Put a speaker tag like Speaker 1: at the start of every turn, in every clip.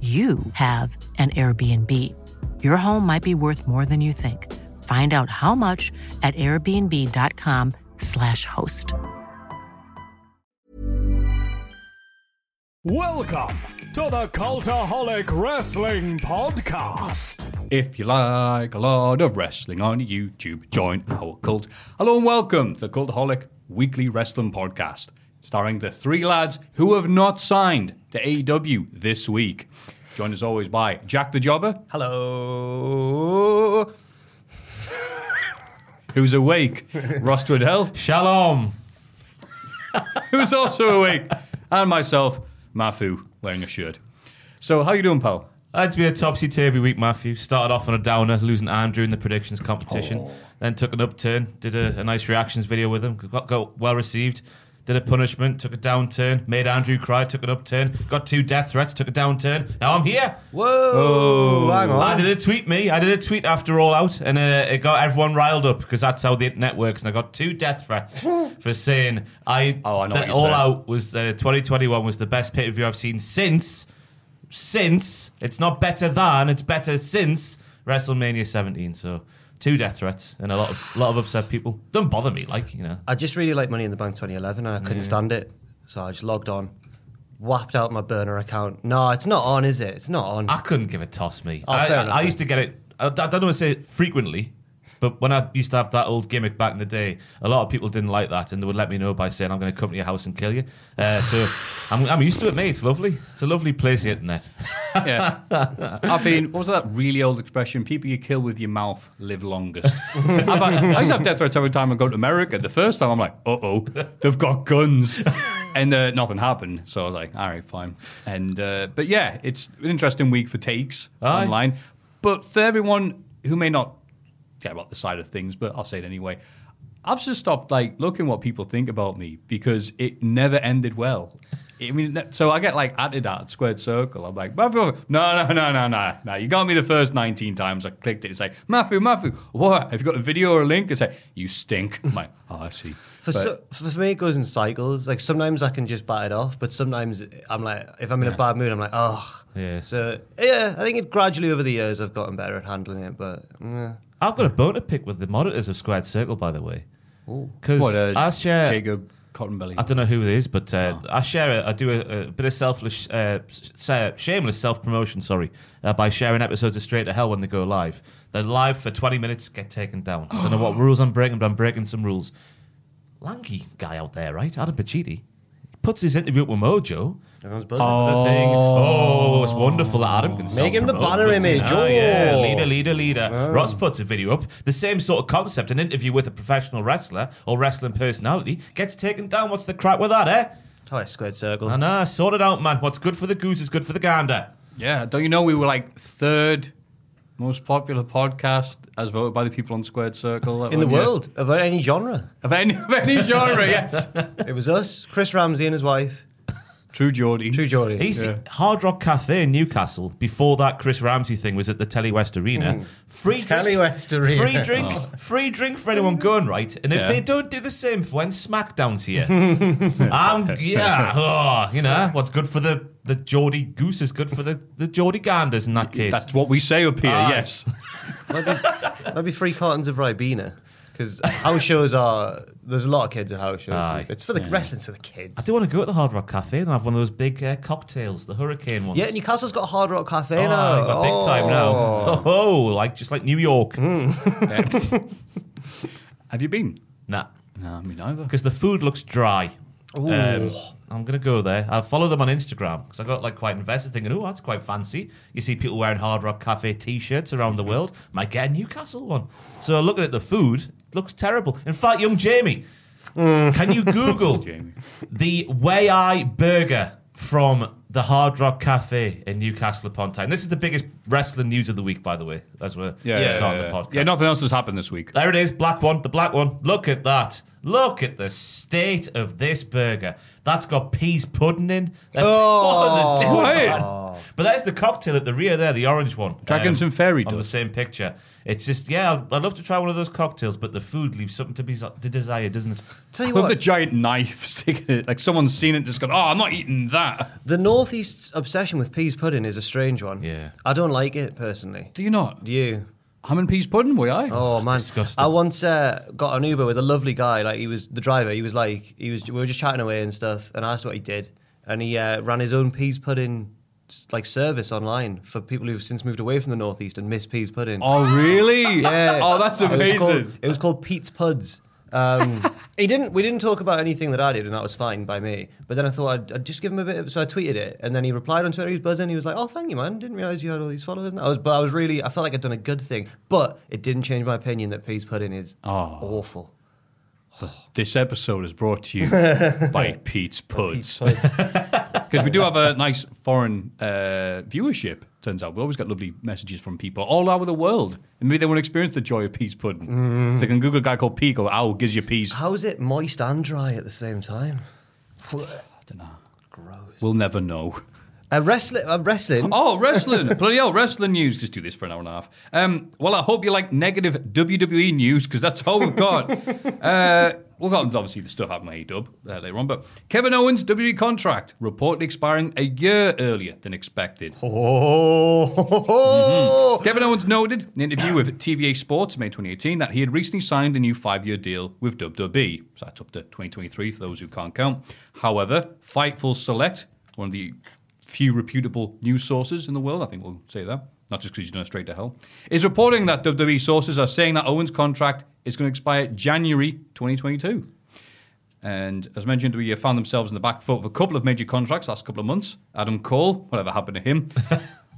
Speaker 1: you have an Airbnb. Your home might be worth more than you think. Find out how much at airbnb.com/slash host.
Speaker 2: Welcome to the Cultaholic Wrestling Podcast.
Speaker 3: If you like a lot of wrestling on YouTube, join our cult. Hello and welcome to the Cultaholic Weekly Wrestling Podcast, starring the three lads who have not signed to AEW this week. Joined as always by Jack the Jobber. Hello. Who's awake? Ross Twiddell.
Speaker 4: Shalom.
Speaker 3: Who's also awake. And myself, Mafu, wearing a shirt. So, how you doing, pal?
Speaker 4: It's been a topsy turvy week, Matthew. Started off on a downer, losing to Andrew in the predictions competition,
Speaker 3: Oh.
Speaker 4: then took an upturn, did a, a nice reactions video with him, got, got well received. Did a punishment, took a downturn, made Andrew cry, took an upturn, got two death threats, took a downturn. Now I'm here. Oh.
Speaker 5: Whoa! Hang on.
Speaker 4: I did a tweet, me. I did a tweet after all out, and uh, it got everyone riled up because that's how the internet works. And I got two death threats for saying I.
Speaker 3: Oh, I know
Speaker 4: that
Speaker 3: what you're
Speaker 4: all
Speaker 3: saying.
Speaker 4: out was uh, 2021 was the best pay per view I've seen since. Since it's not better than it's better since WrestleMania 17. So two death threats and a lot of lot of upset people. Don't bother me, like you know.
Speaker 5: I just really liked Money in the Bank 2011 and I couldn't stand it. So I just logged on, whapped out my burner account. No, it's not on, is it? It's not on.
Speaker 4: I couldn't give a toss, me.
Speaker 5: Oh,
Speaker 4: I,
Speaker 5: fair
Speaker 4: I,
Speaker 5: enough,
Speaker 4: I used to get it. I, I don't want to say it frequently, but when I used to have that old gimmick back in the day, a lot of people didn't like that, and they would let me know by saying, "I'm going to come to your house and kill you." Uh, so I'm, I'm used to it, mate. It's lovely. It's a lovely place, the internet.
Speaker 3: Yeah. I've been, what was that really old expression? People you kill with your mouth live longest. I've had, I used to have death threats every time I go to America. The first time I'm like, uh oh, they've got guns. And uh, nothing happened. So I was like, all right, fine. And, uh, but yeah, it's an interesting week for takes
Speaker 4: Aye.
Speaker 3: online. But for everyone who may not care about the side of things, but I'll say it anyway. I've just stopped like looking what people think about me because it never ended well. I mean, that- so I get like added at squared circle. I'm like, Mafu, no, no, no, no, no, no. You got me the first 19 times. I clicked it. It's like, Mafu, Mafu, what? Have you got a video or a link? It's like, you stink. I'm like, oh, I see.
Speaker 5: For,
Speaker 3: But-
Speaker 5: so, for for me, it goes in cycles. Like sometimes I can just bat it off, but sometimes I'm like, if I'm in a bad mood, I'm like, oh.
Speaker 4: Yeah.
Speaker 5: So yeah, I think it gradually over the years I've gotten better at handling it. But mm, yeah.
Speaker 4: I've got a bone to pick with the monitors of Squared Circle, by the way. Because
Speaker 3: what, uh,
Speaker 4: I share,
Speaker 3: Jacob Cottonbelly.
Speaker 4: I don't know who it is, but
Speaker 5: Oh.
Speaker 4: uh, I share, a, I do a, a bit of selfless, uh, s- uh, shameless self promotion, sorry, uh, by sharing episodes of Straight to Hell when they go live. They're live for 20 minutes, get taken down. I don't know what rules I'm breaking, but I'm breaking some rules. Lanky guy out there, right? Adam Pacitti. Puts his interview up with Mojo.
Speaker 5: everyone's buzzing.
Speaker 4: The thing. Oh, it's wonderful that Adam can
Speaker 5: Make him the
Speaker 4: self-promote,
Speaker 5: banner
Speaker 4: but, you
Speaker 5: image.
Speaker 4: know, yeah,
Speaker 5: Oh.
Speaker 4: leader, leader, leader. Ross puts a video up. The same sort of concept, an interview with a professional wrestler or wrestling personality gets taken down. What's the crack with that, eh?
Speaker 5: That's how I squared circle.
Speaker 4: I know, sort it out, man. What's good for the goose is good for the gander.
Speaker 3: Yeah, don't you know we were like third most popular podcast as voted by the people on Squared Circle that
Speaker 5: In the
Speaker 4: Oh,
Speaker 3: one year?
Speaker 5: world, of any genre,
Speaker 3: of any of any genre. Yes,
Speaker 5: it was us, Chris Ramsey and his wife,
Speaker 3: True Geordie.
Speaker 5: True Jordan.
Speaker 4: He's Hard Rock Cafe in Newcastle. Before that, Chris Ramsey thing was at the Telewest Arena. Free drink-
Speaker 5: Telewest Arena.
Speaker 4: Free drink, free drink for anyone going right. And if
Speaker 3: Yeah.
Speaker 4: they don't do the same for when SmackDown's here, I'm yeah, oh, you know what's good for the the Geordie goose is good for the the Geordie ganders in that case.
Speaker 3: That's what we say up here.
Speaker 5: Ah.
Speaker 4: Aye.
Speaker 3: Yes,
Speaker 5: Maybe three cartons of Ribena because house shows are There's a lot of kids at house shows.
Speaker 4: Aye.
Speaker 5: It's for the wrestling's for the kids.
Speaker 4: Ah, I do want to go to the Hard Rock Cafe and have one of those big uh, cocktails, the Hurricane ones.
Speaker 5: yeah, Newcastle's got a Hard Rock Cafe
Speaker 4: Oh,
Speaker 5: now.
Speaker 4: got big time now. Oh, like just like New York.
Speaker 3: Yeah. Have you been?
Speaker 4: Nah,
Speaker 3: No, me neither.
Speaker 4: because the food looks dry.
Speaker 3: Oh.
Speaker 4: Um, I'm gonna go there. I'll follow them on Instagram because I got like quite invested, thinking, "Oh, that's quite fancy." You see people wearing Hard Rock Cafe T-shirts around the world. Might get a Newcastle one. So looking at the food, it looks terrible. In fact, young Jamie, can you Google
Speaker 3: Mm. Jamie.
Speaker 4: the Way I Burger from the Hard Rock Cafe in Newcastle upon Tyne? This is the biggest wrestling news of the week, by the way. As we're starting the podcast.
Speaker 3: Yeah, nothing else has happened this week.
Speaker 4: There it is, black one, the black one. Look at that. Look at the state of this burger. That's got peas pudding in. That's
Speaker 5: Oh.
Speaker 4: what are they doing,
Speaker 3: Right.
Speaker 4: man? But that's the cocktail at the rear there, the orange one. Um,
Speaker 3: Dragons and fairy
Speaker 4: on the
Speaker 3: dust.
Speaker 4: same picture. It's just yeah, I'd- I'd love to try one of those cocktails, but the food leaves something to be to desire, doesn't it?
Speaker 5: Tell you
Speaker 3: With
Speaker 5: what,
Speaker 3: the
Speaker 5: the,
Speaker 3: giant knife sticking it, like someone's seen it and just gone, oh, I'm not eating that.
Speaker 5: Northeast's obsession with peas pudding is a strange one.
Speaker 4: Yeah.
Speaker 5: I don't like it personally.
Speaker 3: Do you not?
Speaker 5: Do you?
Speaker 3: Ham and peas pudding, were I?
Speaker 5: Oh man,
Speaker 4: disgusting.
Speaker 5: I once uh, got an Uber with a lovely guy. Like he was the driver. He was like he was. We were just chatting away and stuff, and I asked what he did, and he uh, ran his own peas pudding s- like service online for people who've since moved away from the northeast and miss peas pudding.
Speaker 3: Oh, really?
Speaker 5: Yeah.
Speaker 3: Oh, that's
Speaker 5: It was
Speaker 3: amazing.
Speaker 5: called, it was called Pete's Puds. Um, he didn't. We didn't talk about anything that I did, and that was fine by me. But then I thought I'd, I'd just give him a bit of. So I tweeted it, and then he replied on Twitter. He was buzzing. He was like, "Oh, thank you, man. Didn't realize you had all these followers." And I was, but I was really. I felt like I'd done a good thing, but it didn't change my opinion that Pete's Pudding is awful.
Speaker 3: This episode is brought to you by Pete's Puds. Because we do have a nice foreign uh, viewership, turns out. We always get lovely messages from people all over the world. And maybe they want to experience the joy of peas pudding. So they can Google a guy called Pete, go, owl gives you peas. I
Speaker 5: How is it moist and dry at the same time?
Speaker 3: don't know. We'll never know.
Speaker 5: A wrestling. A wrestling.
Speaker 3: Oh, wrestling. Bloody hell, wrestling news. Just do this for an hour and a half. Um, well, I hope you like negative WWE news because that's all we've got. uh, we've got obviously the stuff happening with AEW uh, later on, but Kevin Owens' WWE contract reported expiring a year earlier than expected.
Speaker 5: Oh.
Speaker 3: Kevin Owens noted in an interview with TVA Sports in May 2018 that he had recently signed a new five year deal with WWE. So that's up to 2023 for those who can't count. However, Fightful Select, one of the few reputable news sources in the world, I think we'll say that, not just because he's done it straight to hell, is reporting that WWE sources are saying that Owens' contract is going to expire January 2022. And as mentioned, we found themselves in the back foot of a couple of major contracts last couple of months. Adam Cole, whatever happened to him,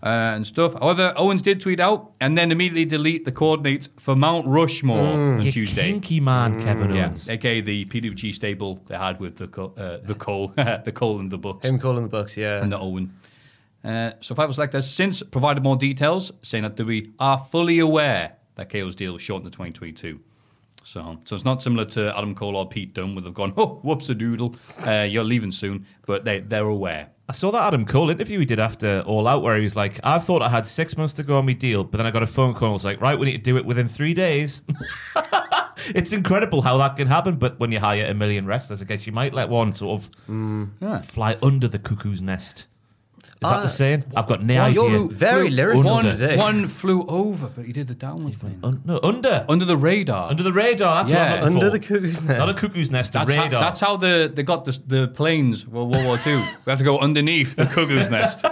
Speaker 3: uh, and stuff. However, Owens did tweet out and then immediately delete the coordinates for Mount Rushmore on
Speaker 4: You
Speaker 3: Tuesday.
Speaker 4: kinky man, Kevin Owens.
Speaker 3: Mm. Yeah, aka the PWG stable they had with the co- uh, the Cole, the Cole and the Bucks
Speaker 5: Him calling the books. Yeah.
Speaker 3: and the Owen. Uh, so Fight Select has since provided more details, saying that we are fully aware that KO's deal was shortened to 2022. So, so it's not similar to Adam Cole or Pete Dunne, where they've gone, oh, whoops a doodle, uh, you're leaving soon. But they, they're aware.
Speaker 4: I saw that Adam Cole interview he did after All Out where he was like, I thought I had six months to go on my deal, but then I got a phone call and was like, right, we need to do it within three days. it's incredible how that can happen, but when you hire a million wrestlers, I guess you might let one sort of fly under the cuckoo's nest. Is that
Speaker 5: Mm. Uh,
Speaker 4: the saying? I've got no
Speaker 3: Well,
Speaker 4: idea.
Speaker 3: you're
Speaker 5: Very lyrical
Speaker 3: one,
Speaker 5: today.
Speaker 3: one flew over, but he did the downward thing.
Speaker 4: Un- no, under.
Speaker 3: Under the radar.
Speaker 4: oh. Under the radar. That's
Speaker 3: Yeah.
Speaker 4: what I'm looking
Speaker 5: Under
Speaker 4: for.
Speaker 5: the cuckoo's nest.
Speaker 4: Not a cuckoo's nest, a
Speaker 3: that's how,
Speaker 4: radar.
Speaker 3: that's how the, they got the, the planes, well, World War II. we have to go underneath the cuckoo's nest.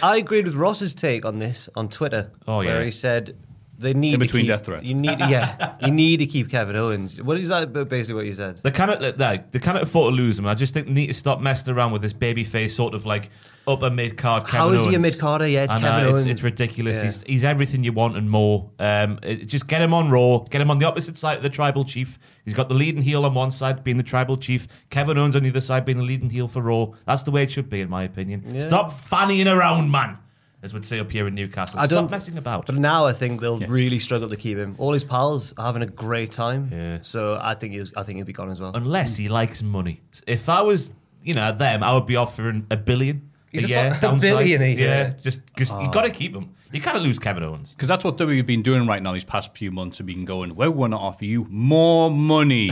Speaker 5: I agreed with Ross's take on this on Twitter.
Speaker 4: Oh, yeah.
Speaker 5: where he said they need
Speaker 3: In between
Speaker 5: to keep,
Speaker 3: death threats.
Speaker 5: You need, yeah, you need to keep Kevin Owens. What is that? Basically, what you said.
Speaker 4: They cannot like, they, they cannot afford to lose him. I just think they need to stop messing around with this babyface sort of like upper mid card.
Speaker 5: How is he a mid-carder? Yeah, it's Kevin
Speaker 4: It's,
Speaker 5: Owens.
Speaker 4: it's ridiculous.
Speaker 5: Yeah.
Speaker 4: He's, he's everything you want and more. Um, it- just get him on Raw. Get him on the opposite side of the Tribal Chief. He's got the leading heel on one side, being the Tribal Chief. Kevin Owens on the other side, being the leading heel for Raw. That's the way it should be, in my opinion. Stop fannying around, man. As we'd say up here in Newcastle.
Speaker 5: I
Speaker 4: stop
Speaker 5: don't-
Speaker 4: messing about.
Speaker 5: But now I think they'll really struggle to keep him. All his pals are having a great time.
Speaker 4: Yeah.
Speaker 5: So I think he's, I think he'll be gone as well.
Speaker 4: Unless he likes money. If I was, you know, them, I would be offering a billion.
Speaker 5: He's
Speaker 4: a
Speaker 5: a
Speaker 4: year,
Speaker 5: fucking
Speaker 4: downside.
Speaker 5: billionaire.
Speaker 4: Yeah, just because you got to keep him. You can't lose Kevin Owens.
Speaker 3: Because that's what WWE have been doing right now these past few months. Have been going, well, we want to offer you more money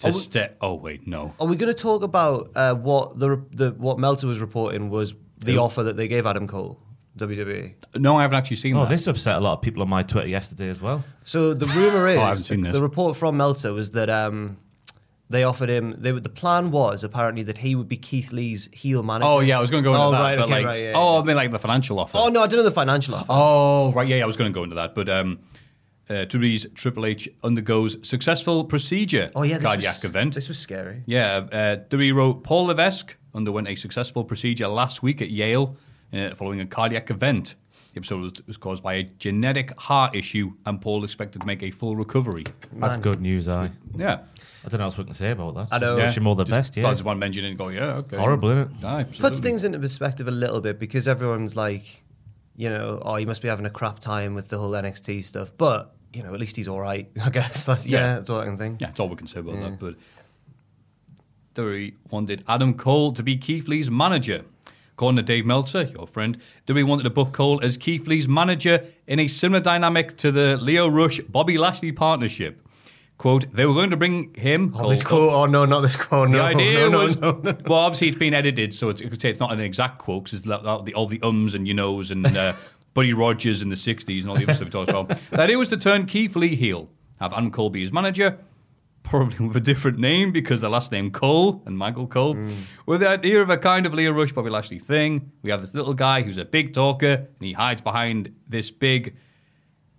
Speaker 3: to step. Oh wait, no.
Speaker 5: Are we going to talk about uh, what the, the what Melter was reporting was the offer that they gave Adam Cole E? WWE?
Speaker 3: No, I haven't actually seen
Speaker 4: Oh,
Speaker 3: that.
Speaker 4: this upset a lot of people on my Twitter yesterday as well.
Speaker 5: So the rumor is
Speaker 3: I Oh, haven't seen this.
Speaker 5: the report from Meltzer was that um, They offered him. They, were- the plan was apparently that he would be Keith Lee's heel manager.
Speaker 3: Oh yeah, I was going to go into
Speaker 5: Oh,
Speaker 3: that,
Speaker 5: right,
Speaker 3: but
Speaker 5: okay,
Speaker 3: like,
Speaker 5: right, yeah,
Speaker 3: oh, I mean, like the financial offer.
Speaker 5: Oh no, I don't know the financial offer.
Speaker 3: Oh, right. Yeah, yeah, I was going to go into that. But um, uh, WWE's Triple H undergoes successful procedure
Speaker 5: Oh yeah, this
Speaker 3: cardiac
Speaker 5: was,
Speaker 3: event.
Speaker 5: This was scary.
Speaker 3: yeah, uh, WWE wrote Paul Levesque underwent a successful procedure last week at Yale uh, following a cardiac event. The episode was, was caused by a genetic heart issue, and Paul expected to make a full recovery.
Speaker 4: That's good news, I.
Speaker 3: Yeah.
Speaker 4: I don't know what else we can say about that.
Speaker 5: I know.
Speaker 4: Just
Speaker 5: Yeah.
Speaker 4: Wish him all the best, yeah.
Speaker 3: I just want to mention it and go, yeah, okay.
Speaker 4: Horrible, isn't it?
Speaker 3: Aye,
Speaker 5: Puts
Speaker 3: absolutely.
Speaker 5: things into perspective a little bit because everyone's like, you know, oh, you must be having a crap time with the whole NXT stuff, but you know, at least he's all right. I guess that's yeah,
Speaker 3: Yeah.
Speaker 5: that's all I can think.
Speaker 3: Yeah, it's all we can say about that. But WWE wanted Adam Cole to be Keith Lee's manager. According to Dave Meltzer, your friend, WWE wanted to book Cole as Keith Lee's manager in a similar dynamic to the Leo Rush Bobby Lashley partnership. Quote, they were going to bring him.
Speaker 5: Oh, this quote. Oh no, not this quote. No,
Speaker 3: The idea
Speaker 5: no, no,
Speaker 3: was
Speaker 5: no, no.
Speaker 3: well, obviously it's been edited, so it's, you could say it's not an exact quote because the, all the ums and you knows and uh, Buddy Rogers in the '60s and all the other stuff we talked about. The idea was to turn Keith Lee heel, have Adam Cole be his manager, probably with a different name because the last name Cole and Michael Cole,
Speaker 5: Mm.
Speaker 3: with the idea of a kind of Leo Rush Bobby Lashley thing. We have this little guy who's a big talker and he hides behind this big.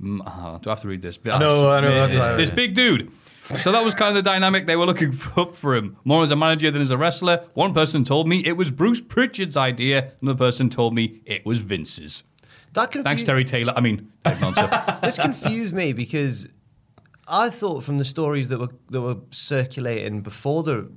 Speaker 3: Mm, ah, do I have to read this? I
Speaker 5: know, I know, that's
Speaker 3: this,
Speaker 5: why I-
Speaker 3: this big dude. So that was kind of the dynamic they were looking for- up for him, more as a manager than as a wrestler. One person told me it was Bruce Pritchard's idea, another person told me it was Vince's.
Speaker 5: That confused,
Speaker 3: Thanks, Terry Taylor. I mean, Dave Meltzer.
Speaker 5: this confused me because I thought from the stories that were that were circulating before the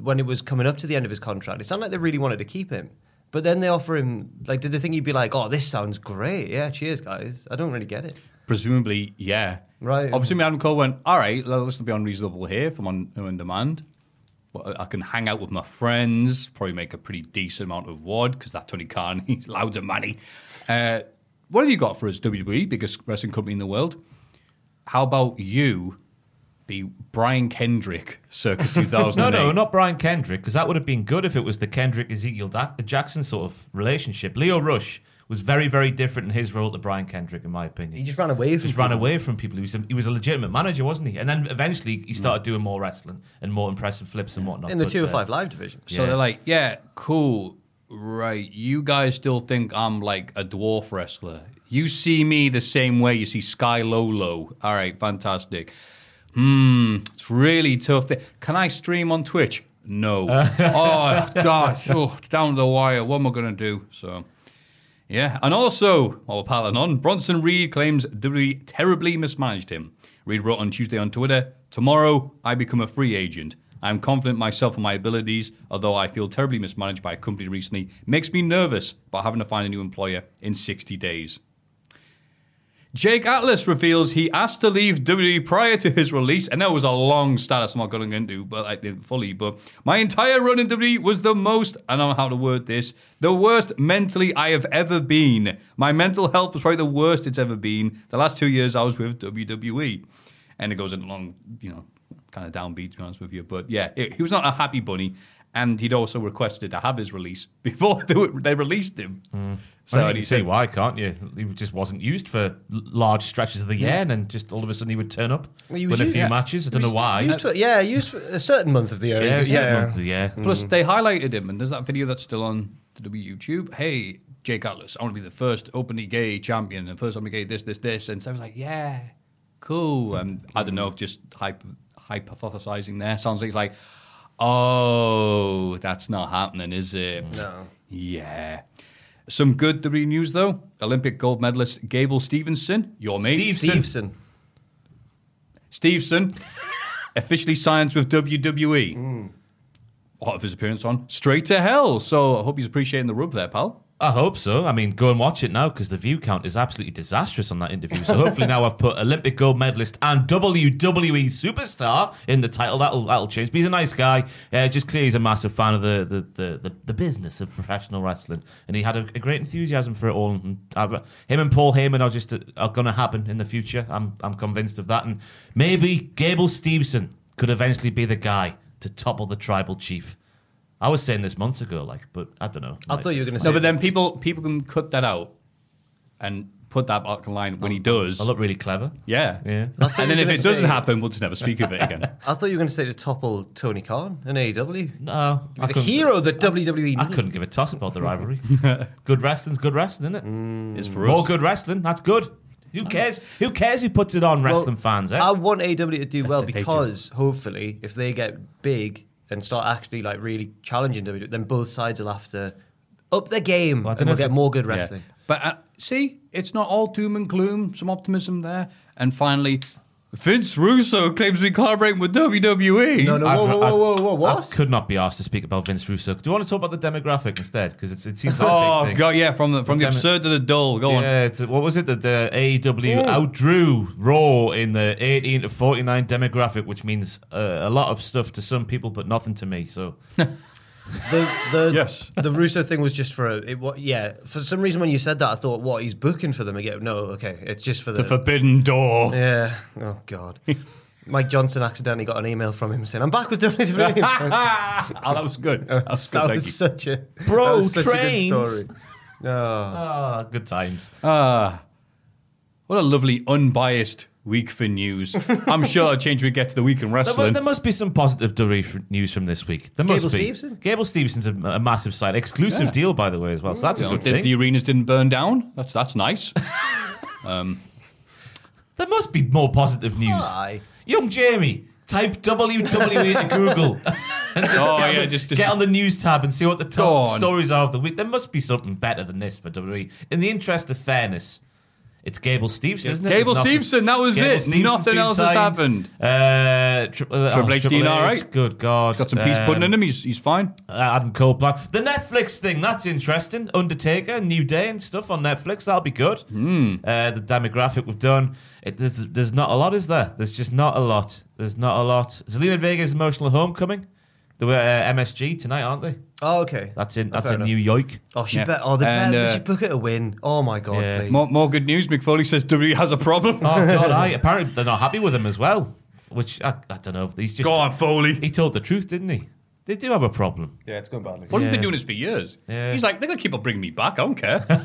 Speaker 5: when it was coming up to the end of his contract, it sounded like they really wanted to keep him. But then they offer him like, did they think he'd be like, oh, this sounds great? Yeah, cheers, guys. I don't really get it.
Speaker 3: Presumably, yeah.
Speaker 5: Right.
Speaker 3: Obviously, Adam Cole went, all right, well, let's not be unreasonable here if I'm on, I'm on demand. Well, I can hang out with my friends, probably make a pretty decent amount of wad because that Tony Khan, he's loads of money. Uh, what have you got for us, WWE, biggest wrestling company in the world? How about you be Brian Kendrick circa 2000?
Speaker 4: No, no, not Brian Kendrick, because that would have been good if it was the Kendrick Ezekiel Da- Jackson sort of relationship. Leo Rush was very, very different in his role to Brian Kendrick, in my opinion.
Speaker 5: He just ran away from.
Speaker 4: just ran away from people. He was a, he was a legitimate manager, wasn't he? And then eventually he started doing more wrestling and more impressive flips and whatnot.
Speaker 5: Mm. in the
Speaker 4: But,
Speaker 5: two
Speaker 4: uh,
Speaker 5: or five live division.
Speaker 3: So
Speaker 4: Yeah.
Speaker 3: they're like, yeah, cool, right. You guys still think I'm like a dwarf wrestler. You see me the same way you see Sky Lolo. All right, fantastic. Hmm, it's really tough. thi- Can I stream on Twitch? No. oh, gosh. Oh, it's down the wire. What am I going to do? So. Yeah, and also, while we're piling on, Bronson Reed claims WWE terribly mismanaged him. Reed wrote on Tuesday on Twitter, Tomorrow, I become a free agent. I'm confident in myself and my abilities, although I feel terribly mismanaged by a company recently. It makes me nervous about having to find a new employer in 60 days. Jake Atlas reveals he asked to leave WWE prior to his release, and that was a long status I'm not going into, but I did fully. But my entire run in WWE was the most, I don't know how to word this, the worst mentally I have ever been. My mental health was probably the worst it's ever been. The last two years I was with WWE, and it goes in a long, you know, kind of downbeat to be honest with you. But yeah, it, he was not a happy bunny, and he'd also requested to have his release before they, were- they released him.
Speaker 4: So you
Speaker 3: he
Speaker 4: can
Speaker 3: said-
Speaker 4: see why, can't you? He just wasn't used for l- large stretches of the year, and then just all of a sudden he would turn up,
Speaker 5: Well, he
Speaker 4: win
Speaker 5: was
Speaker 4: a
Speaker 5: u-
Speaker 4: few
Speaker 5: yeah.
Speaker 4: matches. I don't
Speaker 5: Used-
Speaker 4: know why.
Speaker 5: Used for, yeah, used for a certain month of the year.
Speaker 4: yeah,
Speaker 5: Yeah, Mm.
Speaker 4: yeah. Month of the year.
Speaker 3: Plus, they highlighted him, and there's that video that's still on the W YouTube. Hey, Jake Atlas, I want to be the first openly gay champion, and first openly gay this, this, this. And so I was like, yeah, cool. And I don't know, just hyper, hypothesizing there. Sounds like it's like, oh, that's not happening, is it? No. Yeah. Some good WWE news, though. Olympic gold medalist Gable Stevenson, your mate.
Speaker 5: Stevenson.
Speaker 3: Stevenson officially signs with WWE. What of his appearance on Straight to Hell. So I hope he's appreciating the rub there, pal.
Speaker 4: I hope so. I mean, go and watch it now because the view count is absolutely disastrous on that interview. So hopefully now I've put Olympic gold medalist and WWE superstar in the title. That'll that'll change. But he's a nice guy. Uh, just clearly he's a massive fan of the the, the, the the business of professional wrestling, and he had a, a great enthusiasm for it all. And I, him and Paul Heyman are just uh, are going to happen in the future. I'm I'm convinced of that. And maybe Gable Stevenson could eventually be the guy to topple the tribal chief. I was saying this months ago, like, but I don't know.
Speaker 5: I thought you were going to say.
Speaker 3: No, but then people people can cut that out and put that back online when he does.
Speaker 4: I look really clever.
Speaker 3: yeah.
Speaker 4: Yeah.
Speaker 5: I thought
Speaker 3: And then
Speaker 5: you were
Speaker 3: if
Speaker 5: gonna
Speaker 3: it doesn't
Speaker 5: say-
Speaker 3: happen, we'll just never speak of it again.
Speaker 5: I thought you were going to say to topple Tony Khan in AEW.
Speaker 4: No, I
Speaker 5: the
Speaker 4: couldn't-
Speaker 5: hero that WWE
Speaker 4: I
Speaker 5: needs.
Speaker 4: couldn't give a toss about the rivalry. good wrestling's good wrestling, isn't it?
Speaker 3: It's for
Speaker 4: More
Speaker 3: us.
Speaker 4: good wrestling. That's good. Who cares? Who cares who puts it on wrestling fans? Eh?
Speaker 5: I want AW to do well
Speaker 3: They do.
Speaker 5: because hopefully, if they get big and start actually like really challenging WWE, then both sides will have to up their game
Speaker 4: Well, I don't
Speaker 5: and
Speaker 4: know
Speaker 5: we'll
Speaker 4: if
Speaker 5: get
Speaker 4: it-
Speaker 5: more good
Speaker 3: Yeah.
Speaker 5: wrestling.
Speaker 3: But uh, see, it's not all doom and gloom. Some optimism there. And finally, Vince Russo claims to be collaborating with E. WWE.
Speaker 5: No, no,
Speaker 4: I've-
Speaker 5: whoa, whoa, whoa, whoa,
Speaker 4: I've-
Speaker 5: whoa,
Speaker 4: I
Speaker 5: what?
Speaker 4: could not be asked to speak about Vince Russo. Do you want to talk about the demographic instead? Because it seems like a
Speaker 3: Oh
Speaker 4: big thing.
Speaker 3: god, yeah, from the from the
Speaker 4: Damn it.
Speaker 3: absurd to the dull. Go on.
Speaker 4: Yeah, it's, what was it that the AEW
Speaker 5: Oh.
Speaker 4: outdrew Raw in the 18 to 49 demographic, which means uh, a lot of stuff to some people, but nothing to me. So
Speaker 5: The, the,
Speaker 3: Yes.
Speaker 5: the Russo thing was just for a, it, wa yeah. For some reason, when you said that, I thought, what he's booking for them again? No, okay, it's just for the,
Speaker 3: The forbidden door.
Speaker 5: yeah. Oh God, Mike Johnson accidentally got an email from him saying, "I'm back with WWE."
Speaker 3: oh, that was good. That was good.
Speaker 5: that
Speaker 3: Thank you.
Speaker 5: was such a
Speaker 4: Bro,
Speaker 5: that was such
Speaker 4: trains.
Speaker 5: A good story. Oh.
Speaker 4: ah, good times.
Speaker 3: What a lovely, unbiased week for news. I'm sure I'll change when we get to the week in
Speaker 4: There, mu-
Speaker 3: wrestling.
Speaker 4: there must be some positive WWE f- news from this week. There must
Speaker 5: Gable
Speaker 4: be.
Speaker 5: Stevenson?
Speaker 4: Gable Stevenson's a, a massive sign, exclusive deal by the way as well. So that's a
Speaker 3: You know,
Speaker 4: good
Speaker 3: the,
Speaker 4: thing.
Speaker 3: the arenas didn't burn down. That's that's nice.
Speaker 4: There must be more positive news.
Speaker 5: Aye.
Speaker 4: Young Jamie, type WWE into Google. and just
Speaker 3: Oh,
Speaker 4: get on
Speaker 3: yeah,
Speaker 4: the-
Speaker 3: just- just-
Speaker 4: get on the news tab and see what the
Speaker 3: Go
Speaker 4: top
Speaker 3: on.
Speaker 4: stories are of the week. There must be something better than this for WWE. In the interest of fairness, it's Gable Stevenson, isn't it?
Speaker 3: Gable
Speaker 4: There's nothing-
Speaker 3: Stevenson, that was it.
Speaker 4: Stevenson's
Speaker 3: Nothing
Speaker 4: been
Speaker 3: else has
Speaker 4: signed.
Speaker 3: happened.
Speaker 4: Uh, tri- uh,
Speaker 3: Triple H doing all right?
Speaker 4: Good God,
Speaker 3: Got some peace
Speaker 4: Um,
Speaker 3: pudding in him. He's he's fine.
Speaker 4: uh, Adam Cole plan. The Netflix thing, that's interesting. Undertaker, New Day, and stuff on Netflix. That'll be good. Uh, the demographic we've done. It, there's, there's not a lot, is there? There's just not a lot. There's not a lot. Zelina Vega's emotional homecoming. They were uh, MSG tonight, aren't they?
Speaker 5: Oh, okay.
Speaker 4: That's in.
Speaker 5: Oh,
Speaker 4: That's
Speaker 5: fair
Speaker 4: in
Speaker 5: enough.
Speaker 4: New York.
Speaker 5: Oh, she
Speaker 3: Yeah.
Speaker 5: bet. Oh, the
Speaker 3: And,
Speaker 5: bet.
Speaker 3: uh,
Speaker 5: they should book it a win. Oh my god,
Speaker 4: Yeah.
Speaker 5: please.
Speaker 3: More, more good news. McFoley says WWE has a problem.
Speaker 4: Oh God! I apparently they're not happy with him as well. Which I, I don't know. He's just
Speaker 3: Go on, Foley.
Speaker 4: He told the truth, didn't he? They do have a problem.
Speaker 5: yeah, it's going badly.
Speaker 3: Foley's
Speaker 4: Yeah.
Speaker 3: been doing this for years.
Speaker 4: Yeah.
Speaker 3: He's like, they're gonna keep on bringing me back. I don't care.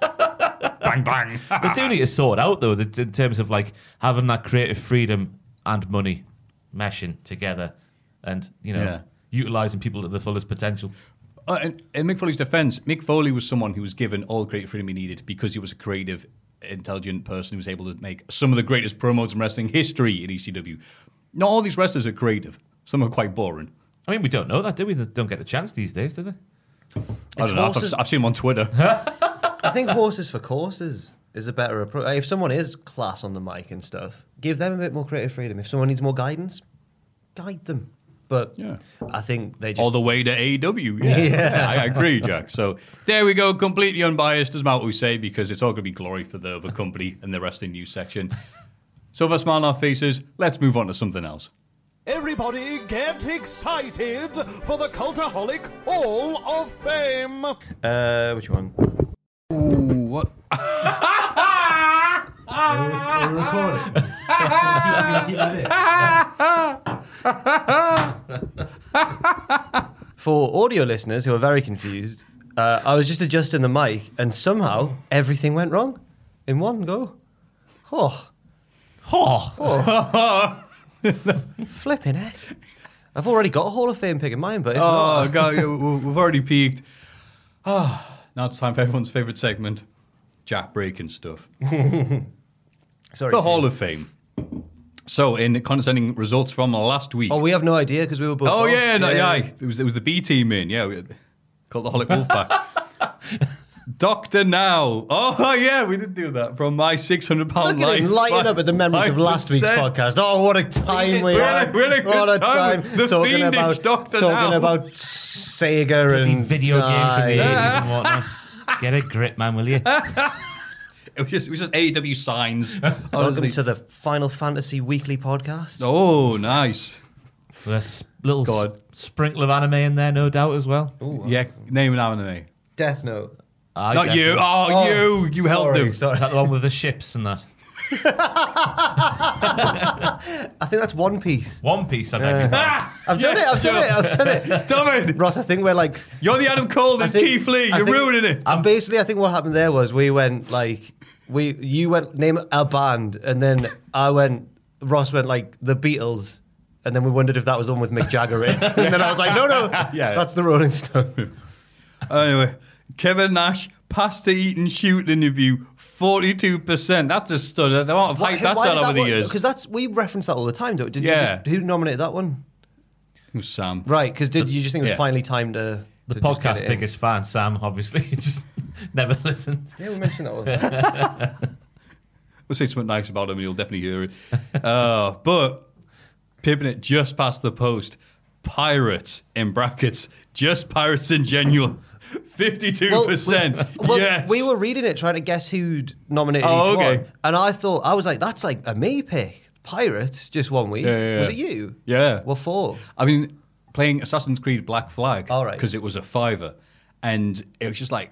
Speaker 3: bang bang.
Speaker 4: They do need to sort out though, that in terms of like having that creative freedom and money meshing together, and you know,
Speaker 3: Yeah.
Speaker 4: utilizing people to the fullest potential.
Speaker 3: Uh, in, in Mick Foley's defense, Mick Foley was someone who was given all the creative freedom he needed because he was a creative, intelligent person who was able to make some of the greatest promos in wrestling history in ECW. Not all these wrestlers are creative. Some are quite boring.
Speaker 4: I mean, we don't know that, do we? They don't get the chance these days, do they?
Speaker 3: I
Speaker 5: It's
Speaker 3: don't know. I've,
Speaker 5: horses-
Speaker 3: I've seen him on Twitter.
Speaker 5: I think horses for courses is a better approach. If someone is class on the mic and stuff, give them a bit more creative freedom. If someone needs more guidance, guide them. But
Speaker 3: Yeah.
Speaker 5: I think they just.
Speaker 3: all the way to AEW. Yeah, I agree, Jack. So there we go. Completely unbiased. Doesn't matter what we say because it's all going to be glory for the other company and the wrestling news section. So with a smile on our faces, let's move on to something else.
Speaker 2: Everybody get excited for the Cultaholic Hall of Fame.
Speaker 5: uh, which one?
Speaker 3: What?
Speaker 5: For audio listeners who are very confused, uh, I was just adjusting the mic and somehow everything went wrong in one go. Oh,
Speaker 4: Oh,
Speaker 5: flipping heck. I've already got a Hall of Fame pick in mind, but if not,
Speaker 3: Oh god, yeah, we- we've already peaked. Ah, now it's time for everyone's favorite segment, Jack breaking stuff.
Speaker 5: sorry.
Speaker 3: The
Speaker 5: Steve.
Speaker 3: Hall of Fame. So, in condescending results from last week.
Speaker 5: Oh,
Speaker 3: Oh,
Speaker 5: we have no idea because we were both. off.
Speaker 3: yeah, no, yeah, it was it was the B team in. Yeah, we- called the Holic Wolfpack. Doctor Now. Oh yeah, we did do that from my six hundred
Speaker 5: Look
Speaker 3: pound
Speaker 5: at
Speaker 3: life.
Speaker 5: him lighting up at the memories of last week's
Speaker 3: 5%.
Speaker 5: podcast. Oh, what a time we
Speaker 3: Really-
Speaker 5: had!
Speaker 3: really good
Speaker 5: what a
Speaker 3: time.
Speaker 5: time!
Speaker 3: The
Speaker 5: talking
Speaker 3: fiendish
Speaker 5: about
Speaker 3: Dr.
Speaker 5: talking
Speaker 3: Now.
Speaker 5: about Sega
Speaker 4: bloody
Speaker 5: and
Speaker 4: video game from the
Speaker 5: Aye.
Speaker 4: eighties and whatnot. Get a grip, man, will you?
Speaker 3: It was just it was just AEW signs.
Speaker 5: Welcome
Speaker 3: Honestly.
Speaker 5: to the Final Fantasy Weekly podcast.
Speaker 3: Oh, nice.
Speaker 4: With a s- little s-
Speaker 3: God.
Speaker 4: sprinkle of anime in there, no doubt as well.
Speaker 5: uh,
Speaker 3: Yeah, name and anime.
Speaker 5: Death Note.
Speaker 4: I
Speaker 3: Not
Speaker 4: definitely-
Speaker 3: you. Oh,
Speaker 5: Oh,
Speaker 3: you. You helped
Speaker 5: sorry,
Speaker 3: them.
Speaker 4: Is
Speaker 5: Sorry.
Speaker 4: that the one with the ships and that?
Speaker 5: I think that's One Piece.
Speaker 4: One Piece, I beg your pardon.
Speaker 5: I've done it. I've done it. I've done it.
Speaker 3: Stop it!
Speaker 5: Ross, I think we're like
Speaker 3: You're the Adam Cole,
Speaker 5: I
Speaker 3: this
Speaker 5: think-
Speaker 3: Keith Lee.
Speaker 5: I
Speaker 3: You're
Speaker 5: think-
Speaker 3: ruining it.
Speaker 5: And basically, I think what happened there was we went like we you went name a band, and then I went Ross went like the Beatles, and then we wondered if that was the one with Mick Jagger in, and then I was like, no, no,
Speaker 3: Yeah.
Speaker 5: that's the Rolling Stone.
Speaker 3: Anyway, Kevin Nash, pasta eating shoot interview, 42%. That's a stud. The amount of hype that's had over the years.
Speaker 5: because that's we reference that all the time, don't? Did
Speaker 3: Yeah.
Speaker 5: you just, who nominated that one?
Speaker 3: Who's Oh, Sam?
Speaker 5: Right, because did you just think it was
Speaker 3: Yeah.
Speaker 5: finally time to
Speaker 4: The
Speaker 5: to just get it
Speaker 4: podcast
Speaker 5: in?
Speaker 4: biggest fan, Sam, obviously, just never listened.
Speaker 5: Yeah, we mentioned that. one.
Speaker 3: We'll say something nice about him and you'll definitely hear it. uh, but pipping it just past the post, Pirates in brackets, just Pirates in genuine, 52%.
Speaker 5: we, well,
Speaker 3: yes.
Speaker 5: we were reading it trying to guess who'd nominated
Speaker 3: Oh,
Speaker 5: each
Speaker 3: okay.
Speaker 5: one, and I thought I was like, "That's like a me pick, Pirates, just one week."
Speaker 3: Yeah, yeah, yeah.
Speaker 5: Was it you?
Speaker 3: Yeah.
Speaker 5: Well, four.
Speaker 3: I mean, playing Assassin's Creed Black Flag,
Speaker 5: All right.
Speaker 3: because it was a fiver, and it was just like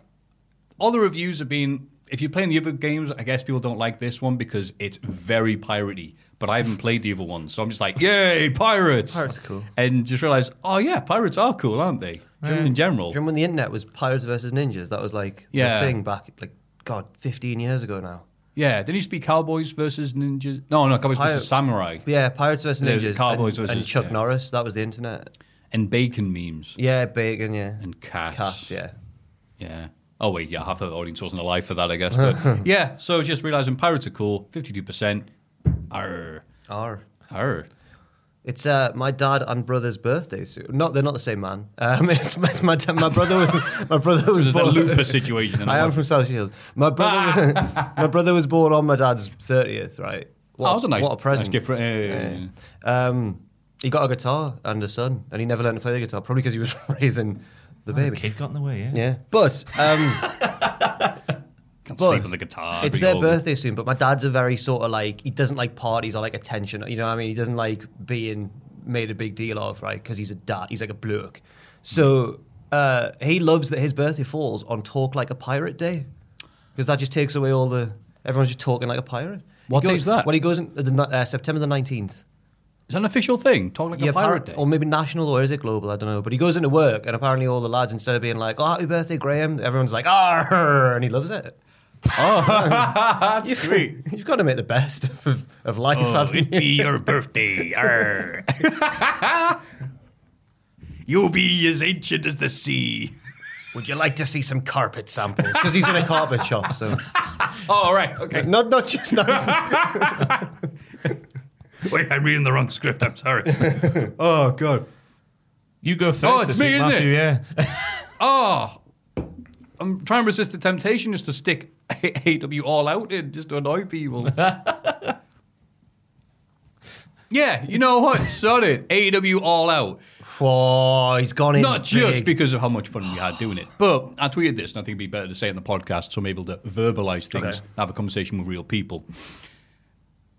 Speaker 3: all the reviews have been. If you're playing the other games, I guess people don't like this one because it's very piratey. But I haven't played the other ones, so I'm just like, yay, pirates!
Speaker 5: Pirates are cool.
Speaker 3: And just realize, oh yeah, pirates are cool, aren't they? Just in general,
Speaker 5: Do you remember when the internet was Pirates versus Ninjas? That was like
Speaker 3: Yeah.
Speaker 5: the thing back like God, fifteen years ago now.
Speaker 3: yeah. Didn't it used to be cowboys versus ninjas? No, no, cowboys
Speaker 5: Pirate-
Speaker 3: versus samurai
Speaker 5: But yeah, Pirates versus
Speaker 3: Yeah,
Speaker 5: Ninjas,
Speaker 3: it was Cowboys
Speaker 5: and,
Speaker 3: versus-
Speaker 5: and Chuck
Speaker 3: yeah.
Speaker 5: Norris. That was the internet.
Speaker 3: and bacon memes
Speaker 5: Yeah, Bacon. Yeah,
Speaker 3: and cats.
Speaker 5: cats. Yeah.
Speaker 3: Yeah. Oh wait, yeah, half of the audience wasn't alive for that, I guess. But yeah, so just realizing pirates are cool, fifty-two percent. Arr,
Speaker 5: R.
Speaker 3: arr.
Speaker 5: It's uh, my dad and brother's birthday soon. Not they're not the same man. Um, it's, it's my dad- my brother was my brother was
Speaker 3: There's that
Speaker 5: born.
Speaker 3: looper situation. In
Speaker 5: I am from South Shields. My brother, my brother was born on my dad's thirtieth. Right. What,
Speaker 3: Oh, that was a nice,
Speaker 5: what a present.
Speaker 3: Nice gift for, yeah.
Speaker 5: Yeah. Um, he got a guitar and a son, and he never learned to play the guitar, probably because he was raising
Speaker 4: The
Speaker 5: the baby.
Speaker 4: kid got in the way, yeah.
Speaker 5: Yeah, but um,
Speaker 3: Can't
Speaker 5: But
Speaker 3: sleep on the guitar.
Speaker 5: it's
Speaker 3: be
Speaker 5: their
Speaker 3: old.
Speaker 5: birthday soon. But my dad's a very sort of like he doesn't like parties or like attention. You know what I mean? He doesn't like being made a big deal of, right? Because he's a dad. He's like a bloke. So uh, he loves that his birthday falls on Talk Like a Pirate Day because that just takes away all the everyone's just talking like a pirate.
Speaker 3: What
Speaker 5: He goes-
Speaker 3: day is that?
Speaker 5: Well, he goes in, the, ni- uh, September the nineteenth.
Speaker 3: Is that an official thing? Talk like a pirate day.
Speaker 5: Or maybe national, or is it global? I don't know. But he goes into work, and apparently all the lads, instead of being like, "Oh, happy birthday, Graham," everyone's like, "Ah!" and he loves it. Oh,
Speaker 3: That's sweet.
Speaker 5: You've got to make the best of, of life,
Speaker 3: Oh,
Speaker 5: haven't
Speaker 3: it
Speaker 5: you?
Speaker 3: be your birthday. Arr. You'll be as ancient as the sea.
Speaker 5: Would you like to see some carpet samples? Because he's in a carpet shop, so
Speaker 3: Oh, all right. Okay.
Speaker 5: not not just that.
Speaker 3: Wait, I'm reading the wrong script. I'm sorry. oh, God.
Speaker 4: You go first.
Speaker 3: Oh, it's
Speaker 4: this
Speaker 3: me,
Speaker 4: week,
Speaker 3: isn't it?
Speaker 4: Matthew, Yeah.
Speaker 3: oh, I'm trying to resist the temptation just to stick AW all out in just to annoy people. yeah, you know what? Sod it. AW all out.
Speaker 5: Whoa, he's gone in.
Speaker 3: Not just
Speaker 5: big.
Speaker 3: because of how much fun we had doing it, but I tweeted this, and I think it'd be better to say in the podcast so I'm able to verbalize things
Speaker 5: Okay.
Speaker 3: and have a conversation with real people.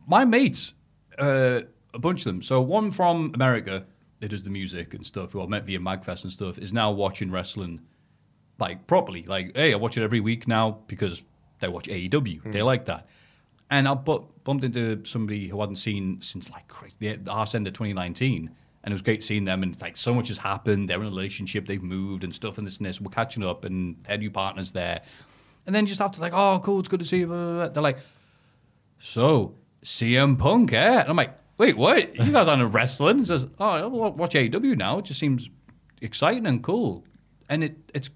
Speaker 3: My mates, uh, a bunch of them. So one from America that does the music and stuff, who I met via Magfest and stuff, is now watching wrestling like properly. Like, hey, I watch it every week now because they watch AEW. They like that. And I bu- bumped into somebody who I hadn't seen since like cra- the, the arse end of 2019. And it was great seeing them. And like, so much has happened. They're in a relationship. They've moved and stuff and this and this. We're catching up and their new partner's there. And then just after, like, oh, cool, it's good to see you. blah, blah, blah. They're like, so CM Punk, eh? And I'm like, wait, what? You guys aren't wrestling? He says, oh, I'll wa- watch AEW now. It just seems exciting and cool. And it it's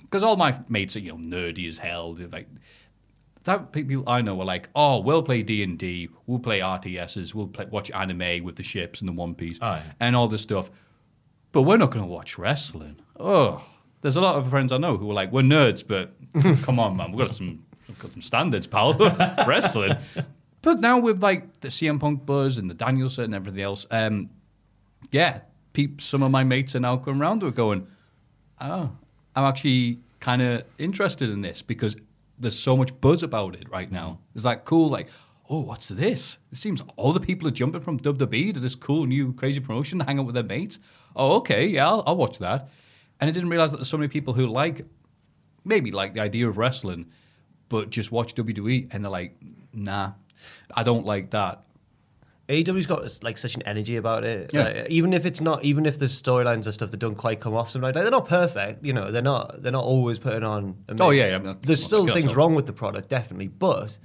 Speaker 3: because all my mates are you know nerdy as hell. They're like that people I know are like, oh, we'll play D and D, we'll play RTSs, we'll play, watch anime with the ships and the One Piece
Speaker 4: Aye.
Speaker 3: and all this stuff. But we're not going to watch wrestling. Oh, there's a lot of friends I know who are like, we're nerds, but come on, man, we've got some, we've got some standards, pal. wrestling. But now with like the CM Punk buzz and the Danielson and everything else, um, yeah, peep, some of my mates are now coming around to it going, oh, I'm actually kind of interested in this because there's so much buzz about it right now. It's like cool, like, oh, what's this? It seems all the people are jumping from WWE to this cool new crazy promotion to hang out with their mates. Oh, okay, yeah, I'll, I'll watch that. And I didn't realize that there's so many people who like, E maybe like the idea of wrestling, but just watch WWE and they're like, nah, I don't like that.
Speaker 5: AEW's E got like such an energy about it.
Speaker 3: Yeah.
Speaker 5: Like, even if it's not, even if the storylines and stuff that don't quite come off sometimes, like, they're not perfect. You know, they're not. They're not always putting on. a
Speaker 3: Oh,
Speaker 5: mi-
Speaker 3: yeah, yeah, I'm not-
Speaker 5: There's
Speaker 3: I'm not
Speaker 5: still
Speaker 3: gonna
Speaker 5: things
Speaker 3: say.
Speaker 5: wrong with the product, definitely. But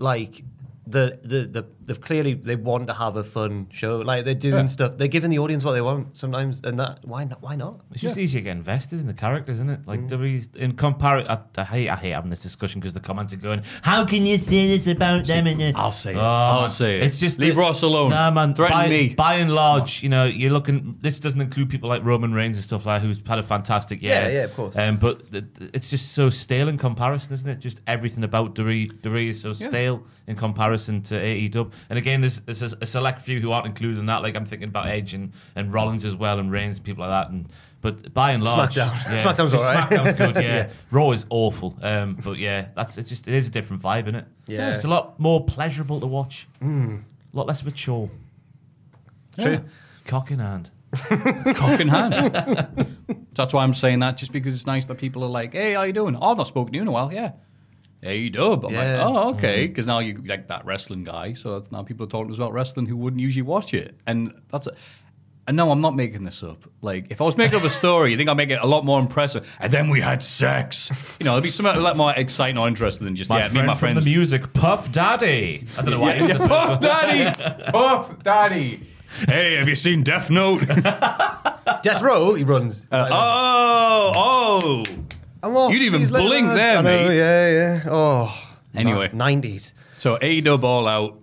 Speaker 5: like the the the they've clearly they want to have a fun show. Like they're doing
Speaker 3: Yeah.
Speaker 5: stuff. They're giving the audience what they want sometimes, and that why not? Why not?
Speaker 4: It's just easier to get invested in the characters, isn't it? Like
Speaker 3: Mm.
Speaker 4: WWE's in compar. I, I hate I hate having this discussion because the comments are going. How can you say this about them? And then-"
Speaker 3: I'll say it.
Speaker 4: Oh,
Speaker 3: I'll
Speaker 4: man.
Speaker 3: say Ah, it.
Speaker 4: It's just
Speaker 3: Leave
Speaker 4: the-
Speaker 3: Ross alone.
Speaker 4: Nah, man.
Speaker 3: Threaten
Speaker 4: by,
Speaker 3: me.
Speaker 4: By and large, you know, you're looking. This doesn't include people like Roman Reigns and stuff like who's had a fantastic year.
Speaker 5: Yeah, yeah, of course.
Speaker 4: Um, but th- th- it's just so stale in comparison, isn't it? Just everything about WWE, WWE is so stale in comparison to AEW. And again, there's, there's a, a select few who aren't included in that. Like I'm thinking about Edge and, and Rollins as well, and Reigns and people like that. And but by and large,
Speaker 5: SmackDown. SmackDown's all right.
Speaker 4: SmackDown's good. Yeah. Raw is awful. Um, but yeah, that's it. Just it is a different vibe, isn't it?
Speaker 5: Yeah. Hmm.
Speaker 4: it's a lot more pleasurable to watch. A lot less mature.
Speaker 5: True.
Speaker 4: Cock in hand.
Speaker 3: cock in hand. That's why I'm saying that, just because it's nice that people are like, "Hey, how you doing? Oh, I've not spoken to you in a while." Yeah. Hey, you dub. I'm
Speaker 5: Yeah.
Speaker 3: like, oh, okay. Because now you like that wrestling guy, so that's, now people are talking to us about wrestling who wouldn't usually watch it, and that's. A, and no, I'm not making this up. Like, if I was making up a story, you think I'd make it a lot more impressive. And then we had sex. You know, it'd be something a lot more exciting or interesting than just
Speaker 4: My
Speaker 3: yeah, me
Speaker 4: friend
Speaker 3: and my
Speaker 4: from
Speaker 3: friends.
Speaker 4: the music, Puff Daddy. I don't know why. he was a-
Speaker 3: Puff Daddy, Puff Daddy. Hey, have you seen Death Note?
Speaker 5: Death Row. He runs.
Speaker 3: oh, oh.
Speaker 5: I'm off.
Speaker 3: Uh, you'd even
Speaker 5: She's later,
Speaker 3: blink
Speaker 5: lads.
Speaker 3: there,
Speaker 5: I know,
Speaker 3: mate.
Speaker 5: Yeah, yeah. Oh.
Speaker 3: Anyway.
Speaker 5: nineties.
Speaker 3: So AEW All Out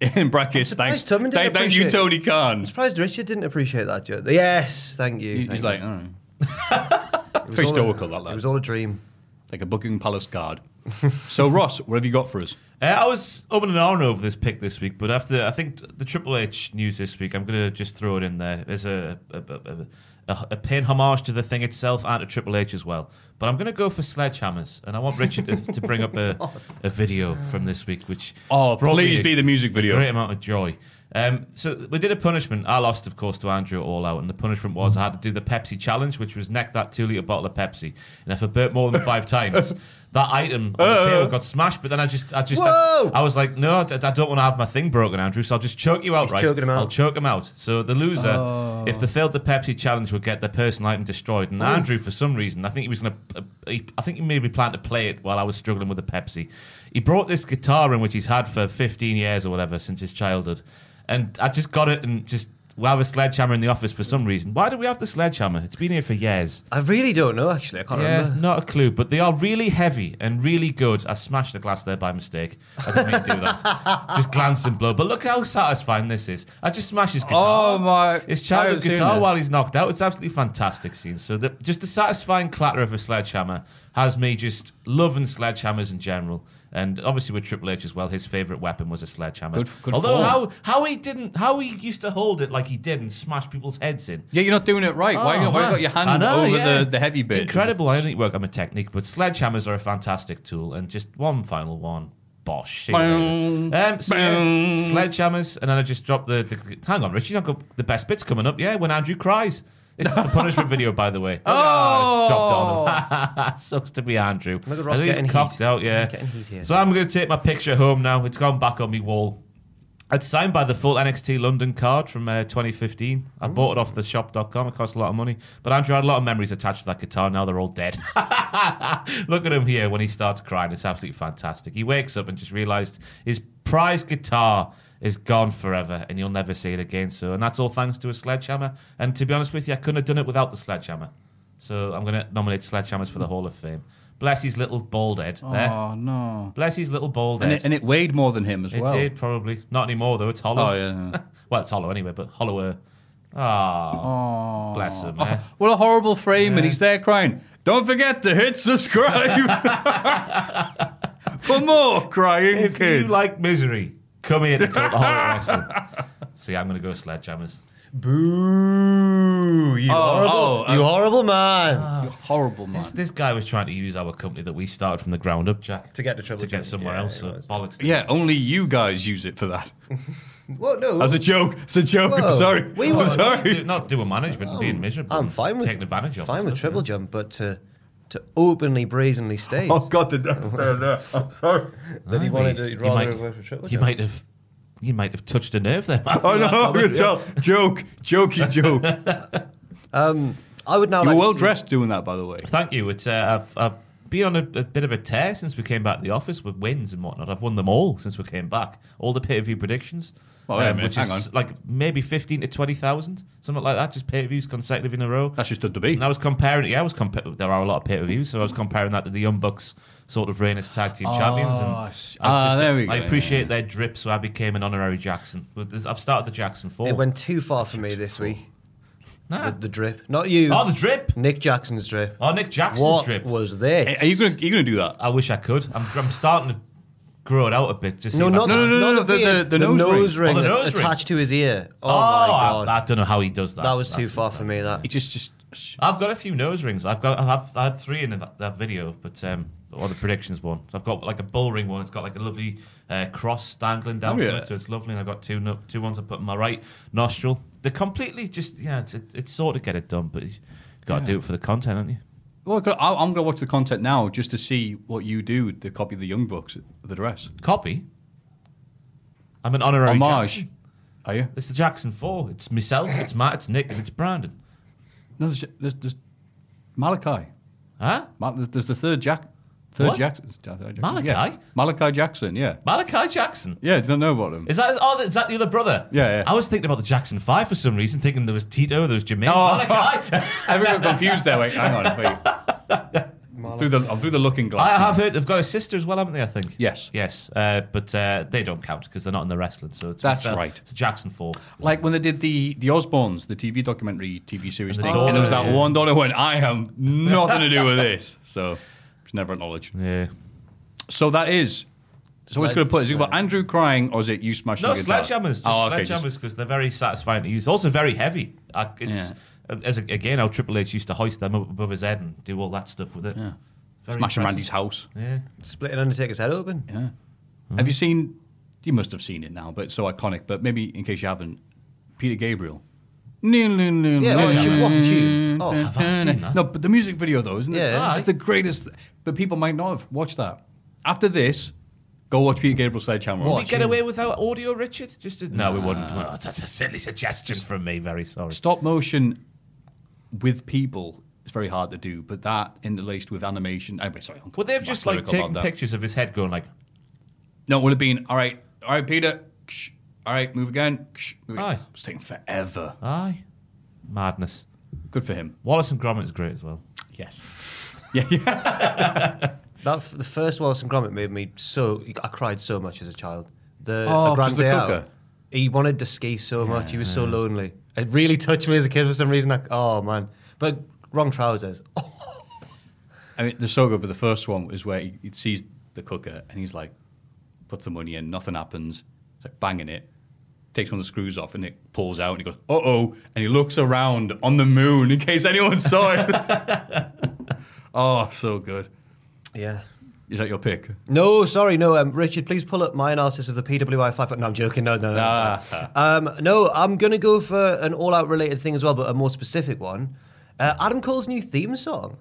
Speaker 3: in brackets. Thanks,
Speaker 5: surprised Tubman didn't
Speaker 3: thank, thank you,
Speaker 5: appreciate it.
Speaker 3: Tony Khan.
Speaker 5: Surprised Richard didn't appreciate that joke. Yes, thank you.
Speaker 3: He's,
Speaker 5: thank
Speaker 3: he's like,
Speaker 5: you.
Speaker 3: oh,
Speaker 5: It was
Speaker 3: pretty
Speaker 5: all a-
Speaker 3: stoical that
Speaker 5: It
Speaker 3: lad,
Speaker 5: was all a dream.
Speaker 3: like a Buckingham Palace guard. so Ross, what have you got for us?
Speaker 4: Uh, I was open and on over this pick this week, but after I think the Triple H news this week, I'm going to just throw it in there as a a, a, a a paying homage to the thing itself and to Triple H as well. But I'm going to go for sledgehammers, and I want Richard to, to bring up a, a video from this week, which
Speaker 3: Oh,
Speaker 4: brought me
Speaker 3: please
Speaker 4: a-
Speaker 3: be the music video.
Speaker 4: a Great amount of joy. Um, so we did a punishment. I lost, of course, to Andrew all out, and the punishment was I had to do the Pepsi challenge, which was neck that two liter bottle of Pepsi, and if I burnt more than five times, that item on the table got smashed. But then I just, I just, I,
Speaker 5: Whoa!
Speaker 4: I was like, no, I, I don't want to have my thing broken, Andrew. So I'll just choke you out, right?
Speaker 5: choking him out.
Speaker 4: I'll choke him out. So the loser, if they failed the Pepsi challenge, would get their personal item destroyed. And Andrew, for some reason, I think he was gonna, uh, he, I think he maybe planned to play it while I was struggling with the Pepsi. He brought this guitar in, which he's had for 15 years or whatever since his childhood, and I just got it and just. We have a sledgehammer in the office for some reason. Why do we have the sledgehammer? It's been here for years.
Speaker 5: I really don't know. Actually, I can't
Speaker 4: Yeah,
Speaker 5: remember.
Speaker 4: not a clue, but they are really heavy and really good. I smashed the glass there by mistake. I didn't mean to do that. just glance and blow. But look how satisfying this is. I just smashed his guitar.
Speaker 3: Oh, my-
Speaker 4: His
Speaker 3: I
Speaker 4: childhood
Speaker 3: haven't seen
Speaker 4: guitar
Speaker 3: this.
Speaker 4: while he's knocked out. It's absolutely fantastic scene. So the, just the satisfying clatter of a sledgehammer has me just loving sledgehammers in general. And obviously with Triple H as well, his favorite weapon was a sledgehammer.
Speaker 3: Good- good
Speaker 4: Although
Speaker 3: form.
Speaker 4: how how he didn't how he used to hold it like he did and smash people's heads in.
Speaker 3: Yeah, you're not doing it right. why
Speaker 4: Oh,
Speaker 3: you not, why you
Speaker 4: man.
Speaker 3: got your hand
Speaker 4: I know,
Speaker 3: over
Speaker 4: yeah.
Speaker 3: the, the heavy bit?
Speaker 4: Incredible. I only work on my technique, but sledgehammers are a fantastic tool. And just one final one. Bosh. See you later. Um, so yeah, sledgehammers, and then I just dropped the, the. Hang on, Richie. I've got the best bits coming up. Yeah, when Andrew cries. This is the punishment video, by the way. Oh, it's dropped on him. Sucks to be Andrew.
Speaker 5: Look at Ross
Speaker 4: I think
Speaker 5: getting
Speaker 4: he's cocked
Speaker 5: heat.
Speaker 4: out. Yeah.
Speaker 5: Getting heat here.
Speaker 4: So I'm going to take my picture home now. It's gone back on my wall. It's signed by the full NXT London card from uh, 2015. I bought it off the shop.com. It cost a lot of money. But Andrew had a lot of memories attached to that guitar. Now they're all dead. Look at him here when he starts crying. It's absolutely fantastic. He wakes up and just realized his prize guitar is gone forever and you'll never see it again. So, and that's all thanks to a sledgehammer. And to be honest with you, I couldn't have done it without the sledgehammer. So I'm going to nominate sledgehammers for the Hall of Fame. Bless his little bald head. There.
Speaker 3: Oh no.
Speaker 4: Bless his little bald
Speaker 3: And
Speaker 4: head.
Speaker 3: it, and it weighed more than him as
Speaker 4: It
Speaker 3: well.
Speaker 4: did probably not anymore though. It's hollow.
Speaker 3: Oh, yeah, yeah.
Speaker 4: well, it's hollow anyway, but hollower. Ah, bless him. eh?
Speaker 3: What a horrible frame, and he's there crying. Don't forget to hit subscribe for more crying
Speaker 4: If
Speaker 3: kids.
Speaker 4: you like misery, come here to go to Hollow Wrestling. See, I'm gonna go sledgehammers.
Speaker 5: Boo! You horrible!
Speaker 3: oh, Ah.
Speaker 5: you horrible man!
Speaker 3: horrible man.
Speaker 4: This, this guy was trying to use our company that we started from the ground up, Jack,
Speaker 5: To get to Triple
Speaker 4: to get
Speaker 5: J.
Speaker 4: somewhere
Speaker 5: Yeah,
Speaker 4: else.
Speaker 5: it
Speaker 4: So
Speaker 5: was.
Speaker 4: bollocks. to
Speaker 3: Yeah, only you guys use it for that.
Speaker 5: Whoa, no.
Speaker 3: As a joke. It's a joke. I'm
Speaker 5: Whoa.
Speaker 3: sorry.
Speaker 5: We
Speaker 3: I'm
Speaker 5: were-
Speaker 3: sorry.
Speaker 4: do- Not doing management and being miserable.
Speaker 5: I'm
Speaker 4: and
Speaker 5: fine with
Speaker 4: taking advantage of.
Speaker 5: fine
Speaker 4: and
Speaker 5: with
Speaker 4: stuff,
Speaker 5: triple jump, but to to openly, brazenly state
Speaker 6: Oh God, the, I'm sorry.
Speaker 5: that he wanted to
Speaker 4: You
Speaker 5: he'd rather
Speaker 4: might-
Speaker 5: have worked with Triple
Speaker 4: You
Speaker 5: J.
Speaker 4: might have, you might have touched a nerve there. Matthew.
Speaker 6: Oh no, I'm gonna tell joke, jokey joke.
Speaker 5: I would now
Speaker 3: You were
Speaker 5: like
Speaker 3: well
Speaker 5: to-
Speaker 3: dressed doing that, by the way.
Speaker 4: Thank you. It's uh, I've, I've been on a, a bit of a tear since we came back to the office with wins and whatnot. I've won them all since we came back. All the pay per view predictions. um,
Speaker 3: Oh, wait a minute,
Speaker 4: which
Speaker 3: hang
Speaker 4: is
Speaker 3: on.
Speaker 4: like maybe fifteen to twenty thousand, something like that. Just pay per views consecutive in a row.
Speaker 3: That's just stood to be.
Speaker 4: And I was comparing. Yeah, I was compa- there are a lot of pay per views, so I was comparing that to the Young Bucks sort of reign as tag team champions. And I
Speaker 3: sh- Oh, ah, there we
Speaker 4: I
Speaker 3: go,
Speaker 4: appreciate
Speaker 3: yeah.
Speaker 4: their drip, so I became an honorary Jackson. But this- I've started the Jackson Four.
Speaker 5: It went too far for me this week.
Speaker 4: Nah.
Speaker 5: The, the drip, not you.
Speaker 4: oh, the drip.
Speaker 5: Nick Jackson's drip.
Speaker 4: Oh, Nick Jackson's
Speaker 5: what
Speaker 4: drip.
Speaker 5: was this?
Speaker 3: Are you going to you gonna do that?
Speaker 4: I wish I could. I'm, I'm starting to grow it out a bit. Just
Speaker 5: No,
Speaker 4: see if I
Speaker 5: not,
Speaker 4: can-
Speaker 3: no, no, no,
Speaker 5: not
Speaker 3: the-
Speaker 5: beard,
Speaker 3: the- the nose ring.
Speaker 5: nose ring,
Speaker 4: Oh, the
Speaker 5: that's
Speaker 4: nose ring.
Speaker 5: attached to his ear.
Speaker 4: Oh,
Speaker 5: Oh, my god,
Speaker 4: I,
Speaker 5: that,
Speaker 4: I don't know how he does that.
Speaker 5: was too far for me. That
Speaker 3: It just just sh-
Speaker 4: I've got a few nose rings. I've got. I've I had three in that, that video, but um, or the predictions one. So I've got like a bull ring one. It's got like a lovely uh, cross dangling down
Speaker 3: Oh,
Speaker 4: from
Speaker 3: yeah.
Speaker 4: it, so it's lovely. And I've got two no, two ones I put in my right nostril. They're completely just yeah. It's it's sort of get it done, but you got to do it for the content, haven't you?
Speaker 3: well, I- I'm going to watch the content now just to see what you do with the copy of the Young Bucks, the dress.
Speaker 4: Copy. I'm an honorary
Speaker 3: Homage.
Speaker 4: Jackson.
Speaker 3: Are you?
Speaker 4: It's the Jackson Four. It's myself. It's Matt. It's Nick. And it's Brandon.
Speaker 3: No, there's, there's, there's Malachi.
Speaker 4: Huh?
Speaker 3: Ma- There's the third Jack. Third
Speaker 4: What?
Speaker 3: Jackson. third Jackson,
Speaker 4: Malachi?
Speaker 3: Yeah. Malachi Jackson, yeah.
Speaker 4: Malachi Jackson.
Speaker 3: Yeah, do not know about him.
Speaker 4: Is that oh is that the other brother?
Speaker 3: Yeah, yeah.
Speaker 4: I was thinking about the Jackson Five for some reason, thinking there was Tito, there was Jermaine.
Speaker 3: Oh.
Speaker 4: Malachi.
Speaker 3: Everyone confused there. Wait, hang on. Wait. I'm through the I'm through the looking glass.
Speaker 4: I
Speaker 3: now.
Speaker 4: have heard they've got a sister as well, haven't they? I think.
Speaker 3: Yes.
Speaker 4: Yes. Uh, but uh, they don't count because they're not in the wrestling. So it's
Speaker 3: That's
Speaker 4: it's, uh,
Speaker 3: right.
Speaker 4: It's Jackson Four.
Speaker 3: Like when they did the the Osbournes, the TV documentary TV series
Speaker 4: And the
Speaker 3: thing, and there was
Speaker 4: daughter,
Speaker 3: that
Speaker 4: yeah.
Speaker 3: one daughter who went, "I have nothing to do with this," so it's never acknowledged.
Speaker 4: Yeah.
Speaker 3: So that is. So what's going to put? Is it about Andrew crying, or is it you smashing?
Speaker 4: No
Speaker 3: the guitar?
Speaker 4: sledgehammers. Just
Speaker 3: Oh, okay, just-
Speaker 4: sledgehammers because they're very satisfying to use. Also very heavy. Uh, it's as again how Triple H used to hoist them up above his head and do all that stuff with it. Yeah. Very
Speaker 3: smashing
Speaker 4: impressive.
Speaker 3: Randy's house.
Speaker 4: Yeah.
Speaker 5: splitting Undertaker's head open.
Speaker 3: Have you seen? You must have seen it now, but it's so iconic. But maybe in case you haven't, Peter Gabriel. Yeah,
Speaker 5: Yeah, what a tune, what a tune. Oh,
Speaker 4: Have I seen that?
Speaker 3: No, but the music video though, isn't it?
Speaker 5: Yeah.
Speaker 3: That's the greatest. But people might not have watched that. After this, go watch Peter Gabriel Sledgehammer.
Speaker 4: Would we get away without audio, Richard? Just to, no, we wouldn't. Well, that's a silly suggestion from me. Very sorry.
Speaker 3: Stop motion with people is very hard to do, but that interlaced with animation. Anyway, sorry. I'm
Speaker 4: Would they have
Speaker 3: I'm
Speaker 4: just like
Speaker 3: lyrical
Speaker 4: taken
Speaker 3: about that.
Speaker 4: pictures of his head going like,
Speaker 3: No, it would have been all right. All right, Peter. Ksh, all right, move again. Ksh, move again.
Speaker 4: Aye.
Speaker 3: It's taking forever.
Speaker 4: aye, madness.
Speaker 3: Good for him.
Speaker 4: Wallace and Gromit is great as well.
Speaker 3: Yes.
Speaker 5: That f- the first Wallace and Gromit made me so I cried so much as a child. The
Speaker 3: Oh,
Speaker 5: a grand
Speaker 3: 'cause the
Speaker 5: day out,
Speaker 3: cooker.
Speaker 5: He wanted to ski so much. He was so lonely. It really touched me as a kid for some reason. I, oh man, but wrong trousers. Oh,
Speaker 3: I mean, the so good, but the first one is where he, he sees the cooker and he's like, puts the money in, nothing happens. He's like banging it, takes one of the screws off and it pulls out and he goes, uh oh. And he looks around on the moon in case anyone saw it. oh, so good.
Speaker 5: yeah.
Speaker 3: Is that your pick?
Speaker 5: No, sorry, no. Um, Richard, please pull up my analysis of the PWI five. No, I'm joking. No, no, no. that's
Speaker 3: Ah,
Speaker 5: Um, no, I'm going to go for an all out related thing as well, but a more specific one. Uh, Adam Cole's new theme song.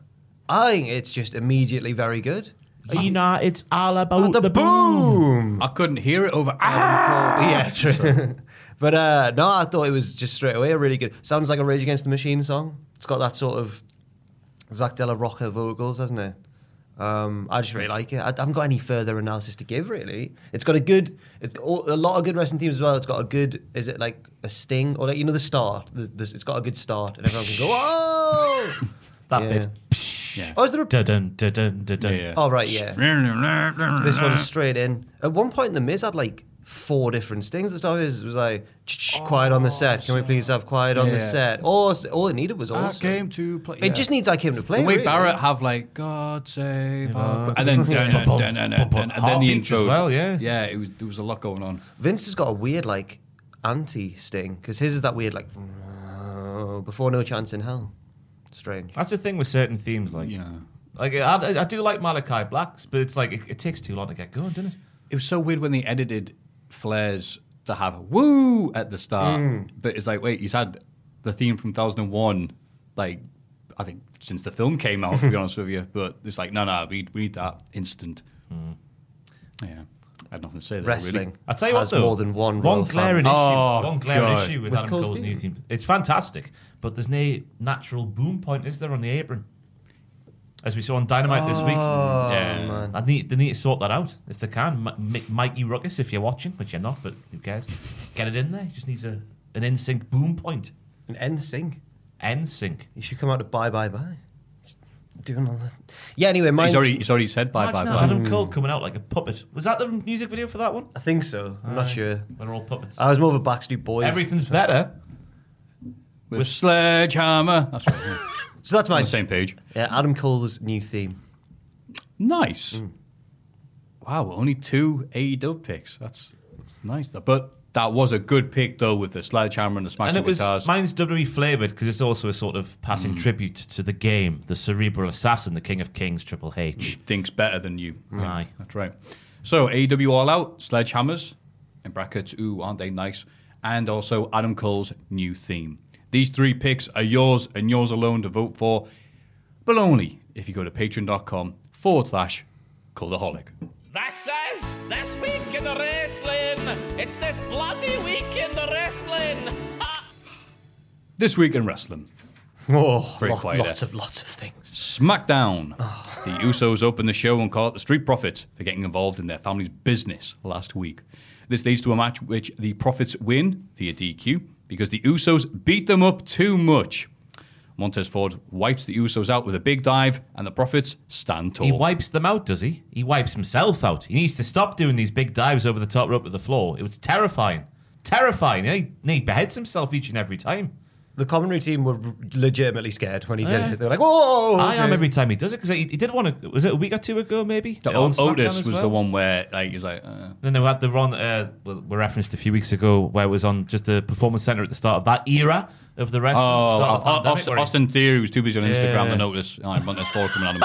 Speaker 5: I think it's just immediately very good.
Speaker 4: You know, it's all about
Speaker 5: the, boom!
Speaker 3: I couldn't hear it over. Ah!
Speaker 5: Cole- yeah, true. but uh, no, I thought it was just straight away really good. Sounds like a Rage Against the Machine song. It's got that sort of Zach Della Rocca vocals, hasn't it? Um, I just really like it. I, I haven't got any further analysis to give, really. It's got a good, it's got all- a lot of good wrestling themes as well. It's got a good, is it like a sting or like you know the start? The, the, it's got a good start, and everyone can go, oh,
Speaker 4: That
Speaker 5: Yeah.
Speaker 4: bit.
Speaker 5: oh, is there a?
Speaker 4: Dun dun dun dun dun. dun.
Speaker 3: Yeah.
Speaker 5: Oh right, yeah. This one's
Speaker 3: Uh-huh.
Speaker 5: straight in. At one point, the Miz had like four different stings. The stuff is was like "Ch-ch-ch, quiet on the set. Can we please have quiet on the
Speaker 3: Yeah.
Speaker 5: set? Or s- all it needed was
Speaker 3: I
Speaker 5: awesome.
Speaker 3: came to play.
Speaker 5: It just needs I came to play.
Speaker 3: The way
Speaker 5: really.
Speaker 3: Barrett have like God save our... and then dun, dun, dun, dun, dun, dun, and then the
Speaker 4: Heartbeats as
Speaker 3: intro
Speaker 4: well, yeah.
Speaker 3: yeah. It was, there was a lot going on.
Speaker 5: Vince has got a weird like anti sting because his is that weird like before no chance in hell. Strange.
Speaker 4: That's the thing with certain themes, like
Speaker 3: Yeah.
Speaker 4: Like I, I do like Malachi Black's, but it's like it, it takes too long to get going, doesn't it?
Speaker 3: It was so weird when they edited Flair's to have a woo at the start, but it's like, wait, he's had the theme from 2001 like I think since the film came out. to be honest with you, but it's like no, no, we, we need that instant. Yeah, I had nothing to say there.
Speaker 5: Wrestling.
Speaker 3: Really.
Speaker 4: I tell you what,
Speaker 5: has
Speaker 4: though,
Speaker 5: more than one royal
Speaker 4: glaring issue.
Speaker 5: family.
Speaker 3: Oh,
Speaker 4: one glaring
Speaker 3: God.
Speaker 4: issue with,
Speaker 5: With
Speaker 4: Adam
Speaker 5: Cole's
Speaker 4: Cole's new
Speaker 5: theme.
Speaker 4: theme. It's fantastic, but there's no natural boom point, is there, on the apron? As we saw on Dynamite this week.
Speaker 5: Ah.
Speaker 3: yeah, man.
Speaker 4: I need they need to sort that out if they can. M- M- Mikey Ruckus, if you're watching, which you're not, but who cares? Get it in there. Just needs a an in sync boom point.
Speaker 5: An end sync.
Speaker 4: End sync.
Speaker 5: You should come out to bye bye bye. Doing all that. Yeah. Anyway, mine's,
Speaker 3: He's already he's already said bye bye
Speaker 4: Imagine
Speaker 3: bye.
Speaker 4: Adam
Speaker 5: Hmm.
Speaker 4: Cole coming out like a puppet. Was that the music video for that one?
Speaker 5: I think so. I'm not sure.
Speaker 4: They're all puppets.
Speaker 5: I was more of a Backstreet Boys.
Speaker 4: Everything's better.
Speaker 3: With sledgehammer. That's right. yeah.
Speaker 5: So that's
Speaker 3: On
Speaker 5: mine.
Speaker 3: the same page.
Speaker 5: Yeah, Adam Cole's new theme.
Speaker 3: Nice.
Speaker 4: Hmm.
Speaker 3: Wow, only two AEW picks. That's nice. though. But that was a good pick though, with the sledgehammer and the
Speaker 4: and
Speaker 3: smashing
Speaker 4: it was
Speaker 3: guitars. Mm.
Speaker 4: mine's WWE flavored because it's also a sort of passing tribute to the game, the cerebral assassin, the King of Kings, Triple H.
Speaker 3: Thinks better than you.
Speaker 4: Aye.
Speaker 3: That's right. So AEW All Out, Sledgehammers, in brackets, ooh, aren't they nice? And also Adam Cole's new theme. These three picks are yours and yours alone to vote for, but only if you go to patreon.com forward slash cultaholic.
Speaker 7: That's us! This week in the wrestling! It's this bloody week in the wrestling! Ha!
Speaker 3: This week in wrestling,
Speaker 5: Oh,
Speaker 3: Very quiet,
Speaker 5: lots
Speaker 3: eh?
Speaker 5: of lots of things.
Speaker 3: SmackDown. The Usos opened the show and call out the Street Profits for getting involved in their family's business last week. This leads to a match which the Profits win via DQ because the Usos beat them up too much. Montez Ford wipes the Usos out with a big dive, and the Profits stand tall.
Speaker 4: He wipes them out, does he? He wipes himself out. He needs to stop doing these big dives over the top rope to the floor. It was terrifying. Terrifying. He, he beheads himself each and every time.
Speaker 5: The commentary team were legitimately scared when he
Speaker 3: Oh,
Speaker 5: did it. They were like, "Whoa!"
Speaker 4: I am
Speaker 5: okay."
Speaker 4: every time he does it because he, he did want to. Was it a week or two ago, maybe?
Speaker 3: eh? The
Speaker 4: On
Speaker 3: Otis
Speaker 4: SmackDown as
Speaker 3: was
Speaker 4: well?
Speaker 3: the one where like he was like, uh,
Speaker 4: Then they had the run uh, well, we referenced a few weeks ago where it was on just the performance center at the start of that era of the wrestling.
Speaker 3: "Oh,
Speaker 4: start of the pandemic,
Speaker 3: Austin,
Speaker 4: where he-
Speaker 3: Austin Theory was too busy on Instagram
Speaker 4: Yeah.
Speaker 3: to notice oh, Montez Ford coming at him."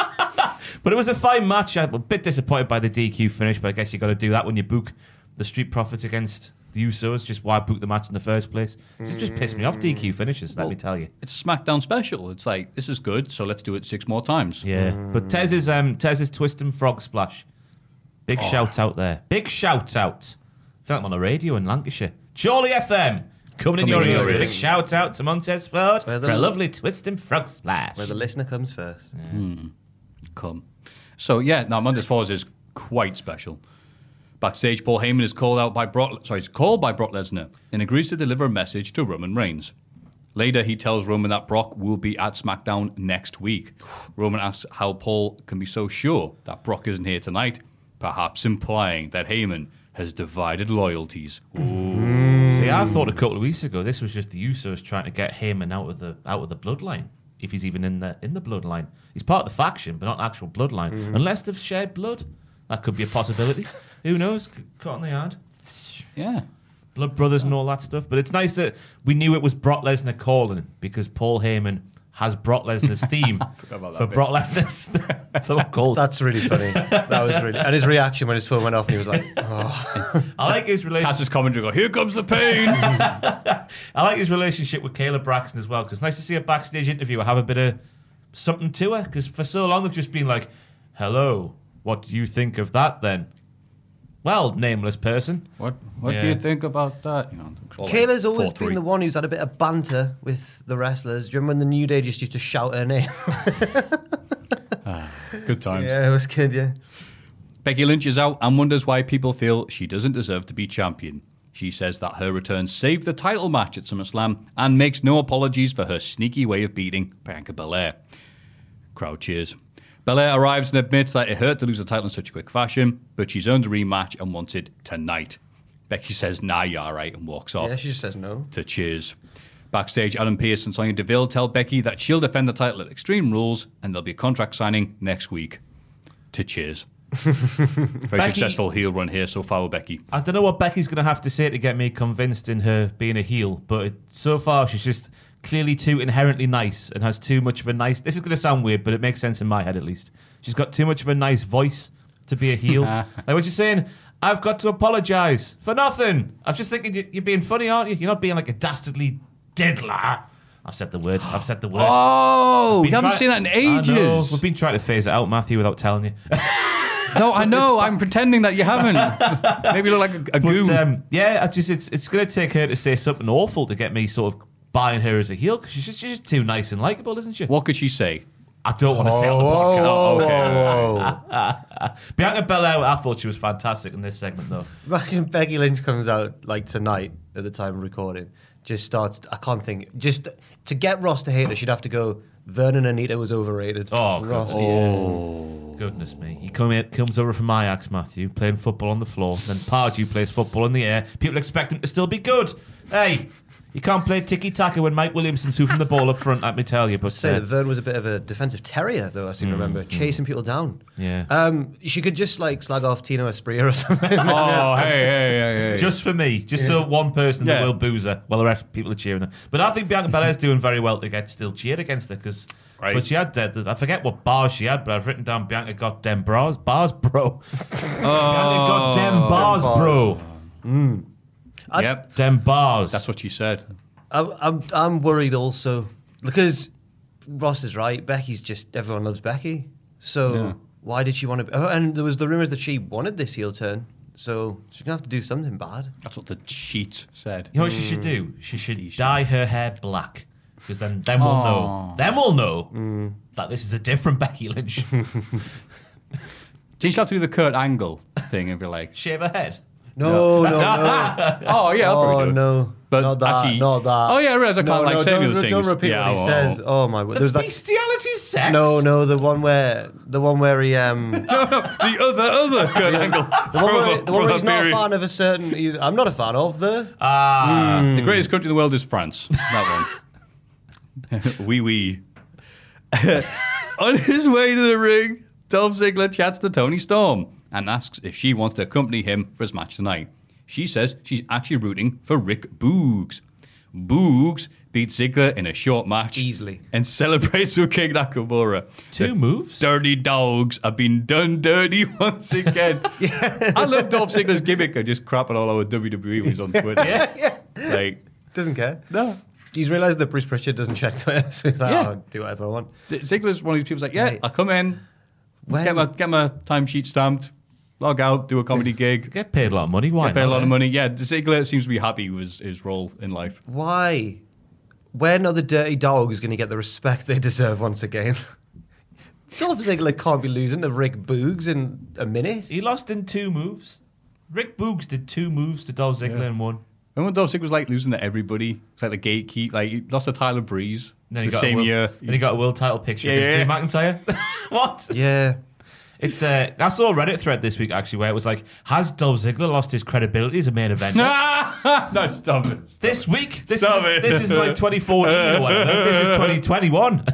Speaker 4: But it was a fine match. I'm a bit disappointed by the DQ finish, but I guess you got to do that when you book the Street Profits against the Usos. Just why book the match in the first place? It just pissed me off. DQ finishes, let me tell you.
Speaker 3: It's a SmackDown special. It's like this is good, so let's do it six more times.
Speaker 4: Yeah. But Tez's um, Tez's twist and frog splash. Big shout out there. Big shout out. Felt on the radio in Lancashire. Chorley FM. Coming in your
Speaker 3: in your
Speaker 4: ears.
Speaker 3: ears.
Speaker 4: Big shout out to Montez Ford for
Speaker 5: Where
Speaker 4: a
Speaker 5: the-
Speaker 4: lovely twist and frog splash.
Speaker 5: Where the listener comes first.
Speaker 3: come. So yeah, now Mondays Falls is quite special. Backstage, Paul Heyman is called out by Brock. Sorry, he's called by Brock Lesnar and agrees to deliver a message to Roman Reigns. Later, he tells Roman that Brock will be at SmackDown next week. Roman asks how Paul can be so sure that Brock isn't here tonight, perhaps implying that Heyman has divided loyalties.
Speaker 4: See, I thought a couple of weeks ago this was just the Usos trying to get him and out of the out of the bloodline. If he's even in the in the bloodline, he's part of the faction, but not actual bloodline. Unless they've shared blood, that could be a possibility. Who knows? C- Caught in the yard,
Speaker 3: Yeah.
Speaker 4: blood brothers and all that stuff. But it's nice that we knew it was Brock Lesnar calling because Paul Heyman has Brock Lesnar's theme
Speaker 3: about that
Speaker 4: for
Speaker 3: bit.
Speaker 4: Brock Lesnar's for calls.
Speaker 5: That's really funny. that was really. And his reaction when his phone went off, and he was like, "Oh,
Speaker 4: I like his relationship.
Speaker 3: Cass's commentary go, here comes the pain.
Speaker 4: I like his relationship with Kayla Braxton as well because it's nice to see a backstage interview have a bit of something to her because for so long they've just been like, "Hello, what do you think of that?" Then, well, nameless person.
Speaker 3: what what
Speaker 4: Yeah.
Speaker 3: do you think about that? You know, it's all like
Speaker 5: Kayla's always
Speaker 3: four, three.
Speaker 5: been the one who's had a bit of banter with the wrestlers. Do you remember when the New Day just used to shout her name?
Speaker 3: Good times.
Speaker 5: yeah, it was good. Yeah.
Speaker 3: Becky Lynch is out and wonders why people feel she doesn't deserve to be champion. She says that her return saved the title match at SummerSlam and makes no apologies for her sneaky way of beating Bianca Belair. Crowd cheers. Belair arrives and admits that it hurt to lose the title in such a quick fashion, but she's earned a rematch and wants it tonight. Becky says, nah, you're all right, and walks off
Speaker 5: Yeah, she just says no.
Speaker 3: to cheers. Backstage, Adam Pearce and Sonya Deville tell Becky that she'll defend the title at Extreme Rules and there'll be a contract signing next week to cheers. Very
Speaker 4: Becky-
Speaker 3: successful heel run here so far with Becky.
Speaker 4: I don't know what Becky's going to have to say to get me convinced in her being a heel, but it, so far she's just clearly too inherently nice and has too much of a nice. This is going to sound weird, but it makes sense in my head at least. She's got too much of a nice voice to be a heel. like what you're saying, I've got to apologise for nothing. I was just thinking you- you're being funny, aren't you? You're not being like a dastardly diddler. I've said the word. I've said the word.
Speaker 3: Oh,
Speaker 4: Been
Speaker 3: you haven't
Speaker 4: try-
Speaker 3: seen that in
Speaker 4: I
Speaker 3: ages.
Speaker 4: know. We've been trying to phase it out, Matthew, without telling you.
Speaker 3: No, I know. I'm pretending that you haven't. Maybe you look like a, a goon.
Speaker 4: But um, yeah, I just it's it's going to take her to say something awful to get me sort of buying her as a heel because she's just, she's just too nice and likable, isn't she?
Speaker 3: what could she say?
Speaker 4: I don't want to say on the podcast.
Speaker 3: Oh,
Speaker 4: Bianca Belair, I thought she was fantastic in this segment though.
Speaker 5: Imagine Becky Lynch comes out like tonight at the time of recording, just starts. I can't think. Just to get Ross to hate her, she'd have to go. Vernon Anita was overrated.
Speaker 4: Oh,
Speaker 5: Ross,
Speaker 4: God. Goodness me. He come here, comes over from Ajax, Matthew, playing football on the floor. Then Pardew plays football in the air. People expect him to still be good. Hey, you can't play ticky taka when Mike Williamson's hoofing the ball up front, let me tell you. But
Speaker 5: Say that
Speaker 4: uh,
Speaker 5: Vern was a bit of a defensive terrier, though. I seem to remember chasing people down.
Speaker 4: Mm, Yeah.
Speaker 5: Um, she could just like slag off Tino Espria or something.
Speaker 3: Oh, hey, hey, hey, hey.
Speaker 4: just for me, just so one person that
Speaker 3: Yeah.
Speaker 4: will booze her while the rest people are cheering her. But I think Bianca Belair's doing very well to get still cheered against her because.
Speaker 3: Right.
Speaker 4: But she had, uh, I forget what bars she had, but I've written down Bianca goddamn bras, bars, bro. Bianca goddamn bars, bro.
Speaker 3: yep.
Speaker 4: Damn bars.
Speaker 3: That's what she said.
Speaker 5: I'm, I'm, I'm worried also because Ross is right. Becky's just everyone loves Becky. So why did she want to? oh, And there was the rumors that she wanted this heel turn. So she's gonna have to do something bad.
Speaker 3: That's what the cheat said.
Speaker 4: You know what she should do? She should dye her hair black. Because then, then we'll know. Then we'll know that this is a different Becky Lynch.
Speaker 3: Didn't she have to do the Kurt Angle thing and be like,
Speaker 4: Shave her head.
Speaker 5: No, no, no.
Speaker 3: oh, yeah, I'll
Speaker 5: Oh
Speaker 3: probably do it.
Speaker 5: no!
Speaker 3: But
Speaker 5: not that,
Speaker 3: actually-
Speaker 5: not that.
Speaker 3: Oh, yeah, I realise I can't, like, say
Speaker 5: don't,
Speaker 3: those
Speaker 5: re- Don't
Speaker 3: things.
Speaker 5: repeat
Speaker 3: Yeah,
Speaker 5: what he
Speaker 3: oh,
Speaker 5: says. Oh my!
Speaker 4: The
Speaker 5: There's that.
Speaker 4: bestiality sex.
Speaker 5: No, no, the one where the one where he um
Speaker 3: The other, other Kurt Angle.
Speaker 5: the one where,
Speaker 3: From-
Speaker 5: the one where
Speaker 3: from
Speaker 5: he's not a
Speaker 3: Iberia.
Speaker 5: fan of a certain. He's, I'm not a fan of the.
Speaker 3: Uh,
Speaker 4: Ah.
Speaker 5: Mm.
Speaker 3: The greatest country in the world is France. That one. Wee wee. On his way to the ring, Dolph Ziggler chats to Tony Storm and asks if she wants to accompany him for his match tonight. She says she's actually rooting for Rick Boogs. Boogs beats Ziggler in a short match
Speaker 5: Easily.
Speaker 3: and celebrates with King Nakamura.
Speaker 4: Two moves.
Speaker 3: Dirty dogs have been done dirty once again. I love Dolph Ziggler's gimmick of just crapping all over WWE when he's on Twitter. Like,
Speaker 5: Doesn't care.
Speaker 3: no.
Speaker 5: He's realised that Bruce Pritchard doesn't check Twitter, so he's like,
Speaker 3: Yeah.
Speaker 5: "I'll do whatever I want."
Speaker 3: Z- Ziggler's one of these people who's like, yeah,
Speaker 5: Right.
Speaker 3: I'll come in,
Speaker 5: When-
Speaker 3: get my get my timesheet stamped, log out, do a comedy gig,
Speaker 4: Get paid a lot of money. Why?
Speaker 3: pay a
Speaker 4: not,
Speaker 3: lot
Speaker 4: eh?
Speaker 3: of money. Yeah, Ziggler seems to be happy with his, his role in life.
Speaker 5: Why? When are the dirty dogs going to get the respect they deserve once again? Dolph Ziggler can't be losing to Rick Boogs in a minute.
Speaker 4: He lost in two moves. Rick Boogs did two moves to Dolph Ziggler and won.
Speaker 3: And when Dolph Ziggler was like losing to everybody, it's like the gatekeep, like he lost to Tyler Breeze
Speaker 4: And then he
Speaker 3: the
Speaker 4: got a
Speaker 3: same
Speaker 4: world,
Speaker 3: year.
Speaker 4: Then he got a world title picture.
Speaker 3: Yeah,
Speaker 4: Yeah,
Speaker 3: yeah.
Speaker 4: McIntyre. what?
Speaker 5: Yeah.
Speaker 4: It's uh, I saw a Reddit thread this week actually where it was like, has Dolph Ziggler lost his credibility as a main event?
Speaker 3: no, stop it.
Speaker 4: This week, this
Speaker 3: Stop
Speaker 4: is
Speaker 3: it.
Speaker 4: this is like 2014 or whatever. This is 2021.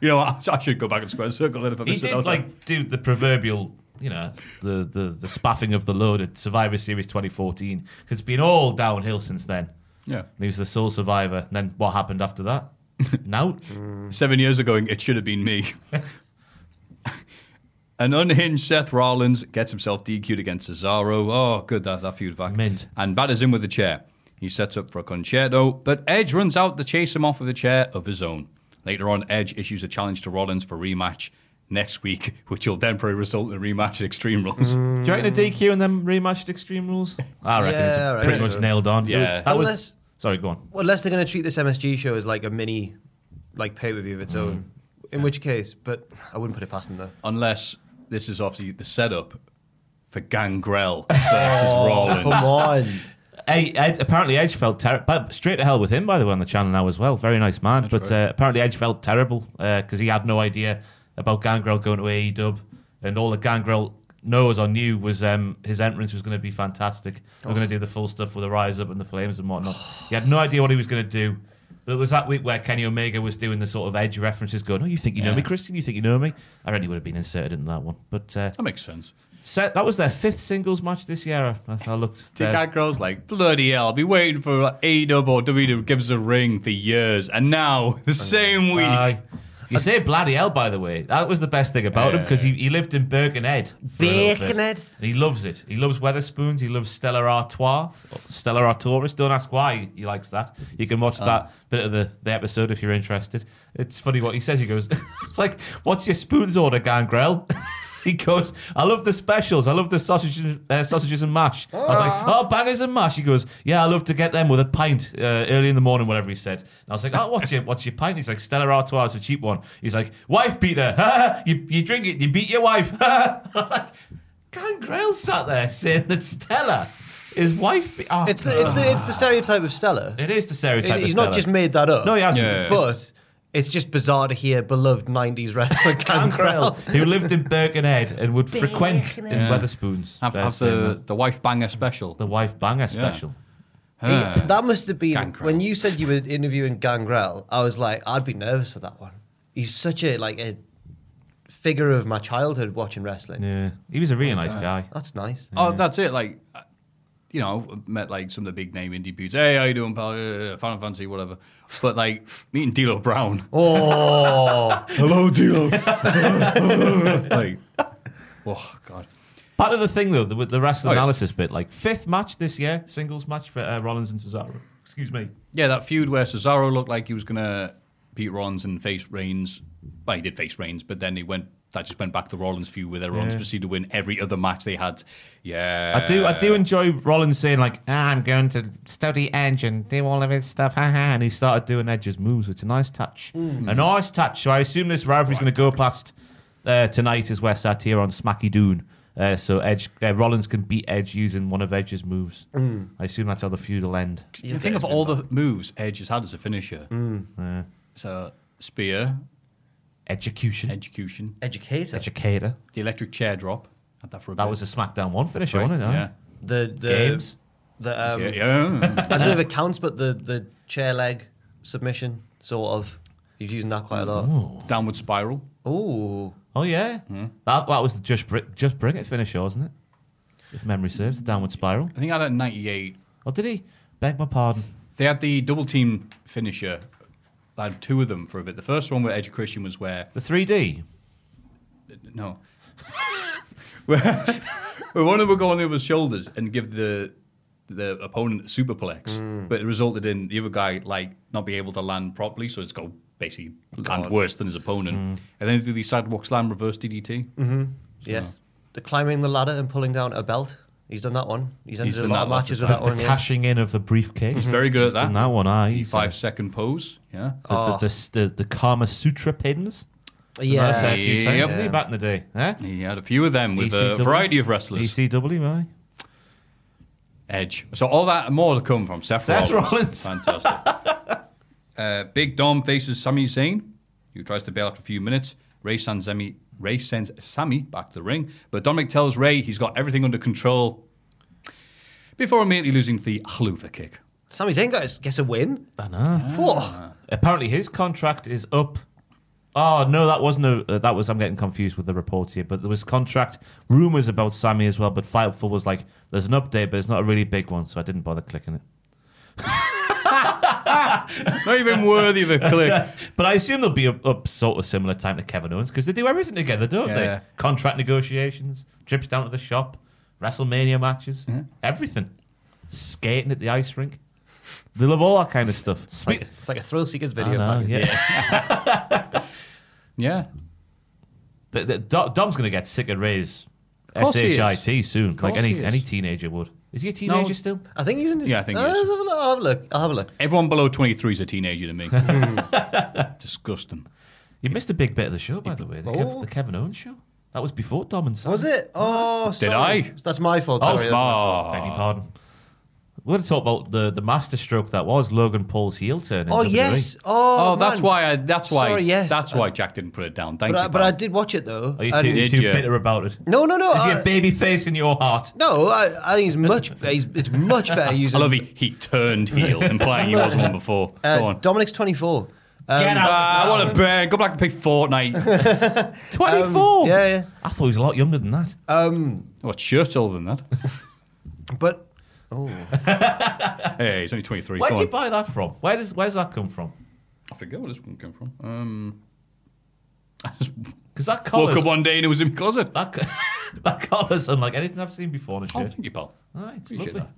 Speaker 3: You know, what? I should go back and square the circle then if I
Speaker 4: He
Speaker 3: missed it.
Speaker 4: did like do the proverbial, you know, the the the spaffing of the load at Survivor Series 2014. It's been all downhill since then.
Speaker 3: yeah.
Speaker 4: And he was the sole survivor. And then what happened after that? Now,
Speaker 3: seven years ago, it should have been me. An unhinged Seth Rollins gets himself DQ'd against Cesaro. Oh, good, that, that feud back.
Speaker 4: Mint.
Speaker 3: And batters in with the chair. He sets up for a concerto, but Edge runs out to chase him off with a chair of his own. Later on, Edge issues a challenge to Rollins for rematch next week, which will then probably result in a rematch at Extreme Rules.
Speaker 4: do you reckon a DQ and then rematched Extreme Rules? I reckon
Speaker 5: Yeah, I
Speaker 4: it's
Speaker 5: reckon
Speaker 4: pretty much
Speaker 5: so.
Speaker 4: nailed on.
Speaker 3: Yeah.
Speaker 4: that was.
Speaker 5: Unless-
Speaker 4: Sorry, go on.
Speaker 5: Well, unless they're going to treat this MSG show as like a mini, like pay per view of its own.
Speaker 4: Mm.
Speaker 5: In which case, but I wouldn't put it past them though.
Speaker 3: Unless this is obviously the setup for Gangrel versus
Speaker 4: Oh,
Speaker 3: Rollins.
Speaker 5: Oh, on.
Speaker 4: Hey, Ed, apparently Edge felt terrible. But straight to hell with him, by the way, on the channel now as well. Very nice man. but uh, apparently Edge felt terrible because he had no idea about Gangrel going to AEW, and all that Gangrel knows or knew was um, his entrance was going to be fantastic. We're going to do the full stuff with the rise up and the flames and whatnot. he had no idea what he was going to do. But it was that week where Kenny Omega was doing the sort of Edge references, going, "Oh, you think you know me, Christian? You think you know me?" I reckon he would have been inserted in that one. But uh,
Speaker 3: That makes sense.
Speaker 4: set, that was their fifth singles match this year. I, I looked.
Speaker 3: The
Speaker 4: Uh,
Speaker 3: guy girl's like, bloody hell, I'll be waiting
Speaker 4: Uh,
Speaker 3: for AEW or WWE to give us a ring for years. And now, the same week,
Speaker 4: Aye. You say bloody hell, by the way. That was the best thing about him because he, he lived in Birkenhead. for a little bit.
Speaker 5: Birkenhead?
Speaker 4: And he loves it. He loves Weatherspoons. He loves Stella Artois. Stella Artois. Don't ask why he likes that. You can watch that bit of the, the episode if you're interested. It's funny what he says. He goes, It's like, what's your spoons order, Gangrel? He goes, I love the specials. I love the sausages, uh, sausages and mash. I was like, oh, bangers and mash. He goes, yeah, I love to get them with a pint uh, early in the morning, whatever he said. And I was like, oh, what's your what's your pint? He's like, Stella Artois, it's a cheap one. He's like, wife beater. you you drink it, you beat your wife. Gangrel sat there saying that Stella is wife. Be- oh,
Speaker 5: It's the, it's the it's the stereotype of Stella.
Speaker 4: it is the stereotype. of
Speaker 5: he's
Speaker 4: Stella.
Speaker 5: not just made that up.
Speaker 4: No, he hasn't.
Speaker 3: Yeah.
Speaker 5: But it's just bizarre to hear beloved 90s wrestler
Speaker 4: Gangrel,
Speaker 5: Gangrel.
Speaker 4: who lived in Birkenhead and would frequent in Weatherspoons.
Speaker 3: Have,
Speaker 4: They're
Speaker 3: have
Speaker 4: saying
Speaker 3: the,
Speaker 4: that. uh,
Speaker 3: the wife banger special.
Speaker 4: the wife banger special. Ah.
Speaker 5: He- that must have been
Speaker 3: Gangrel.
Speaker 5: when you said you were interviewing Gangrel. I was like, I'd be nervous for that one. He's such a like a figure of my childhood watching wrestling.
Speaker 4: Yeah, he was a really nice guy.
Speaker 5: That's nice.
Speaker 3: Oh, that's it. Like, uh, you know, met like some of the big name indie dudes. Hey, how you doing, pal? Uh, Final Fantasy, whatever. But like meeting D'Lo Brown,
Speaker 5: Oh,
Speaker 6: Hello, Dilo.
Speaker 3: like, oh god,
Speaker 4: Part of the thing though, the, the rest of the
Speaker 3: Oh, yeah.
Speaker 4: analysis bit, like fifth match this year, singles match for uh, Rollins and Cesaro. Excuse me.
Speaker 3: yeah, that feud where Cesaro looked like he was gonna beat Rollins and face Reigns. Well, he did face Reigns, but then he went. That just went back to Rollins feud where their Rollins proceeded to win every other match they had. Yeah,
Speaker 4: I do, I
Speaker 3: Uh,
Speaker 4: do enjoy Rollins saying like, ah, "I'm going to study Edge and do all of his stuff," ha ha, and he started doing Edge's moves. It's a nice touch,
Speaker 3: Hmm.
Speaker 4: a nice touch. So I assume this rivalry's going to go past uh, tonight as we're sat here on Smacky Doon. Uh, so Edge, uh, Rollins can beat Edge using one of Edge's moves.
Speaker 3: Hmm.
Speaker 4: I assume that's how the feud will end.
Speaker 3: You think of all the moves Edge has had as a finisher.
Speaker 4: Mm.
Speaker 3: So spear,
Speaker 4: Execution,
Speaker 3: execution,
Speaker 5: educator.
Speaker 4: educator.
Speaker 3: the electric chair drop. Had that for a
Speaker 4: That
Speaker 3: bit.
Speaker 4: was a SmackDown one finisher,
Speaker 3: Right,
Speaker 4: wasn't it? huh?
Speaker 3: yeah.
Speaker 5: the the
Speaker 4: Games.
Speaker 5: The, um,
Speaker 3: Yeah, yeah.
Speaker 5: I don't know if it counts, but the the chair leg submission sort of. He's using that quite a lot.
Speaker 3: oh, Downward spiral.
Speaker 5: Ooh.
Speaker 4: Oh yeah,
Speaker 3: Hmm.
Speaker 4: that, that was the just br- just bring it finisher, wasn't it? If memory serves, the downward spiral.
Speaker 3: I think I had a 98.
Speaker 4: Oh, did he? Beg my pardon.
Speaker 3: They had the double team finisher. I had two of them for a bit. The first one with Edge of Christian was where
Speaker 4: The 3D.
Speaker 3: no, where, where one of them would go on the other's shoulders and give the the opponent a superplex,
Speaker 4: Mm.
Speaker 3: but it resulted in the other guy like not being able to land properly, so it's got basically land worse than his opponent.
Speaker 4: Mm.
Speaker 3: And then do the sidewalk slam reverse DDT.
Speaker 4: Mm-hmm.
Speaker 5: Yes. The climbing the ladder and pulling down a belt. He's done that one. He's ended
Speaker 3: He's
Speaker 5: a
Speaker 3: done
Speaker 5: lot
Speaker 3: that
Speaker 5: of
Speaker 3: lots
Speaker 5: matches
Speaker 3: of
Speaker 5: with
Speaker 4: The,
Speaker 5: that one.
Speaker 4: the
Speaker 5: yeah.
Speaker 4: cashing in of the briefcase.
Speaker 3: Oh, Mm-hmm. Very good at
Speaker 4: He's done
Speaker 3: that.
Speaker 4: that one, aye.
Speaker 3: The
Speaker 4: He's, uh,
Speaker 3: five Ah. second pose. Yeah.
Speaker 4: The, the, the, the, the Kama Sutra pins. Done that a
Speaker 5: Yeah.
Speaker 4: fair few times,
Speaker 3: Yep.
Speaker 4: didn't he, back in the day? Eh? E
Speaker 3: He had a few of them with a
Speaker 4: ECW.
Speaker 3: variety of wrestlers.
Speaker 4: ECW, E aye.
Speaker 3: Edge. So all that and more to come from Seth,
Speaker 4: Seth
Speaker 3: Rollins. Fantastic. uh, Big Dom faces Sami Zayn, who tries to bail after a few minutes. Ray sends Sammy, Ray sends Sammy back to the ring, but Dominic tells Ray he's got everything under control before immediately losing to the haluva kick.
Speaker 5: Sami Zayn guys gets a win.
Speaker 3: Ah.
Speaker 4: I know.
Speaker 5: Whoa.
Speaker 4: Ah. Apparently his contract is up. Oh no, that wasn't a. Uh, that was I'm getting confused with the reports here, but there was contract rumors about Sammy as well. But Fightful was like, "There's an update, but it's not a really big one," so I didn't bother clicking it.
Speaker 3: Not even worthy of a click.
Speaker 4: But I assume they'll be up, up sort of similar time to Kevin Owens because they do everything together, don't
Speaker 3: Yeah.
Speaker 4: they? Contract negotiations, trips down to the shop, WrestleMania matches, everything. Skating at the ice rink. They love all that kind of stuff. Sweet.
Speaker 5: It's like a Thrill Seekers
Speaker 4: I
Speaker 5: video.
Speaker 4: know,
Speaker 5: package.
Speaker 4: yeah.
Speaker 3: Yeah.
Speaker 4: The- the- Do- Dom's going to get sick of Ray's
Speaker 3: course he is.
Speaker 4: S-H-I-T soon,
Speaker 3: course
Speaker 4: like any,
Speaker 3: he is.
Speaker 4: any teenager would. Is he a teenager
Speaker 3: No.
Speaker 4: still?
Speaker 5: I think he's in. His,
Speaker 3: Yeah, I think he
Speaker 5: Uh,
Speaker 3: is.
Speaker 5: I'll have a look. I'll have a look. I'll have a look.
Speaker 3: Everyone below 23 is a teenager to me. Disgusting.
Speaker 4: You missed a big bit of the show, by the way.
Speaker 3: Oh.
Speaker 4: The, Kev- the Kevin Owens show. That was before Dom and Sam.
Speaker 5: Was it? Oh,
Speaker 3: Did
Speaker 5: sorry.
Speaker 3: I?
Speaker 5: That's my fault.
Speaker 4: Oh,
Speaker 5: Sorry. that's my-
Speaker 3: Oh,
Speaker 4: Beg your pardon. We're going to talk about the, the masterstroke that was Logan Paul's heel turn. in E.
Speaker 5: Oh,
Speaker 4: WWE.
Speaker 5: yes. Oh,
Speaker 3: oh that's
Speaker 5: man.
Speaker 3: why I, that's why
Speaker 5: Sorry, yes.
Speaker 3: that's why Jack didn't put it down. Thank
Speaker 5: But
Speaker 3: you.
Speaker 5: I, but I
Speaker 3: pal.
Speaker 5: did watch it though.
Speaker 4: Are you
Speaker 5: and-
Speaker 4: too, you
Speaker 3: Did
Speaker 4: too
Speaker 3: you?
Speaker 4: bitter about it?
Speaker 5: no, no, uh, no.
Speaker 4: Is he
Speaker 3: Uh,
Speaker 5: I,
Speaker 4: a baby face in your heart?
Speaker 3: um,
Speaker 5: no, I, I think he's much. He's, it's much better
Speaker 3: I
Speaker 5: using.
Speaker 3: love he, he turned heel, implying he wasn't one before. Go
Speaker 5: Uh,
Speaker 3: on.
Speaker 5: Dominic's twenty-four. Um,
Speaker 4: Get out.
Speaker 3: Ah, I want to burn. Go back and play Fortnite.
Speaker 4: 24.
Speaker 5: yeah, yeah.
Speaker 4: I thought he was a lot younger than that.
Speaker 3: Uh, what shirt older than that?
Speaker 5: But
Speaker 3: Hey, he's only 23.
Speaker 4: Where
Speaker 3: Go
Speaker 4: did you
Speaker 3: on.
Speaker 4: buy that from? Where does where's that come from?
Speaker 3: I forget where this one came from. Um,
Speaker 4: Because that
Speaker 3: Woke up
Speaker 4: collar,
Speaker 3: one day and it was in the closet.
Speaker 4: that, co- that collar's unlike anything I've seen before in a
Speaker 3: Oh,
Speaker 4: shirt.
Speaker 3: thank you, pal.
Speaker 4: All right, it's,
Speaker 3: Appreciate
Speaker 4: lovely.
Speaker 3: that.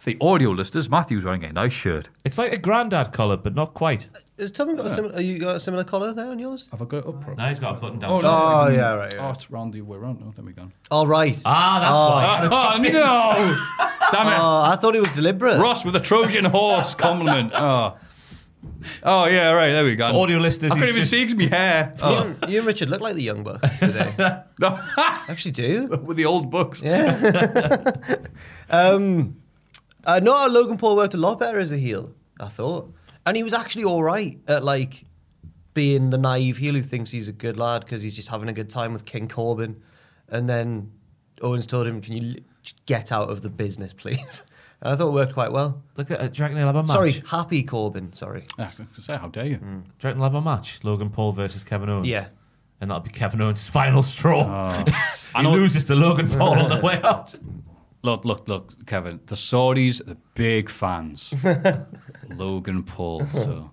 Speaker 3: For the audio listeners, Matthew's wearing a nice shirt.
Speaker 4: it's like a grandad collar, but not quite.
Speaker 5: Has Tom got a similar? Are you got a similar collar there on yours?
Speaker 3: Have I got it up? Probably?
Speaker 4: Now he's got a button down.
Speaker 3: Oh, no.
Speaker 5: Oh yeah, right.
Speaker 3: Oh, it's round the way round. No, there we go.
Speaker 5: All Oh, right.
Speaker 4: Ah, that's why.
Speaker 3: Oh, no! Damn
Speaker 5: Oh, I thought it was deliberate.
Speaker 3: it. Ross with a Trojan horse compliment. Oh. Oh, yeah, right. There we go.
Speaker 4: For audio listeners,
Speaker 3: I couldn't
Speaker 4: he's
Speaker 3: even
Speaker 4: just-
Speaker 3: see 'cause my hair.
Speaker 5: You, and, you and Richard look like the young buck today.
Speaker 3: No.
Speaker 5: Actually, do.
Speaker 3: with the old books.
Speaker 5: Uh, no, Logan Paul worked a lot better as a heel. I thought, and he was actually all right at like being the naive heel who thinks he's a good lad because he's just having a good time with King Corbin. And then Owens told him, "Can you l- just get out of the business, please?" And I thought it worked quite well.
Speaker 4: Look at uh, Dragon Hill have a match.
Speaker 5: Sorry, Happy Corbin. Sorry.
Speaker 3: I was gonna say, how dare you?
Speaker 4: Dragon Hill have a match. Logan Paul versus Kevin Owens.
Speaker 5: Yeah.
Speaker 4: And that'll be Kevin Owens' final straw.
Speaker 3: Oh. I
Speaker 4: he
Speaker 3: know-
Speaker 4: loses to Logan Paul on the way out.
Speaker 3: Look, look, look, Kevin. The Saudis, the big fans. Logan Paul. So,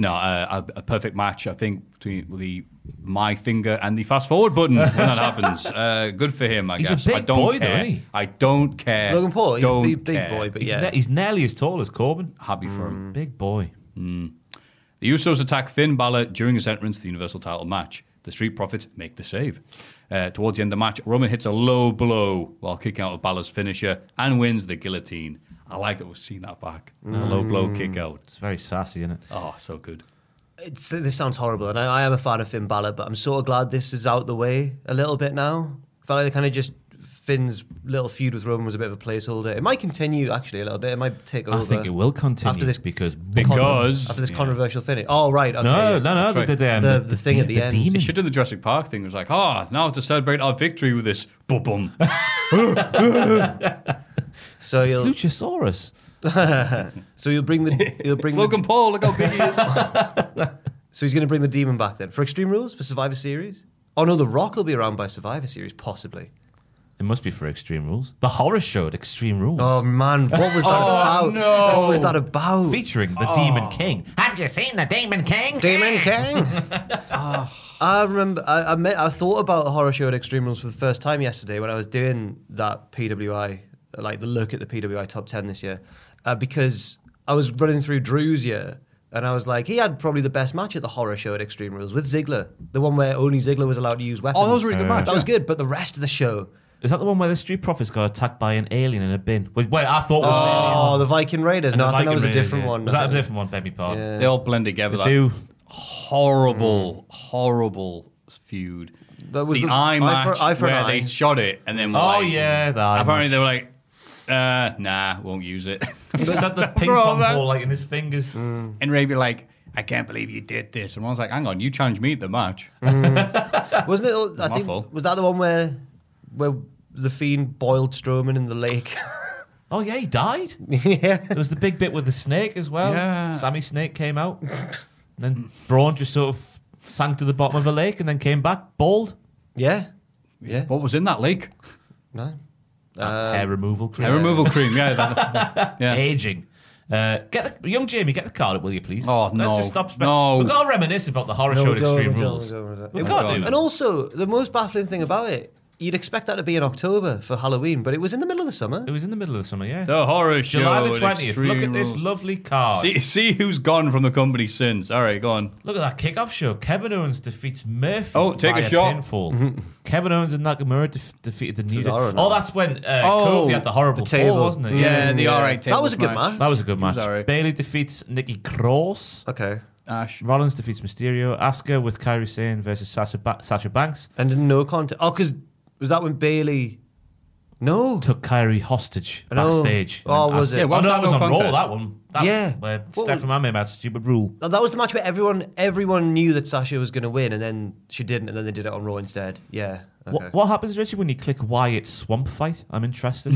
Speaker 3: no, uh, a, a perfect match, I think, between the my finger and the fast forward button when that happens. Uh, good for him, I
Speaker 4: He's a
Speaker 3: guess. I
Speaker 4: big
Speaker 3: don't
Speaker 4: boy, though,
Speaker 3: care.
Speaker 4: isn't he?
Speaker 3: I don't care.
Speaker 5: Logan Paul, he's a
Speaker 3: Don't
Speaker 5: big, big
Speaker 3: care.
Speaker 5: boy, but
Speaker 4: He's,
Speaker 5: yeah.
Speaker 4: ne- he's nearly as tall as Corbin.
Speaker 3: Happy for him.
Speaker 4: Big boy.
Speaker 3: The Usos attack Finn Balor during his entrance to the Universal title match. The Street Profits make the save. Uh, towards the end of the match, Roman hits a low blow while kicking out of Balor's finisher and wins the guillotine. I like that we've seen that back. A low blow kick out.
Speaker 4: It's very sassy, isn't it?
Speaker 3: Oh, so good.
Speaker 5: It's, this sounds horrible, and I, I am a fan of Finn Balor, but I'm sort of glad this is out the way a little bit now. Felt like they kind of just Finn's little feud with Roman was a bit of a placeholder. It might continue actually a little bit. It might take over.
Speaker 4: I think it will continue
Speaker 5: after this
Speaker 4: because
Speaker 3: Because-
Speaker 5: after this
Speaker 3: Yeah.
Speaker 5: controversial finish. Oh right, okay.
Speaker 4: no, no, no,
Speaker 3: That's
Speaker 4: the, the, um,
Speaker 5: The- the thing at the end.
Speaker 3: They
Speaker 4: demon.
Speaker 3: should do the Jurassic Park thing. It was like, ah, now to celebrate our victory with this boom boom.
Speaker 5: So
Speaker 4: It's
Speaker 5: you'll
Speaker 4: Luchasaurus.
Speaker 5: so you'll bring the you'll bring the-
Speaker 3: Logan Paul, look how big he is.
Speaker 5: so he's going to bring the demon back then for Extreme Rules for Survivor Series. Oh no, The Rock will be around by Survivor Series possibly.
Speaker 4: It must be for Extreme Rules. The horror show at Extreme Rules.
Speaker 5: Oh man, what was that about?
Speaker 3: no.
Speaker 5: What was that about?
Speaker 4: Featuring
Speaker 5: oh.
Speaker 4: the Demon King. Have you seen the Demon King?
Speaker 5: Demon King. Ah, I remember. I I, met, I thought about a horror show at Extreme Rules for the first time yesterday when I was doing that PWI, like the look at the PWI top ten this year, uh, because I was running through Drew's year and I was like, he had probably the best match at the horror show at Extreme Rules with Ziggler, the one where only Ziggler was allowed to use weapons.
Speaker 3: Oh, that was a really good
Speaker 4: Uh,
Speaker 3: match.
Speaker 5: That was
Speaker 3: yeah.
Speaker 5: good, but the rest of the show,
Speaker 4: Is that the one where the Street Profits got attacked by an alien in a bin? Wait, wait I thought it was an alien.
Speaker 5: oh, the Viking Raiders.
Speaker 4: And
Speaker 5: No,
Speaker 4: the
Speaker 5: I think that
Speaker 4: Viking
Speaker 5: was a
Speaker 4: Raider,
Speaker 5: different
Speaker 4: yeah.
Speaker 5: one.
Speaker 4: Was that a different one? Beg me pardon.
Speaker 3: They all blend together.
Speaker 4: They
Speaker 3: That
Speaker 4: do.
Speaker 3: horrible, horrible feud.
Speaker 5: That was
Speaker 3: the,
Speaker 5: the
Speaker 3: eye
Speaker 5: eye
Speaker 3: match
Speaker 5: for- eye for an
Speaker 3: where
Speaker 5: eye.
Speaker 3: they shot it and then were
Speaker 4: Oh,
Speaker 3: like-
Speaker 4: yeah, the eye
Speaker 3: apparently
Speaker 4: match.
Speaker 3: they were like, uh, nah, won't use it.
Speaker 4: Is that the ping
Speaker 3: all
Speaker 4: pong
Speaker 3: that.
Speaker 4: ball like in his fingers?
Speaker 3: and Ray be like, I can't believe you did this. And I was like, hang on, you challenged me at the match.
Speaker 5: Wasn't it? I
Speaker 3: My
Speaker 5: think
Speaker 3: fault.
Speaker 5: was that the one where where the fiend boiled Strowman in the lake.
Speaker 4: Oh yeah, he died.
Speaker 5: yeah.
Speaker 4: There was the big bit with the snake as well.
Speaker 3: Yeah.
Speaker 4: Sammy Snake came out, and then Braun just sort of sank to the bottom of a lake and then came back bald.
Speaker 5: Yeah. Yeah.
Speaker 3: What was in that lake?
Speaker 5: No.
Speaker 4: Hair removal cream.
Speaker 3: Hair removal cream, yeah. that- yeah.
Speaker 4: Aging. Uh, get the, young Jamie, get the card up, will you, please?
Speaker 3: Oh,
Speaker 4: Let's
Speaker 3: no.
Speaker 4: just stop. Spe-
Speaker 3: No.
Speaker 4: We've got to reminisce about the horror show at Extreme Rules. We've
Speaker 5: And-
Speaker 4: got to.
Speaker 5: And also, the most baffling thing about it, you'd expect that to be in October for Halloween, but it was in the middle of the summer.
Speaker 4: It was in the middle of the summer, yeah.
Speaker 3: The horror show.
Speaker 4: July the
Speaker 3: at
Speaker 4: twentieth. Look at
Speaker 3: Extreme
Speaker 4: this
Speaker 3: Rules.
Speaker 4: lovely card.
Speaker 3: See, see who's gone from the company since. All right, go on.
Speaker 4: Look at that kickoff show. Kevin Owens defeats Murphy.
Speaker 3: Oh, take a
Speaker 4: via
Speaker 3: shot. Mm-hmm.
Speaker 4: Pinfall. Kevin Owens and Nakamura def- defeated the New Day.
Speaker 5: Cesaro now.
Speaker 4: Oh, that's when uh,
Speaker 3: Oh, Mm.
Speaker 4: Kofi had the horrible
Speaker 5: the
Speaker 4: fall,
Speaker 5: table. Mm.
Speaker 4: wasn't it?
Speaker 3: Yeah, the all right table.
Speaker 5: That was a good match.
Speaker 4: That was a good match.
Speaker 3: all right.
Speaker 4: Bailey defeats Nikki Cross.
Speaker 5: Okay.
Speaker 3: Ash.
Speaker 4: Rollins defeats Mysterio. Asuka with Kairi Sane versus Sasha, ba- Sasha Banks.
Speaker 5: And in no content. Oh, because was that when Bailey. No.
Speaker 4: Took Kairi hostage
Speaker 5: know.
Speaker 4: backstage.
Speaker 5: Oh,
Speaker 4: And Asuka-
Speaker 5: was it? Yeah,
Speaker 4: oh,
Speaker 3: what's
Speaker 4: no,
Speaker 3: that
Speaker 4: that was
Speaker 3: no
Speaker 4: on Raw,
Speaker 3: contest?
Speaker 4: that one. That
Speaker 5: Yeah.
Speaker 4: Where
Speaker 5: What
Speaker 4: Stephanie
Speaker 5: was-
Speaker 4: Man made that stupid rule.
Speaker 5: Oh, that was the match where everyone everyone knew that Sasha was going to win, and then she didn't, and then they did it on Raw instead. Yeah. Okay.
Speaker 4: What, what happens, Richard, when you click Wyatt Swamp Fight? I'm interested.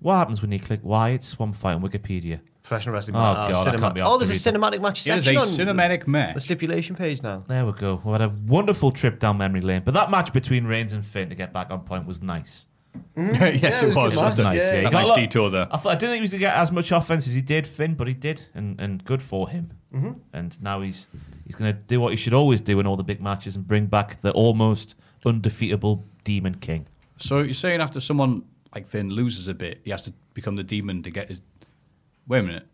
Speaker 4: what happens when you click Wyatt Swamp Fight on Wikipedia?
Speaker 5: Professional wrestling
Speaker 4: Oh, God,
Speaker 5: match.
Speaker 4: I
Speaker 5: cinema-
Speaker 4: can't be asked
Speaker 5: oh
Speaker 4: to
Speaker 5: there's a
Speaker 4: read
Speaker 5: cinematic match
Speaker 3: It is a
Speaker 5: section on
Speaker 3: cinematic
Speaker 5: the
Speaker 3: match.
Speaker 5: stipulation page now.
Speaker 4: There we go. We had a wonderful trip down memory lane. But that match between Reigns and Finn, to get back on point, was nice.
Speaker 3: yes, it
Speaker 5: it was
Speaker 3: was.
Speaker 5: good
Speaker 3: That's a
Speaker 5: luck.
Speaker 3: nice,
Speaker 5: Yeah, yeah.
Speaker 3: a
Speaker 4: Got
Speaker 3: nice
Speaker 4: a lot-
Speaker 3: detour there.
Speaker 4: I, thought, I didn't think he was going to get as much offense as he did, Finn, but he did, and, and good for him. Mm-hmm. And now he's he's going to do what he should always do in all the big matches and bring back the almost undefeatable Demon King.
Speaker 3: So you're saying after someone like Finn loses a bit, he has to become the demon to get his. Wait a minute.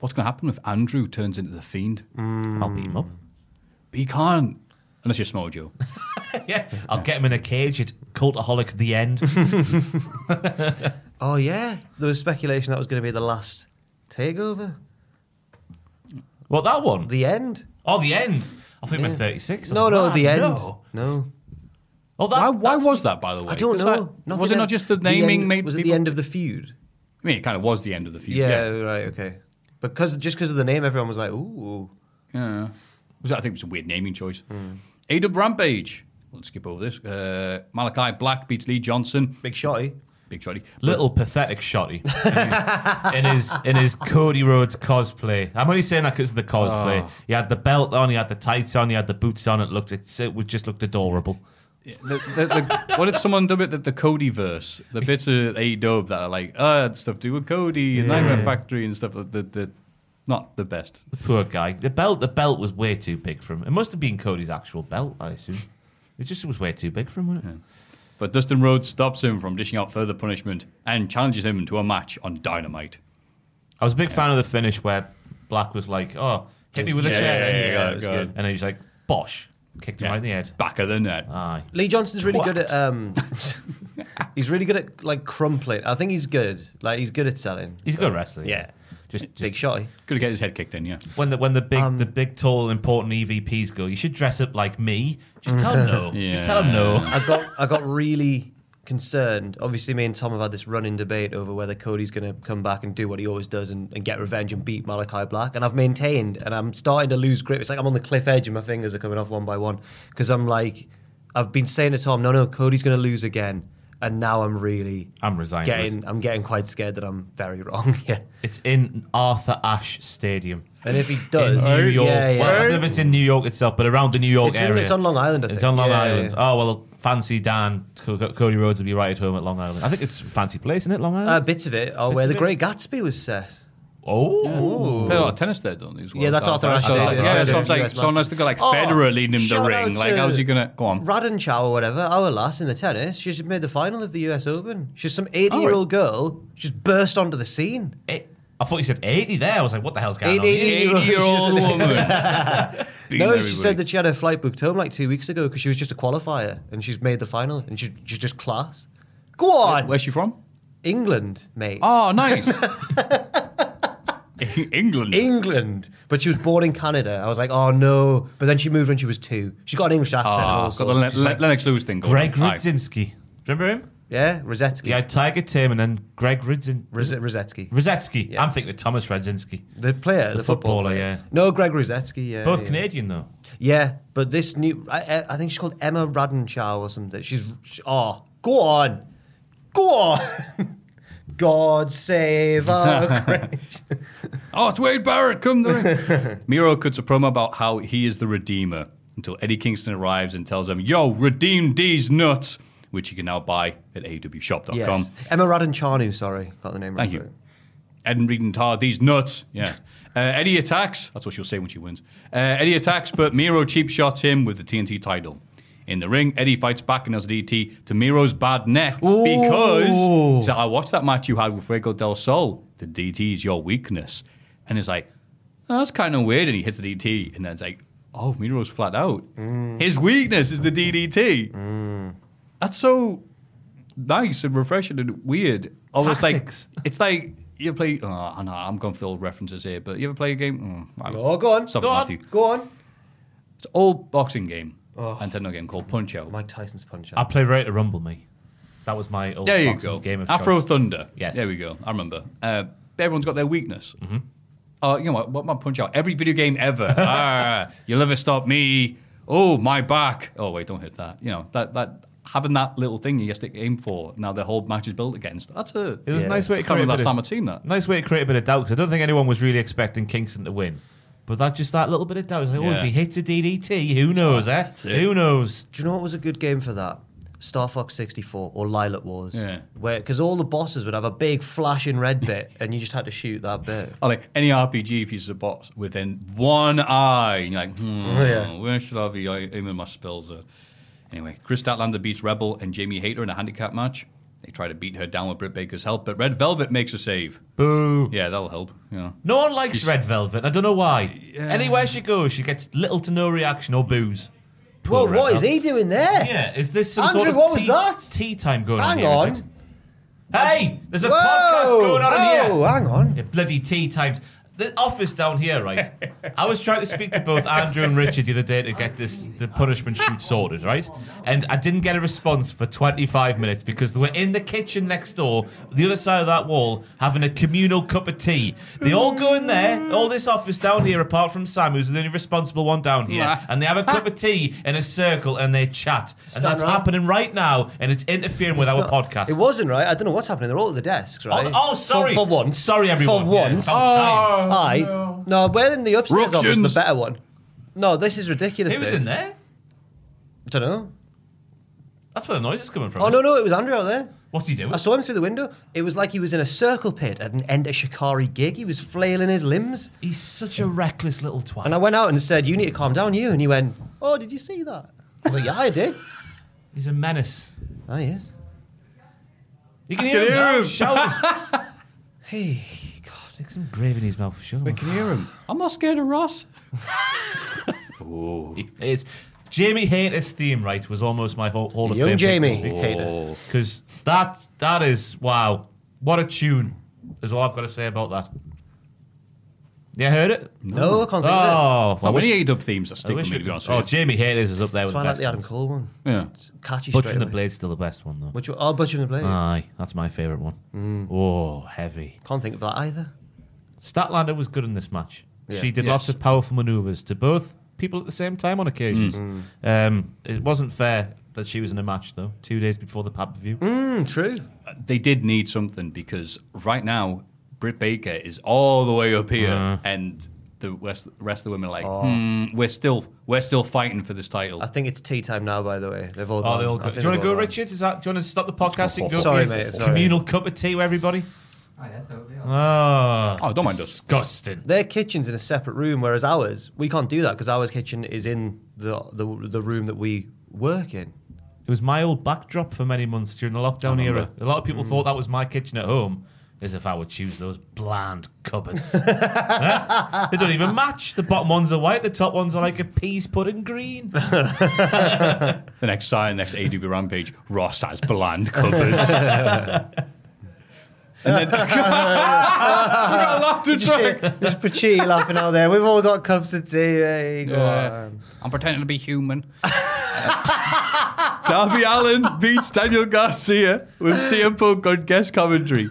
Speaker 3: What's going to happen if Andrew turns into the fiend? Mm.
Speaker 4: I'll beat him up.
Speaker 3: But he can't. Unless you're Smojo.
Speaker 4: yeah, I'll get him in a cage at Cultaholic the End.
Speaker 5: Oh yeah, there was speculation that was going to be the last takeover,
Speaker 4: what, that one?
Speaker 5: the end.
Speaker 4: oh, the end. I think meant 36. I
Speaker 5: No,
Speaker 4: was
Speaker 5: no,
Speaker 4: like,
Speaker 5: the
Speaker 4: wow,
Speaker 5: end.
Speaker 4: no.
Speaker 5: No,
Speaker 4: Oh, that,
Speaker 3: Why, why
Speaker 4: that's-
Speaker 3: was that, by the way?
Speaker 5: I don't
Speaker 3: 'Cause
Speaker 5: know.
Speaker 3: that-
Speaker 5: Nothing
Speaker 3: was it
Speaker 5: en-
Speaker 3: not just the naming
Speaker 5: end-
Speaker 3: made
Speaker 5: Was it
Speaker 3: people...
Speaker 5: the end of the feud?
Speaker 3: I mean, it kind of was the end of the feud.
Speaker 5: Yeah, right. Okay, because just because of the name, everyone was like, "Ooh,
Speaker 3: Yeah. Was that, I think it was a weird naming choice. A Dub Rampage. Let's skip over this. Uh, Malachi Black beats Lee Johnson.
Speaker 5: big eh?" shotty."
Speaker 3: Big shotty.
Speaker 4: Little pathetic shotty in his in his Cody Rhodes cosplay. I'm only saying that because of the cosplay.
Speaker 3: Oh.
Speaker 4: He had the belt on, he had the tights on, he had the boots on. It looked it, it just looked adorable.
Speaker 3: The- the- the- what did someone dub it? The, the Cody verse. The bits of A Dub that are like, ah, it's stuff to do with Cody and Nightmare Factory and stuff. That the, the, not the best.
Speaker 4: The poor guy. The belt the belt was way too big for him. It must have been Cody's actual belt, I assume. It just was way too big for him, wasn't it?
Speaker 3: But Dustin Rhodes stops him from dishing out further punishment and challenges him to a match on Dynamite.
Speaker 4: I was a big fan of the finish where Black was like, "Oh, hit me with a
Speaker 3: Yeah,
Speaker 4: chair,"
Speaker 3: yeah, yeah,
Speaker 4: and,
Speaker 3: go on.
Speaker 4: and then he's like, "Bosh," kicked him right in the head.
Speaker 3: Back of the net.
Speaker 5: Ah.
Speaker 4: Aye.
Speaker 5: Lee Johnson's really
Speaker 4: Twat.
Speaker 5: good at um, he's really good at like crumpling. I think he's good. Like he's good at selling.
Speaker 4: He's a good wrestler.
Speaker 5: Yeah.
Speaker 4: Just, just
Speaker 5: big eh? shotty.
Speaker 3: Could have get his head kicked in, yeah.
Speaker 4: When the when the big
Speaker 5: Um,
Speaker 4: the big tall important EVPs go, you should dress up like me. Just tell them no. Just tell them no.
Speaker 5: I got I got really concerned. Obviously, me and Tom have had this running debate over whether Cody's going to come back and do what he always does and, and get revenge and beat Malachi Black. And I've maintained, and I'm starting to lose grip. It's like I'm on the cliff edge, and my fingers are coming off one by one because I'm like, I've been saying to Tom, no, no, Cody's going to lose again, and now I'm really
Speaker 4: I'm resigned.
Speaker 5: getting I'm getting quite scared that I'm very wrong. yeah.
Speaker 4: It's in Arthur Ash Stadium.
Speaker 5: And if he does, Oh,
Speaker 4: in New York.
Speaker 5: yeah, yeah.
Speaker 4: Well, I don't know if it's in New York itself, but around the New York
Speaker 5: It's in-
Speaker 4: area.
Speaker 5: it's on Long Island, I
Speaker 4: It's
Speaker 5: think.
Speaker 4: on Long
Speaker 5: Yeah, yeah,
Speaker 4: Island.
Speaker 5: yeah.
Speaker 4: Oh well, fancy Dan Co- Co- Cody Rhodes will be right at home at Long Island. I think it's a fancy place, isn't it, Long
Speaker 5: Uh,
Speaker 4: Island?
Speaker 5: bits of it are where
Speaker 4: of
Speaker 5: the
Speaker 4: it.
Speaker 5: Great Gatsby was set. Uh,
Speaker 4: oh,
Speaker 3: Play a lot of tennis there, don't they? as well?
Speaker 5: Yeah, that's
Speaker 3: So-
Speaker 5: Arthur
Speaker 3: so-
Speaker 5: Ashe
Speaker 3: so-
Speaker 5: Stadium.
Speaker 3: Yeah, that's what I'm
Speaker 5: US
Speaker 3: saying.
Speaker 5: Masters.
Speaker 3: So unless they got like
Speaker 5: Oh,
Speaker 3: Federer leading him the
Speaker 5: shout
Speaker 3: ring,
Speaker 5: out
Speaker 3: like how's
Speaker 5: to
Speaker 3: he gonna go on?
Speaker 5: Radon Chow or whatever, our lass in the tennis, she's made the final of the US Open. She's some 80 year old girl, she's burst onto the scene.
Speaker 4: Eh, I thought you said eighty there. I was like, what the hell's going on?
Speaker 5: Eighty-
Speaker 4: here?
Speaker 3: 80 year old woman. Beating
Speaker 5: no,
Speaker 3: everybody.
Speaker 5: she said that she had her flight booked home like two weeks ago because she was just a qualifier and she's made the final and she, she's just class. Go on!
Speaker 3: Where's she from?
Speaker 5: England, mate.
Speaker 3: Oh, nice. England.
Speaker 5: England, but she was born in Canada. I was like, oh no! But then she moved when she was two. She's got an English accent. and all
Speaker 3: Ah, got the
Speaker 5: sorts.
Speaker 3: Le- Le- Lennox Lewis thing going.
Speaker 4: Greg
Speaker 3: on. Aye.
Speaker 4: Rudzinski. Remember him?
Speaker 5: yeah, Rosetsky.
Speaker 4: He had Tiger Tim and then Greg Rudzin.
Speaker 5: Roz- Rosetsky.
Speaker 4: Rosetsky. I'm thinking of Thomas Radzinski.
Speaker 5: The player, the,
Speaker 4: The
Speaker 5: football
Speaker 4: footballer,
Speaker 5: player.
Speaker 4: yeah.
Speaker 5: No, Greg Rosetsky. Yeah,
Speaker 4: Both
Speaker 5: yeah.
Speaker 4: Canadian though.
Speaker 5: Yeah, but this new, I- I, I think she's called Emma Radenshaw or something. She's, she, oh, go on, go on. God save our Craig.
Speaker 3: Oh, it's Wade Barrett. Come to the ring. Miro cuts a promo about how he is the redeemer until Eddie Kingston arrives and tells him, "Yo, redeem these nuts," which you can now buy at awshop.com.
Speaker 5: Yes, Emma Radenchanu. Sorry, got the name right.
Speaker 3: Thank you. Ed and Reed and Todd, these nuts. Yeah. Uh, Eddie attacks. That's what she'll say when she wins. Uh, Eddie attacks, but Miro cheap shots him with the TNT title. In the ring, Eddie fights back and has a DT to Miro's bad neck because so I watched that match you had with Fuego del Sol. The DT is your weakness. And it's like, "Oh, that's kind of weird. And he hits the DT, and then it's like, oh, Miro's flat out. His weakness is the DDT. That's so nice and refreshing and weird. Almost
Speaker 4: Tactics.
Speaker 3: like it's like you play. Oh, I know I'm going for the old references here, but you ever play a game? Mm, I don't-
Speaker 5: Oh, go on,
Speaker 3: Stop
Speaker 5: go
Speaker 3: it,
Speaker 5: on,
Speaker 3: Matthew.
Speaker 5: go on.
Speaker 3: It's an old boxing game,
Speaker 4: Oh.
Speaker 3: Nintendo game called Punch Out.
Speaker 5: Mike Tyson's punch
Speaker 4: I
Speaker 5: out.
Speaker 4: played Ready to Rumble me. That was my old
Speaker 3: There you
Speaker 4: boxing
Speaker 3: go.
Speaker 4: game of
Speaker 3: Afro
Speaker 4: choice.
Speaker 3: Thunder.
Speaker 4: Yes. Mm-hmm.
Speaker 3: There we go. I remember. Uh, everyone's got their weakness. Uh, you know what? What my punch out? Every video game ever. ah, you'll never stop me. Oh, my back. Oh wait, don't hit that. You know that that having that little thing you just aim for. Now the whole match is built against. That's a.
Speaker 4: It was a nice way
Speaker 3: I
Speaker 4: to
Speaker 3: can't
Speaker 4: create a
Speaker 3: remember
Speaker 4: bit
Speaker 3: last time
Speaker 4: of,
Speaker 3: I'd seen that.
Speaker 4: nice way to create a bit of doubt because I don't think anyone was really expecting Kingston to win. But that just that little bit of doubt. It's like, oh,
Speaker 3: Yeah.
Speaker 4: if he hits a DDT, who knows, eh? Who knows?
Speaker 5: Do you know what was a good game for that? Star Fox 64 or Lilac Wars.
Speaker 3: Yeah.
Speaker 5: Where because all the bosses would have a big flashing red bit, and you just had to shoot that bit.
Speaker 3: Or like any RPG, if you use a boss within one eye, and you're like, hmm,
Speaker 4: Oh,
Speaker 5: Yeah.
Speaker 3: where should I be aiming my spells at? Anyway, Chris Statlander beats Rebel and Jamie Hayter in a handicap match. They try to beat her down with Britt Baker's help, but Red Velvet makes a save.
Speaker 4: Boo.
Speaker 3: Yeah, that'll help. Yeah.
Speaker 4: No one likes Red Velvet. I don't know why. Anywhere she goes, she gets little to no reaction or booze.
Speaker 5: Well,
Speaker 4: Poor Red
Speaker 5: what is
Speaker 4: Velvet.
Speaker 5: he doing there?
Speaker 4: Yeah, is this some
Speaker 5: Andrew,
Speaker 4: sort of
Speaker 5: what was
Speaker 4: tea,
Speaker 5: that?
Speaker 4: tea time going
Speaker 5: Hang
Speaker 4: on here?
Speaker 5: on.
Speaker 4: is it? Hey, there's a
Speaker 5: Whoa,
Speaker 4: podcast going on in
Speaker 5: Oh,
Speaker 4: here.
Speaker 5: hang on.
Speaker 4: Yeah, bloody tea times. The office down here, right? I was trying to speak to both Andrew and Richard the other day to get this the punishment shoot sorted, right? And I didn't get a response for 25 minutes because they were in the kitchen next door, the other side of that wall, having a communal cup of tea. They all go in there, all this office down here, apart from Sam, who's the only responsible one down here,
Speaker 3: Yeah.
Speaker 4: and they have a cup of tea in a circle and they chat. And that's
Speaker 5: right.
Speaker 4: happening right now, and it's interfering with our
Speaker 5: It's not-
Speaker 4: podcast.
Speaker 5: It wasn't right. I don't know what's happening. They're all at the desks, right?
Speaker 4: Oh, oh,
Speaker 5: For-
Speaker 4: sorry.
Speaker 5: For, once,
Speaker 4: Sorry, everyone.
Speaker 5: For
Speaker 4: Yeah,
Speaker 5: once, Oh,
Speaker 4: about time.
Speaker 5: I
Speaker 3: Oh,
Speaker 5: no. Well, in the upstairs office,
Speaker 3: Ructions.
Speaker 5: the better one. No, this is ridiculous.
Speaker 4: Who was
Speaker 5: though.
Speaker 4: in there?
Speaker 5: I don't know.
Speaker 4: That's where the noise is coming from.
Speaker 5: Oh no, no, it was Andrew out there.
Speaker 4: What's he doing?
Speaker 5: I saw him through the window. It was like he was in a circle pit at an Ender Shikari gig. He was flailing his limbs,
Speaker 4: He's such a reckless little twat.
Speaker 5: and I went out and said, "You need to calm down, you." And he went, "Oh, did you see that?" I was like, "Yeah, I did."
Speaker 4: He's a menace.
Speaker 5: Ah, yes.
Speaker 4: You can hear him. now, shouting.
Speaker 5: Hey,
Speaker 4: God, stick some grave in his mouth. Shut
Speaker 3: We can hear him. I'm not scared of Ross.
Speaker 4: It's Jamie Hayter's theme, right, was almost my whole Hall of
Speaker 5: Young
Speaker 4: Fame.
Speaker 5: Jamie Oh.
Speaker 3: Hayter.
Speaker 4: Because that, that is, wow, what a tune is all I've got to say about that. You heard it?
Speaker 5: no, I can't think of it.
Speaker 4: Oh, I
Speaker 3: So
Speaker 4: wish-
Speaker 3: many eight up themes are
Speaker 4: I
Speaker 3: sticking
Speaker 4: wish
Speaker 3: with me,
Speaker 4: we
Speaker 3: to be
Speaker 4: could-
Speaker 3: honest
Speaker 4: Oh,
Speaker 3: with
Speaker 4: Jamie Hayter's is up there with
Speaker 5: That's why I
Speaker 4: the
Speaker 5: like
Speaker 4: best.
Speaker 5: the Adam Cole one.
Speaker 3: you. Yeah.
Speaker 5: Catchy
Speaker 4: Butcher
Speaker 5: straight
Speaker 4: and the Ah.
Speaker 5: away.
Speaker 4: Blade's still the best one, though.
Speaker 5: Which one? Oh, Butcher and the Blade.
Speaker 4: Aye, that's my favourite one.
Speaker 5: Mm.
Speaker 4: Oh, heavy.
Speaker 5: Can't think of that either.
Speaker 4: Statlander was good in this match.
Speaker 5: Yeah.
Speaker 4: She did
Speaker 3: Yes.
Speaker 4: lots of powerful maneuvers to both people at the same time on occasions.
Speaker 5: Mm.
Speaker 4: Um, it wasn't fair that she was in a match though, two days before the pay per view.
Speaker 5: Hmm, true.
Speaker 3: They did need something because right now, Britt Baker is all the way up here,
Speaker 4: Uh-huh.
Speaker 3: and the rest, rest of the women are like,
Speaker 4: Oh.
Speaker 3: hmm, we're still, we're still fighting for this title.
Speaker 5: I think it's tea time now. By the way, they've all.
Speaker 4: Oh,
Speaker 5: gone.
Speaker 4: they all
Speaker 5: I
Speaker 4: go.
Speaker 5: think
Speaker 4: Do you want
Speaker 5: they've
Speaker 4: to go,
Speaker 5: all gone.
Speaker 4: Richard? Is that? Do you want to stop the podcast and go?
Speaker 5: Sorry,
Speaker 4: for your
Speaker 5: mate, sorry.
Speaker 4: Communal cup of tea, with everybody.
Speaker 3: oh, don't mind us.
Speaker 4: Disgusting.
Speaker 5: Their kitchen's in a separate room, whereas ours, we can't do that because our kitchen is in the, the the room that we work in.
Speaker 4: It was my old backdrop for many months during the lockdown era. A lot of
Speaker 3: Mm.
Speaker 4: people thought that was my kitchen at home. As if I would choose those bland cupboards. Huh? They don't even match. The bottom ones are white, the top ones are like a peas pudding green.
Speaker 3: The next sign, next ADB Rampage, Ross has bland covers. and then
Speaker 5: Just, just Pachee laughing out there. We've all got cups of tea. Hey, go
Speaker 3: Yeah.
Speaker 5: on.
Speaker 3: I'm pretending to be human. Darby Allen beats Daniel Garcia with CM Punk on guest commentary.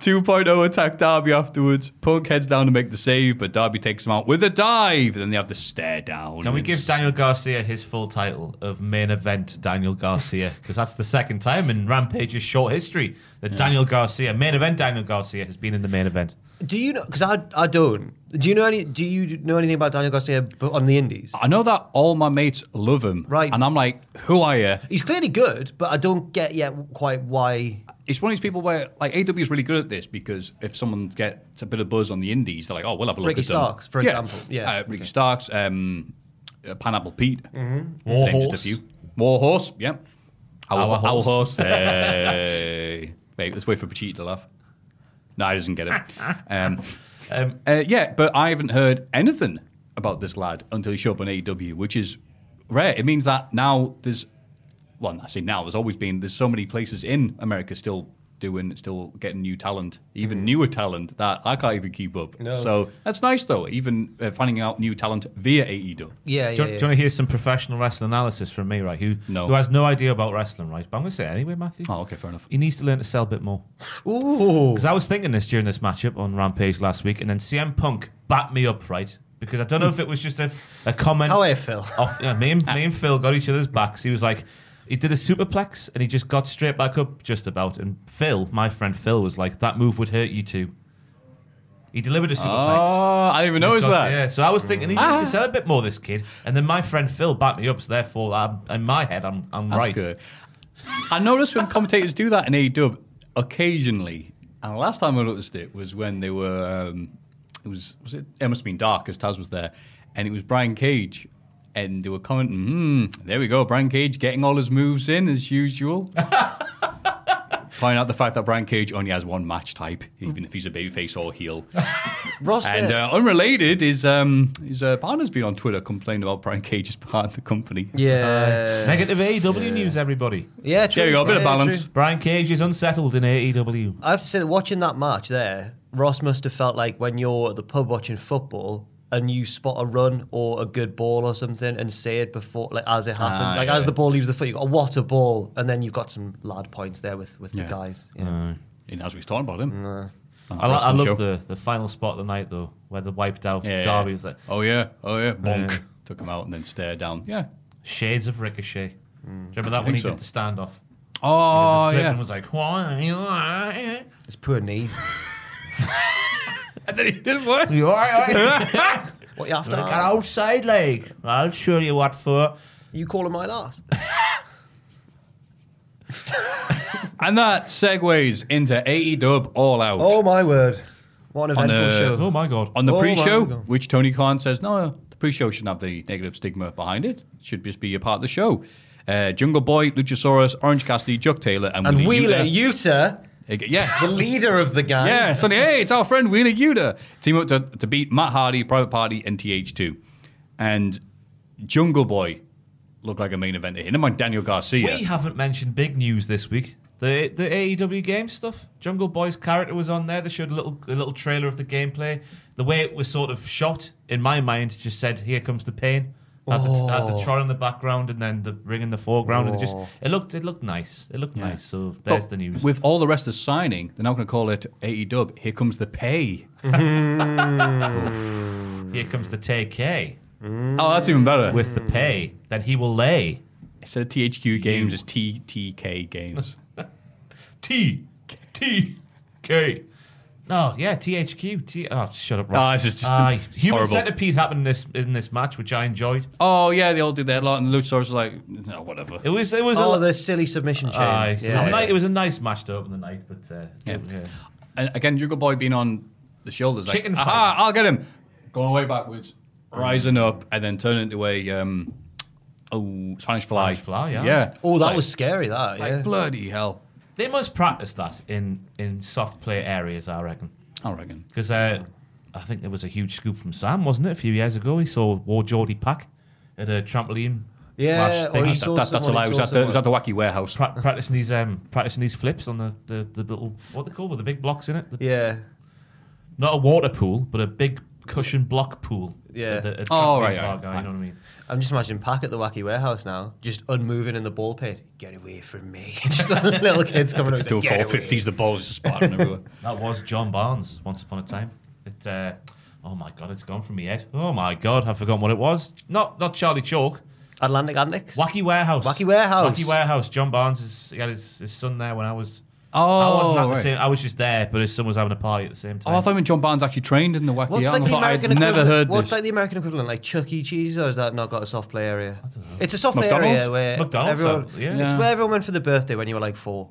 Speaker 3: 2.0 attack Darby afterwards. Punk heads down to make the save, but Darby takes him out with a dive. Then they have the stare down.
Speaker 4: Can we
Speaker 3: It's-
Speaker 4: give Daniel Garcia his full title of main event Daniel Garcia? Because that's the second time in Rampage's short history that Daniel Garcia, main event Daniel Garcia, has been in the main event.
Speaker 5: Do you know? Because I, I don't. Do you know any? Do you know anything about Daniel Garcia b- on the Indies?
Speaker 3: I know that all my mates love him.
Speaker 5: Right.
Speaker 3: And I'm like, who are you?
Speaker 5: He's clearly good, but I don't get yet quite why.
Speaker 3: It's one of these people where, like, AW is really good at this because if someone gets a bit of buzz on the indies, they're like, oh, we'll have a look
Speaker 5: Ricky
Speaker 3: at them.
Speaker 5: Starks, for example. Yeah.
Speaker 3: Uh, Ricky Starks, um, uh, Pineapple Pete.
Speaker 5: Mm-hmm.
Speaker 4: War
Speaker 3: Name
Speaker 4: Horse.
Speaker 3: Just a few. War Horse, yeah. Our,
Speaker 4: Our
Speaker 3: our
Speaker 4: horse.
Speaker 3: horse. Hey. Wait, let's wait for Pachita to laugh. No, he doesn't get it. Um, uh, yeah, but I haven't heard anything about this lad until he showed up on AEW, which is rare. It means that now there's, well, I say now, there's always been, there's so many places in America still doing, still getting new talent, even newer talent that I can't even keep up. So that's nice, though, even uh, finding out new talent via E AEW.
Speaker 5: Yeah, yeah.
Speaker 4: Do you,
Speaker 5: yeah.
Speaker 4: want to hear some professional wrestling analysis from me, right? Who,
Speaker 3: No.
Speaker 4: who has no idea about wrestling, right? But I'm going to say it anyway, Matthew.
Speaker 3: Oh, okay, fair enough.
Speaker 4: He needs to learn to sell a bit more.
Speaker 5: Ooh.
Speaker 4: Because I was thinking this during this matchup on Rampage last week, and then CM Punk backed me up, right? Because I don't know if it was just a, a comment.
Speaker 5: How are you, Phil?
Speaker 3: Oh,
Speaker 4: off yeah, me, and, me and Phil got each other's backs. He was like, he did a superplex and he just got straight back up just about. And Phil, my friend Phil, was like, that move would hurt you too. He delivered a
Speaker 3: Oh,
Speaker 4: superplex.
Speaker 3: I didn't even notice
Speaker 4: Got-
Speaker 3: that.
Speaker 4: Yeah, so I was thinking he needs to sell a bit more, this kid. And then my friend Phil backed me up, so therefore, I'm, in my head, I'm, I'm
Speaker 3: That's
Speaker 4: right.
Speaker 3: good. I notice when commentators do that in AEW occasionally, and the last time I noticed it was when they were, um, it was, was it, it must have been dark because Taz was there, and it was Brian Cage, and they were commenting, hmm, there we go, Brian Cage getting all his moves in as usual. Point out the fact that Brian Cage only has one match type, even if he's a babyface or heel.
Speaker 5: Roster.
Speaker 3: And uh, unrelated is um, his uh, partner's been on Twitter complaining about Brian Cage's part of the company.
Speaker 5: yeah.
Speaker 4: Negative AEW news, everybody.
Speaker 5: yeah, true.
Speaker 3: There you go, a bit of
Speaker 5: Yeah,
Speaker 3: balance.
Speaker 5: true.
Speaker 4: Brian Cage is unsettled in E AEW.
Speaker 5: I have to say that watching that match there, Ross must have felt like when you're at the pub watching football and you spot a run or a good ball or something and say it before, like as it happened,
Speaker 3: Ah,
Speaker 5: like
Speaker 3: yeah.
Speaker 5: as the ball leaves the foot, you go, oh, what a ball, and then you've got some lad points there with with
Speaker 3: Yeah.
Speaker 5: the guys. Yeah. Uh,
Speaker 3: And as we was talking about
Speaker 5: Mm.
Speaker 3: Oh, him.
Speaker 4: I, lo- I
Speaker 3: wrestling
Speaker 4: love
Speaker 3: show.
Speaker 4: the, the final spot of the night, though, where they wiped out
Speaker 3: Yeah.
Speaker 4: Darby. It's like,
Speaker 3: oh yeah, oh yeah, bonk.
Speaker 4: Yeah.
Speaker 3: Took him out and then stare down. Yeah.
Speaker 4: Shades of Ricochet. Do you remember that
Speaker 3: Mm.
Speaker 4: when
Speaker 3: think
Speaker 4: he
Speaker 3: so.
Speaker 4: did the standoff?
Speaker 3: Oh
Speaker 4: the flip
Speaker 3: yeah.
Speaker 4: And was like, "Why?"
Speaker 5: It's poor knees.
Speaker 3: and then he didn't work.
Speaker 4: You all right?
Speaker 5: what you after?
Speaker 4: An outside leg. I'll show you what for.
Speaker 5: You calling my ass?
Speaker 3: And that segues into AEW All Out.
Speaker 5: oh my word! What an
Speaker 3: On
Speaker 5: eventful
Speaker 3: the-
Speaker 5: show.
Speaker 4: Oh my god.
Speaker 3: On the
Speaker 5: Oh, my
Speaker 3: pre-show,
Speaker 5: God.
Speaker 3: which Tony Khan says no, the pre-show shouldn't have the negative stigma behind it. It should just be a part of the show. Uh, Jungle Boy, Luchasaurus, Orange Cassidy, Chuck Taylor, and,
Speaker 5: And
Speaker 3: Wheeler.
Speaker 5: Wheeler Yuta,
Speaker 3: Yuta. Yes.
Speaker 5: the leader of the gang.
Speaker 3: Yeah, Sonny, hey, it's our friend Wheeler Yuta. Team up to, to beat Matt Hardy, Private Party, and TH2. And Jungle Boy looked like a main event. Him and Daniel Garcia.
Speaker 4: We haven't mentioned big news this week. The the AEW game stuff. Jungle Boy's character was on there. They showed a little a little trailer of the gameplay. The way it was sort of shot, in my mind, just said, "Here comes the pain." Had the, had
Speaker 3: Oh.
Speaker 4: the trot in the background and then the ring in the foreground, and it just it looked it looked nice. It looked nice. So there's
Speaker 3: But
Speaker 4: the news.
Speaker 3: With all the rest of signing, they're now going to call it AEW. Here comes the pay.
Speaker 4: Here comes the TK
Speaker 3: Oh, that's even better.
Speaker 4: with the pay. Then he will lay
Speaker 3: Instead of THQ games, it's TTK games.
Speaker 4: T T K. No, yeah, THQ. T- oh, shut up,
Speaker 3: Ah,
Speaker 4: Ross.
Speaker 3: this is just
Speaker 4: Ah, human
Speaker 3: horrible.
Speaker 4: centipede happened in this in this match, which I enjoyed.
Speaker 3: oh, yeah, they all do that a lot. And Luchasaurus is like, no, whatever.
Speaker 4: It was it was a
Speaker 5: Oh,
Speaker 4: li-
Speaker 5: the silly submission chain.
Speaker 4: aye, it, was
Speaker 5: yeah.
Speaker 4: a nice, it was a nice match to open the night, but uh,
Speaker 3: Yeah.
Speaker 4: it- yeah.
Speaker 3: And again, Jugo Boy being on the shoulders, like,
Speaker 4: Chicken
Speaker 3: aha, I'll get him. Going way backwards, rising up, and then turning into a um, oh Spanish fly.
Speaker 4: Spanish fly, yeah.
Speaker 3: Yeah.
Speaker 5: Oh, that
Speaker 3: Like-
Speaker 5: was scary. That.
Speaker 3: like,
Speaker 5: yeah.
Speaker 3: bloody hell.
Speaker 4: they must practice that in in soft play areas, I reckon,
Speaker 3: I reckon.
Speaker 4: because uh, I think there was a huge scoop from Sam, wasn't it, a few years ago? He saw War Geordie Pack at a trampoline
Speaker 5: Yeah,
Speaker 4: slash
Speaker 5: or he
Speaker 4: thingy.
Speaker 5: saw
Speaker 3: That, that's a
Speaker 5: someone,
Speaker 3: lie.
Speaker 5: he
Speaker 3: It was
Speaker 5: saw
Speaker 3: at the it was
Speaker 5: someone.
Speaker 3: at the wacky warehouse.
Speaker 4: Pra- practicing these um practicing these flips on the the, the little what they call with the big blocks in it. The-
Speaker 5: Yeah.
Speaker 4: Not a water pool, but a big cushion block pool.
Speaker 5: Yeah.
Speaker 4: At the- at
Speaker 3: Oh,
Speaker 4: trampoline
Speaker 3: right, right,
Speaker 4: park,
Speaker 3: right.
Speaker 4: You know what I mean?
Speaker 5: I'm just imagining Pack at the wacky warehouse now, just unmoving in the ball pit. Get away from me. just little kids coming up.
Speaker 3: Do a
Speaker 5: saying, "Get away."
Speaker 3: 450s, the balls just splatting everywhere.
Speaker 4: That was John Barnes once upon a time. It, uh, oh my god, it's gone from me head. Oh my god, I've forgotten what it was. Not not Charlie Chalk.
Speaker 5: Atlantic Antics.
Speaker 4: Wacky Warehouse.
Speaker 5: Wacky Warehouse.
Speaker 4: Wacky Warehouse. John Barnes is, he had his, his son there when I was.
Speaker 3: Oh,
Speaker 4: I wasn't at the
Speaker 3: right.
Speaker 4: same. I was just there, but his son was having a party at the same
Speaker 3: Oh, I
Speaker 4: time.
Speaker 3: thought when John Barnes actually trained in the wacky.
Speaker 5: What's
Speaker 3: yeah,
Speaker 5: like
Speaker 3: I
Speaker 5: the
Speaker 3: thought
Speaker 5: American
Speaker 3: I'd never
Speaker 5: equivalent-
Speaker 3: heard
Speaker 5: What's
Speaker 3: this.
Speaker 5: like the American equivalent? Like Chuck E. Cheese, or has that not got a soft play area? It's a soft play
Speaker 3: McDonald's?
Speaker 5: area where
Speaker 4: McDonald's,
Speaker 5: everyone.
Speaker 4: uh, yeah.
Speaker 3: Yeah.
Speaker 5: It's where everyone went for the birthday when you were like four.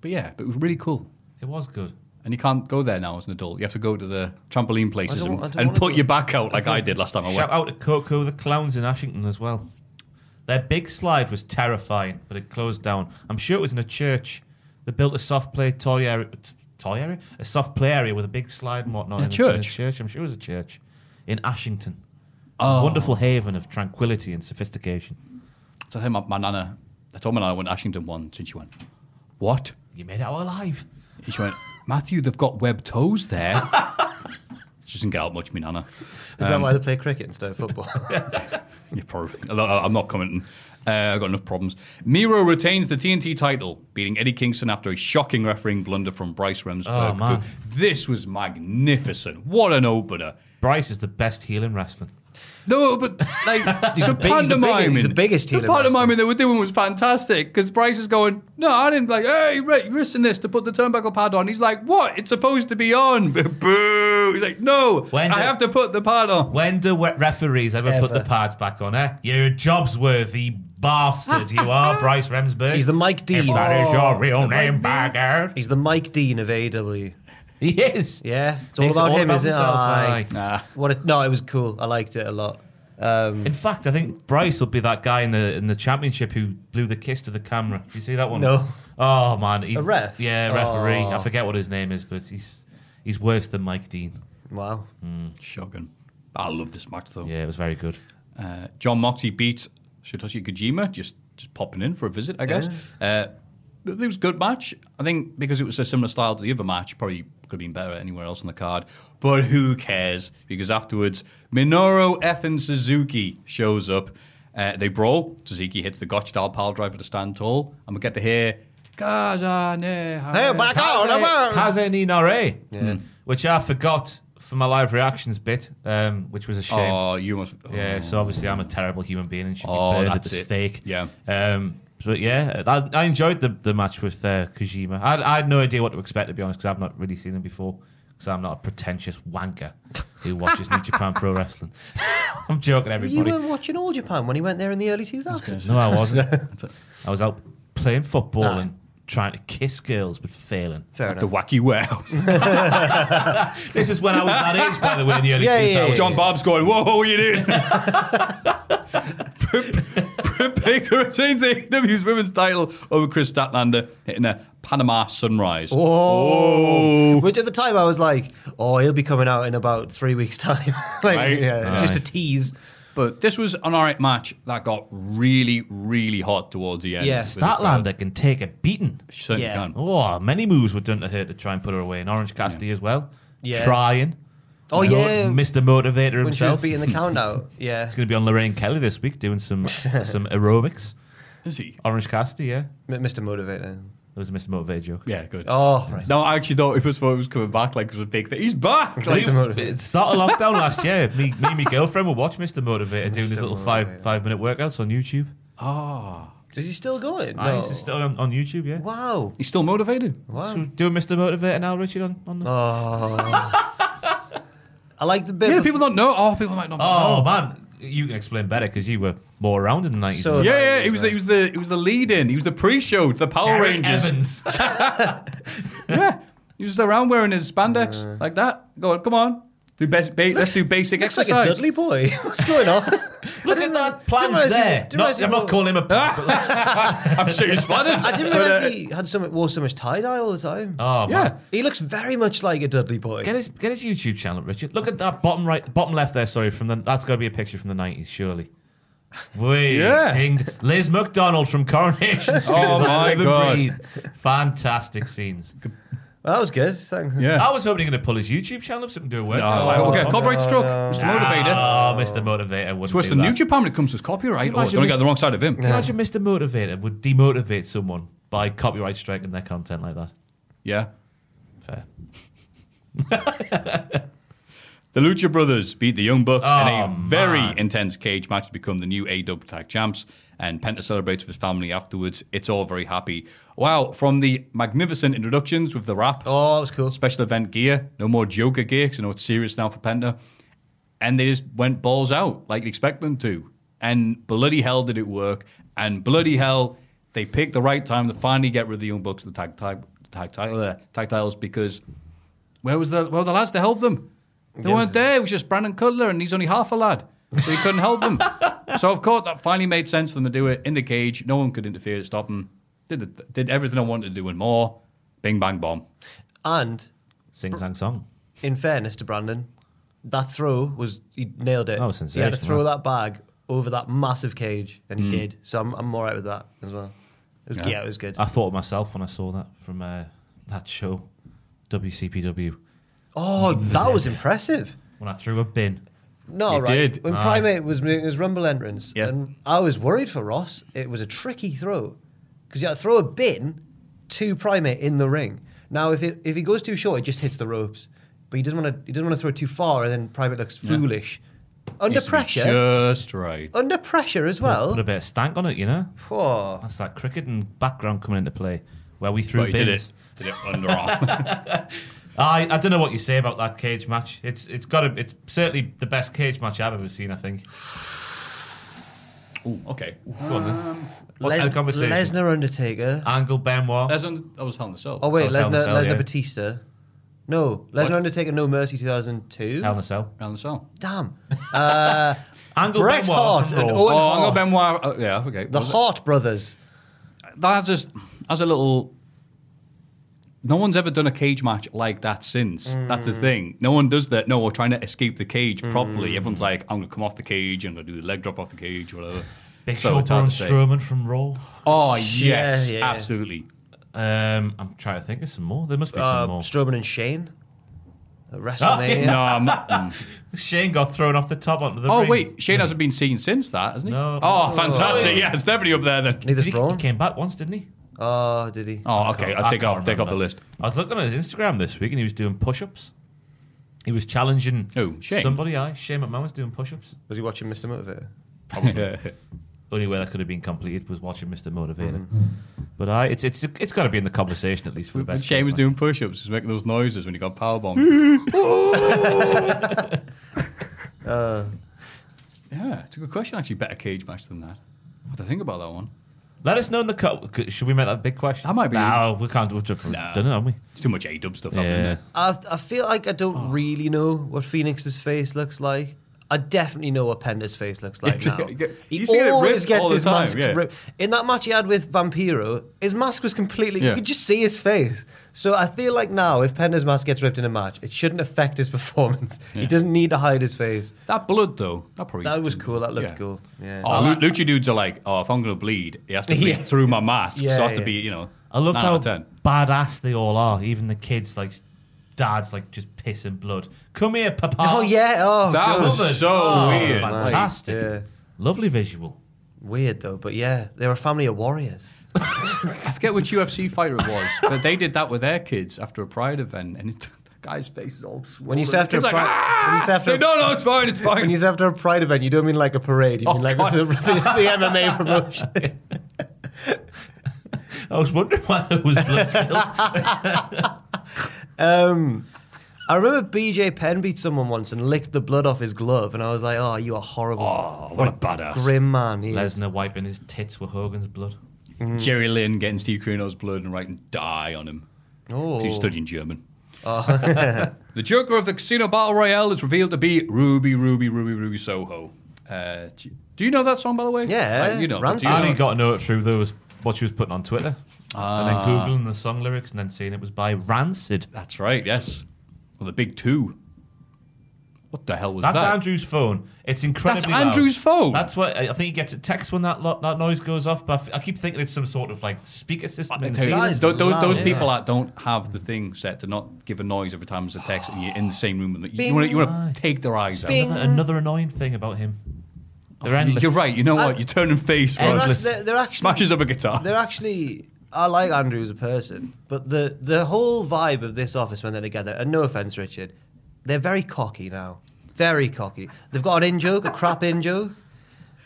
Speaker 3: But yeah, but it was really cool.
Speaker 4: it was good.
Speaker 3: And you can't go there now as an adult. You have to go to the trampoline places
Speaker 5: don't-
Speaker 3: and,
Speaker 5: I don't
Speaker 3: and
Speaker 5: wanna
Speaker 3: put
Speaker 5: go.
Speaker 3: your back out like I did last time I went.
Speaker 4: Shout out to Coco the Clowns in Ashington as well. Their big slide was terrifying, but it closed down. I'm sure it was in a church. They built a soft play toy area, t- toy area, a soft play area with a big slide and whatnot.
Speaker 3: In a
Speaker 4: the-
Speaker 3: church?
Speaker 4: in church. I'm sure it was a church in Ashington. A wonderful haven of tranquility and sophistication.
Speaker 3: So I think my, my nana, I told my nana I went to Ashington once, and she went, "What?"
Speaker 4: You made it out alive.
Speaker 3: And she went, "Matthew, they've got web toes there." she doesn't get out much, me nana.
Speaker 5: Is
Speaker 3: Um,
Speaker 5: that why they play cricket instead of football?
Speaker 3: You're probably. although I- I'm not commenting. Uh, I've got enough problems. Miro retains the TNT title, beating Eddie Kingston after a shocking refereeing blunder from Bryce Remsburg.
Speaker 4: Oh, man.
Speaker 3: who- This was magnificent. What an opener.
Speaker 4: Bryce is the best heel in wrestling.
Speaker 3: No, but like the
Speaker 5: big- he's the big-
Speaker 3: pantomiming,
Speaker 5: he's the biggest heel
Speaker 3: The
Speaker 5: in wrestling.
Speaker 3: pantomiming they were doing was fantastic because Bryce is going, "No, I didn't like. Hey, Rick, you're missing this to put the turnbuckle pad on." He's like, "What? It's supposed to be on." Boo! He's like, "No,
Speaker 4: When
Speaker 3: I
Speaker 4: the-
Speaker 3: have to put the pad on."
Speaker 4: When do we- referees ever, put
Speaker 5: Ever.
Speaker 4: the pads back on? Eh? You're a jobsworthy bastard. You are Bryce Remsburg.
Speaker 5: He's the Mike
Speaker 4: If
Speaker 5: Dean.
Speaker 4: that is your real name, bagger.
Speaker 5: He's the Mike Dean of AW.
Speaker 4: He is.
Speaker 5: Yeah, it's all
Speaker 4: Makes it
Speaker 5: about
Speaker 4: all
Speaker 5: him,
Speaker 4: about
Speaker 5: isn't it? Oh,
Speaker 4: himself,
Speaker 5: Aye.
Speaker 4: aye. Nah.
Speaker 5: What? A, no, it was cool. I liked it a lot. Um,
Speaker 4: In fact, I think Bryce will be that guy in the in the championship who blew the kiss to the camera. Did you see that one?
Speaker 5: No.
Speaker 4: Oh man, he,
Speaker 5: A ref?
Speaker 4: Yeah, referee.
Speaker 5: Oh.
Speaker 4: I forget what his name is, but he's he's worse than Mike Dean.
Speaker 5: wow.
Speaker 3: Shocking. I love this match though.
Speaker 4: Yeah, it was very good.
Speaker 3: Uh, John Moxley beats Satoshi Kojima, just just popping in for a visit, I guess. Uh, it was a good match. I think because it was a similar style to the other match, probably could have been better anywhere else on the card. But who cares? Because afterwards, Minoru effing Suzuki shows up. Uh, they brawl. Suzuki hits the Gotch style pile driver to stand tall, and we get to hear. Kazane,
Speaker 5: Hey, back out, I'm out.
Speaker 4: Kaze ni Nare,
Speaker 3: Hmm.
Speaker 4: which I forgot for my live reactions bit, um, which was a shame.
Speaker 3: Oh, you must.
Speaker 4: Yeah, so obviously I'm a terrible human being and should
Speaker 3: Oh,
Speaker 4: be burned at
Speaker 3: that's
Speaker 4: the
Speaker 3: it.
Speaker 4: stake.
Speaker 3: Yeah.
Speaker 4: Um, but yeah, I, I enjoyed the, the match with uh, Kojima. I, I had no idea what to expect, to be honest, because I've not really seen him before. Because I'm not a pretentious wanker who watches New Japan Pro Wrestling. I'm joking,
Speaker 5: You
Speaker 4: everybody.
Speaker 5: were watching All Japan when he went there in the early 2000s.
Speaker 4: No, I wasn't. I was out playing football and trying to kiss girls, but failing.
Speaker 5: Fair
Speaker 3: The
Speaker 5: enough.
Speaker 3: wacky wow.
Speaker 4: This is when I was that age, by the way, in the early
Speaker 5: Yeah, yeah, yeah.
Speaker 4: 2000s.
Speaker 3: John Bob's going, whoa, what are you doing? Baker retains AEW's women's title over Chris Statlander hitting a Panama sunrise.
Speaker 5: Oh. Which at the time I was like, oh, he'll be coming out in about three weeks' time. like,
Speaker 3: Right.
Speaker 5: yeah,
Speaker 4: Aye.
Speaker 5: just a tease.
Speaker 3: But this was an alright match that got really, really hot towards the end.
Speaker 5: Yeah.
Speaker 3: With the crowd.
Speaker 4: Statlander can take a beating.
Speaker 3: Certainly
Speaker 5: Yeah.
Speaker 3: can.
Speaker 4: Oh, many moves were done to her to try and put her away. And Orange Cassidy as well.
Speaker 5: Yeah.
Speaker 4: Trying.
Speaker 5: Oh,
Speaker 4: You know,
Speaker 5: yeah.
Speaker 4: Mr. Motivator
Speaker 5: when she was
Speaker 4: himself.
Speaker 5: beating the count out. Yeah.
Speaker 4: It's going to be on Lorraine Kelly this week doing some some aerobics.
Speaker 3: Is he?
Speaker 4: Orange Cassidy, yeah.
Speaker 5: M- Mr.
Speaker 4: That
Speaker 5: Motivator.
Speaker 4: was a Mr. Motivator joke.
Speaker 3: Yeah, good.
Speaker 5: Oh, right.
Speaker 3: No, I actually thought it was what was coming back like it was a big thing. He's back! Like,
Speaker 5: Mr. Motivator.
Speaker 4: It started lockdown last year. Me, me and my girlfriend would watch Mr. Motivator doing his little five five minute workouts on YouTube.
Speaker 3: ah.
Speaker 5: Is he still going?
Speaker 4: Aye,
Speaker 5: No.
Speaker 4: It's still on, on YouTube, yeah.
Speaker 5: Wow.
Speaker 3: he's still motivated.
Speaker 5: Wow.
Speaker 4: So doing Mr. Motivator now, Richard, on, on the...
Speaker 5: I like the bit.
Speaker 3: Yeah,
Speaker 5: bef-
Speaker 3: people don't know. Oh, people might not
Speaker 4: Oh,
Speaker 3: know.
Speaker 4: man. You can explain better because you were more around in the 90s.
Speaker 5: So-
Speaker 3: Yeah, yeah, he was, the, he was the he was the lead in. He was the pre-show, to the Power
Speaker 4: Derek
Speaker 3: Rangers.
Speaker 4: Evans.
Speaker 3: Yeah, he was around wearing his spandex like that. Going, come on, do best, ba- let's do basic
Speaker 5: Looks like
Speaker 3: exercise.
Speaker 5: a Dudley boy. What's going on?
Speaker 4: Look at that plan
Speaker 5: didn't realise he-
Speaker 4: there.
Speaker 5: didn't
Speaker 4: Not-
Speaker 5: realise he
Speaker 4: I'm not
Speaker 5: was-
Speaker 4: calling him a plan. but like-
Speaker 3: I'm sure you're splattered.
Speaker 5: I didn't realize he had so much, wore so much tie dye all the time.
Speaker 4: oh, man.
Speaker 3: uh, Yeah.
Speaker 5: He looks very much like a Dudley boy.
Speaker 4: Get his get his YouTube channel, Richard. Look at that bottom right, bottom left there. Sorry, from the that's got to be a picture from the nineties, surely. We
Speaker 3: Yeah.
Speaker 4: dinged Liz McDonald from Coronation Street.
Speaker 3: Oh
Speaker 4: is on
Speaker 3: my
Speaker 4: Live and
Speaker 3: God.
Speaker 4: Breathe. Fantastic scenes.
Speaker 5: Well, that was good. Thanks.
Speaker 3: Yeah.
Speaker 4: I was hoping you're going to pull his YouTube channel up so we can do a work.
Speaker 3: Oh, like, we'll get a copyright struck. Mr. Motivator.
Speaker 4: Oh, Mr. Motivator wouldn't
Speaker 3: It's worse
Speaker 4: do
Speaker 3: than
Speaker 4: that.
Speaker 3: New Japan when it comes to copyright. Oh,
Speaker 4: Imagine
Speaker 3: it's going to
Speaker 4: Mr.
Speaker 3: get the wrong side of him.
Speaker 4: Can you Imagine Mr. Motivator would demotivate someone by copyright striking their content like that.
Speaker 3: Yeah.
Speaker 4: Fair.
Speaker 3: The Lucha Brothers beat the Young Bucks in
Speaker 4: Oh,
Speaker 3: a very
Speaker 4: man.
Speaker 3: intense cage match to become the new AW Tag Champs, and Penta celebrates with his family afterwards. It's all very happy. Wow, from the magnificent introductions with the rap.
Speaker 5: Oh, that was cool.
Speaker 3: special event gear, no more Joker gear, because I know it's serious now for Penta. And they just went balls out like you expect them to. And bloody hell did it work. And bloody hell, they picked the right time to finally get rid of the Young Bucks, the tag, tag, tag, title, uh, tag titles, because where was the where were the lads to help them? They weren't there. It was just Brandon Cutler, and he's only half a lad, so he couldn't help them. so of course, that finally made sense for them to do it in the cage. No one could interfere to stop them. Did the, did everything I wanted to do and more. Bing bang bomb.
Speaker 5: And
Speaker 4: Sing, sang, song.
Speaker 5: in fairness to Brandon, that throw was he nailed it.
Speaker 4: That was
Speaker 5: He had to
Speaker 4: sensational.
Speaker 5: throw that bag over that massive cage, and he did. So I'm, I'm all right with that as well. It was, yeah. it was good.
Speaker 4: I thought of myself when I saw that from uh, that show, WCPW,
Speaker 5: oh, that was impressive.
Speaker 4: when I threw a bin.
Speaker 5: No,
Speaker 3: You
Speaker 5: right.
Speaker 3: did.
Speaker 5: When
Speaker 4: Aye.
Speaker 5: Primate was making his Rumble entrance,
Speaker 3: Yeah.
Speaker 5: and I was worried for Ross. It was a tricky throw because you had to throw a bin to Primate in the ring. Now, if it if he goes too short, it just hits the ropes. But he doesn't want to. He doesn't want to throw too far, and then Primate looks foolish. Under
Speaker 3: Needs to be
Speaker 5: pressure.
Speaker 3: Just right.
Speaker 5: Under pressure as
Speaker 4: Put
Speaker 5: well. Oh,
Speaker 4: a bit of stank on it, you know?
Speaker 5: Poor.
Speaker 4: That's that cricket and background coming into play where we threw
Speaker 3: But he did
Speaker 4: bins. Ah,
Speaker 3: it. Did it underarm.
Speaker 4: I, I don't know what you say about that cage match. It's it's got a, it's certainly the best cage match I've ever seen. I think.
Speaker 3: Ooh, okay.
Speaker 4: Go on then. What's
Speaker 5: Um, Les-
Speaker 4: the conversation?
Speaker 5: Lesnar Undertaker.
Speaker 4: Angle Benoit.
Speaker 3: That's on. That was Hell in a Cell.
Speaker 5: Oh wait,
Speaker 4: Oh, Hell in a
Speaker 5: Lesnar
Speaker 4: Cell,
Speaker 5: Lesnar
Speaker 4: yeah.
Speaker 5: Batista. No, Lesnar Undertaker No Mercy 2002.
Speaker 4: Hell in a Cell.
Speaker 3: Hell in a Cell.
Speaker 5: Damn.
Speaker 4: Angle
Speaker 5: Bret
Speaker 4: Benoit.
Speaker 5: Hart
Speaker 4: from
Speaker 5: and
Speaker 4: Raw.
Speaker 5: Owen-
Speaker 3: Oh,
Speaker 5: Hart.
Speaker 3: Angle Benoit. Uh, yeah, okay.
Speaker 5: The
Speaker 3: Was it-
Speaker 5: Hart Brothers.
Speaker 3: That's just as a little. No one's ever done a cage match like that since. That's the thing. No one does that. No, we're trying to escape the cage properly. Everyone's like, I'm gonna come off the cage and I'm gonna do the leg drop off the cage, whatever.
Speaker 4: Big
Speaker 3: So
Speaker 4: Show
Speaker 3: it's hard
Speaker 4: Braun
Speaker 3: to say.
Speaker 4: Strowman from Raw.
Speaker 3: Oh
Speaker 5: Yeah,
Speaker 3: yes,
Speaker 5: yeah.
Speaker 3: absolutely.
Speaker 4: Um, I'm trying to think of some more. There must be
Speaker 5: Uh,
Speaker 4: some more.
Speaker 5: Strowman and Shane. At WrestleMania.
Speaker 3: No, I'm not- mm.
Speaker 4: Shane got thrown off the top onto the
Speaker 3: oh
Speaker 4: ring.
Speaker 3: wait, Shane hasn't been seen since that, hasn't he?
Speaker 4: No.
Speaker 3: Oh, fantastic! Yeah, it's definitely up there then.
Speaker 5: Neither's
Speaker 4: Did he, he
Speaker 5: Braun.
Speaker 4: came back once, didn't he?
Speaker 5: Oh, did he?
Speaker 3: Oh, okay. I'll
Speaker 4: I
Speaker 3: take
Speaker 4: can't
Speaker 3: off. Take off the
Speaker 4: remember.
Speaker 3: list.
Speaker 4: I was looking at his Instagram this week and he was doing push-ups. He was challenging
Speaker 3: Who, Shane?
Speaker 4: somebody. I Shane McMahon was doing push-ups.
Speaker 5: Was he watching Mr. Motivator?
Speaker 4: only way that could have been completed was watching Mr. Motivator.
Speaker 3: Mm-hmm.
Speaker 4: But I, it's it's it's got to be in the conversation at least for the
Speaker 3: when
Speaker 4: best.
Speaker 3: Shane was
Speaker 4: case
Speaker 3: doing push-ups, he was making those noises when he got powerbombed.
Speaker 5: Uh,
Speaker 3: yeah, it's a good question. Actually, better cage match than that. I have to think about that one.
Speaker 4: match. Let us know in the co- c- should we make that a big question?
Speaker 3: That might be-
Speaker 4: No, we can't. We've just
Speaker 3: No.
Speaker 4: done it, haven't we?
Speaker 3: It's too much A-dub stuff happening
Speaker 4: Yeah.
Speaker 3: there.
Speaker 5: I, I feel like I don't
Speaker 3: Oh.
Speaker 5: really know what Phoenix's face looks like. I definitely know what Penda's face looks like now.
Speaker 3: You
Speaker 5: He
Speaker 3: see it
Speaker 5: always
Speaker 3: ripped
Speaker 5: gets
Speaker 3: all the
Speaker 5: his
Speaker 3: time,
Speaker 5: mask
Speaker 3: yeah.
Speaker 5: ripped. In that match he had with Vampiro, his mask was completely.
Speaker 3: Yeah.
Speaker 5: You could just see his face. So I feel like now, if Penda's mask gets ripped in a match, it shouldn't affect his performance. He doesn't need to hide his face.
Speaker 3: That blood, though, that probably...
Speaker 5: That was cool. That looked
Speaker 3: Yeah.
Speaker 5: cool. Yeah.
Speaker 3: Oh, Lu- Lucha dudes are like, oh, if I'm going to bleed, it has to bleed
Speaker 5: Yeah.
Speaker 3: through my mask.
Speaker 5: Yeah,
Speaker 3: so I have
Speaker 5: yeah.
Speaker 3: to be, you know,
Speaker 4: I loved
Speaker 3: nine out
Speaker 4: how
Speaker 3: of ten.
Speaker 4: badass they all are. Even the kids, like dads, like just piss and blood. Come here, Papa.
Speaker 5: Oh, yeah. Oh,
Speaker 3: That
Speaker 5: God.
Speaker 3: was so
Speaker 4: Oh,
Speaker 3: weird. Like,
Speaker 4: fantastic.
Speaker 5: Yeah.
Speaker 4: Lovely visual.
Speaker 5: weird though. But yeah, they're a family of warriors.
Speaker 3: I forget which UFC fighter it was, but they did that with their kids after a Pride event, and it, the guy's face is all swollen.
Speaker 5: When you say after
Speaker 3: He's
Speaker 5: a
Speaker 3: like,
Speaker 5: Pride-
Speaker 3: "Ah!"
Speaker 5: when you say after
Speaker 3: Say,
Speaker 5: a-
Speaker 3: no, no, it's fine, it's
Speaker 5: When
Speaker 3: fine.
Speaker 5: you say after a pride event, you don't mean like a parade. You mean like
Speaker 3: God.
Speaker 5: the, the, MMA promotion.
Speaker 4: I was wondering why there was blood spilled.
Speaker 5: Um, I remember BJ Penn beat someone once and licked the blood off his glove, and I was like, "Oh, you are horrible,
Speaker 3: Oh, what a badass.
Speaker 5: grim man." He is.
Speaker 4: Lesnar wiping his tits with Hogan's blood.
Speaker 3: Mm. Jerry Lynn getting Steve Carino's blood and writing die on him.
Speaker 5: Oh.
Speaker 3: 'Cause He's studying German. the Joker of the Casino Battle Royale is revealed to be Ruby, Ruby, Ruby, Ruby Soho. Uh, do you- do you know that song, by the way?
Speaker 5: Yeah,
Speaker 3: Like, you know. do
Speaker 5: Rancid.
Speaker 3: you
Speaker 4: I
Speaker 3: know
Speaker 4: only
Speaker 3: it?
Speaker 4: got to know it through those what she was putting on Twitter, and then googling the song lyrics, and then seeing it was by Rancid.
Speaker 3: That's right, yes. Well, the big two. What the hell was
Speaker 4: That's
Speaker 3: that?
Speaker 4: Andrew's phone. It's incredibly. loud.
Speaker 3: Andrew's phone?
Speaker 4: That's what I I think he gets a text when that lo- that noise goes off. But I, f- I keep thinking it's some sort of like speaker system. in the
Speaker 3: Tell you,
Speaker 5: That
Speaker 4: ceiling.
Speaker 5: is
Speaker 3: tho- those,
Speaker 5: loud,
Speaker 3: those
Speaker 5: yeah.
Speaker 3: people that don't have the thing set to not give a noise every time there's a text and you're in the same room with them. You want to you wanna take their eyes out.
Speaker 4: Another, another annoying thing about him. They're endless.
Speaker 3: You're right. You know what? You turn and face.
Speaker 5: They're,
Speaker 3: Rod.
Speaker 5: act- they're, they're actually
Speaker 3: Smashes up a guitar.
Speaker 5: They're actually. I like Andrew as a person, but the the whole vibe of this office when they're together. And no offense, Richard, they're very cocky now. Very cocky. They've got an in joke, a crap in joke.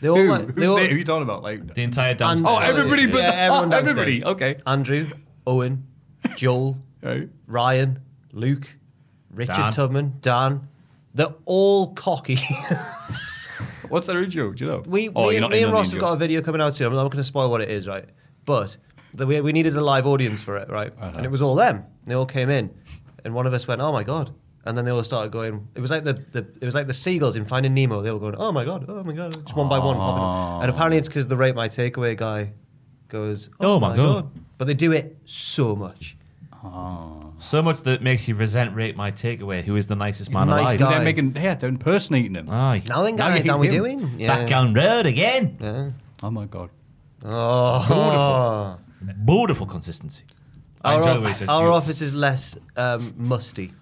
Speaker 5: They all
Speaker 3: Who?
Speaker 5: like-
Speaker 3: Who's
Speaker 5: they all-
Speaker 3: they? Who you talking about? Like,
Speaker 4: The entire
Speaker 5: And-
Speaker 4: downstairs.
Speaker 3: oh, everybody, but
Speaker 5: Yeah,
Speaker 3: the-
Speaker 5: everyone
Speaker 3: oh,
Speaker 5: downstairs.
Speaker 3: everybody. Okay.
Speaker 5: Andrew, Owen, Joel,
Speaker 3: Right.
Speaker 5: Ryan, Luke, Richard
Speaker 4: Dan.
Speaker 5: Tubman, Dan. They're all cocky.
Speaker 3: What's their intro? Do you know?
Speaker 5: we
Speaker 3: Oh,
Speaker 5: we,
Speaker 3: you're not
Speaker 5: me
Speaker 3: in
Speaker 5: and
Speaker 3: on the
Speaker 5: Ross have
Speaker 3: intro.
Speaker 5: got a video coming out soon. I'm not going to spoil what it is, right? But the, we, we needed a live audience for it, right? And it was all them. They all came in, and one of us went, "Oh my god." And then they all started going. It was like the, the it was like the seagulls in Finding Nemo. They were going, "Oh my god, oh my god!" Just one by one. popping up. And apparently, it's because the rate my takeaway guy goes, "Oh, my god. But they do it so much.
Speaker 4: So much that makes you resent rate my takeaway, who is the nicest man
Speaker 5: Nice
Speaker 4: alive.
Speaker 5: guy.
Speaker 3: They're making. Yeah, they're impersonating him.
Speaker 4: Aye.
Speaker 5: Now then,
Speaker 3: Now you
Speaker 5: guys,
Speaker 3: hate
Speaker 5: how we
Speaker 3: him.
Speaker 5: doing?
Speaker 4: Back on road again.
Speaker 3: Oh my god.
Speaker 5: Oh,
Speaker 4: Beautiful. Beautiful consistency. I
Speaker 5: Our,
Speaker 4: enjoy
Speaker 5: off-
Speaker 4: the way he says
Speaker 5: our
Speaker 4: beautiful.
Speaker 5: office is less um, musty.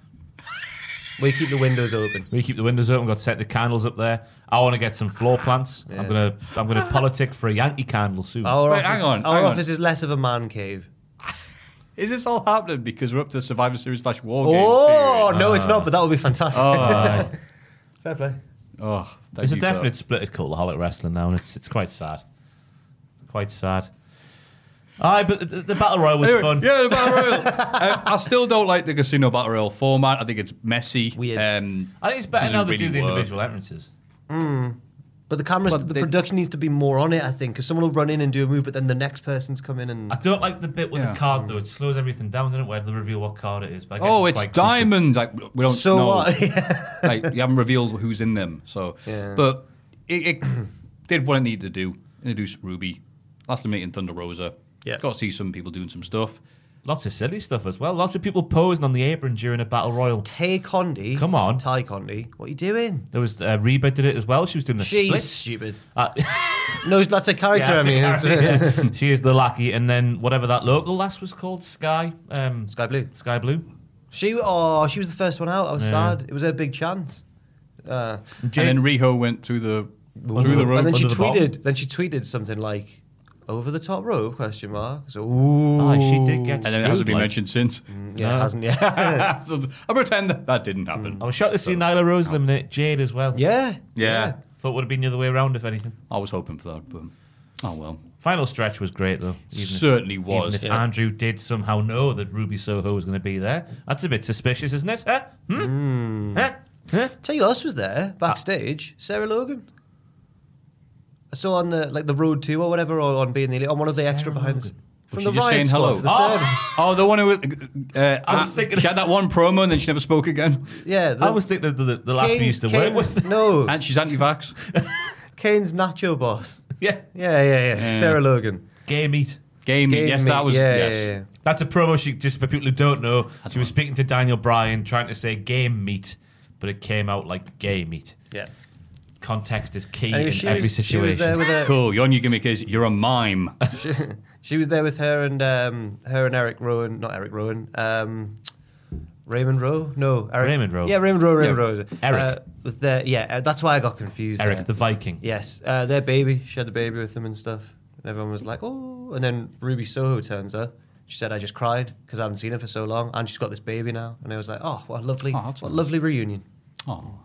Speaker 5: We keep the windows open.
Speaker 4: We keep the windows open. Got set the candles up there. I want to get some floor plants. I'm gonna I'm gonna politic for a Yankee candle soon.
Speaker 5: Our
Speaker 3: Wait,
Speaker 5: office,
Speaker 3: hang on,
Speaker 5: our
Speaker 3: hang on.
Speaker 5: office is less of a man cave.
Speaker 3: Is this all happening because we're up to Survivor Series slash War Game?
Speaker 5: Oh
Speaker 4: Ah.
Speaker 3: theory?
Speaker 5: no, it's not. But that would be fantastic. Fair play.
Speaker 3: Oh, thank
Speaker 4: There's a
Speaker 3: you for that.
Speaker 4: definite split at cultaholic wrestling now, and it's it's quite sad. It's quite sad. Aye, but the, the battle royal was
Speaker 3: Anyway,
Speaker 4: fun.
Speaker 3: Yeah, the battle royal. Um, I, I still don't like the casino battle royal format. I think it's messy.
Speaker 5: Weird.
Speaker 3: Um,
Speaker 4: I think it's better
Speaker 3: doesn't
Speaker 4: now they do
Speaker 3: really
Speaker 4: the
Speaker 3: work.
Speaker 4: individual entrances.
Speaker 5: But the cameras,
Speaker 3: But
Speaker 5: the
Speaker 3: they-
Speaker 5: production needs to be more on it, I think, because someone will run in and do a move, but then the next person's come in and
Speaker 4: I don't like the bit with
Speaker 3: Yeah.
Speaker 4: the card though. It slows everything down, doesn't it? Where they reveal what card it is. But I guess
Speaker 3: Oh,
Speaker 4: it's,
Speaker 3: it's
Speaker 4: quite crucial.
Speaker 3: diamond. Like we don't
Speaker 5: so
Speaker 3: know.
Speaker 5: what?
Speaker 3: like you haven't revealed who's in them. So,
Speaker 5: Yeah.
Speaker 3: but it, it did what it needed to do. Introduce Ruby, last eliminating Thunder Rosa.
Speaker 5: Yeah.
Speaker 3: got to see some people doing some stuff.
Speaker 4: Lots of silly stuff as well. Lots of people posing on the apron during a battle royal.
Speaker 5: Tay Condi,
Speaker 4: Come on.
Speaker 5: Tay Condi, what are you doing?
Speaker 4: There was uh, Reba did it as well. She was doing the
Speaker 5: She's
Speaker 4: split.
Speaker 5: stupid.
Speaker 4: Uh,
Speaker 5: No, that's a character.
Speaker 4: yeah,
Speaker 5: I mean,
Speaker 4: that's
Speaker 5: it's-
Speaker 4: a character, yeah. she is the lackey, and then whatever that local lass was called, Sky, um,
Speaker 5: Sky Blue.
Speaker 4: Sky Blue.
Speaker 5: She oh, she was the first one out. I was sad. It was her big chance. Uh,
Speaker 3: and then Riho went through the through the rope.
Speaker 5: and then she
Speaker 4: under the
Speaker 5: tweeted. Then she tweeted something like, "Over the top rope?" Question mark. So ooh,
Speaker 4: Aye, Ah, she did get.
Speaker 3: And then it hasn't
Speaker 4: screwed,
Speaker 3: been
Speaker 4: like. Mm.
Speaker 3: mentioned since.
Speaker 5: yeah, it hasn't yet.
Speaker 3: so I pretend that, that didn't happen.
Speaker 4: I was shocked to see Nyla Rose eliminate Jade as well.
Speaker 5: yeah,
Speaker 3: yeah,
Speaker 4: Thought would have been the other way around if anything.
Speaker 3: I was hoping for that, but oh well.
Speaker 4: Final stretch was great though. Even if-
Speaker 3: Certainly was.
Speaker 4: Even if
Speaker 3: Yeah.
Speaker 4: Andrew did somehow know that Ruby Soho was going to be there, that's a bit suspicious, isn't it? Huh? Hmm? Huh? Huh?
Speaker 5: Tell you who else was there backstage? Sarah Logan. I saw on the like the road two or whatever, or on being the Elite- on one of the extra behind the
Speaker 4: Logan.
Speaker 5: from
Speaker 3: she
Speaker 5: the
Speaker 3: just
Speaker 5: Riot
Speaker 3: saying
Speaker 5: Squad,
Speaker 3: hello?
Speaker 5: The
Speaker 4: Oh!
Speaker 5: third,
Speaker 3: Oh, the one who uh,
Speaker 4: I was
Speaker 3: uh,
Speaker 4: thinking-
Speaker 3: she had that one promo and then she never spoke again,
Speaker 5: yeah, the,
Speaker 4: I was thinking of the, the, the last we
Speaker 5: Kane's-
Speaker 4: used to work
Speaker 5: Kane's-
Speaker 4: with.
Speaker 5: No,
Speaker 3: and she's anti-vax.
Speaker 5: Kane's Nacho Boss.
Speaker 4: yeah.
Speaker 5: Yeah, yeah, yeah.
Speaker 3: Yeah.
Speaker 5: Sarah Logan.
Speaker 4: Gay meat.
Speaker 3: Game,
Speaker 5: Game
Speaker 3: yes, that
Speaker 5: meat.
Speaker 3: was
Speaker 5: Yeah,
Speaker 3: yes.
Speaker 5: yeah, yeah.
Speaker 4: That's a promo she, just for people who don't know. She was speaking to Daniel Bryan trying to say game meat, but it came out like gay meat.
Speaker 5: Yeah.
Speaker 4: Context is key
Speaker 5: Anyway,
Speaker 4: in
Speaker 5: she,
Speaker 4: every
Speaker 5: was- she was
Speaker 4: situation.
Speaker 5: there with her.
Speaker 3: Cool. Your new gimmick is you're a mime.
Speaker 5: She, she was there with her and um, her and Eric Rowan, not Eric Rowan, um, Raymond Rowe. No, Eric,
Speaker 4: Raymond Rowe.
Speaker 5: Yeah, Raymond Rowe. Raymond
Speaker 4: Yeah.
Speaker 5: Rowe.
Speaker 4: Eric.
Speaker 5: Uh, with their, yeah, uh, that's why I got confused.
Speaker 4: Eric
Speaker 5: there.
Speaker 4: the Viking.
Speaker 5: Yes, uh, their baby. She had the baby with them and stuff. And everyone was like, oh. And then Ruby Soho turns up. She said, I just cried because I haven't seen her for so long. And she's got this baby now. And I was like, oh, what a lovely,
Speaker 3: Oh, that's
Speaker 5: what a
Speaker 3: nice.
Speaker 5: lovely reunion.
Speaker 3: Oh.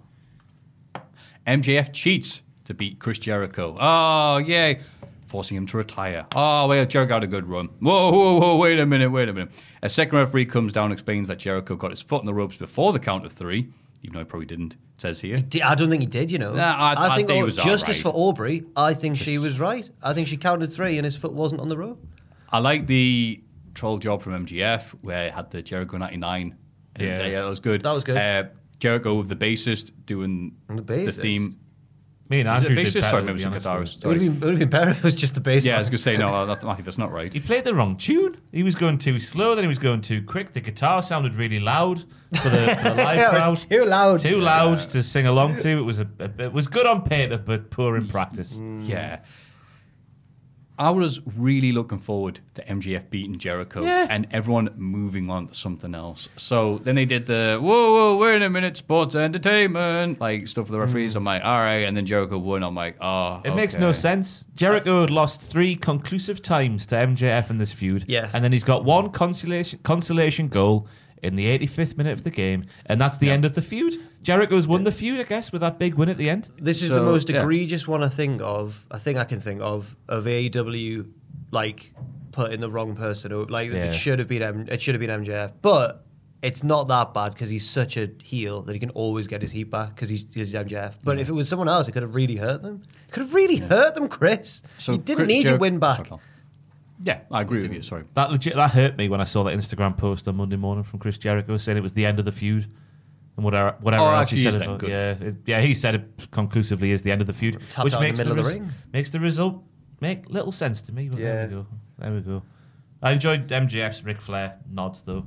Speaker 3: MJF cheats to beat Chris Jericho. Oh, yay. Forcing him to retire. Oh, wait, Jericho had a good run. Whoa, whoa, whoa, wait a minute, wait a minute. A second referee comes down and explains that Jericho got his foot in the ropes before the count of three, even though he probably didn't, it says here.
Speaker 5: Di- I don't think he did, you know.
Speaker 3: Nah, I- I think he
Speaker 5: Au-
Speaker 3: was all
Speaker 5: justice
Speaker 3: right.
Speaker 5: for Aubrey. I think she was right. I think she counted three and his foot wasn't on the rope.
Speaker 3: I like the troll job from MGF where it had the Jericho 99.
Speaker 4: Yeah.
Speaker 3: Yeah, that was good.
Speaker 5: That was good.
Speaker 3: Uh, Jericho with the bassist doing
Speaker 5: And the
Speaker 3: the
Speaker 5: bassist.
Speaker 3: theme.
Speaker 4: Me and
Speaker 3: Is it
Speaker 4: Andrew did
Speaker 3: bassist?
Speaker 4: better,
Speaker 3: Sorry,
Speaker 4: to
Speaker 3: maybe
Speaker 4: be
Speaker 3: it's a guitarist.
Speaker 4: honest with you.
Speaker 5: It would,
Speaker 3: Sorry.
Speaker 5: have been, it would have been better if it was just the bass.
Speaker 3: Yeah, I
Speaker 5: line.
Speaker 3: was going to say, no, that's, I think that's not right.
Speaker 4: He played the wrong tune. He was going too slow, then he was going too quick. The guitar sounded really loud for the, for the live
Speaker 5: Yeah, it
Speaker 4: crowd.
Speaker 5: was too loud.
Speaker 4: Too loud to sing along to. It was a, a- it was good on paper, but poor in practice.
Speaker 3: Mm.
Speaker 5: Mm.
Speaker 3: Yeah. I was really looking forward to MGF beating Jericho and everyone moving on to something else. So then they did the whoa, whoa, wait a minute, sports entertainment, like stuff for the referees.
Speaker 5: Mm.
Speaker 3: I'm like, all right. And then Jericho won. I'm like, oh.
Speaker 4: It makes no
Speaker 3: okay.
Speaker 4: sense. Jericho had lost three conclusive times to MJF in this feud.
Speaker 5: Yeah.
Speaker 4: And then he's got one consolation consolation goal in the 85th minute of the game, and that's the end of the feud. Jericho's won the feud, I guess, with that big win at the end.
Speaker 5: This is the
Speaker 3: So,
Speaker 5: most
Speaker 3: yeah.
Speaker 5: egregious one I think of. I think I can think of of AEW like putting the wrong person over. Like
Speaker 4: Yeah.
Speaker 5: it should have been M- it should have been MJF, but it's not that bad because he's such a heel that he can always get his heat back because he's, 'cause he's MJF. But if it was someone else, it could have really hurt them. It could have really hurt them, Chris. you didn't
Speaker 3: Chris
Speaker 5: need your
Speaker 3: Jericho-
Speaker 5: win back.
Speaker 3: Sorry, Paul. yeah, I agree with you. Sorry.
Speaker 4: That legit that hurt me when I saw that Instagram post on Monday morning from Chris Jericho saying it was the end of the feud. And whatever, whatever
Speaker 3: Oh,
Speaker 4: else
Speaker 3: actually,
Speaker 4: he said
Speaker 3: he's then
Speaker 4: about,
Speaker 3: good.
Speaker 4: yeah, it- yeah, he said it conclusively is the end of the feud,
Speaker 5: Tapped
Speaker 4: which
Speaker 5: out in the
Speaker 4: makes
Speaker 5: middle of the
Speaker 4: res-
Speaker 5: ring.
Speaker 4: makes the result make little sense to me. But
Speaker 5: Yeah.
Speaker 4: there we go, there we go. I enjoyed MJF's Ric Flair nods though.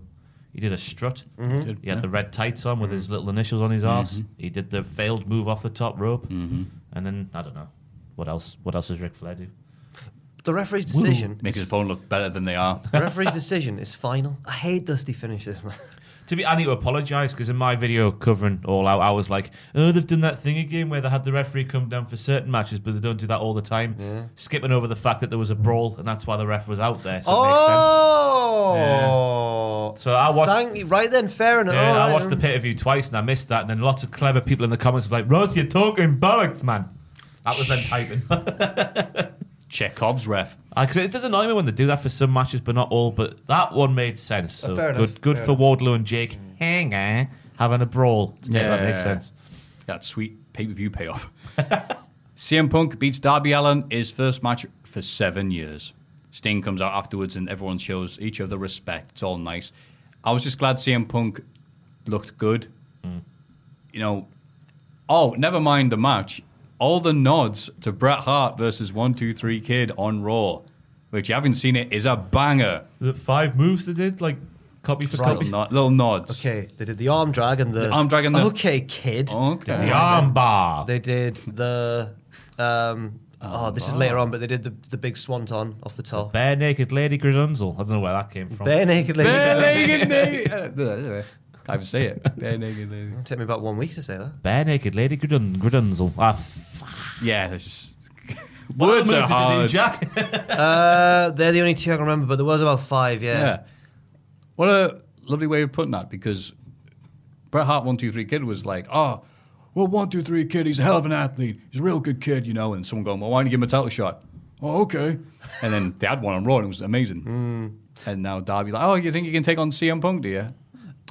Speaker 4: He did a strut.
Speaker 5: Mm-hmm.
Speaker 4: He had the red tights on with his little initials on his arse. He did the failed move off the top rope, and then I don't know what else. What else does Ric Flair do?
Speaker 5: The referee's decision.
Speaker 3: Makes his phone look better than they are.
Speaker 5: the referee's decision is final. I hate dusty finishes, man.
Speaker 4: To be, I need to apologise because in my video covering all out, I was like, "Oh, they've done that thing again where they had the referee come down for certain matches, but they don't do that all the time." Skipping Oh! over the fact that there was a brawl and that's why the ref was out there. So it makes sense.
Speaker 5: oh, thought.
Speaker 4: So I watched-
Speaker 5: Thank you. Right then, fair enough.
Speaker 4: Oh, Yeah,
Speaker 5: All
Speaker 4: I
Speaker 5: right.
Speaker 4: watched the pay per view twice and I missed that. And then lots of clever people in the comments were like, Ross, you're talking bollocks, man. That was them typing.
Speaker 3: Chekhov's ref.
Speaker 4: Because it does annoy me when they do that for some matches, but not all. But that one made sense. So
Speaker 5: Uh, fair enough,
Speaker 4: good, good
Speaker 5: fair
Speaker 4: for Wardlow and Jake Hanger having a brawl. Mm. Yeah, that makes sense.
Speaker 3: That sweet pay per view payoff. CM Punk beats Darby Allen his first match for seven years. Sting comes out afterwards and everyone shows each other respect. It's all nice. I was just glad CM Punk looked good. You know, oh, never mind the match. All the nods to Bret Hart versus 123 Kid on Raw, which you haven't seen it, is a banger.
Speaker 4: Was it five moves they did? Like copy for
Speaker 5: Right.
Speaker 4: copy?
Speaker 3: Little, nod, little nods.
Speaker 5: Okay, they did the arm drag and the,
Speaker 3: arm drag and the- Oh,
Speaker 5: Okay, kid.
Speaker 3: Okay.
Speaker 4: The arm bar.
Speaker 5: They did the. Um, oh, this is later on, but they did the, the big swanton off the top.
Speaker 4: Bare naked lady Grunzel. I don't know where that came from.
Speaker 5: Bare naked lady.
Speaker 3: Bare naked lady. Uh, I would say it. Bare naked lady.
Speaker 5: Took me about one week to say that.
Speaker 4: Bare naked lady Grudun- Grudunzel. Ah, fuck.
Speaker 3: Yeah, that's just
Speaker 4: Words
Speaker 3: are hard.
Speaker 4: Jack.
Speaker 5: Uh, they're the only two I can remember, but there was about five. Yeah.
Speaker 3: yeah. What a lovely way of putting that because Bret Hart one two three kid was like, oh, well one two three kid, he's a hell of an athlete, he's a real good kid, you know. And someone going, well, why don't you give him a title shot? Oh, okay. And then they had one on Raw and it was amazing. And now Darby like, oh, you think you can take on CM Punk, do you?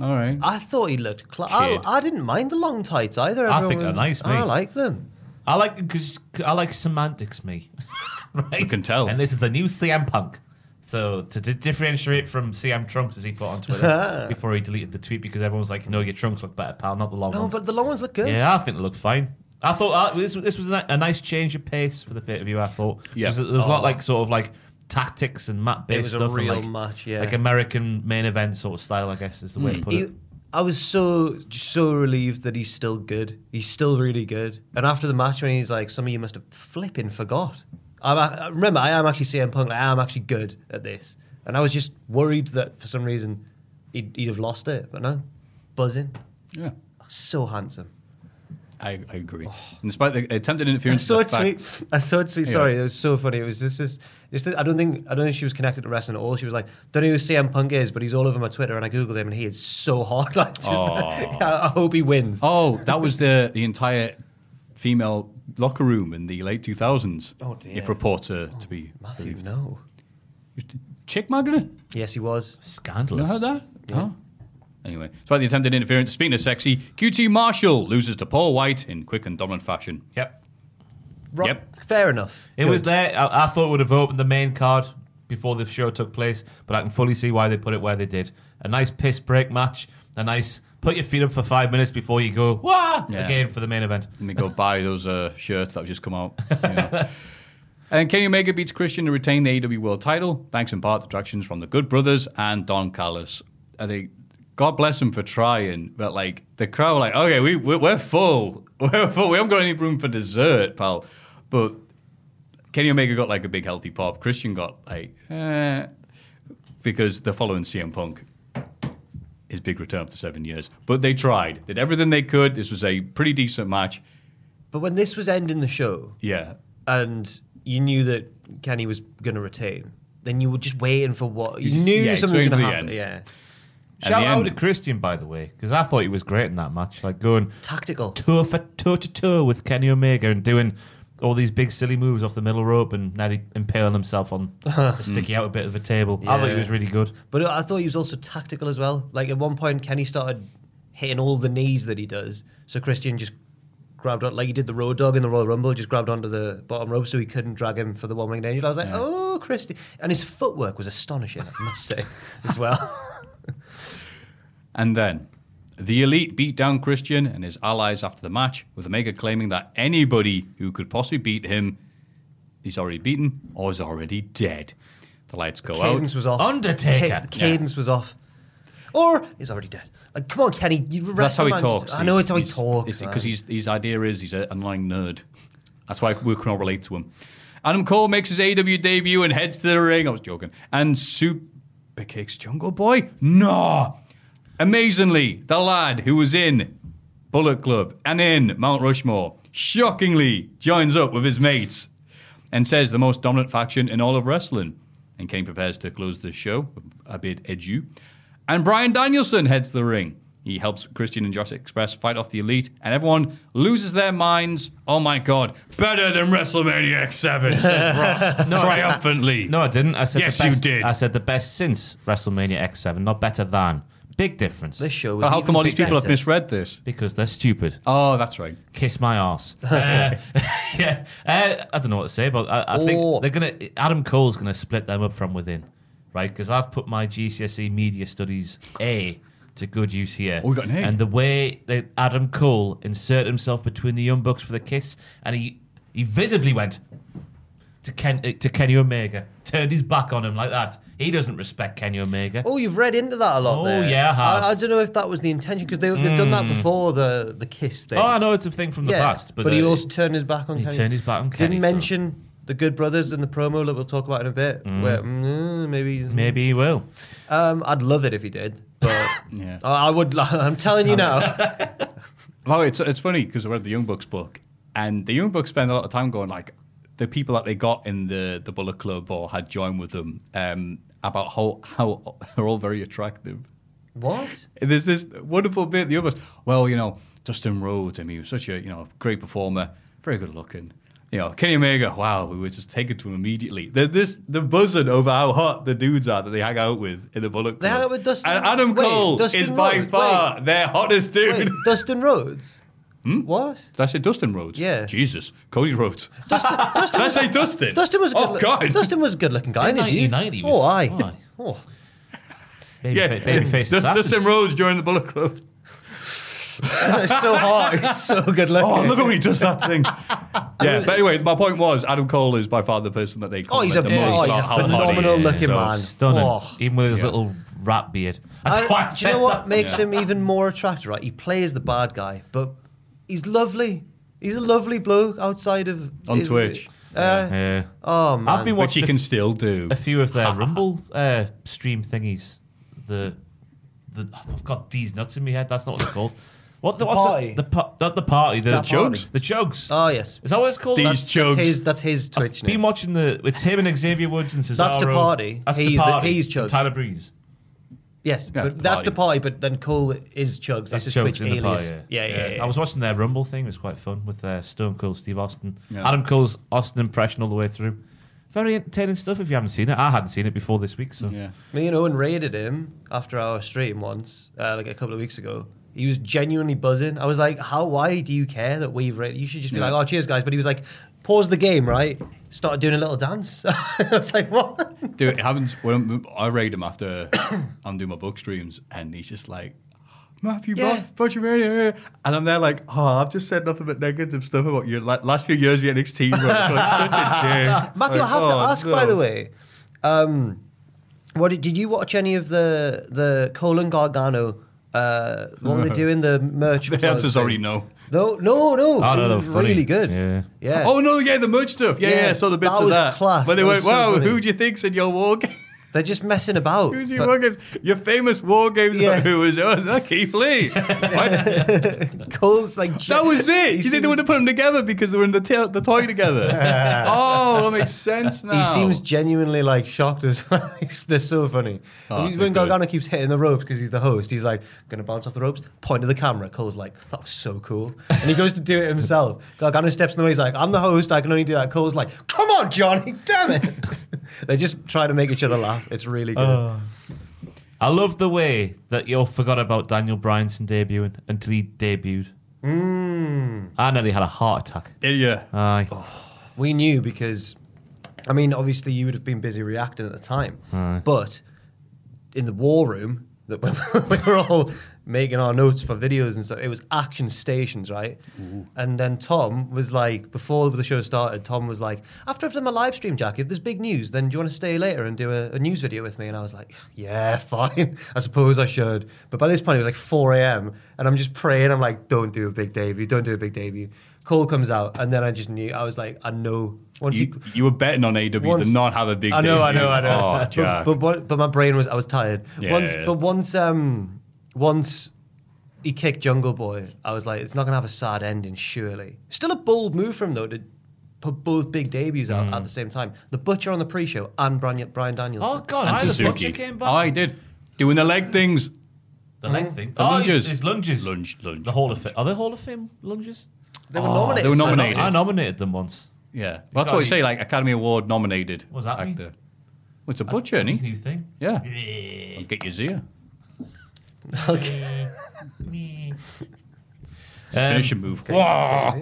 Speaker 3: All right.
Speaker 5: I thought he looked. Cl-
Speaker 4: Kid.
Speaker 5: I, I didn't mind the long tights either.
Speaker 4: I think
Speaker 5: everyone-
Speaker 4: they're nice,
Speaker 5: I
Speaker 4: mate.
Speaker 5: like them.
Speaker 4: I like because I like semantics, me. right?
Speaker 3: You can tell.
Speaker 4: And this is a new CM Punk. So to di- differentiate from CM Trunks, as he put on Twitter before he deleted the tweet, because everyone's like, "No, your trunks look better, pal, not the long
Speaker 5: No,
Speaker 4: ones."
Speaker 5: but the long ones look good.
Speaker 4: yeah, I think they look fine. I thought uh, this, this was a, ni- a nice change of pace for the pay per view. I thought
Speaker 3: Yeah.
Speaker 4: There's a- there's a lot like sort of like tactics and map
Speaker 5: Oh. It
Speaker 4: based
Speaker 5: was a
Speaker 4: stuff, and,
Speaker 5: real
Speaker 4: like,
Speaker 5: match, yeah. Mm.
Speaker 4: like American main event sort of style, I guess is the way to put it.
Speaker 5: He- I was so so relieved that he's still good. He's still really good. And after the match, when he's like, "Some of you must have flipping forgot." I'm, I I- remember, I am actually CM Punk. Like, I am actually good at this. And I was just worried that for some reason he'd, he'd have lost it, but no, buzzing.
Speaker 3: yeah.
Speaker 5: So handsome.
Speaker 3: I, I agree. And despite the attempted interference,
Speaker 5: so
Speaker 3: the
Speaker 5: it's
Speaker 3: fact-
Speaker 5: sweet. I saw it sweet. Sorry, it was so funny. It was just this. Just this I don't think I don't think she was connected to wrestling at all. She was like, don't know who CM Punk is, but he's all over my Twitter, and I googled him, and he is so hard. Like, just, I, I hope he wins.
Speaker 3: Oh, that was the the entire female locker room in the late 2000s.
Speaker 5: Oh, dear. Oh,
Speaker 3: If reporter to be
Speaker 5: Matthew, no.
Speaker 3: chick magnet.
Speaker 5: Yes, he was.
Speaker 3: You
Speaker 4: Scandalous.
Speaker 3: heard that? Huh? Anyway, despite the attempted interference, speaking of sexy, QT Marshall loses to Paul White in quick and dominant fashion.
Speaker 4: Yep.
Speaker 5: Ro-
Speaker 3: Yep.
Speaker 5: Fair enough.
Speaker 4: It was
Speaker 5: Good.
Speaker 4: there. I, I thought it would have opened the main card before the show took place, but I can fully see why they put it where they did. A nice piss break match. A nice put your feet up for five minutes before you go wah
Speaker 3: Yeah.
Speaker 4: again for the main event.
Speaker 3: Let me go buy those uh, shirts that have just come out. you know. and Kenny Omega beats Christian to retain the AEW World title, thanks in part to attractions from the Good Brothers and Don Callis. I think God bless them for trying, but like the crowd, were like okay, we we're, we're full, we're full, we haven't got any room for dessert, pal. But Kenny Omega got like a big healthy pop. Christian got like eh, because they're following CM Punk his big return after seven years. But they tried, did everything they could. This was a pretty decent match.
Speaker 5: But when this was ending the show,
Speaker 3: Yeah.
Speaker 5: and you knew that Kenny was going to retain, then you were just waiting for what you,
Speaker 3: just-
Speaker 5: knew
Speaker 3: yeah,
Speaker 5: something was
Speaker 3: it's
Speaker 5: going to
Speaker 3: waiting for
Speaker 5: happen.
Speaker 3: the
Speaker 5: Yeah,
Speaker 4: Shout
Speaker 3: the
Speaker 4: out
Speaker 3: end-
Speaker 4: to Christian, by the way, because I thought he was great in that match. Like going
Speaker 5: tactical.
Speaker 4: toe for toe to toe with Kenny Omega and doing all these big silly moves off the middle rope and now he impaling himself on a sticky out a bit of a table. I thought he
Speaker 5: Yeah.
Speaker 4: was really good.
Speaker 5: But I thought he was also tactical as well. Like at one point, Kenny started hitting all the knees that he does. So Christian just grabbed on, like he did the road dog in the Royal Rumble, just grabbed onto the bottom rope so he couldn't drag him for the one winged angel. I was like, oh, Christian. And his footwork was astonishing, I must say, as well.
Speaker 3: And then the elite beat down Christian and his allies after the match, with Omega claiming that anybody who could possibly beat him, he's already beaten or is already dead. The lights go
Speaker 5: Cadence
Speaker 3: out.
Speaker 5: was off.
Speaker 4: Undertaker.
Speaker 5: Ca- the cadence was off. Or he's already dead. Like, come on, Kenny. You
Speaker 3: That's how he
Speaker 5: wrestle, man.
Speaker 3: talks.
Speaker 5: I know it's how he
Speaker 3: He's-
Speaker 5: talks.
Speaker 3: it's-
Speaker 5: man.
Speaker 3: Because his his idea is he's an online nerd. That's why we can all relate to him. Adam Cole makes his AW debut and heads to the ring. I was joking. And super kicks Jungle Boy. No. Amazingly, the lad who was in Bullet Club and in Mount Rushmore shockingly joins up with his mates and says the most dominant faction in all of wrestling. And Kane prepares to close the show with a bit edu. and Brian Danielson heads the ring. He helps Christian and Josh Express fight off the elite, and everyone loses their minds. Oh my god, better than WrestleMania X 7, says Ross triumphantly.
Speaker 4: No, I didn't. I said
Speaker 3: Yes,
Speaker 4: the
Speaker 3: you
Speaker 4: best,
Speaker 3: did.
Speaker 4: I said the best since WrestleMania X7, not better than. Big difference.
Speaker 5: This show was.
Speaker 3: But how
Speaker 5: even
Speaker 3: come all these people have
Speaker 5: better.
Speaker 3: misread this?
Speaker 4: because they're stupid.
Speaker 3: Oh, that's right.
Speaker 4: Kiss my ass. Uh, yeah, uh, I don't know what to say, but I, I
Speaker 5: Oh.
Speaker 4: think they're gonna. Adam Cole's gonna split them up from within, right? Because I've put my GCSE E Media Studies A to good use here.
Speaker 3: Oh, we got an A.
Speaker 4: And the way that Adam Cole inserted himself between the Young Bucks for the kiss, and he he visibly went to Ken uh, to Kenny Omega, turned his back on him like that. He doesn't respect Kenny Omega.
Speaker 5: Oh, you've read into that a lot.
Speaker 4: Oh,
Speaker 5: there.
Speaker 4: yeah, I have. Hmm.
Speaker 5: I, I don't know if that was the intention because they, they've done that before the the kiss thing.
Speaker 4: Oh, I know it's a thing from the
Speaker 5: yeah,
Speaker 4: past, but,
Speaker 5: he
Speaker 4: uh,
Speaker 5: also turned his back on.
Speaker 4: he
Speaker 5: Kenny.
Speaker 4: turned his back on Kenny,
Speaker 5: Didn't
Speaker 4: so-
Speaker 5: mention the Good Brothers in the promo that we'll talk about in a bit. Where mm, maybe
Speaker 4: Hmm. maybe he will.
Speaker 5: Um, I'd love it if he did, but
Speaker 3: Yeah.
Speaker 5: I I would. I'm telling you now.
Speaker 3: Well, it's it's funny because I read the Young Bucks book, and the Young Bucks spend a lot of time going like the people that they got in the the Bullet Club or had joined with them um, about how how they're all very attractive.
Speaker 5: what?
Speaker 3: And there's this wonderful bit the others. Well, you know, Dustin Rhodes. I mean, he was such a you know great performer, very good looking. You know, Kenny Omega. Wow, we were just taken to him immediately. They're this the buzzing over how hot the dudes are that they hang out with in the Bullet Club.
Speaker 5: They hang out with Dustin-
Speaker 3: And Adam
Speaker 5: wait,
Speaker 3: Cole
Speaker 5: Dustin
Speaker 3: is by
Speaker 5: Rhodes,
Speaker 3: far their hottest dude.
Speaker 5: Wait, Dustin Rhodes. What?
Speaker 3: Did I say Dustin Rhodes?
Speaker 5: Yeah.
Speaker 3: Jesus. Cody Rhodes.
Speaker 5: Dustin,
Speaker 3: Did
Speaker 5: Dustin
Speaker 3: I
Speaker 5: was,
Speaker 3: say Dustin?
Speaker 5: Dustin was a good
Speaker 3: Oh,
Speaker 5: look-
Speaker 3: God.
Speaker 5: Dustin was a good looking guy in his youth.
Speaker 4: 1990 was-
Speaker 5: Oh, aye.
Speaker 4: aye.
Speaker 5: Oh.
Speaker 4: Baby,
Speaker 3: Yeah.
Speaker 4: fa- baby face
Speaker 3: Dust-
Speaker 4: assassin.
Speaker 3: Dustin Rhodes during the Bullet Club.
Speaker 5: It's so hot. He's so good looking.
Speaker 3: Oh, I love it when he does that thing. yeah, but anyway, my point was Adam Cole is by far the person that they
Speaker 5: Oh, he's a,
Speaker 3: the
Speaker 5: oh,
Speaker 3: most
Speaker 5: he's
Speaker 3: about
Speaker 5: a
Speaker 3: how hot he
Speaker 5: phenomenal
Speaker 3: is.
Speaker 5: looking
Speaker 3: So-
Speaker 5: man.
Speaker 4: Stunning.
Speaker 5: Oh.
Speaker 4: Even with his
Speaker 3: Yeah.
Speaker 4: little rat beard.
Speaker 5: I-
Speaker 4: That's why I
Speaker 5: do you know
Speaker 4: said
Speaker 5: what
Speaker 4: that.
Speaker 5: makes
Speaker 3: Yeah.
Speaker 5: him even more attractive? Right, he plays the bad guy, but he's lovely. He's a lovely bloke outside of
Speaker 3: On
Speaker 5: his-
Speaker 3: Twitch.
Speaker 5: Uh,
Speaker 4: Yeah.
Speaker 5: Oh man,
Speaker 4: I've been
Speaker 3: Which
Speaker 4: watching
Speaker 3: he
Speaker 4: a-
Speaker 3: can still do.
Speaker 4: a few of their Rumble uh, stream thingies. The, the I've got these nuts in my head. That's not what it's called. What the, what's
Speaker 5: party?
Speaker 4: The, the pa- not the party. The,
Speaker 5: That
Speaker 3: jugs?
Speaker 4: The jugs.
Speaker 5: Oh yes,
Speaker 4: Is that what it's called?
Speaker 3: These
Speaker 4: That's-
Speaker 3: jugs.
Speaker 5: That's his, that's his Twitch
Speaker 4: I've
Speaker 5: name.
Speaker 4: been watching the. It's him and Xavier Woods and Cesaro.
Speaker 5: That's the party.
Speaker 4: That's
Speaker 5: He's
Speaker 4: the
Speaker 5: the-
Speaker 4: party.
Speaker 5: he's Jugs.
Speaker 4: Tyler Breeze.
Speaker 5: yes,
Speaker 3: Yeah,
Speaker 5: but
Speaker 3: the
Speaker 5: that's
Speaker 3: party.
Speaker 5: the party. But then Cole is Chugs.
Speaker 4: It's
Speaker 5: That's his
Speaker 4: Jugs
Speaker 5: Twitch
Speaker 4: in the party,
Speaker 5: alias. Yeah, yeah, yeah.
Speaker 4: I was watching their Rumble thing. It was quite fun with uh, Stone Cold Steve Austin.
Speaker 3: Yeah.
Speaker 4: Adam Cole's Austin impression all the way through. Very entertaining stuff. If you haven't seen it, I hadn't seen it before this week. So
Speaker 3: yeah.
Speaker 5: Me and Owen raided him after our stream once, uh, like a couple of weeks ago. He was genuinely buzzing. I was like, "How? Why do you care that we've raided? You should just be
Speaker 3: Yeah.
Speaker 5: like, oh, cheers, guys.'" But he was like, "Pause the game, right?" Started doing a little dance. I was like, "What?"
Speaker 3: Dude, it happens when I raid him after I'm doing my book streams, and he's just like, Matthew,
Speaker 5: Yeah.
Speaker 3: yeah. bunch of radio. And I'm there like, oh, I've just said nothing but negative stuff about your la- last few years of your NXT run. I'm such a dick.
Speaker 5: Matthew, I
Speaker 3: Like,
Speaker 5: have
Speaker 3: "Oh,
Speaker 5: to ask, by
Speaker 3: no."
Speaker 5: the way, um, what did, did you watch any of the the Colin Gargano? Uh, what were they doing? The merch.
Speaker 3: The
Speaker 5: plug
Speaker 3: answer's
Speaker 5: thing?
Speaker 3: already Ah, no.
Speaker 5: No, no, no.
Speaker 4: Oh, no,
Speaker 5: it
Speaker 4: they
Speaker 5: was
Speaker 4: were funny.
Speaker 5: really good.
Speaker 4: Yeah.
Speaker 5: yeah.
Speaker 3: Oh no, yeah, the merch stuff. Yeah,
Speaker 5: Yeah,
Speaker 3: yeah, I saw the bits
Speaker 5: that
Speaker 3: of
Speaker 5: was
Speaker 3: that.
Speaker 5: class.
Speaker 3: But they
Speaker 5: That
Speaker 3: went,
Speaker 5: was so
Speaker 3: "Wow,
Speaker 5: funny."
Speaker 3: who do you think's in your war game?
Speaker 5: They're just messing about.
Speaker 3: Who's
Speaker 5: Fu-
Speaker 3: your war games? Your famous war games?
Speaker 5: Yeah.
Speaker 3: Who was yours? That Keith Lee. What?
Speaker 5: Cole's like
Speaker 3: That was it.
Speaker 5: He
Speaker 3: You think they would have put them together because they were in the tail the toy together? oh, that makes sense now.
Speaker 5: He seems genuinely like shocked as well. He's- They're so funny.
Speaker 3: Oh,
Speaker 5: He's-
Speaker 3: they're
Speaker 5: when
Speaker 3: good.
Speaker 5: Gargano keeps hitting the ropes because he's the host, he's like, gonna bounce off the ropes, point to the camera. Cole's like, that was so cool. And he goes to do it himself. Gargano steps in the way, he's like, I'm the host, I can only do that. Cole's like, come on, Johnny, damn it. they just try to make each other laugh. It's really good.
Speaker 3: Oh.
Speaker 4: I love the way that you all forgot about Daniel Bryanson debuting until he debuted.
Speaker 3: Hmm.
Speaker 4: Mm. I nearly had a heart attack.
Speaker 3: Did ya?
Speaker 4: Aye.
Speaker 3: Oh,
Speaker 5: we knew because, I mean, obviously you would have been busy reacting at the time, but in the war room that when we were all making our notes for videos and stuff, it was action stations, right? And then Tom was like, before the show started, Tom was like, after I've done my live stream, Jack, if there's big news, then do you want to stay later and do a, a news video with me? And I was like, yeah, fine. I suppose I should. But by this point, it was like 4 a.m. and I'm just praying. I'm like, don't do a big debut. Don't do a big debut. Cole comes out. And then I just knew, I was like, I know. Once he-
Speaker 3: You, you were betting on AW
Speaker 5: once-
Speaker 3: to not have a big.
Speaker 5: I know, I know, I
Speaker 3: debut.
Speaker 5: know.
Speaker 3: Oh,
Speaker 5: But-
Speaker 3: Jack.
Speaker 5: but, what- but my brain was I was tired.
Speaker 3: Yeah,
Speaker 5: once,
Speaker 3: yeah, yeah.
Speaker 5: but once um once he kicked Jungle Boy, I was like, it's not gonna have a sad ending, surely. Still a bold move from him, though to put both big debuts out
Speaker 3: Mm.
Speaker 5: at the same time. The Butcher on the pre-show and Brian, Brian Danielson.
Speaker 4: Oh, God.
Speaker 3: and
Speaker 4: I, the
Speaker 3: Suzuki.
Speaker 4: Butcher came back.
Speaker 3: I did. doing the leg things.
Speaker 4: The leg thing. Oh,
Speaker 3: The lunges.
Speaker 4: His, lunges.
Speaker 3: Lunge, lunge.
Speaker 4: The Hall of Fame. Are they Hall of Fame lunges?
Speaker 5: They were
Speaker 3: Oh,
Speaker 5: nominated.
Speaker 3: they were
Speaker 5: so not-
Speaker 3: nominated.
Speaker 4: I nominated them once.
Speaker 3: Yeah, well, that's what you say, like Academy Award nominated.
Speaker 4: What's that mean?
Speaker 3: actor. Well, it's a butcher, isn't
Speaker 4: It's a
Speaker 3: he?
Speaker 4: new thing.
Speaker 3: Yeah. I'll get your ear. Just
Speaker 4: Um,
Speaker 3: finish a move. Whoa!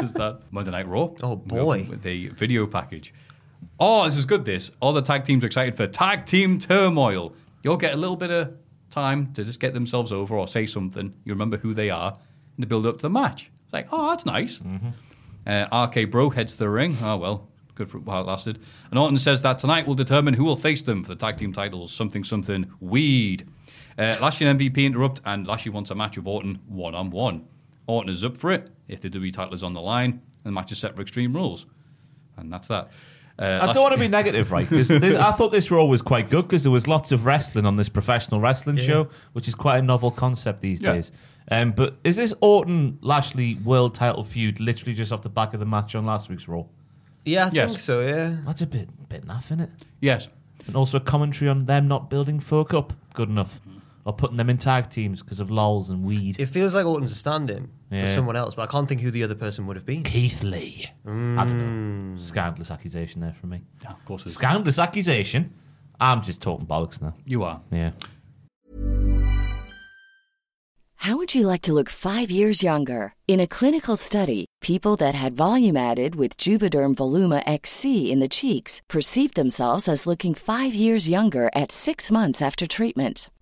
Speaker 3: Just that Monday Night Raw.
Speaker 5: Oh, boy.
Speaker 3: With the video package. Oh, this is good. This all the tag teams are excited for tag team turmoil. You'll get a little bit of time to just get themselves over or say something. You remember who they are and the build up to the match. It's like, oh, that's nice.
Speaker 5: Mm-hmm.
Speaker 3: Uh, RK Bro heads to the ring. Oh, well, good for while it lasted. And Orton says that tonight will determine who will face them for the tag team titles. Something, something, weed. Uh, Lashley and MVP interrupt, and Lashley wants a match with Orton one on one. Orton is up for it if the WWE title is on the line, and the match is set for Extreme Rules. And that's that. Uh,
Speaker 4: I
Speaker 3: Lash-
Speaker 4: don't want to be negative, right? 'cause this- I thought this Raw was quite good because there was lots of wrestling on this professional wrestling show, which is quite a novel concept these
Speaker 3: Yeah.
Speaker 4: days. Um, but is this Orton Lashley world title feud literally just off the back of the match on last week's Raw?
Speaker 5: Yeah, I
Speaker 3: Yes.
Speaker 5: think so. Yeah.
Speaker 4: That's a bit bit naff, is it?
Speaker 3: Yes.
Speaker 4: And also a commentary on them not building folk up good enough or putting them in tag teams because of lols and weed.
Speaker 5: It feels like Orton's a stand-in
Speaker 4: Yeah.
Speaker 5: for someone else, but I can't think who the other person would have been. Hmm.
Speaker 4: Keith Lee.
Speaker 3: Hmm.
Speaker 4: I don't know. Scandalous accusation there from me.
Speaker 3: Yeah, of course, it is.
Speaker 4: Scandalous accusation. I'm just talking bollocks now.
Speaker 3: you are.
Speaker 4: Yeah.
Speaker 8: How would you like to look five years younger? In a clinical study, people that had volume added with Juvederm Voluma XC in the cheeks perceived themselves as looking five years younger at six months after treatment.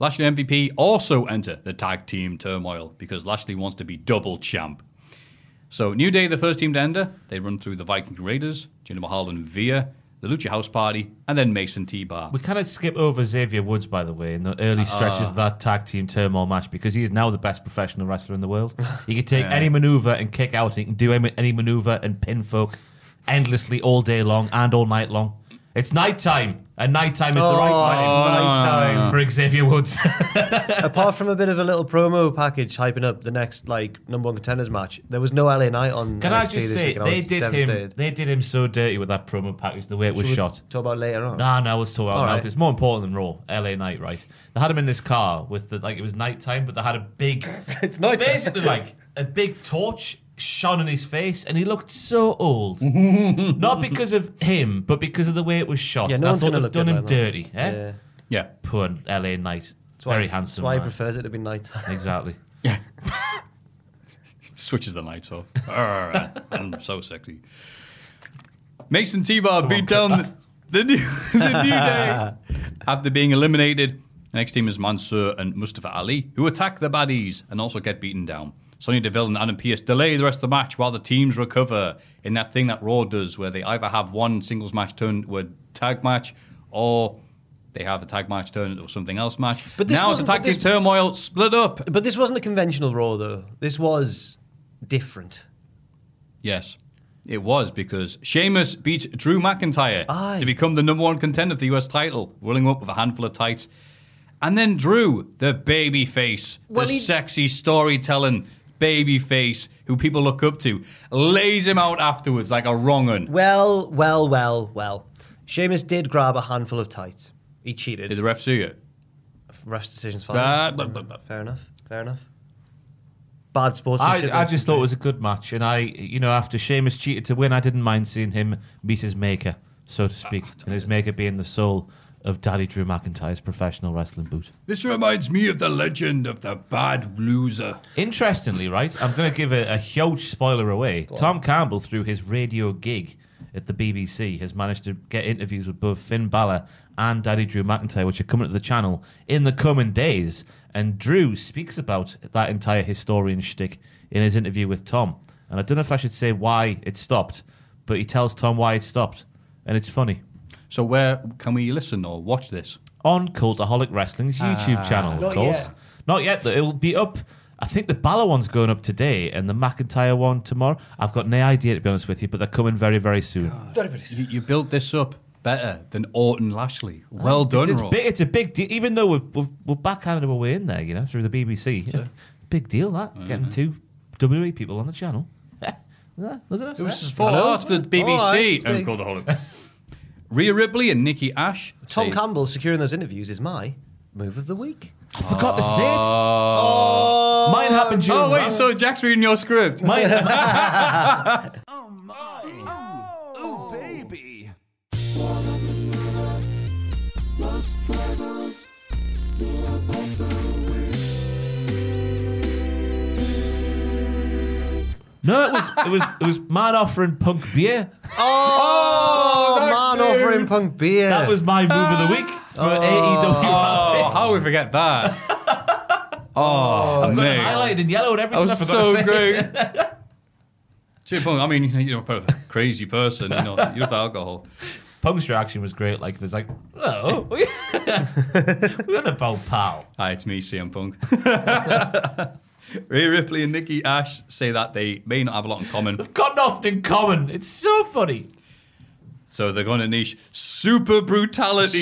Speaker 3: Lashley and MVP also enter the tag team turmoil because Lashley wants to be double champ. So New Day, the first team to enter, they run through the Viking Raiders, Jinder Mahal and Via, the Lucha House Party, and then Mason T-Bar.
Speaker 4: We kind of skip over Xavier Woods, by the way, in the early
Speaker 5: Ah.
Speaker 4: stretches of that tag team turmoil match because he is now the best professional wrestler in the world. He can take any maneuver and kick out. He can do any, any maneuver and pin folk endlessly all day long and all night long. It's night time, and night time
Speaker 5: Oh,
Speaker 4: is the right time
Speaker 5: nighttime.
Speaker 4: for Xavier Woods.
Speaker 5: Apart from a bit of a little promo package hyping up the next like number one contenders match, there was no LA Knight on.
Speaker 4: Can
Speaker 5: NXT
Speaker 4: I just
Speaker 5: this
Speaker 4: say
Speaker 5: week, and I
Speaker 4: they
Speaker 5: was
Speaker 4: did
Speaker 5: devastated.
Speaker 4: him? They did him so dirty with that promo package, the way it was
Speaker 5: Should we
Speaker 4: shot.
Speaker 5: Talk about later on.
Speaker 4: No, no, let's talk about it
Speaker 5: All
Speaker 4: now,
Speaker 5: right.
Speaker 4: 'cause It's more important than Raw. LA Night, right? They had him in this car with the like. It was nighttime, but they had a big.
Speaker 5: It's nighttime.
Speaker 4: Basically, like a big torch shone on his face, and he looked so old. Not because of him, but because of the way it was shot.
Speaker 5: Yeah,
Speaker 4: And
Speaker 5: no
Speaker 4: I
Speaker 5: one's
Speaker 4: thought
Speaker 5: gonna
Speaker 4: they've
Speaker 5: look
Speaker 4: done
Speaker 5: good
Speaker 4: him
Speaker 5: like that.
Speaker 4: dirty. Eh?
Speaker 5: Yeah.
Speaker 3: yeah.
Speaker 4: Poor LA Knight.
Speaker 5: That's why-
Speaker 4: Very handsome.
Speaker 5: That's why he
Speaker 4: man.
Speaker 5: prefers it to be nighttime.
Speaker 4: Exactly.
Speaker 3: Switches the lights off. Arr, I'm so sexy. Mason T-Bar beat down the, the, new, the New Day after being eliminated. The next team is Mansur and Mustafa Ali, who attack the baddies and also get beaten down. Sonya Deville and Adam Pearce delay the rest of the match while the teams recover in that thing that Raw does, where they either have one singles match turn to a tag match or they have a tag match turn into something else match. But now it's a
Speaker 5: wasn't-
Speaker 3: tag
Speaker 5: but
Speaker 3: team
Speaker 5: this-
Speaker 3: turmoil split up.
Speaker 5: But this wasn't a conventional Raw, though. This was different.
Speaker 3: Yes, it was because Sheamus beat Drew McIntyre to become the number one contender for the US title, rolling up with a handful of tights. And then Drew, the baby face,
Speaker 5: Well,
Speaker 3: the
Speaker 5: he-
Speaker 3: sexy storytelling baby face who people look up to, lays him out afterwards like a wrong un.
Speaker 5: Well, well, well, well. Seamus did grab a handful of tights. He cheated. Did
Speaker 3: the ref see it?
Speaker 5: Ref's decision's fine.
Speaker 3: Ah, blah, blah, blah.
Speaker 5: Fair enough. Fair enough. Bad sportsmanship.
Speaker 4: I, I just thought it was a good match, and I, you know, after Sheamus cheated to win, I didn't mind seeing him beat his maker, so to speak, and his maker being the soul of Daddy Drew McIntyre's professional wrestling boot.
Speaker 3: This reminds me of the legend of the bad loser.
Speaker 4: Interestingly, right, I'm going to give a, a huge spoiler away. Tom Campbell, through his radio gig at the BBC, has managed to get interviews with both Finn Balor and Daddy Drew McIntyre, which are coming to the channel in the coming days. And Drew speaks about that entire historian shtick in his interview with Tom. And I don't know if I should say why it stopped, but he tells Tom why it stopped, and it's funny.
Speaker 3: So where can we listen or watch this?
Speaker 4: On Cultaholic Wrestling's YouTube
Speaker 3: Ah.
Speaker 4: channel, of
Speaker 3: Not
Speaker 4: course.
Speaker 3: yet.
Speaker 4: Not yet, though. It'll be up. I think the Balor one's going up today and the McIntyre one tomorrow. I've got no idea, to be honest with you, but they're coming very, very soon.
Speaker 3: You, you built this up better than Orton Lashley. Well done,
Speaker 4: It's, it's,
Speaker 3: Raw.
Speaker 4: big, it's a big deal, even though we're, we're, we're backhanded our way in there, you know, through the BBC.
Speaker 3: Sure.
Speaker 4: Big deal, that. Getting two WWE people on the channel. Look at us.
Speaker 3: It was
Speaker 4: eh?
Speaker 3: just for
Speaker 4: Hello.
Speaker 3: art for the
Speaker 4: All
Speaker 3: BBC.
Speaker 4: right.
Speaker 3: and called the Holic. Rhea Ripley and Nikki Ash.
Speaker 5: Tom
Speaker 3: say-
Speaker 5: Campbell securing those interviews is my move of the week.
Speaker 4: I forgot to say it.
Speaker 3: Oh.
Speaker 4: Mine happened during
Speaker 3: Oh, wait,
Speaker 4: that.
Speaker 3: so Jack's reading your script.
Speaker 4: Mine- No, it was it was it was man offering punk beer.
Speaker 5: Oh, man offering punk beer.
Speaker 4: That was my move of the week for E AEW.
Speaker 3: Oh, how we forget that? oh,
Speaker 4: I've got it
Speaker 3: mate.
Speaker 4: highlighted in yellow and
Speaker 3: That
Speaker 4: everything.
Speaker 3: was
Speaker 4: I forgot
Speaker 3: so
Speaker 4: to say
Speaker 3: great.
Speaker 4: it.
Speaker 3: Two punk. I mean, you know, a crazy person. You know, you have alcohol.
Speaker 4: Punk's reaction was great. Like there's like, oh, we- we're on about pal.
Speaker 3: Hi, it's me, CM Punk. Rhea Ripley and Nikki Ash say that they may not have a lot in common. They've
Speaker 4: got nothing in common. It's so funny.
Speaker 3: So they're going to niche super brutality.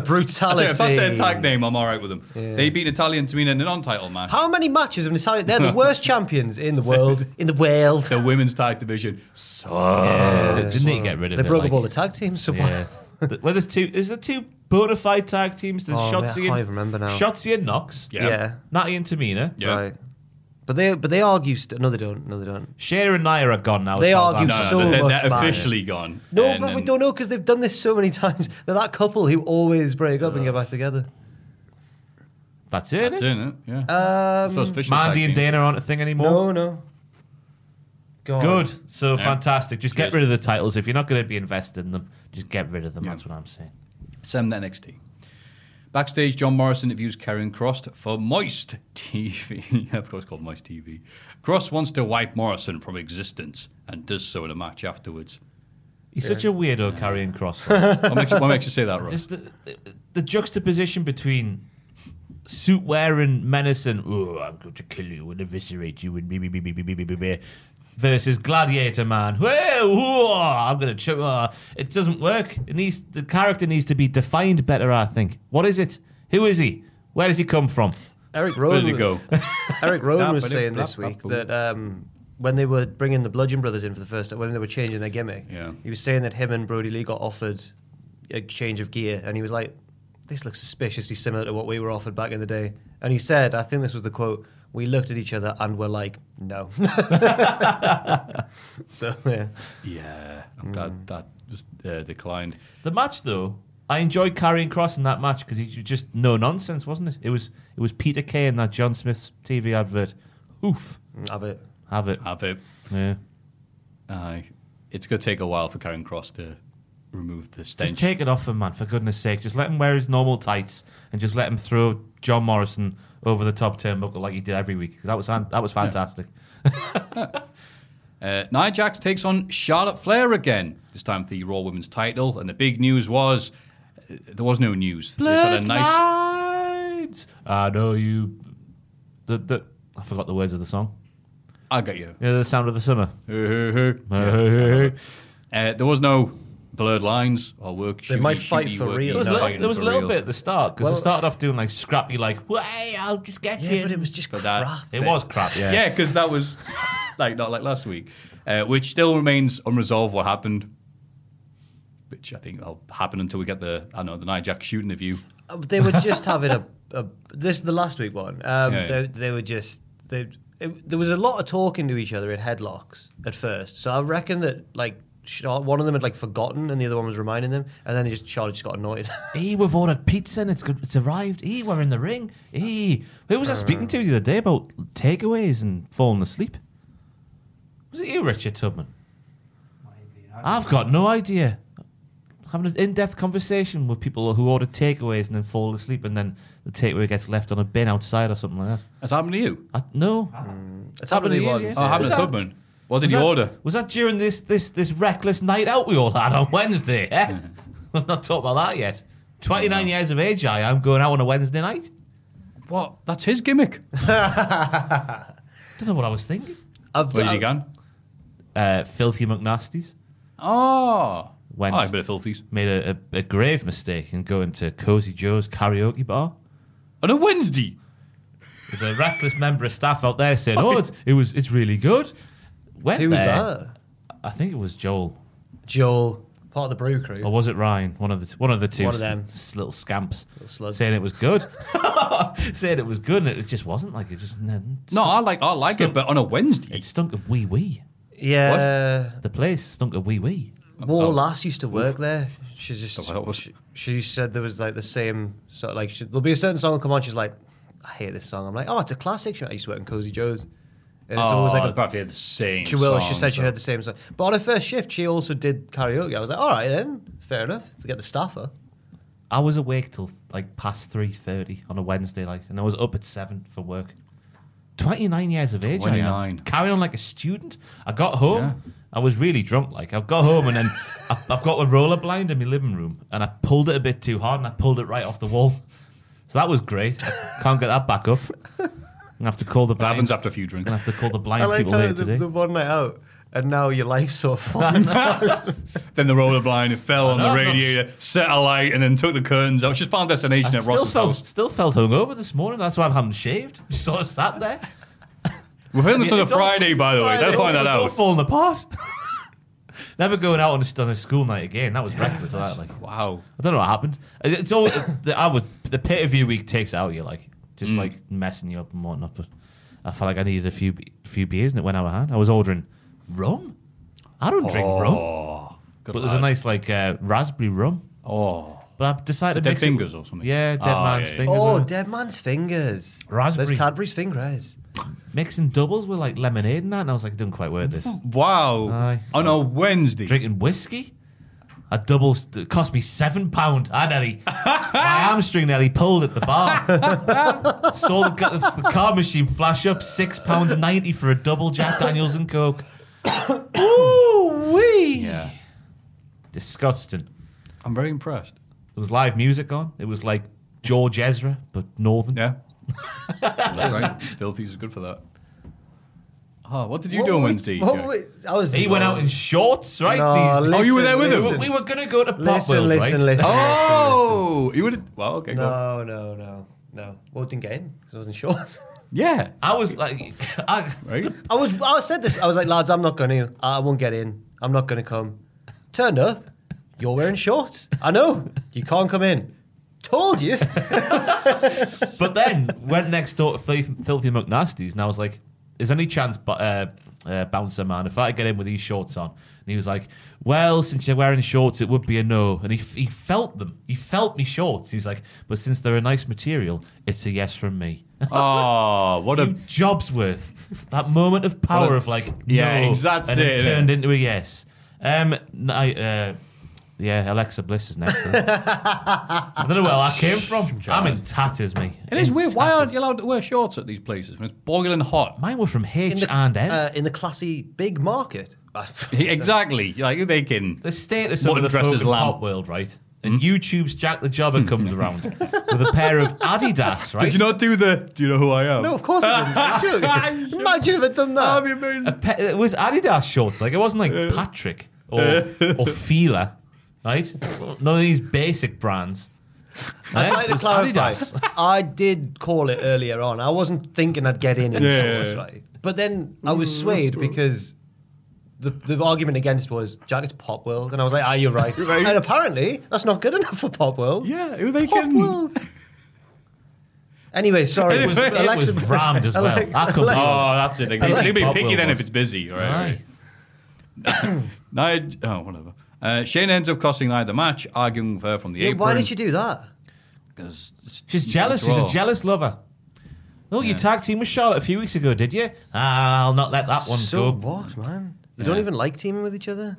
Speaker 3: I'll tell you, If that's their
Speaker 5: brutality.
Speaker 3: tag name, I'm all right with them.
Speaker 5: Yeah.
Speaker 3: They beat Natalia and Tamina in a non-title match.
Speaker 5: How many matches of Natalia? They're the worst champions in the world. In the world.
Speaker 3: The women's tag division. So
Speaker 4: Yeah, they didn't need to get rid of
Speaker 5: They
Speaker 4: it,
Speaker 5: broke
Speaker 4: like-
Speaker 5: up all the tag teams. So
Speaker 4: Yeah. Th- well, there's two. Is there two bona fide tag teams? There's
Speaker 5: Oh, man, I
Speaker 4: Shotzi.
Speaker 5: can't
Speaker 4: and,
Speaker 5: even remember now.
Speaker 4: Shotzi and Knox.
Speaker 5: Yeah. Yeah.
Speaker 4: Natty and Tamina.
Speaker 5: Right. But they but they argue. St- no, they don't. No, they don't.
Speaker 4: Shayna and Nia are gone now. as
Speaker 5: They
Speaker 4: far as
Speaker 5: argue
Speaker 4: I'm
Speaker 5: so
Speaker 4: concerned.
Speaker 5: much.
Speaker 3: they're
Speaker 5: about it.
Speaker 3: officially gone.
Speaker 5: No,
Speaker 3: And-
Speaker 5: but we
Speaker 3: and-
Speaker 5: don't know because they've done this so many times. They're that couple who always break up and get back together.
Speaker 4: That's it.
Speaker 3: That's
Speaker 4: isn't
Speaker 3: it, yeah.
Speaker 5: Um,
Speaker 3: Those official tag
Speaker 4: Mandy and
Speaker 3: teams.
Speaker 4: Dana aren't a thing anymore.
Speaker 5: No, no. Go on.
Speaker 4: Good. So
Speaker 3: Yeah.
Speaker 4: fantastic. Just get
Speaker 3: Cheers.
Speaker 4: rid of the titles. If you're not going to be invested in them, just get rid of them. That's what I'm saying.
Speaker 3: Sam the NXT. Backstage, John Morris interviews Karen Cross for Moist TV. of course, called Moist TV. Cross wants to wipe Morrison from existence and does so in a match afterwards.
Speaker 4: He's such a weirdo carrying cross.
Speaker 3: What makes, what makes you say that, Ross?
Speaker 4: Just the, the, the juxtaposition between suit wearing menace and "Ooh, I'm going to kill you and eviscerate you and be be be be be be be be be," versus gladiator man. Whoa, whoa, I'm going to chuck. uh, it doesn't work. It needs the character needs to be defined better. I think. What is it? Who is he? Where does he come from?
Speaker 5: Eric
Speaker 4: Where
Speaker 5: Rowan.
Speaker 4: did he go?
Speaker 5: Eric Rowan was
Speaker 4: Blah,
Speaker 5: saying
Speaker 4: blah,
Speaker 5: this
Speaker 4: blah,
Speaker 5: week
Speaker 4: blah.
Speaker 5: that um, when they were bringing the Bludgeon Brothers in for the first time, when they were changing their gimmick,
Speaker 3: Yeah.
Speaker 5: he was saying that him and Brody Lee got offered a change of gear, and he was like, "This looks suspiciously similar to what we were offered back in the day." And he said, "I think this was the quote." We looked at each other and were like, "No." so yeah,
Speaker 3: Yeah, I'm
Speaker 5: mm.
Speaker 3: glad that was uh, declined.
Speaker 4: The match though, I enjoyed carrying cross in that match because he was just no nonsense, wasn't it? It was it was Peter Kay in that John Smith's TV advert. Oof,
Speaker 5: have it.
Speaker 4: have it.
Speaker 3: Have it.
Speaker 4: Yeah.
Speaker 3: Aye. It's going to take a while for Karen Cross to remove the stench.
Speaker 4: Just take it off him, man, for goodness sake. Just let him wear his normal tights and just let him throw John Morrison over the top turnbuckle like he did every week. 'Cause That was fan- that was fantastic.
Speaker 3: Uh, Nia Jax takes on Charlotte Flair again, this time for the Raw Women's title. And the big news was uh, there was no news. They just had a nice.
Speaker 4: Bloodlines. I know you. The, the, I forgot the words of the song.
Speaker 3: I got you.
Speaker 4: Yeah, the sound of the summer.
Speaker 3: Uh, there was no blurred lines or work.
Speaker 4: They
Speaker 3: shooty,
Speaker 4: might
Speaker 5: fight
Speaker 3: shooty,
Speaker 5: for
Speaker 3: worky,
Speaker 5: real.
Speaker 4: There was, a
Speaker 3: fighting
Speaker 4: little, there was a
Speaker 3: for
Speaker 4: little
Speaker 3: real.
Speaker 4: bit at the start because
Speaker 3: Well-
Speaker 4: they started off doing like scrappy, like "Well,
Speaker 7: Hey, I'll just get
Speaker 4: Yeah,
Speaker 7: you.
Speaker 4: but it
Speaker 7: was
Speaker 5: just
Speaker 3: But that-
Speaker 4: It was crap, yeah.
Speaker 3: yeah, because that was like not like last week, uh, which still remains unresolved. What happened? Which I think will happen until we get the I don't know the Nia Jax shooting the view.
Speaker 5: Uh, They were just having a, a this the last week one.
Speaker 3: Yeah,
Speaker 5: Um,
Speaker 3: yeah.
Speaker 5: They, they were just they. It, there was a lot of talking to each other in headlocks at first, so I reckon that like Char- one of them had like forgotten and the other one was reminding them, and then he just Charlie just got annoyed.
Speaker 4: Hey, we've ordered pizza and it's, it's arrived. Hey, we're in the ring. Hey, who was I speaking to the other day about takeaways and falling asleep? Was it you, Richard Tubman? I've got no idea. Having an in-depth conversation with people who order takeaways and then fall asleep, and then the takeaway gets left on a bin outside or something like that.
Speaker 3: Has happened to you?
Speaker 4: I, no, Mm.
Speaker 5: It's happened to me once,
Speaker 3: Oh,
Speaker 5: yeah.
Speaker 3: happened to
Speaker 5: Was that-
Speaker 3: Tubman. What did
Speaker 4: Was
Speaker 3: you
Speaker 4: that-
Speaker 3: order?
Speaker 4: Was that during this this this reckless night out we all had on Wednesday? Eh? We've not talked about that yet. Twenty nine years of age, I am going out on a Wednesday night.
Speaker 3: What? That's his gimmick.
Speaker 4: Don't know what I was thinking.
Speaker 5: I've,
Speaker 3: Where did he go?
Speaker 4: Uh, filthy McNasties
Speaker 3: Oh,
Speaker 4: went
Speaker 3: I like a bit of filthies
Speaker 4: made a, a, a grave mistake in going to Cozy Joe's karaoke bar.
Speaker 3: on a Wednesday.
Speaker 4: There's a reckless member of staff out there saying, "Oh, it's, it was it's really good." Went
Speaker 5: Who was
Speaker 4: there.
Speaker 5: that?
Speaker 4: I think it was Joel,
Speaker 5: Joel, part of the brew crew.
Speaker 4: or was it Ryan? One of the one of the two
Speaker 5: One of them.
Speaker 4: s- little scamps
Speaker 5: slugs.
Speaker 4: saying it was good, saying it was good, and it just wasn't. Like it just no,
Speaker 3: No, I like I like it, but on a Wednesday.
Speaker 4: It stunk of wee wee.
Speaker 5: yeah,
Speaker 4: The place stunk of wee wee.
Speaker 5: More Lass used to work there. She just
Speaker 3: Oh, that was-
Speaker 5: she, she said there was like the same sort of like she, there'll be a certain song that'll come on. She's like, I hate this song. I'm like, oh, it's a classic. She went, I used to work in Cozy Joe's, and it's always like a,
Speaker 3: probably had the same.
Speaker 5: she will. she
Speaker 3: song,
Speaker 5: said she
Speaker 3: so-
Speaker 5: heard the same song, but on her first shift, she also did karaoke. I was like, all right then, fair enough. To get the staffer,
Speaker 4: I was awake till like past three thirty on a Wednesday, like, and I was up at seven for work. Twenty nine years of age, I
Speaker 3: 29.
Speaker 4: am. carrying on like a student. I got home. I was really drunk. Like I got home and then I, I've got a roller blind in my living room, and I pulled it a bit too hard, and I pulled it right off the wall. So that was great. I can't get that back up. I'm gonna have to call the
Speaker 3: That
Speaker 4: blind.
Speaker 3: happens after a few drinks.
Speaker 4: I'm gonna have to call the
Speaker 5: I
Speaker 4: blind
Speaker 5: like
Speaker 4: people
Speaker 5: how
Speaker 4: later
Speaker 5: the,
Speaker 4: today.
Speaker 5: the one night out, and now your life's so fun.
Speaker 3: Then the roller blind fell on
Speaker 4: know,
Speaker 3: the
Speaker 4: I'm not-
Speaker 3: radiator, set a light, and then took the curtains out. She's found destination
Speaker 4: I
Speaker 3: at
Speaker 4: still
Speaker 3: Ross's
Speaker 4: felt
Speaker 3: house.
Speaker 4: still felt hungover this morning. That's why I haven't shaved. Just sort of sat there.
Speaker 3: We're filming this on a
Speaker 4: It's all-
Speaker 3: Friday, by the way. Don't
Speaker 4: It's all-
Speaker 3: find that
Speaker 4: it's all
Speaker 3: out.
Speaker 4: falling apart. Never going out on a, on a school night again. That was reckless. that, like, I
Speaker 3: Wow.
Speaker 4: don't know what happened. It's all the, I would the pay per view week takes out you like
Speaker 3: Mm.
Speaker 4: just like messing you up and whatnot. But I felt like I needed a few be- few beers and it went out of hand. I was ordering rum. I don't drink rum,
Speaker 3: Oh, Good
Speaker 4: but there's a
Speaker 3: lad.
Speaker 4: nice like uh, raspberry rum.
Speaker 3: Oh.
Speaker 4: But I
Speaker 3: Is
Speaker 4: decided
Speaker 3: it
Speaker 4: to
Speaker 3: Dead
Speaker 4: mix it-
Speaker 3: Fingers or something?
Speaker 4: Yeah, dead
Speaker 3: Ah,
Speaker 4: man's
Speaker 3: yeah, yeah.
Speaker 4: fingers.
Speaker 5: oh,
Speaker 4: wasn't it?
Speaker 5: dead man's fingers.
Speaker 4: Raspberry.
Speaker 5: There's Cadbury's fingers.
Speaker 4: mixing doubles with like lemonade and that, and I was like, it doesn't quite work this.
Speaker 3: Wow.
Speaker 4: Aye.
Speaker 3: On a Wednesday.
Speaker 4: drinking whiskey. A double it cost me seven pound. I nearly, my hamstring nearly pulled at the bar. Saw the, ca- the car machine flash up six pounds ninety for a double Jack Daniels and Coke. Ooh wee!
Speaker 3: Yeah.
Speaker 4: Disgusting.
Speaker 3: I'm very impressed.
Speaker 4: There was live music on. It was like George Ezra, but northern.
Speaker 3: Yeah. That's right. Filthies is good for that. Oh, what did you
Speaker 5: What
Speaker 3: do on
Speaker 5: were we-
Speaker 3: Wednesday?
Speaker 5: what
Speaker 3: Jack?
Speaker 5: were we- I was
Speaker 4: He went out in shorts, right?
Speaker 5: No,
Speaker 4: These-
Speaker 5: listen,
Speaker 3: Oh, you were there with him?
Speaker 5: listen.
Speaker 4: we were gonna go to Pop
Speaker 5: Listen,
Speaker 4: World,
Speaker 5: listen,
Speaker 4: right?
Speaker 5: listen.
Speaker 3: oh, you would. have Well, okay. go on.
Speaker 5: No, no, no, no. Well, didn't get in because I wasn't sure.
Speaker 3: Yeah.
Speaker 4: I was like, I,
Speaker 3: Right.
Speaker 5: I was. I said this. I was like, lads, I'm not going to. I won't get in. I'm not going to come. Turned up. You're wearing shorts. I know. You can't come in. Told you.
Speaker 4: But then went next door to Filthy, Filthy McNasties, and I was like, "Is any chance, bu- uh, uh, bouncer man, if I get in with these shorts on?" And he was like, "Well, since you're wearing shorts, it would be a no." And he he felt them. He felt me shorts. He was like, "But since they're a nice material, it's a yes from me."
Speaker 3: Oh, what a.
Speaker 4: Jobs worth that moment of power
Speaker 3: Well,
Speaker 4: of like,
Speaker 3: yeah,
Speaker 4: no,
Speaker 3: ex- that's
Speaker 4: and it,
Speaker 3: it, yeah.
Speaker 4: turned into a yes. Um, n- I, uh, Yeah, Alexa Bliss is next. isn't it? I don't know where that came from. I'm in tatters, me.
Speaker 3: It is weird. Why aren't you allowed to wear shorts at these places when it's boiling hot?
Speaker 4: Mine were from H
Speaker 3: the,
Speaker 4: and M.
Speaker 5: Uh, in the classy big market.
Speaker 3: exactly. Like you're thinking
Speaker 4: the status of the fucking pop world, right?
Speaker 3: Hmm?
Speaker 4: And YouTube's Jack the Jobber comes around with a pair of Adidas, right?
Speaker 3: Did you not do the? Do you know who I am?
Speaker 5: No, of course I didn't. I should. Imagine if I'd done that.
Speaker 4: A pe- it was Adidas shorts. Like it wasn't like Patrick or or Fila, right? None of these basic brands.
Speaker 5: I'd
Speaker 4: Yeah,
Speaker 5: like
Speaker 4: it
Speaker 5: to
Speaker 4: was
Speaker 5: clarify.
Speaker 4: Adidas.
Speaker 5: I did call it earlier on. I wasn't thinking I'd get in in
Speaker 4: Yeah,
Speaker 5: shorts,
Speaker 4: yeah, yeah.
Speaker 5: right? But then I was swayed because the, the argument against was Jack, it's pop world, and I was like, ah, you're right. And apparently, that's not good enough for pop world. Yeah,
Speaker 3: who they
Speaker 5: pop world. Anyway, sorry.
Speaker 3: It was- it
Speaker 5: Alexa-
Speaker 3: was rammed as well.
Speaker 5: Alexa-
Speaker 3: That could be-
Speaker 5: Alexa-
Speaker 3: Oh, that's it. They- they-
Speaker 5: Alexa-
Speaker 3: they'll be
Speaker 5: Pop
Speaker 3: picky
Speaker 5: World
Speaker 3: then if
Speaker 5: was.
Speaker 3: it's busy, all right, Nia, oh, whatever. Uh, Shane ends up costing Nia the match, arguing with her from the
Speaker 5: Yeah,
Speaker 3: apron.
Speaker 5: why did you do that?
Speaker 3: Because
Speaker 4: She's jealous. She's a jealous lover. Look, you tag team with Charlotte a few weeks ago, did you? Ah, I'll not let that one
Speaker 5: so
Speaker 4: go.
Speaker 5: what, man? They don't even like teaming with each other.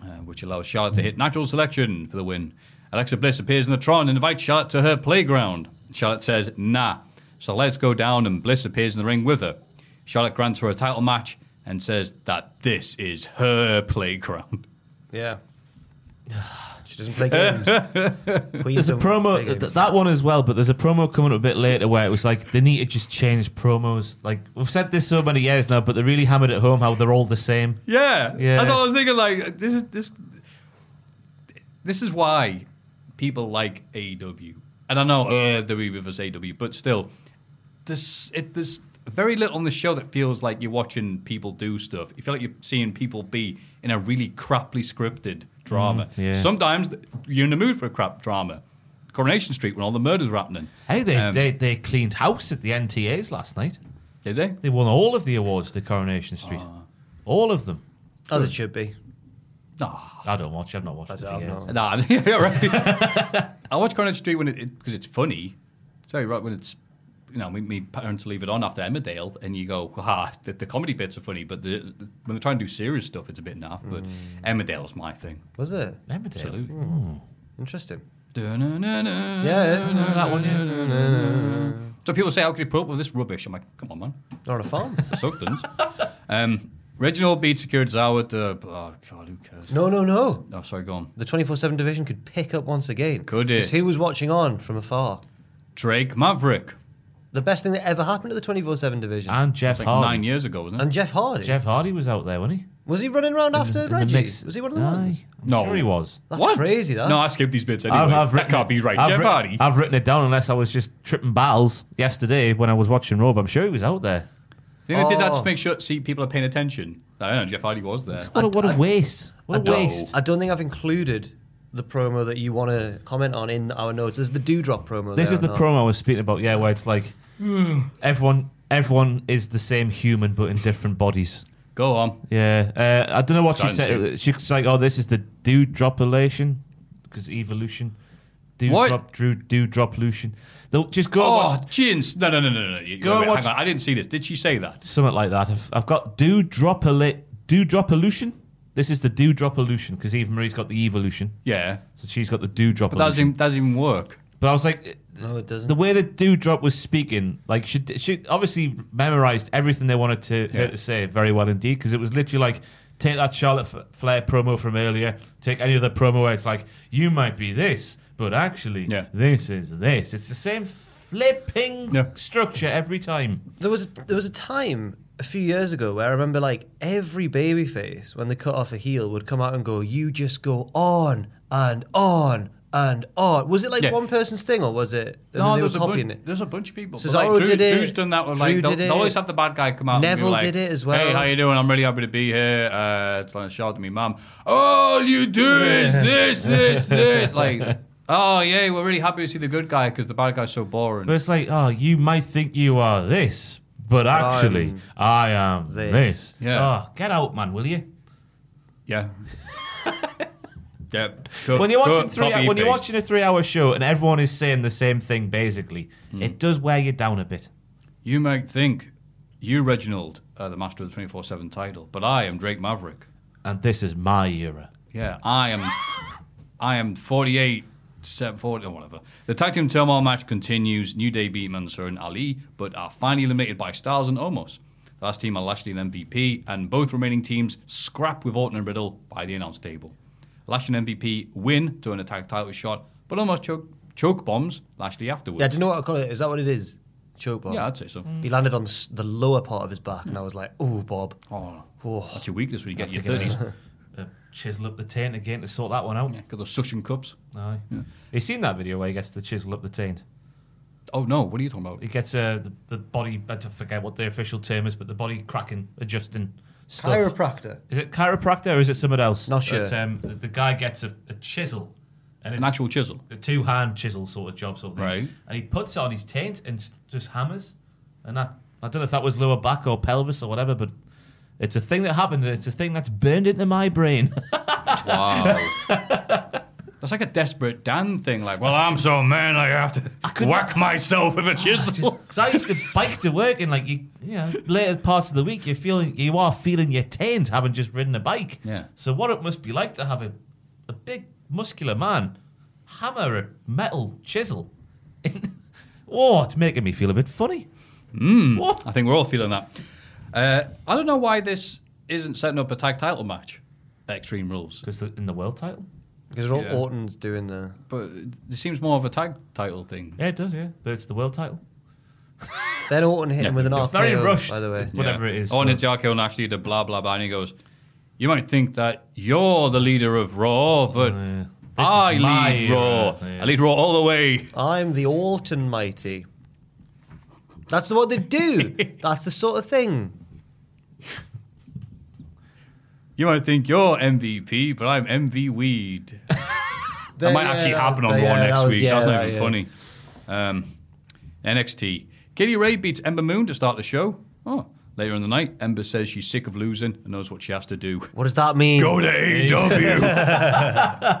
Speaker 3: uh, which allows Charlotte to hit natural selection for the win. Alexa Bliss appears in the Tron and invites Charlotte to her playground. Charlotte says, nah. So let's go down, and Bliss appears in the ring with her. Charlotte grants her a title match and says that this is her playground.
Speaker 5: Yeah. she doesn't play games. Queens
Speaker 4: There's a
Speaker 5: don't
Speaker 4: promo
Speaker 5: play
Speaker 4: th-
Speaker 5: games.
Speaker 4: th- that one as well, but there's a promo coming up a bit later where it was like they need to just change promos. Like we've said this so many years now, but they really hammered at home how they're all the same.
Speaker 3: Yeah,
Speaker 4: Yeah.
Speaker 3: That's all I was thinking. Like this is this. This is why people like AW, and I know uh, WWE versus AW, but still, this it there's very little on the show that feels like you're watching people do stuff. You feel like you're seeing people be in a really crappily scripted drama.
Speaker 4: Mm, yeah.
Speaker 3: Sometimes you're in the mood for a crap drama. Coronation Street when all the murders were happening.
Speaker 4: Hey, they,
Speaker 3: Um,
Speaker 4: they they cleaned house at the NTAs last night.
Speaker 3: Did they?
Speaker 4: They won all of the awards to Coronation Street. All of them.
Speaker 5: As it should be.
Speaker 3: No,
Speaker 4: I don't watch. I've not watched Hmm. it for years.
Speaker 3: Nah, yeah, right. I watch Coronation Street when it because it's funny. It's very right when it's you know me, me parents leave it on after Emmerdale and you go ah the, the comedy bits are funny but the, the- when they're trying to do serious stuff it's a bit naff but Emmerdale's my thing.
Speaker 5: Was it?
Speaker 4: Emmerdale.
Speaker 3: Absolutely.
Speaker 5: Interesting.
Speaker 3: Dun-dun-dun-dun,
Speaker 5: Yeah, yeah.
Speaker 3: that one. dun-dun-dun-dun. So people say, "How can you put up with this rubbish?" I'm like, "Come on, man,
Speaker 5: Not a farm.
Speaker 3: Sugden's." um, Reginald beat Sakurazawa. at the- Oh God, who cares?
Speaker 5: No, no, no.
Speaker 3: Oh, sorry, go on.
Speaker 5: The 24 7 division could pick up once again.
Speaker 3: Could it?
Speaker 5: Because who was watching on from afar?
Speaker 3: Drake Maverick.
Speaker 5: The best thing that ever happened to the 24 7 division.
Speaker 4: And Jeff
Speaker 3: It's like
Speaker 4: Hardy.
Speaker 3: nine years ago, wasn't it?
Speaker 5: And Jeff Hardy.
Speaker 4: Ah. Jeff Hardy was out there, wasn't he?
Speaker 5: Was he running around after
Speaker 4: in the
Speaker 5: Reggie?
Speaker 4: mix.
Speaker 5: Was he one of the
Speaker 4: Aye.
Speaker 5: ones?
Speaker 4: I'm
Speaker 3: No.
Speaker 4: sure he was.
Speaker 5: That's
Speaker 3: What?
Speaker 5: crazy, that.
Speaker 3: No, I skipped these bits anyway.
Speaker 4: I've, I've
Speaker 3: that
Speaker 4: written
Speaker 3: can't
Speaker 4: it-
Speaker 3: be right.
Speaker 4: I've
Speaker 3: Jeff
Speaker 4: written-
Speaker 3: Hardy.
Speaker 4: I've written it down unless I was just tripping battles yesterday when I was watching Rob. I'm sure he was out there.
Speaker 3: I think they did that
Speaker 5: Oh.
Speaker 3: to make sure see people are paying attention. I don't know, Jeff Hardy was there.
Speaker 4: What a, what a waste.
Speaker 5: I
Speaker 4: What a
Speaker 5: don't,
Speaker 4: waste.
Speaker 5: I don't think I've included the promo that you want to comment on in our notes. There's the dewdrop promo.
Speaker 4: This
Speaker 5: there
Speaker 4: is
Speaker 5: or
Speaker 4: the
Speaker 5: not?
Speaker 4: promo I was speaking about, yeah, where it's like everyone everyone is the same human but in different bodies.
Speaker 3: Go on.
Speaker 4: Yeah, uh, I don't know what she
Speaker 3: Don't
Speaker 4: said. She was like, "Oh, this is the do drop elation because evolution, do
Speaker 3: What?
Speaker 4: drop, drew do drop lution." They'll just go and
Speaker 3: Oh,
Speaker 4: watch
Speaker 3: Jins. No, no, no, no, no. You-
Speaker 4: Go
Speaker 3: wait,
Speaker 4: watch-
Speaker 3: Hang on. I didn't see this. Did she say that?
Speaker 4: something like that. I've, I've got do drop do drop illusion. This is the do drop illusion because Eve Marie's got the evolution,
Speaker 3: Yeah.
Speaker 4: so she's got the do drop.
Speaker 3: But that doesn't, that doesn't even work.
Speaker 4: But I was like,
Speaker 5: No, it doesn't.
Speaker 4: the way that Dewdrop was speaking, like she she obviously memorized everything they wanted to her
Speaker 3: Yeah.
Speaker 4: to say very well indeed, because it was literally like take that Charlotte F- Flair promo from earlier, take any other promo where it's like you might be this, but actually
Speaker 3: Yeah.
Speaker 4: this is this. It's the same flipping
Speaker 3: Yeah.
Speaker 4: structure every time.
Speaker 5: There was there was a time a few years ago where I remember like every babyface when they cut off a heel would come out and go, "You just go on and on and on." Was it like
Speaker 3: Yeah.
Speaker 5: one person's thing or was it? And then
Speaker 3: No,
Speaker 5: they
Speaker 3: there's
Speaker 5: were
Speaker 3: a,
Speaker 5: copying
Speaker 3: bunch,
Speaker 5: it.
Speaker 3: there's a bunch of people. But,
Speaker 5: Cesaro
Speaker 3: like, Drew,
Speaker 5: did it.
Speaker 3: Drew's done that with
Speaker 5: Drew
Speaker 3: like they'll,
Speaker 5: did
Speaker 3: they
Speaker 5: it.
Speaker 3: always have the bad guy come out. and
Speaker 5: Neville
Speaker 3: be like,
Speaker 5: did it as well.
Speaker 3: Hey, how you doing? I'm really happy to be here. Uh, it's like shout out to me, mum. All you do is this, this, this. Like, oh yeah, we're really happy to see the good guy because the bad guy's so boring.
Speaker 4: But it's like, oh, you might think you are this, but actually
Speaker 5: I'm
Speaker 4: I am
Speaker 5: this.
Speaker 4: this.
Speaker 3: Yeah.
Speaker 4: Oh, get out, man, will you?
Speaker 3: Yeah. yeah. Cut,
Speaker 4: when you're watching
Speaker 3: cut,
Speaker 4: three,
Speaker 3: copy,
Speaker 4: when you're
Speaker 3: paste.
Speaker 4: watching a three-hour show and everyone is saying the same thing, basically,
Speaker 5: Hmm.
Speaker 4: it does wear you down a bit.
Speaker 3: you might think you, Reginald, are the master of the 24 7 title, but I am Drake Maverick.
Speaker 4: And this is my era.
Speaker 3: Yeah, I am I am 48, 7, 40, or whatever. The tag team turmoil match continues. New Day beat Mansur and Ali, but are finally eliminated by Styles and Omos. The last team are Lashley and MVP, and both remaining teams scrap with Orton and Riddle by the announce table. Lashley and MVP win to an attack title shot, but almost choke, choke bombs Lashley afterwards.
Speaker 5: Yeah, do you know what I call it? Is that what it is? Choke bomb.
Speaker 3: Yeah, I'd say so. Mm.
Speaker 5: He landed on the, s- the lower part of his back, and I was like, "Oh, Bob."
Speaker 3: Oh,
Speaker 5: oh.
Speaker 3: that's your weakness when you get
Speaker 4: Have
Speaker 3: your
Speaker 4: to get
Speaker 3: 30s.
Speaker 4: a- a Chisel up the taint again to sort that one out.
Speaker 3: got the suction cups.
Speaker 4: Aye. You seen that video where he gets the chisel up the taint?
Speaker 3: Oh no! What are you talking about?
Speaker 4: He gets uh, the, the body. I don't forget what the official term is, but the body cracking, adjusting. Stuff.
Speaker 5: Chiropractor.
Speaker 4: Is it chiropractor or is it someone else?
Speaker 5: Not sure.
Speaker 4: But, um, the, the guy gets a, a chisel, and
Speaker 3: An actual chisel.
Speaker 4: a two hand chisel sort of job, sort of thing.
Speaker 3: Right.
Speaker 4: And he puts it on his taint and s- just hammers. And that I don't know if that was lower back or pelvis or whatever, but it's a thing that happened, and it's a thing that's burned into my brain.
Speaker 3: Wow. That's like a desperate Dan thing. Like, well, I'm so manly, I Ah, have to whack myself with a chisel.
Speaker 4: Because I used to bike to work, and like you, you know, later parts of the week, you're feeling, you are feeling your taint, having just ridden a bike.
Speaker 3: Yeah.
Speaker 4: So what it must be like to have a, a big muscular man hammer a metal chisel. oh, it's making me feel a bit funny.
Speaker 3: Mm,
Speaker 4: What?
Speaker 3: I think we're all feeling that. Uh, I don't know why this isn't setting up a tag title match. at Extreme Rules,
Speaker 4: Because in the world title.
Speaker 5: Because all
Speaker 3: Yeah.
Speaker 5: Orton's doing the.
Speaker 3: but it seems more of a tag title thing.
Speaker 4: Yeah, it does. Yeah, but it's the world title.
Speaker 5: Then Orton hit
Speaker 3: Yeah.
Speaker 5: him with an
Speaker 4: It's
Speaker 5: RKO.
Speaker 4: very rushed.
Speaker 5: By the way,
Speaker 4: Whatever it is.
Speaker 3: Oh, and
Speaker 4: so-
Speaker 3: it's Jarko and Ashley, the blah blah blah, and he goes, "You might think that you're the leader of Raw, but
Speaker 4: Oh, Uh, This is
Speaker 3: I
Speaker 4: my
Speaker 3: lead
Speaker 4: era.
Speaker 3: Raw.
Speaker 4: Yeah.
Speaker 3: I lead Raw all the way."
Speaker 5: I'm the Orton mighty. That's what they do. That's the sort of thing.
Speaker 3: You might think you're MVP, but I'm MV Weed. that
Speaker 5: There-
Speaker 3: might actually
Speaker 5: yeah,
Speaker 3: happen on
Speaker 5: there-
Speaker 3: Raw
Speaker 5: yeah,
Speaker 3: next
Speaker 5: that was-
Speaker 3: week.
Speaker 5: yeah,
Speaker 3: That's not
Speaker 5: that-
Speaker 3: even
Speaker 5: yeah.
Speaker 3: funny. Um, NXT. Kitty Ray beats Ember Moon to start the show. Oh, later in the night, Ember says she's sick of losing and knows what she has to do.
Speaker 5: What does that mean?
Speaker 3: Go to AEW.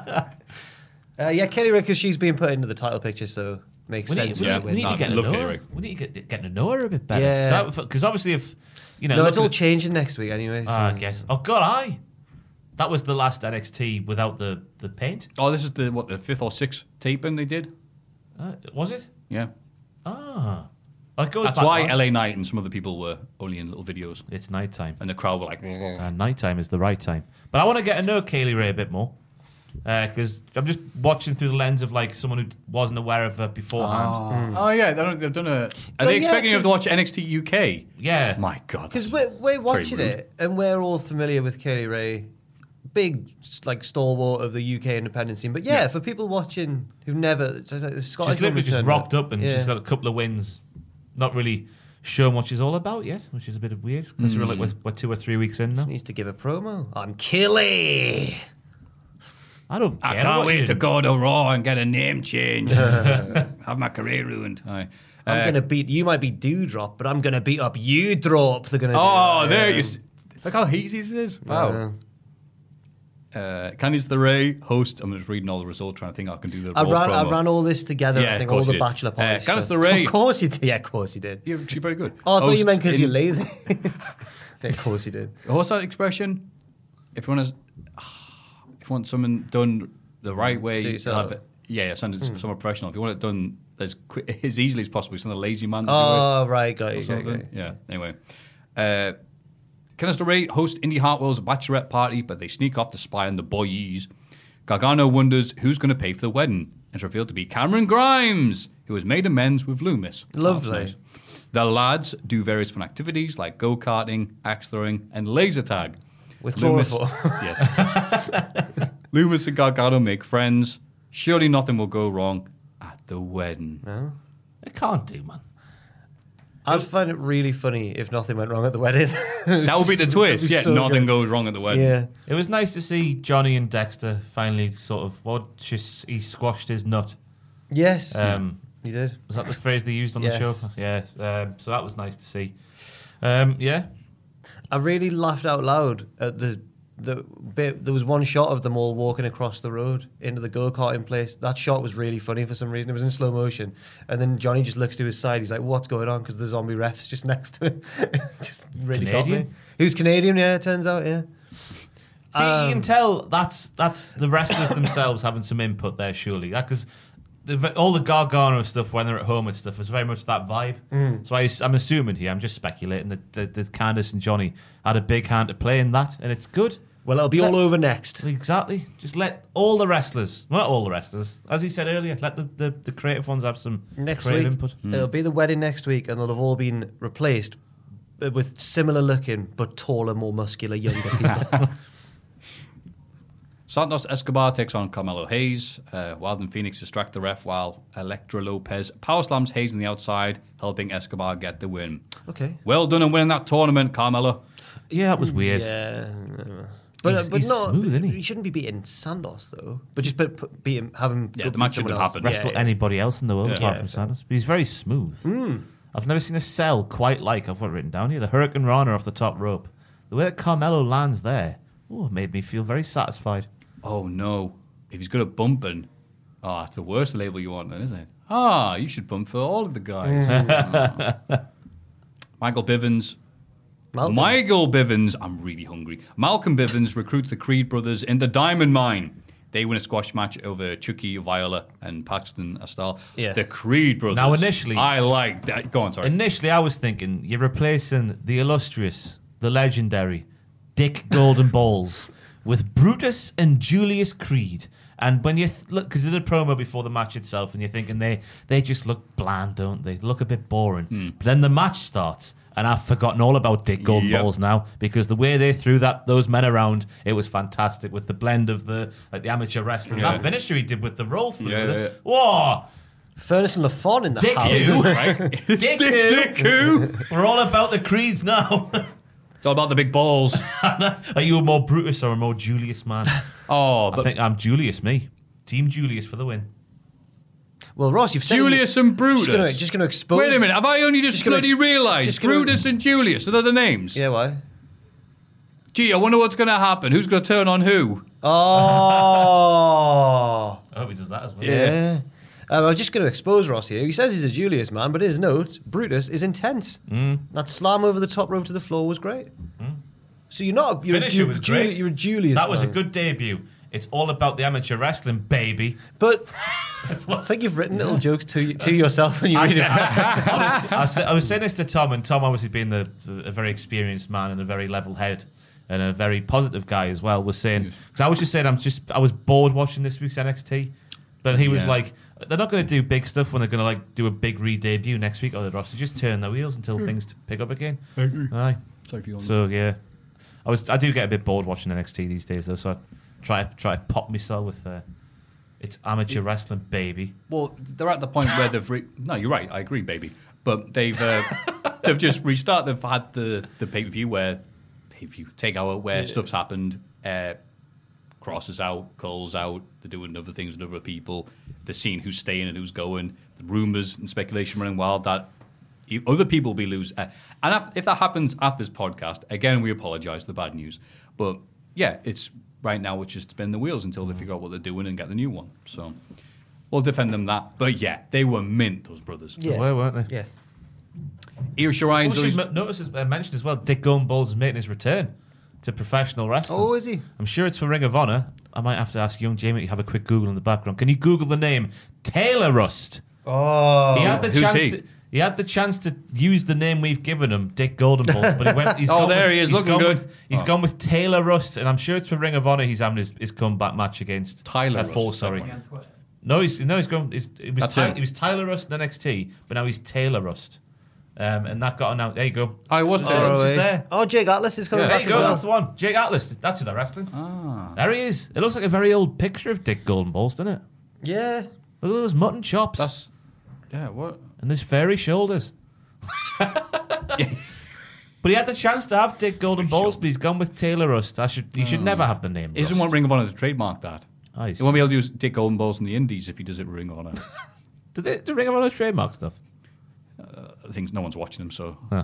Speaker 5: Uh, yeah, Kelly Rick, because she's being put into the title picture, so makes
Speaker 4: We need,
Speaker 5: sense.
Speaker 4: we, need,
Speaker 5: that they
Speaker 4: we need
Speaker 5: win.
Speaker 4: to get to
Speaker 3: Love
Speaker 4: know
Speaker 3: Kitty
Speaker 4: her.
Speaker 3: Rick.
Speaker 4: We need to get, get to know her a bit better.
Speaker 5: Yeah.
Speaker 4: Because obviously, if you know,
Speaker 5: no, it's
Speaker 4: looking
Speaker 5: all
Speaker 4: at-
Speaker 5: changing next week anyway. So.
Speaker 4: Ah, I guess. Oh God, I. That was the last NXT without the the paint.
Speaker 3: oh, this is the what the fifth or sixth taping they did.
Speaker 4: Uh, was it?
Speaker 3: Yeah,
Speaker 4: Ah. It goes
Speaker 3: that's
Speaker 4: back
Speaker 3: why
Speaker 4: on.
Speaker 3: LA Knight and some other people were only in little videos,
Speaker 4: It's nighttime.
Speaker 3: and the crowd were like,
Speaker 4: And nighttime is the right time. But I want to get to know Kaylee Ray a bit more. Because I'm just watching through the lens of like someone who wasn't aware of her beforehand.
Speaker 3: "Oh yeah, they don't- they've done a." Are
Speaker 5: yeah,
Speaker 3: they expecting you to watch NXT UK?
Speaker 4: Yeah.
Speaker 3: My God,
Speaker 5: Because
Speaker 3: that's-
Speaker 5: we're, we're watching
Speaker 3: rude.
Speaker 5: it, and we're all familiar with Kelly Ray, big like stalwart of the UK independent scene. But yeah, for people watching who've never, just like the Scottish
Speaker 4: she's literally
Speaker 5: woman's
Speaker 4: just
Speaker 5: turned
Speaker 4: rocked up and
Speaker 5: Yeah.
Speaker 4: she's got a couple of wins. Not really shown what she's all about yet, which is a bit weird. Because we're like we're,
Speaker 3: Hmm.
Speaker 4: we're two or three weeks in now.
Speaker 5: needs to give a promo. I'm Kelly.
Speaker 4: I don't.
Speaker 3: I
Speaker 4: care
Speaker 3: can't
Speaker 4: what
Speaker 3: wait
Speaker 4: you-
Speaker 3: to go to Raw and get a name change. Have my career ruined. Aye.
Speaker 5: I'm
Speaker 3: Uh,
Speaker 5: gonna beat you. Might be Dewdrop, but I'm gonna beat up you. Drop. They're gonna. do
Speaker 3: oh,
Speaker 5: that,
Speaker 3: there
Speaker 5: yeah.
Speaker 3: you. s- Look how easy this is. Wow. Uh, Candice the Ray host. I'm just reading all the results, trying to think I can do the.
Speaker 5: I
Speaker 3: Raw
Speaker 5: ran, I
Speaker 3: promo.
Speaker 5: ran all this together.
Speaker 3: Yeah,
Speaker 5: I
Speaker 3: of
Speaker 5: think all
Speaker 3: course
Speaker 5: the
Speaker 3: you did.
Speaker 5: Bachelor Party.
Speaker 3: Uh, Gareth
Speaker 5: stuff.
Speaker 3: the Ray.
Speaker 5: Of course he did. Yeah, of course he did.
Speaker 3: You're actually very good.
Speaker 5: Oh, I thought you
Speaker 3: Host
Speaker 5: meant because
Speaker 3: in-
Speaker 5: you're lazy. yeah, of course he did.
Speaker 3: What's that expression? If you want to, if you want something done the right way,
Speaker 5: Mm. Do it
Speaker 3: you'll
Speaker 5: yourself. Hmm.
Speaker 3: have it- yeah, yeah, something somewhere professional. If you want it done as quick, as easily as possible, something a lazy man. to do it.
Speaker 5: Oh, right, got you.
Speaker 3: or
Speaker 5: Got you, got
Speaker 3: something.
Speaker 5: you.
Speaker 3: Yeah. Anyway, uh, Kenneth Ray hosts Indy Hartwell's bachelorette party, but they sneak off to spy on the boys. Gargano wonders who's going to pay for the wedding, and it's revealed to be Cameron Grimes, who has made amends with Loomis.
Speaker 5: Lovely.
Speaker 3: That's The lads do various fun activities like go karting, axe throwing, and laser tag.
Speaker 5: With
Speaker 3: Loomis-
Speaker 5: chloroform.
Speaker 3: yes. Loomis and Gargano make friends. Surely nothing will go wrong at the wedding.
Speaker 4: I can't do, man.
Speaker 5: I'd find it really funny if nothing went wrong at the wedding. that
Speaker 3: That would be the twist. yeah, nothing goes wrong at the wedding.
Speaker 5: Yeah.
Speaker 4: It was nice to see Johnny and Dexter finally sort of. What just he squashed his nut.
Speaker 5: Yes.
Speaker 4: Um,
Speaker 5: you did.
Speaker 4: was that the phrase they used on the
Speaker 5: Yes.
Speaker 4: show? Yeah. Um, so that was nice to see. Um, yeah.
Speaker 5: I really laughed out loud at the the bit. There was one shot of them all walking across the road into the go karting place. That shot was really funny for some reason. It was in slow motion, and then Johnny just looks to his side. He's like, "What's going on?" Because the zombie refs just next to him. it's just really got me.
Speaker 4: Canadian?
Speaker 5: He was Canadian. Yeah, it turns out. Yeah.
Speaker 4: See, you can tell that's that's the wrestlers themselves having some input there, surely. Because all the Gargano stuff when they're at home and stuff is very much that vibe.
Speaker 5: Mm.
Speaker 4: So I, am assuming here, I'm just speculating that, that, that Candice and Johnny had a big hand to play in that, and it's good.
Speaker 5: Well, it'll be all over next.
Speaker 4: Exactly. Just let all the wrestlers, well, not all the wrestlers, as he said earlier, let the, the, the creative ones have some
Speaker 5: next
Speaker 4: creative
Speaker 5: week.
Speaker 4: input.
Speaker 5: It'll be the wedding next week, and they'll have all been replaced uh, with similar looking but taller, more muscular, younger people.
Speaker 3: Santos Escobar takes on Carmelo Hayes. Uh, Wild and Phoenix distract the ref while Electra Lopez power slams Hayes on the outside, helping Escobar get the win.
Speaker 5: okay.
Speaker 3: Well done on winning that tournament, Carmelo.
Speaker 4: Yeah, it was weird.
Speaker 5: Yeah. But,
Speaker 4: He's-
Speaker 5: uh, but
Speaker 4: he's
Speaker 5: not.
Speaker 4: smooth, isn't
Speaker 5: he? shouldn't be beating Sandos though. But just put, put, beat him, have him.
Speaker 3: Yeah, the match would have happened.
Speaker 4: wrestle anybody else in the world
Speaker 3: Yeah.
Speaker 4: apart
Speaker 3: Yeah,
Speaker 4: from Sanders. But he's very smooth. I've never seen a cell quite like I've got it written down here. The Hurricane Rana off the top rope. The way that Carmelo lands there, oh, it made me feel very satisfied.
Speaker 3: Oh no! If he's good at bumping, ah, it's the worst label you want, then, isn't it? Ah, you should bump for all of the guys. Ah. Michael Bivens.
Speaker 5: Malcolm.
Speaker 3: Michael Bivens. I'm really hungry. Malcolm Bivens recruits the Creed brothers in the Diamond Mine. They win a squash match over Chucky Viola and Paxton Astal.
Speaker 4: Yeah.
Speaker 3: The Creed brothers.
Speaker 4: Now, initially-
Speaker 3: I like that. Go on, sorry.
Speaker 4: Initially, I was thinking you're replacing the illustrious, the legendary Dick Golden Balls with Brutus and Julius Creed. And when you th- look, because they did a promo before the match itself, and you're thinking they, they just look bland, don't they? They look a bit boring.
Speaker 3: Hmm.
Speaker 4: But then the match starts, and I've forgotten all about Dick Golden
Speaker 3: Yep.
Speaker 4: Balls now because the way they threw that those men around, it was fantastic with the blend of the like the amateur wrestling.
Speaker 3: Yeah.
Speaker 4: That finisher he did with the roll through.
Speaker 3: Yeah,
Speaker 4: with it.
Speaker 3: yeah, yeah.
Speaker 4: Whoa!
Speaker 5: Furnace and LaFon in the
Speaker 4: Dick
Speaker 5: house.
Speaker 4: who?
Speaker 3: Right?
Speaker 4: Dick, who?
Speaker 3: Dick who?
Speaker 4: We're all about the creeds now.
Speaker 3: It's all about the big balls.
Speaker 4: Are you a more Brutus or a more Julius man?
Speaker 3: Oh,
Speaker 4: I
Speaker 3: but
Speaker 4: think I'm Julius, me. Team Julius for the win.
Speaker 5: Well, Ross, you've said
Speaker 3: Julius and Brutus.
Speaker 5: Just gonna, just gonna expose.
Speaker 3: Wait a minute, have I only just,
Speaker 5: Just gonna
Speaker 3: bloody
Speaker 5: ex-
Speaker 3: realised
Speaker 5: just gonna-
Speaker 3: Brutus and Julius are the names?
Speaker 5: Yeah, why?
Speaker 3: Gee, I wonder what's going to happen. Who's going to turn on who?
Speaker 5: Oh.
Speaker 4: I hope he does that as well.
Speaker 5: Yeah. Um, I was just going to expose Ross here. He says he's a Julius man, but in his notes, Brutus is intense.
Speaker 3: Mm.
Speaker 5: That slam over the top rope to the floor was great. So you're not. You're,
Speaker 4: Finisher
Speaker 5: you're,
Speaker 4: was
Speaker 5: Juli-
Speaker 4: great.
Speaker 5: You're a Julius.
Speaker 4: That was a
Speaker 5: man.
Speaker 4: good debut. It's all about the amateur wrestling, baby.
Speaker 5: But
Speaker 4: That's
Speaker 5: I
Speaker 4: what
Speaker 5: think you've written little jokes to to yourself when you
Speaker 4: I,
Speaker 5: read it.
Speaker 4: honestly, I, said- I was saying this to Tom, and Tom, obviously being the, a very experienced man and a very level head and a very positive guy as well, was saying because I was just saying I'm just I was bored watching this week's NXT, but he was
Speaker 3: Yeah.
Speaker 4: like, they're not going to do big stuff when they're going to like do a big re-debut next week or the roster. Just turn their wheels until things t- pick up again. Aye.
Speaker 3: Sorry for your
Speaker 4: So yeah, I was I do get a bit bored watching NXT these days though, so I try try to pop myself with. Uh, it's amateur wrestling, baby.
Speaker 3: Well, they're at the point where they've. Re- no, you're right. I agree, baby. But they've uh, they've just restarted. They've had the the pay per view where pay per view takeover where stuff's happened. Uh, crosses out, calls out. They're doing other things with other people. They're seeing who's staying and who's going. The rumors and speculation running wild that you- other people will be losing. Uh, and if, if that happens after this podcast, again, we apologize for the bad news. But yeah, it's right now it's just spin the wheels until they figure out what they're doing and get the new one. So. We'll defend them that. But yeah, they were mint, those brothers. Yeah.
Speaker 4: Where weren't they?
Speaker 5: yeah.
Speaker 3: Io Shirai's
Speaker 4: Well,
Speaker 3: always-
Speaker 4: she's m- notice as- uh, mentioned as well. Dick Goldenballs is making his return to professional wrestling.
Speaker 5: Oh, is he?
Speaker 4: I'm sure it's for Ring of Honor. I might have to ask young Jamie to have a quick Google in the background. Can you Google the name Taylor Rust?
Speaker 5: Oh.
Speaker 4: he had the
Speaker 3: who's
Speaker 4: chance.
Speaker 3: he?
Speaker 4: To, he had the chance to use the name we've given him, Dick Goldenballs, but he went. He's
Speaker 3: Oh,
Speaker 4: gone
Speaker 3: there
Speaker 4: with,
Speaker 3: he is,
Speaker 4: he's
Speaker 3: looking
Speaker 4: gone
Speaker 3: good.
Speaker 4: With, he's
Speaker 3: Oh.
Speaker 4: gone with Taylor Rust, and I'm sure it's for Ring of Honor. He's having his, his comeback match against
Speaker 3: Tyler
Speaker 4: uh, Fall,
Speaker 3: Rust,
Speaker 4: sorry.
Speaker 3: that one.
Speaker 4: No, he's no, he's gone. He's, it was
Speaker 3: That's
Speaker 4: Ty,
Speaker 3: him.
Speaker 4: it was Tyler Rust in NXT, but now he's Taylor Rust, um, and that got announced. There you go.
Speaker 3: I was
Speaker 4: Taylor Rust is there.
Speaker 5: Oh, Jake Atlas is coming
Speaker 3: Yeah.
Speaker 4: There
Speaker 5: back
Speaker 4: you
Speaker 5: as
Speaker 4: go.
Speaker 5: well.
Speaker 4: That's the one. Jake Atlas. That's who they're wrestling.
Speaker 3: Ah.
Speaker 4: There he is. It looks like a very old picture of Dick Golden Balls, doesn't it?
Speaker 5: Yeah.
Speaker 4: Look at those mutton chops
Speaker 3: That's, yeah, what?
Speaker 4: and those fairy shoulders. but he had the chance to have Dick Golden Balls, but he's gone with Taylor Rust. I should. He should never have the name.
Speaker 3: Oh. Isn't
Speaker 4: Rust.
Speaker 3: what Ring of Honor to trademark that?
Speaker 4: Ah, you
Speaker 3: He
Speaker 4: see.
Speaker 3: won't be able to use Dick Golden Balls in the Indies if he does it with Ring of Honor.
Speaker 4: Do they do Ring of Honor trademark stuff?
Speaker 3: I think no one's watching him, so. Uh,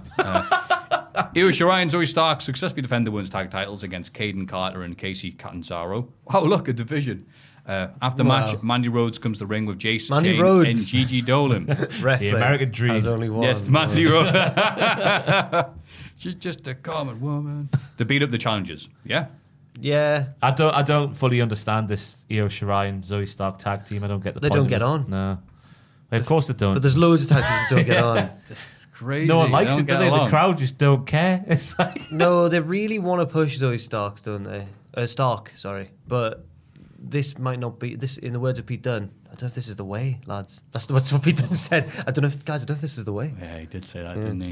Speaker 3: Io Shirai and Zoe Stark successfully defend the women's tag titles against Caden Carter and Casey Catanzaro. Oh, look, a division. Uh, after the match, Mandy Rhodes comes to the ring with Jason
Speaker 5: Mandy
Speaker 3: Jane
Speaker 5: Rhodes.
Speaker 3: and Gigi Dolan.
Speaker 5: Wrestling.
Speaker 4: American dream.
Speaker 5: Has only one.
Speaker 3: Yes, Mandy Rose. She's just a common woman. To beat up the challengers, yeah?
Speaker 5: Yeah.
Speaker 4: I don't. I don't fully understand this Io Shirai and Zoe Stark tag team. I don't get the.
Speaker 5: They
Speaker 4: point
Speaker 5: don't
Speaker 4: of
Speaker 5: get
Speaker 4: it.
Speaker 5: on.
Speaker 4: No. Of course they don't.
Speaker 5: But there's loads of tag teams that don't get
Speaker 4: Yeah.
Speaker 5: on.
Speaker 3: crazy.
Speaker 4: No one
Speaker 3: They
Speaker 4: likes
Speaker 3: don't
Speaker 4: it. Do
Speaker 3: get
Speaker 4: they? The
Speaker 3: along.
Speaker 4: crowd just don't care. It's like
Speaker 5: no, they really want to push Zoe Stark, don't they? Uh, Stark, sorry. But this might not be this. In the words of Pete Dunne, I don't know if this is the way, lads. That's what's what Pete Dunne said. I don't know, if, guys. I don't know if this is the way.
Speaker 3: Yeah, he did say that,
Speaker 5: Yeah.
Speaker 3: didn't he?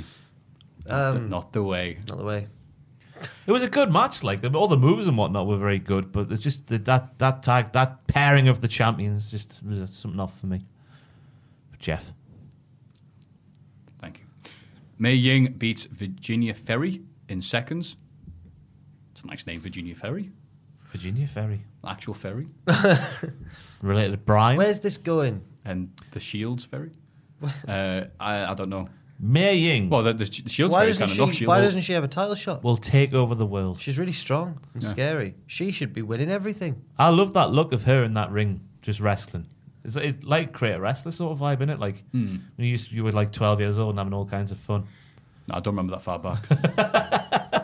Speaker 5: Um,
Speaker 3: but not the way.
Speaker 5: Not the way.
Speaker 4: It was a good match. Like all the moves and whatnot were very good, but it's just that that that tag that pairing of the champions just was something off for me. Jeff,
Speaker 3: Thank you. Mei Ying beats Virginia Ferry in seconds. It's a nice name, Virginia Ferry.
Speaker 4: Virginia Ferry,
Speaker 3: Actual ferry.
Speaker 4: related to Brian.
Speaker 5: Where's this going?
Speaker 3: and the Shields Ferry. uh, I, I don't know.
Speaker 4: Mei Ying.
Speaker 3: Well, the, the Sh- Shields
Speaker 5: Why
Speaker 3: Ferry's
Speaker 5: doesn't
Speaker 3: kind of
Speaker 5: she?
Speaker 3: off Shields.
Speaker 5: Why doesn't she have a title shot?
Speaker 4: will take over the world.
Speaker 5: She's really strong and
Speaker 4: Yeah.
Speaker 5: scary. She should be winning everything.
Speaker 4: I love that look of her in that ring, just wrestling. It's, it's like create a wrestler sort of vibe in it. Like
Speaker 3: Hmm.
Speaker 4: when you used, you were like twelve years old and having all kinds of fun.
Speaker 3: No, I don't remember that far back.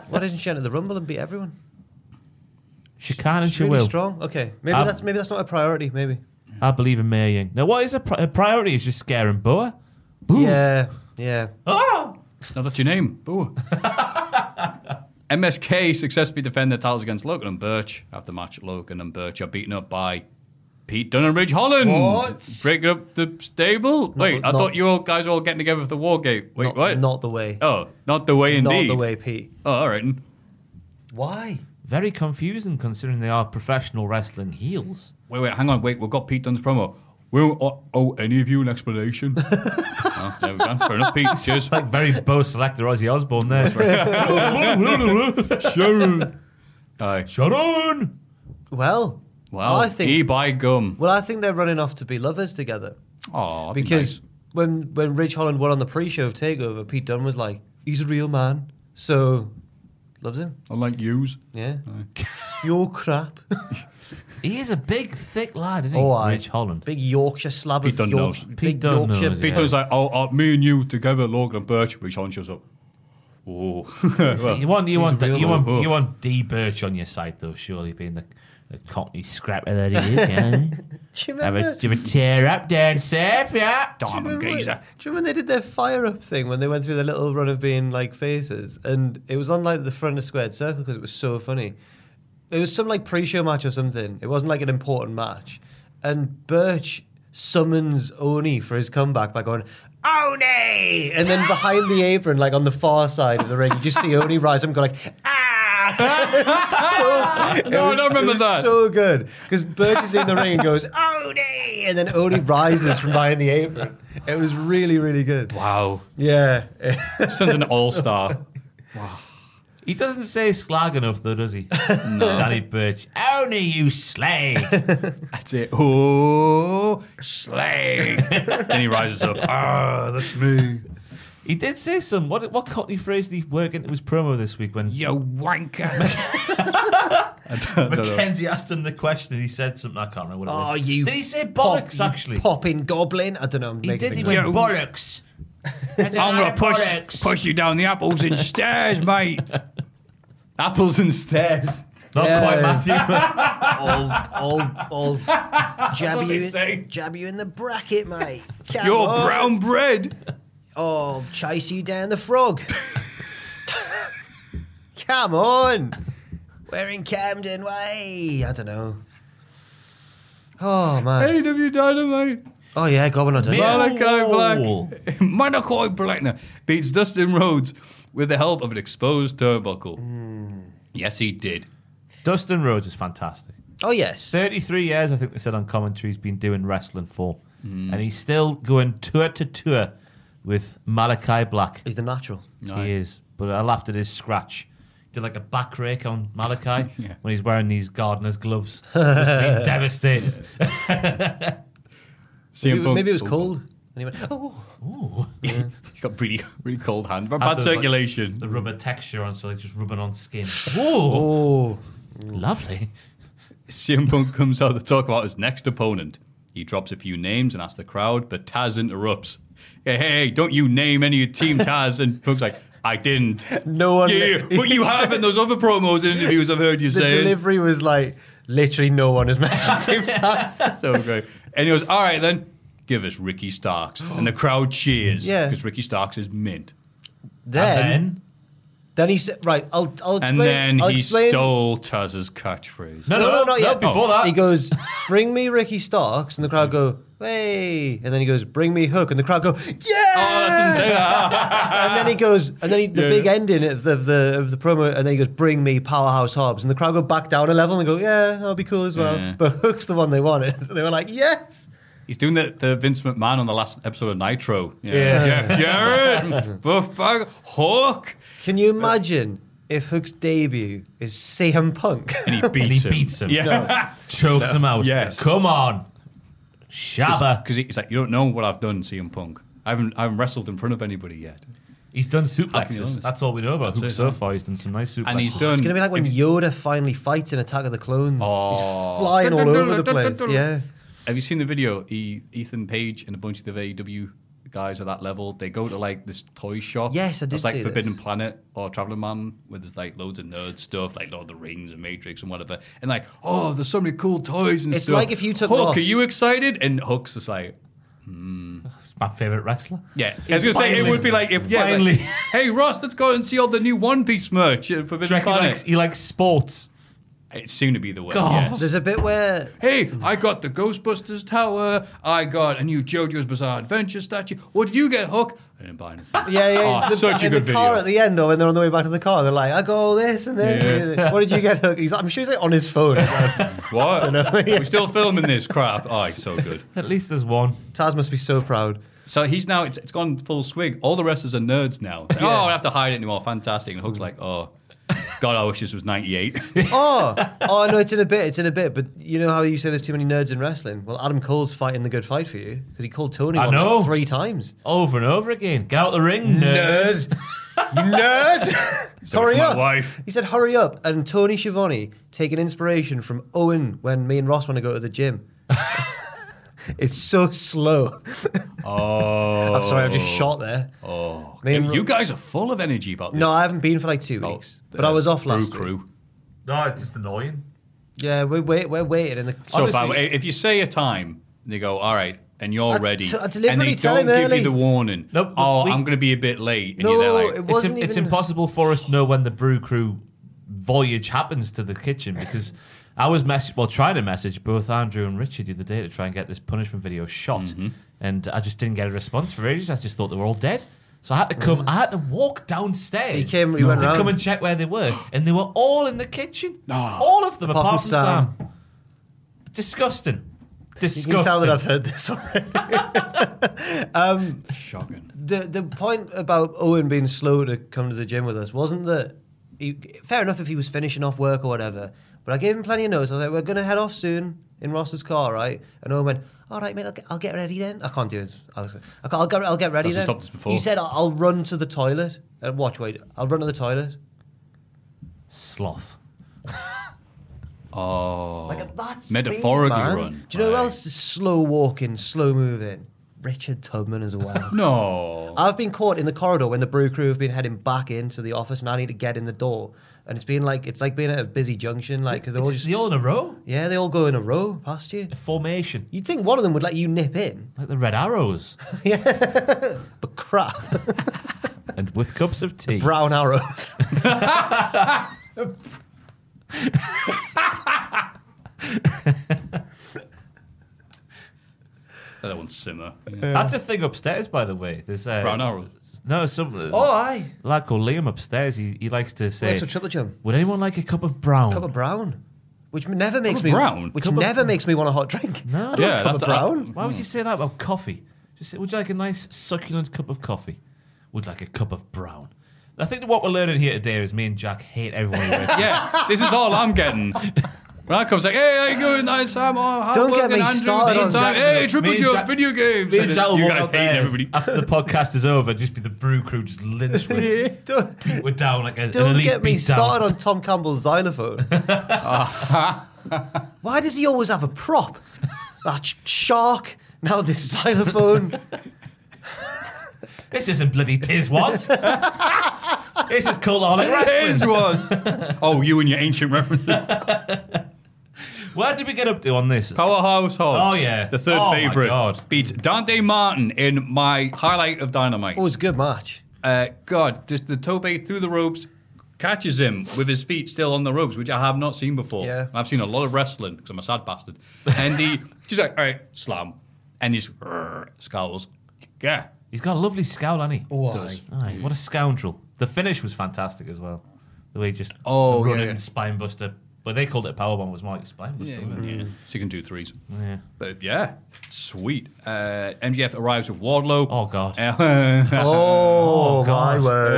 Speaker 5: Why doesn't she enter the rumble and beat everyone?
Speaker 4: She can and
Speaker 5: She's
Speaker 4: she
Speaker 5: really
Speaker 4: will.
Speaker 5: strong. Okay, maybe
Speaker 4: Um,
Speaker 5: that's maybe that's not a priority. Maybe.
Speaker 4: I believe in Mei Ying. Now, what is a, pri- a priority? Is just scaring Boa. Boo.
Speaker 5: Yeah, yeah.
Speaker 4: Ah!
Speaker 3: Now that's your name. Boo. MSK successfully defend their titles against Logan and Birch. After the match, Logan and Birch are beaten up by Pete Dunn and Ridge Holland.
Speaker 5: What?
Speaker 3: Breaking up the stable? Wait, I
Speaker 5: not-
Speaker 3: thought you all guys were all getting together for the war game. Wait,
Speaker 5: not,
Speaker 3: what?
Speaker 5: Not the way.
Speaker 3: oh, not the way
Speaker 5: not
Speaker 3: indeed.
Speaker 5: the way, Pete.
Speaker 3: Oh, all right. then.
Speaker 5: Why?
Speaker 4: Very confusing considering they are professional wrestling heels.
Speaker 3: Wait, wait, hang on. Wait, we've got Pete Dunn's promo. We'll owe, owe any of you an explanation. oh, there we go. Fair enough, Pete. Cheers.
Speaker 4: Like very Bo Selector Ozzy Osbourne there. Sharon.
Speaker 3: Aye.
Speaker 4: Sharon.
Speaker 5: Well,
Speaker 3: Well,
Speaker 5: I think-
Speaker 3: he by gum.
Speaker 5: well, I think they're running off to be lovers together
Speaker 3: Oh,
Speaker 5: because when when Ridge Holland won on the pre-show of Takeover, Pete Dunne was like, "He's a real man, so loves him."
Speaker 3: unlike yous.
Speaker 5: Yeah, your crap,
Speaker 4: He is a big, thick lad, isn't he?
Speaker 5: Oh, aye.
Speaker 4: Rich Holland.
Speaker 5: big Yorkshire slab
Speaker 3: Pete
Speaker 5: of
Speaker 3: Dunne
Speaker 5: York-
Speaker 3: knows.
Speaker 5: big
Speaker 4: Pete Dunne
Speaker 5: Yorkshire.
Speaker 4: knows,
Speaker 3: Pete Dunn's like, oh, oh, me and you together, Logan and Birch. Which one shows up? Oh, well,
Speaker 4: You want, you want,
Speaker 5: real
Speaker 4: you want,
Speaker 3: man.
Speaker 4: you want D Birch on your side though. Surely being the, the cockney scrapper that he is. Yeah.
Speaker 5: Do you
Speaker 4: have,
Speaker 5: remember?
Speaker 4: a, have a tear up down safe, yeah.
Speaker 3: diamond
Speaker 5: Remember when-
Speaker 3: geezer.
Speaker 5: Do you remember when they did their fire up thing when they went through their little run of being like faces? And it was on like the front of Squared Circle because it was so funny. It was some like pre show match or something. It wasn't like an important match. And Birch summons Oni for his comeback by going, Oni! And then behind the apron, like on the far side of the ring, you just see Oni rise up and go like, ah! It's so- it
Speaker 3: No, Oh, I don't remember
Speaker 5: it was
Speaker 3: that.
Speaker 5: so good. Because Birch is in the ring and goes, Oni! And then Oni rises from behind the apron. It was really, really good.
Speaker 3: Wow,
Speaker 5: Yeah.
Speaker 3: sends an all star.
Speaker 4: He doesn't say slag enough though, does he? no. Danny Birch. Only you slag.
Speaker 3: That's it. Oh, slang. then he rises up. Ah, that's me.
Speaker 4: he did say some. What what cockney phrase did he work into his promo this week when
Speaker 3: You wanker.
Speaker 4: Mackenzie asked him the question and he said something I can't remember what it
Speaker 5: Oh,
Speaker 4: was.
Speaker 5: you.
Speaker 4: Did he say bollocks
Speaker 5: pop,
Speaker 4: actually?
Speaker 5: Popping goblin. I don't know. I'm
Speaker 4: He
Speaker 5: making
Speaker 4: did. He went
Speaker 5: things up.
Speaker 4: bollocks. I'm
Speaker 3: I'm gonna push push you down the apples and stairs, mate. apples and stairs.
Speaker 4: Not
Speaker 5: Yeah.
Speaker 4: quite Matthew.
Speaker 5: all, all, all jab,
Speaker 3: what
Speaker 5: you,
Speaker 3: they say.
Speaker 5: in- jab you in the bracket, mate. Come
Speaker 3: Your
Speaker 5: on.
Speaker 3: brown bread.
Speaker 5: Oh, chase you down the frog. Come on. We're in Camden Way. I don't know. Oh, man.
Speaker 3: AW Dynamite.
Speaker 5: Oh, yeah, God, we're not done yet.
Speaker 3: Malachi
Speaker 4: Whoa.
Speaker 3: Black. Malachi Blackner beats Dustin Rhodes with the help of an exposed turnbuckle. Yes, he did.
Speaker 4: Dustin Rhodes is fantastic.
Speaker 5: Oh, yes.
Speaker 4: 33 years, I think they said on commentary, he's been doing wrestling for. And he's still going tour to tour with Malachi Black.
Speaker 5: He's the natural.
Speaker 4: He is. But I laughed at his scratch. He did like a back rake on Malachi
Speaker 3: Yeah.
Speaker 4: when he's wearing these gardener's gloves. Just being devastated.
Speaker 3: CM Punk-
Speaker 5: Maybe it was
Speaker 3: Oh,
Speaker 5: cold. And he went, oh.
Speaker 3: He got really, really cold hands. Bad
Speaker 4: Had the, like,
Speaker 3: circulation.
Speaker 4: the rubber texture on, so like just rubbing on skin. Whoa,
Speaker 5: Oh.
Speaker 4: lovely.
Speaker 3: CM Punk comes out to talk about his next opponent. He drops a few names and asks the crowd, but Taz interrupts. Hey, hey, hey, don't you name any of your team Taz? And Punk's like, I didn't.
Speaker 5: No one.
Speaker 3: Yeah, yeah, but you have in those other promos and interviews I've heard you
Speaker 5: the
Speaker 3: saying.
Speaker 5: delivery was like literally no one has matched the same
Speaker 3: so great. And he goes, all right then, give us Ricky Starks. And the crowd cheers.
Speaker 5: Yeah.
Speaker 3: Because Ricky Starks is mint.
Speaker 5: Then,
Speaker 3: And
Speaker 5: then, he said, "Right, I'll, I'll explain."
Speaker 3: and then
Speaker 5: I'll
Speaker 3: he
Speaker 5: explain.
Speaker 3: stole Taz's catchphrase.
Speaker 5: No, no, no, not yet.
Speaker 3: Oh.
Speaker 5: he goes, "Bring me Ricky Starks," and the crowd go, "Hey!" And then he goes, "Bring me Hook," and the crowd go, "Yeah!"
Speaker 3: Oh,
Speaker 5: and then he goes, and then he, the
Speaker 3: Yeah,
Speaker 5: big
Speaker 3: yeah.
Speaker 5: ending of the, of the of the promo, and then he goes, "Bring me Powerhouse Hobbs," and the crowd go back down a level and go, "Yeah, that'll be cool as well."
Speaker 3: Yeah.
Speaker 5: But Hook's the one they wanted, so they were like, "Yes."
Speaker 3: He's doing the, the Vince McMahon on the last episode of Nitro. Yeah.
Speaker 5: Yeah.
Speaker 3: Jeff Jarrett, Buff Bag, Hook.
Speaker 5: Can you imagine if Hook's debut is CM Punk?
Speaker 3: And he beats him. Yeah.
Speaker 4: Chokes him out.
Speaker 3: Yes.
Speaker 4: Come on. Shabba.
Speaker 3: Because he's like, you don't know what I've done, CM Punk. I haven't, I haven't wrestled in front of anybody yet.
Speaker 4: He's done
Speaker 3: How can you know
Speaker 4: suplexes.
Speaker 3: this?
Speaker 4: That's all we know about
Speaker 3: That's
Speaker 4: Hook
Speaker 3: it,
Speaker 4: so
Speaker 3: yeah.
Speaker 4: far. He's done some nice suplexes.
Speaker 3: And he's done.
Speaker 5: It's gonna be like when Yoda finally fights in Attack of the Clones. He's flying all over the place. Yeah.
Speaker 3: Have you seen the video? E- Ethan Page and a bunch of the AEW guys at that level, they go to like this toy shop.
Speaker 5: Yes, I did
Speaker 3: It's like
Speaker 5: see
Speaker 3: Forbidden
Speaker 5: this.
Speaker 3: Planet or Traveling Man, where there's like loads of nerd stuff, like Lord of the Rings and Matrix and whatever. And like, oh, there's so many cool toys and
Speaker 5: It's
Speaker 3: stuff.
Speaker 5: like if you took
Speaker 3: Hook,
Speaker 5: Ross-
Speaker 3: are you excited? And Hook's just like,
Speaker 4: my favorite wrestler.
Speaker 3: yeah. I was gonna say it
Speaker 4: Finally.
Speaker 3: would be like if yeah, like,
Speaker 4: Finally.
Speaker 3: hey Ross, let's go and see all the new One Piece merch uh, at
Speaker 4: Do you
Speaker 3: Forbidden
Speaker 4: reckon he
Speaker 3: Planet.
Speaker 4: likes, he likes sports.
Speaker 3: it's soon to be the way.
Speaker 4: God.
Speaker 3: Yes.
Speaker 5: There's a bit where
Speaker 3: Hey, I got the Ghostbusters tower. I got a new JoJo's Bizarre Adventure statue. What did you get, Hook? I didn't buy anything.
Speaker 5: yeah, yeah,
Speaker 3: Oh,
Speaker 5: it's the,
Speaker 3: such a
Speaker 5: in
Speaker 3: good
Speaker 5: the car
Speaker 3: video.
Speaker 5: at the end, or when they're on the way back to the car, they're like, "I got all this and this." What did you get? Hook? He's like, I'm sure he's like on his phone.
Speaker 3: What? We're still filming this crap. Oh, it's so good.
Speaker 4: At least there's one.
Speaker 5: Taz must be so proud.
Speaker 3: So he's now it's, it's gone full swig. All the wrestlers are nerds now. It's like, Oh, I don't have to hide it anymore. Fantastic. And Hook's like, oh, God, I wish this was '98.
Speaker 5: Oh, oh no, it's in a bit. It's in a bit. But you know how you say there's too many nerds in wrestling? Well, Adam Cole's fighting the good fight for you because he called Tony
Speaker 4: I
Speaker 5: on it
Speaker 4: know.
Speaker 5: three times.
Speaker 4: Over and over again. Get out of the ring, nerd.
Speaker 5: you nerd!
Speaker 3: So
Speaker 5: hurry
Speaker 3: it's my
Speaker 5: up!
Speaker 3: wife.
Speaker 5: He said, "Hurry up!" And Tony Schiavone taking inspiration from Owen when me and Ross want to go to the gym. it's so slow.
Speaker 3: Oh,
Speaker 5: I'm sorry, I've just shot there.
Speaker 3: Oh,
Speaker 5: Me and-
Speaker 3: you guys are full of energy about this.
Speaker 5: No, I haven't been for like two
Speaker 3: Oh,
Speaker 5: weeks, but I was off
Speaker 3: brew
Speaker 5: last
Speaker 3: crew.
Speaker 5: week.
Speaker 4: No, it's just annoying.
Speaker 5: Yeah, we're wait, we're waiting. In the,
Speaker 3: So by the
Speaker 5: Honestly,
Speaker 3: way, if you say a time, they go, all right, and you're
Speaker 5: I
Speaker 3: ready,
Speaker 5: t- I
Speaker 3: and
Speaker 5: deliberately
Speaker 3: they
Speaker 5: tell
Speaker 3: don't
Speaker 5: him
Speaker 3: give
Speaker 5: early.
Speaker 3: you the warning.
Speaker 4: Nope,
Speaker 3: oh,
Speaker 4: we-
Speaker 3: I'm going to be a bit late. And
Speaker 5: No,
Speaker 3: you're there like,
Speaker 5: it
Speaker 4: It's,
Speaker 5: wasn't
Speaker 4: it's
Speaker 5: even-
Speaker 4: impossible for us to know when the brew crew voyage happens to the kitchen because I was mess- well trying to message both Andrew and Richard the other day to try and get this punishment video shot, and I just didn't get a response for ages. I just thought they were all dead. So I had to come. I had to walk downstairs.
Speaker 5: Mm. He came- he went
Speaker 4: to
Speaker 5: round.
Speaker 4: come and check where they were, and they were all in the kitchen. All of them, apart, from Sam. Disgusting.
Speaker 5: you
Speaker 4: Disgusting.
Speaker 5: can tell that I've heard this already.
Speaker 3: shocking.
Speaker 5: the the point about Owen being slow to come to the gym with us wasn't that. He, fair enough if he was finishing off work or whatever, but I gave him plenty of notice. I was like, "We're gonna head off soon in Ross's car, right?" And Owen went, "All right, mate, I'll get, I'll get ready then." I can't do it. I was- I can't, I'll get I'll get ready
Speaker 3: That's
Speaker 5: then.
Speaker 3: what stopped us before.
Speaker 5: You said I'll, I'll run to the toilet and watch. Wait, I'll run to the toilet.
Speaker 4: Sloth.
Speaker 3: Oh,
Speaker 5: Like at that speed,
Speaker 3: metaphorically
Speaker 5: man.
Speaker 3: run.
Speaker 5: Do you know who
Speaker 3: Right.
Speaker 5: else is slow walking, slow moving? Richard Tubman as well.
Speaker 3: No.
Speaker 5: I've been caught in the corridor when the brew crew have been heading back into the office, and I need to get in the door. And it's been like it's like being at a busy junction, like because they're all
Speaker 4: It's-
Speaker 5: just
Speaker 4: they all in a row.
Speaker 5: yeah, they all go in a row past you.
Speaker 4: A formation.
Speaker 5: You'd think one of them would let you nip in,
Speaker 4: Like the Red Arrows.
Speaker 5: but crap,
Speaker 4: and with cups of tea.
Speaker 5: brown arrows.
Speaker 3: That one's simmer.
Speaker 4: That's a thing upstairs, by the way. There's uh,
Speaker 3: Brown arrow.
Speaker 4: No, some uh,
Speaker 5: oh, aye,
Speaker 4: lad called Liam upstairs. He, he likes to say,
Speaker 5: it's a triple jump.
Speaker 4: "Would anyone like a cup of brown?"
Speaker 5: Cup of brown, which never makes
Speaker 3: of
Speaker 5: me
Speaker 3: brown?
Speaker 5: which
Speaker 3: Cup of-
Speaker 5: never makes me want a hot drink.
Speaker 4: No.
Speaker 5: I don't
Speaker 3: Yeah,
Speaker 5: want a cup
Speaker 3: that's-
Speaker 5: of
Speaker 3: that-
Speaker 5: brown.
Speaker 4: Why would you say that about coffee? Just say, "Would you like a nice succulent cup of coffee?" Would like a cup of brown. I think that what we're learning here today is me and Jack hate everyone. who works.
Speaker 3: yeah, this is all I'm getting. When I come, say, hey, how you doing? Nice, Sam. Oh, hard
Speaker 5: Don't get
Speaker 3: working,
Speaker 5: me
Speaker 3: Andrew,
Speaker 5: started
Speaker 3: tea
Speaker 5: on
Speaker 3: time.
Speaker 5: Jack-
Speaker 3: Hey, triple
Speaker 4: Me and
Speaker 3: jump,
Speaker 4: Jack-
Speaker 3: video games.
Speaker 4: me and
Speaker 3: And
Speaker 4: Jack will
Speaker 3: you
Speaker 4: walk
Speaker 3: guys
Speaker 4: out
Speaker 3: hate
Speaker 4: there
Speaker 3: everybody.
Speaker 4: after the podcast is over. Just be the brew crew just lynch me.
Speaker 5: Don't,
Speaker 4: We're down like a, an
Speaker 5: don't
Speaker 4: elite
Speaker 5: get me
Speaker 4: beat down.
Speaker 5: started on Tom Campbell's xylophone. Why does he always have a prop? That sh- shark. Now this xylophone.
Speaker 4: This isn't bloody Tiz was. This is cultaholic
Speaker 3: It is
Speaker 4: wrestling.
Speaker 3: one. Oh, you and your ancient references.
Speaker 4: Where did we get up to on this?
Speaker 3: Powerhouse Hobbs.
Speaker 4: Oh, yeah.
Speaker 3: The third
Speaker 4: Oh, my
Speaker 3: favorite.
Speaker 4: God.
Speaker 3: Beat Dante Martin in my highlight of Dynamite. Oh,
Speaker 5: it's a good match.
Speaker 3: Uh, God, just the Tope through the ropes catches him with his feet still on the ropes, which I have not seen before.
Speaker 5: Yeah.
Speaker 3: I've seen a lot of wrestling because I'm a sad bastard. And he just like, all right, slam. And he's "Rrr," scowls. Yeah.
Speaker 4: He's got a lovely scowl, hasn't he?
Speaker 5: Oh,
Speaker 4: Does. Aye, What a scoundrel. The finish was fantastic as well. The way he just
Speaker 3: Oh,
Speaker 4: running
Speaker 3: yeah.
Speaker 4: spine buster. But they called it power bomb was more like spine buster.
Speaker 3: Yeah.
Speaker 4: wasn't it?
Speaker 3: yeah. So you can do threes.
Speaker 4: Yeah.
Speaker 3: But yeah, sweet. Uh, MGF arrives with Wardlow.
Speaker 4: Oh God.
Speaker 3: Uh,
Speaker 5: Oh, my word.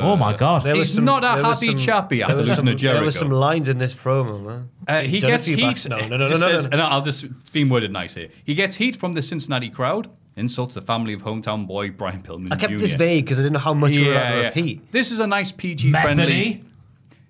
Speaker 4: Oh, oh, my God.
Speaker 5: There was
Speaker 3: He's not a
Speaker 5: there was
Speaker 3: happy chappy
Speaker 5: there
Speaker 3: after
Speaker 5: was
Speaker 3: losing
Speaker 5: some,
Speaker 3: to
Speaker 5: There were
Speaker 3: Jericho.
Speaker 5: some lines in this promo, man.
Speaker 3: Uh, he
Speaker 5: Done a
Speaker 3: gets
Speaker 5: few backs-
Speaker 3: heat.
Speaker 5: No, no, no, no,
Speaker 3: just
Speaker 5: no, no,
Speaker 3: says-
Speaker 5: no.
Speaker 3: And I'll just it's been worded nice here. He gets heat from the Cincinnati crowd, insults the family of hometown boy Brian Pillman.
Speaker 5: I kept
Speaker 3: Jr.
Speaker 5: this vague because I didn't know how much we were allowed to repeat.
Speaker 3: This is a nice PG friendly,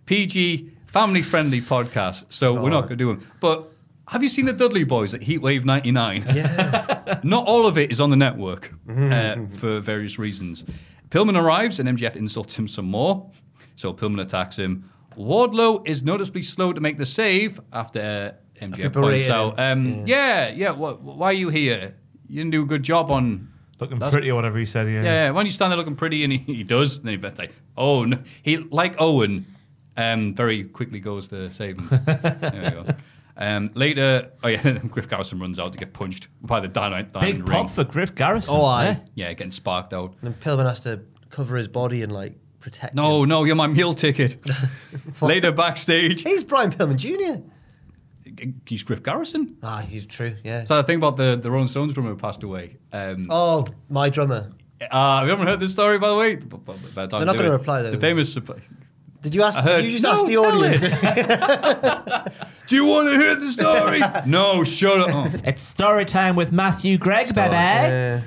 Speaker 3: PG family friendly podcast. So we're not going to do them. But have you seen the Dudley Boys at Heatwave '99? Yeah. not all of it is on the network uh, for various reasons. Pillman arrives and MGF insults him some more. So Pillman attacks him. Wardlow is noticeably slow to make the save after uh, MGF
Speaker 5: After
Speaker 3: points
Speaker 5: berating
Speaker 3: out, um, "Yeah, yeah, wh- why are you here? You didn't do a good job on
Speaker 4: Looking
Speaker 3: That's-
Speaker 4: pretty or whatever he said. Yeah.
Speaker 3: yeah, yeah. Why don't you stand there looking pretty? And he, he does. And then he's like, oh, no. He, like Owen, um, very quickly goes to save him. there we go. Um, later, oh yeah, Griff Garrison runs out to get punched by the dynamite
Speaker 4: Big
Speaker 3: diamond
Speaker 4: pop
Speaker 3: ring.
Speaker 4: for Griff Garrison.
Speaker 5: Oh, aye.
Speaker 4: eh?
Speaker 3: Yeah, getting sparked out.
Speaker 5: And then Pillman has to cover his body and like protect.
Speaker 3: No,
Speaker 5: him.
Speaker 3: no, you're my meal ticket. later backstage,
Speaker 5: he's Brian Pillman Jr.
Speaker 3: he's Griff Garrison.
Speaker 5: Ah, he's true. Yeah.
Speaker 3: So the thing about the the Rolling Stones drummer who passed away. Um,
Speaker 5: oh, my drummer.
Speaker 3: uh, have you ever heard this story, by the way? They're
Speaker 5: We're not gonna reply, though,
Speaker 3: The
Speaker 5: though.
Speaker 3: famous. supp-
Speaker 5: Did you ask?
Speaker 3: I heard-
Speaker 5: did you just
Speaker 3: No,
Speaker 5: ask the
Speaker 3: tell
Speaker 5: audience?
Speaker 3: Do you want to hear the story? no, shut up. Oh.
Speaker 4: It's story time with Matthew Gregg, baby.
Speaker 5: Yeah.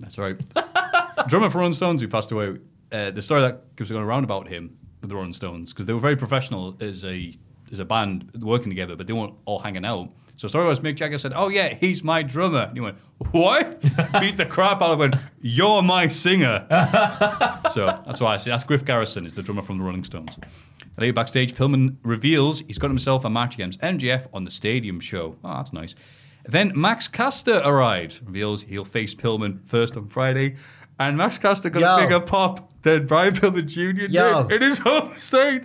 Speaker 3: That's right. Drummer for Rolling Stones who passed away. Uh, the story that keeps going around about him with the Rolling Stones because they were very professional as a as a band working together, but they weren't all hanging out. So the story was Mick Jagger said, "Oh yeah, he's my drummer." And he went, "What?" Beat the crap out of him. You're my singer. so that's why I say that's Griff Garrison is the drummer from the Rolling Stones. Later backstage, Pillman reveals he's got himself a match against MGF on the stadium show. Oh, that's nice. Then Max Caster arrives, reveals he'll face Pillman first on Friday, and Max Caster got a
Speaker 5: Yo.
Speaker 3: bigger pop than Brian Pillman Jr.
Speaker 5: Yo.
Speaker 3: did in his home state.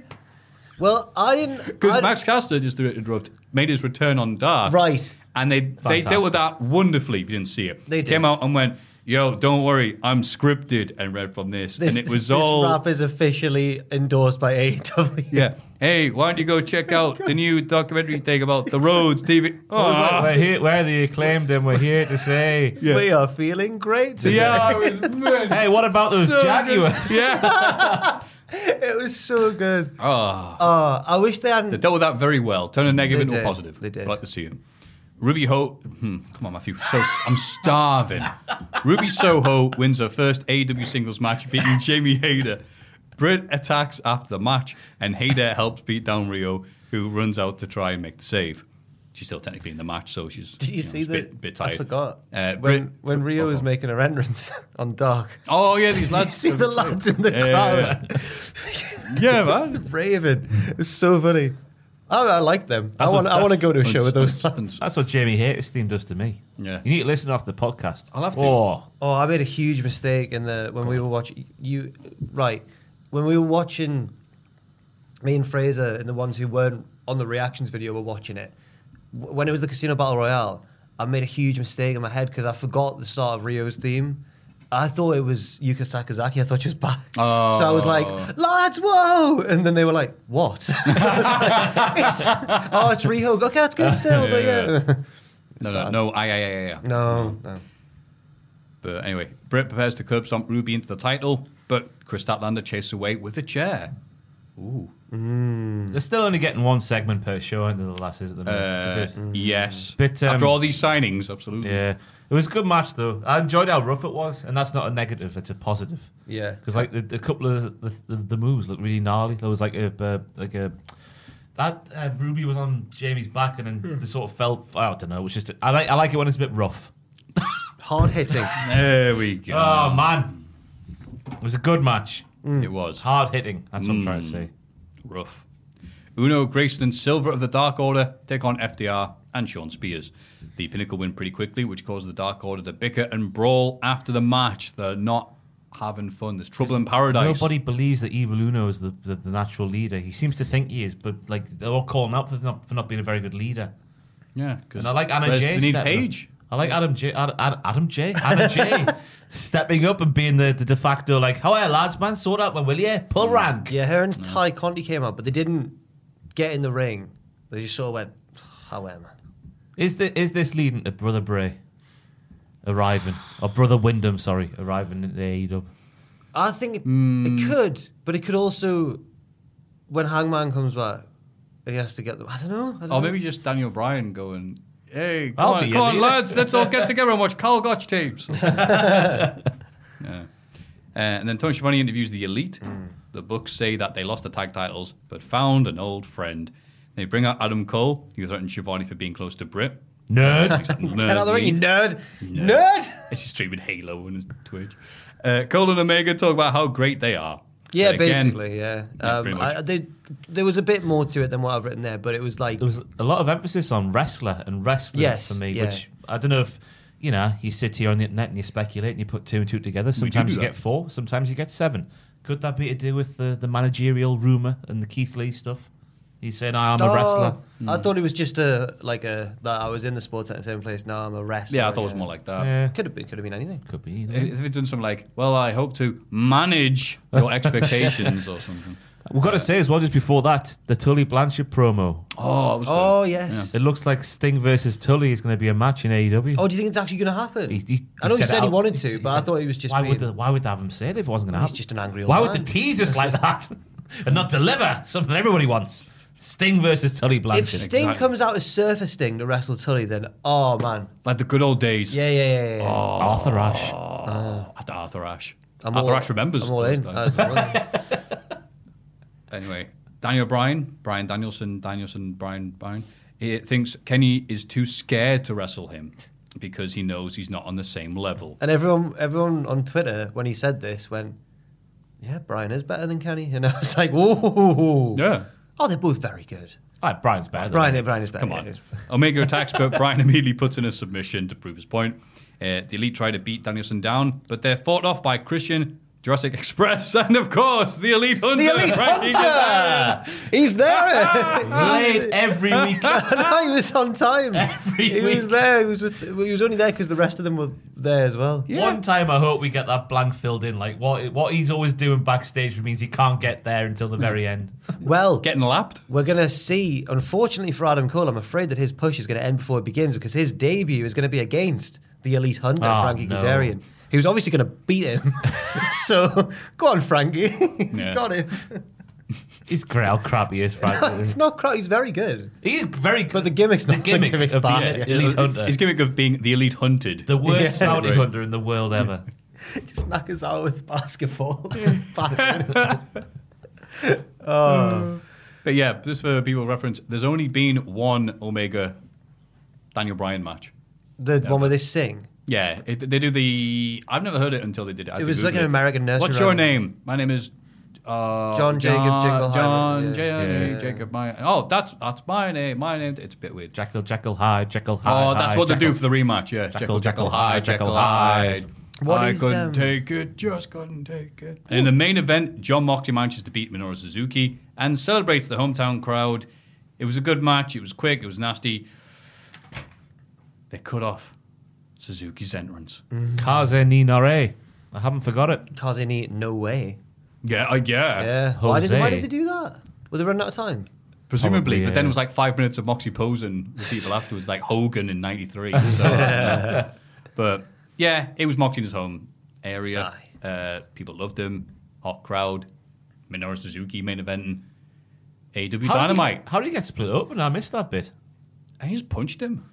Speaker 5: Well, I didn't. I
Speaker 3: Because
Speaker 5: didn't-
Speaker 3: Max Caster just to interrupt made his return on Dark,
Speaker 5: Right.
Speaker 3: And they they dealt with that wonderfully. If you didn't see it,
Speaker 5: They did.
Speaker 3: came out and went, "Yo, don't worry, I'm scripted," and read from this,
Speaker 5: This,
Speaker 3: and it was
Speaker 5: this
Speaker 3: all
Speaker 5: rap is officially endorsed by AEW.
Speaker 3: Yeah. Hey, why don't you go check out the new documentary thing about the roads, TV?
Speaker 4: I was like,
Speaker 3: Aw.
Speaker 4: we're, here, we're the acclaimed and we're here to say.
Speaker 5: We are feeling great today.
Speaker 3: Oh, yeah, I was-
Speaker 4: Hey, what about those
Speaker 3: So good.
Speaker 4: Jaguars?
Speaker 3: yeah.
Speaker 5: It was so good.
Speaker 3: Ah.
Speaker 5: Oh, I wish they
Speaker 3: They
Speaker 5: hadn't.
Speaker 3: dealt with that very well. Turn a negative into
Speaker 5: They
Speaker 3: a
Speaker 5: did.
Speaker 3: positive.
Speaker 5: They did.
Speaker 3: I'd like to see him. Ruby Ho. Hmm, come on, Matthew. So I'm starving. Ruby Soho wins her first AW singles match, beating Jamie Hayter. Britt attacks after the match, and Hayter helps beat down Rio, who runs out to try and make the save. She's still technically in the match, so she's
Speaker 5: Did you,
Speaker 3: know,
Speaker 5: see
Speaker 3: she's a
Speaker 5: the?
Speaker 3: bit, bit tired.
Speaker 5: I forgot.
Speaker 3: Uh,
Speaker 5: when
Speaker 3: Brit-
Speaker 5: when Rio was making her entrance on Dark,
Speaker 3: Oh yeah, these
Speaker 5: you
Speaker 3: lads.
Speaker 5: see the lads in the
Speaker 3: Yeah, yeah,
Speaker 5: crowd Uh,
Speaker 3: Yeah, man.
Speaker 5: raving. It's so funny. I, I like them. I want. I want to go to a show with those lads.
Speaker 4: That's what Jamie Hater's theme does to me.
Speaker 3: Yeah.
Speaker 4: You need to listen off the podcast.
Speaker 3: I'll have to.
Speaker 4: Oh,
Speaker 5: Oh, I made a huge mistake in the when we were watching you right when we were watching me and Fraser and the ones who weren't on the reactions video were watching it W- when it was the Casino Battle Royale. I made a huge mistake in my head because I forgot the start of Rio's theme. I thought it was Yuka Sakazaki. I thought she was back. So I was like, lads, whoa! And then they were like, what? I was like, it's, oh, it's Rio. Okay, that's good still, but
Speaker 3: Yeah.
Speaker 5: yeah.
Speaker 3: No, no, no. I, I, I, I.
Speaker 5: No, no.
Speaker 3: But anyway, Britt prepares to curb stomp Ruby into the title, but Chris Statlander chases away with a chair.
Speaker 4: they're still only getting one segment per show into the lasses at the minute.
Speaker 3: Uh,
Speaker 5: Mm.
Speaker 4: It's a bit-
Speaker 3: Yes.
Speaker 4: But, um,
Speaker 3: After all these signings, absolutely.
Speaker 4: yeah, it was a good match though. I enjoyed how rough it was, and that's not a negative; it's a positive.
Speaker 5: Yeah.
Speaker 4: because like the, the couple of the, the, the moves looked really gnarly. There was like a uh, like a that uh, Ruby was on Jamie's back, and then they sort of fell. I don't know. It was just I like I like it when it's a bit rough.
Speaker 5: Hard hitting.
Speaker 3: There we go.
Speaker 4: Oh man, it was a good match.
Speaker 5: Mm.
Speaker 3: It was
Speaker 4: hard hitting. That's what I'm trying to
Speaker 3: Hmm.
Speaker 4: say.
Speaker 3: Rough. Uno, Grayson, and Silver of the Dark Order take on FDR and Sean Spears. The Pinnacle win pretty quickly, which causes the Dark Order to bicker and brawl after the match. They're not having fun. There's trouble in paradise.
Speaker 4: Nobody believes that Evil Uno is the, the, the natural leader. He seems to think he is, but like they're all calling out for not, for not being a very good leader.
Speaker 3: Yeah, 'cause
Speaker 4: and I like Anna
Speaker 3: there's-
Speaker 4: J.
Speaker 3: they need
Speaker 4: stepping up.
Speaker 3: Paige.
Speaker 4: I like Adam J. Ad, Ad, Adam J. Anna J. stepping up and being the, the de facto like, how are you, lads, man? Sort out, man, will you? Pull
Speaker 3: Mm.
Speaker 4: rank.
Speaker 5: Yeah, her and Ty Conti came out, but they didn't get in the ring. They just sort of went, however.
Speaker 4: Is the is this leading to Brother Bray arriving or Brother Wyndham? Sorry, arriving at E AEW.
Speaker 5: I think it,
Speaker 3: Hmm.
Speaker 5: it could, but it could also, when Hangman comes back, he has to get them. I don't know. I don't
Speaker 3: Or
Speaker 5: know.
Speaker 3: Oh, maybe just Daniel Bryan going, hey, come
Speaker 5: I'll
Speaker 3: on,
Speaker 5: be
Speaker 3: come
Speaker 5: a
Speaker 3: on
Speaker 5: leader."
Speaker 3: lads, let's all get together and watch Carl Gotch tapes. yeah. Uh, and then Tony Schiavone interviews the Elite.
Speaker 5: Hmm.
Speaker 3: The books say that they lost the tag titles, but found an old friend. They bring out Adam Cole, who threatened Schiavone for being close to Britt.
Speaker 4: Nerd.
Speaker 3: Nerd
Speaker 5: Get out of the ring, you
Speaker 3: lead.
Speaker 5: nerd. Nerd.
Speaker 3: It's just streaming Halo on his Twitch. Uh, Cole and Omega talk about how great they are.
Speaker 5: Yeah,
Speaker 3: But again-
Speaker 5: basically, yeah.
Speaker 3: Yeah,
Speaker 5: Um,
Speaker 3: pretty much.
Speaker 5: I, they, there was a bit more to it than what I've written there, but it was like
Speaker 4: There was a lot of emphasis on wrestler and wrestling
Speaker 5: Yes,
Speaker 4: for me,
Speaker 5: yeah.
Speaker 4: which I don't know if you know. You sit here on the internet and you speculate and you put two and two together. Sometimes
Speaker 3: do
Speaker 4: you
Speaker 3: that.
Speaker 4: get four, sometimes you get seven. Could that be to do with the, the managerial rumor and the Keith Lee stuff? He's saying, "I am a
Speaker 5: Oh,
Speaker 4: wrestler."
Speaker 5: I
Speaker 3: Mm.
Speaker 5: thought it was just a like a that I was in the sports entertainment place. Now I'm a wrestler.
Speaker 3: Yeah, I thought it was more like
Speaker 5: Oh.
Speaker 3: that.
Speaker 4: Yeah.
Speaker 5: Could have been. Could have been anything.
Speaker 4: Could be. Either.
Speaker 3: If it's done something like, well, I hope to manage your expectations or something. uh,
Speaker 4: We've got to say as well, just before that, the Tully Blanchard promo.
Speaker 3: Oh, it was
Speaker 5: Oh yes.
Speaker 4: It looks like Sting versus Tully is going to be a E match in AEW.
Speaker 5: Oh, do you think it's actually going to happen?
Speaker 4: He- he-
Speaker 5: I know he said he
Speaker 4: out-
Speaker 5: wanted to, but I
Speaker 4: said-
Speaker 5: thought he was just.
Speaker 4: Why
Speaker 5: being,
Speaker 4: would they, why would they have him say it if it wasn't going to
Speaker 5: He's
Speaker 4: happen?
Speaker 5: just an angry old
Speaker 4: Why would the
Speaker 5: man.
Speaker 4: teasers like that and not deliver something everybody wants? Sting versus Tully Blanchard.
Speaker 5: if Sting comes out as Surfer Sting to wrestle Tully, then oh man,
Speaker 3: Like the good old days.
Speaker 5: yeah, yeah, yeah. yeah.
Speaker 4: Oh, Arthur Ashe.
Speaker 3: At the Arthur Ashe.
Speaker 5: I'm
Speaker 3: Arthur
Speaker 5: all-
Speaker 3: Ashe remembers.
Speaker 5: I'm all
Speaker 3: those
Speaker 5: in. Uh,
Speaker 3: times.
Speaker 5: I-
Speaker 3: Anyway, Daniel Bryan, Brian Danielson, Danielson, Brian Bryan, he thinks Kenny is too scared to wrestle him because he knows he's not on the same level.
Speaker 5: and everyone, everyone on Twitter when he said this went, "Yeah, Brian is better than Kenny," and I was like, "Whoa,
Speaker 3: Yeah.
Speaker 5: oh, they're both very good."
Speaker 4: Ah, Brian's better. than
Speaker 5: Brian,
Speaker 4: him.
Speaker 5: Brian is better.
Speaker 3: Come
Speaker 5: yeah.
Speaker 3: on. Omega attacks, but Brian immediately puts in a submission to prove his point. Uh, the Elite try to beat Danielson down, but they're fought off by Christian, Jurassic Express, and of course, the Elite Hunter.
Speaker 5: The Elite
Speaker 3: Frankie
Speaker 5: Hunter! He's
Speaker 4: Late
Speaker 5: there!
Speaker 4: every week.
Speaker 5: no, he was on time.
Speaker 4: Every
Speaker 5: he was
Speaker 4: week.
Speaker 5: there. He was, with, he was only there because the rest of them were there as well.
Speaker 4: One time, I hope we get that blank filled in. Like what what he's always doing backstage means he can't get there until the very end.
Speaker 5: Well,
Speaker 3: Getting lapped.
Speaker 5: we're going to see, unfortunately for Adam Cole, I'm afraid that his push is going to end before it begins because his debut is going to be against the elite hunter,
Speaker 4: Oh,
Speaker 5: Frankie
Speaker 4: no.
Speaker 5: Kazarian. He was obviously going to beat him. so, go on, Frankie.
Speaker 3: Yeah.
Speaker 5: Got him.
Speaker 4: He's great. How crap he is, frankly.
Speaker 5: It's not crap. He's very good.
Speaker 4: he is very.
Speaker 5: But the gimmick's
Speaker 4: the
Speaker 5: not
Speaker 4: gimmick
Speaker 5: the gimmick's
Speaker 4: of
Speaker 5: bad.
Speaker 4: being an elite hunter.
Speaker 3: His gimmick of being the Elite Hunted.
Speaker 4: the worst
Speaker 5: Yeah.
Speaker 4: bounty
Speaker 3: Right.
Speaker 4: hunter in the world ever.
Speaker 5: just knock us out with basketball. Bat-
Speaker 3: But yeah, just for people reference, there's only been one Omega Daniel Bryan match.
Speaker 5: the one where they sing.
Speaker 3: Yeah, it, they do the. I've never heard it until they did it. I had
Speaker 5: It
Speaker 3: to
Speaker 5: was like
Speaker 3: Google
Speaker 5: an American nursery
Speaker 3: What's your
Speaker 5: rhyme.
Speaker 3: name? My name is uh,
Speaker 5: John Jacob Jingleheimer.
Speaker 3: John
Speaker 5: Yeah.
Speaker 3: Jan-
Speaker 4: Yeah.
Speaker 3: E, Jacob. My oh, that's that's my name. My name. It's a bit weird.
Speaker 4: Jekyll, Jekyll, High, Jekyll, High.
Speaker 3: Oh, that's
Speaker 4: high,
Speaker 3: what they do
Speaker 4: Jekyll.
Speaker 3: for the rematch. Yeah, Jekyll,
Speaker 4: Jekyll,
Speaker 3: Jekyll,
Speaker 4: Jekyll,
Speaker 3: High,
Speaker 4: High,
Speaker 3: Jekyll
Speaker 4: Jekyll,
Speaker 3: High.
Speaker 4: Hyde.
Speaker 5: What
Speaker 3: I
Speaker 5: is,
Speaker 3: couldn't
Speaker 5: um,
Speaker 3: take it, just couldn't take it. And in the main event, John Moxley manages to beat Minoru Suzuki and celebrates the hometown crowd. It was a good match. It was quick. It was nasty. They cut off Suzuki's entrance.
Speaker 5: Mm.
Speaker 4: Kaze ni Nare. I haven't forgot it.
Speaker 5: Cause they need no way.
Speaker 3: Yeah, uh, yeah,
Speaker 5: Yeah. Why did, why
Speaker 4: Jose.
Speaker 5: did they do that? Were they running out of time?
Speaker 3: Presumably,
Speaker 4: Probably,
Speaker 3: but then it
Speaker 4: yeah.
Speaker 3: was like five minutes of Moxie posing with people afterwards, like Hogan in '93. So, uh, but yeah, it was Moxie in his home area. Uh, people loved him. Hot crowd. Minoru Suzuki main event. AW
Speaker 4: did
Speaker 3: Dynamite.
Speaker 4: you- how did he get split open? I missed that bit.
Speaker 3: and he just punched him.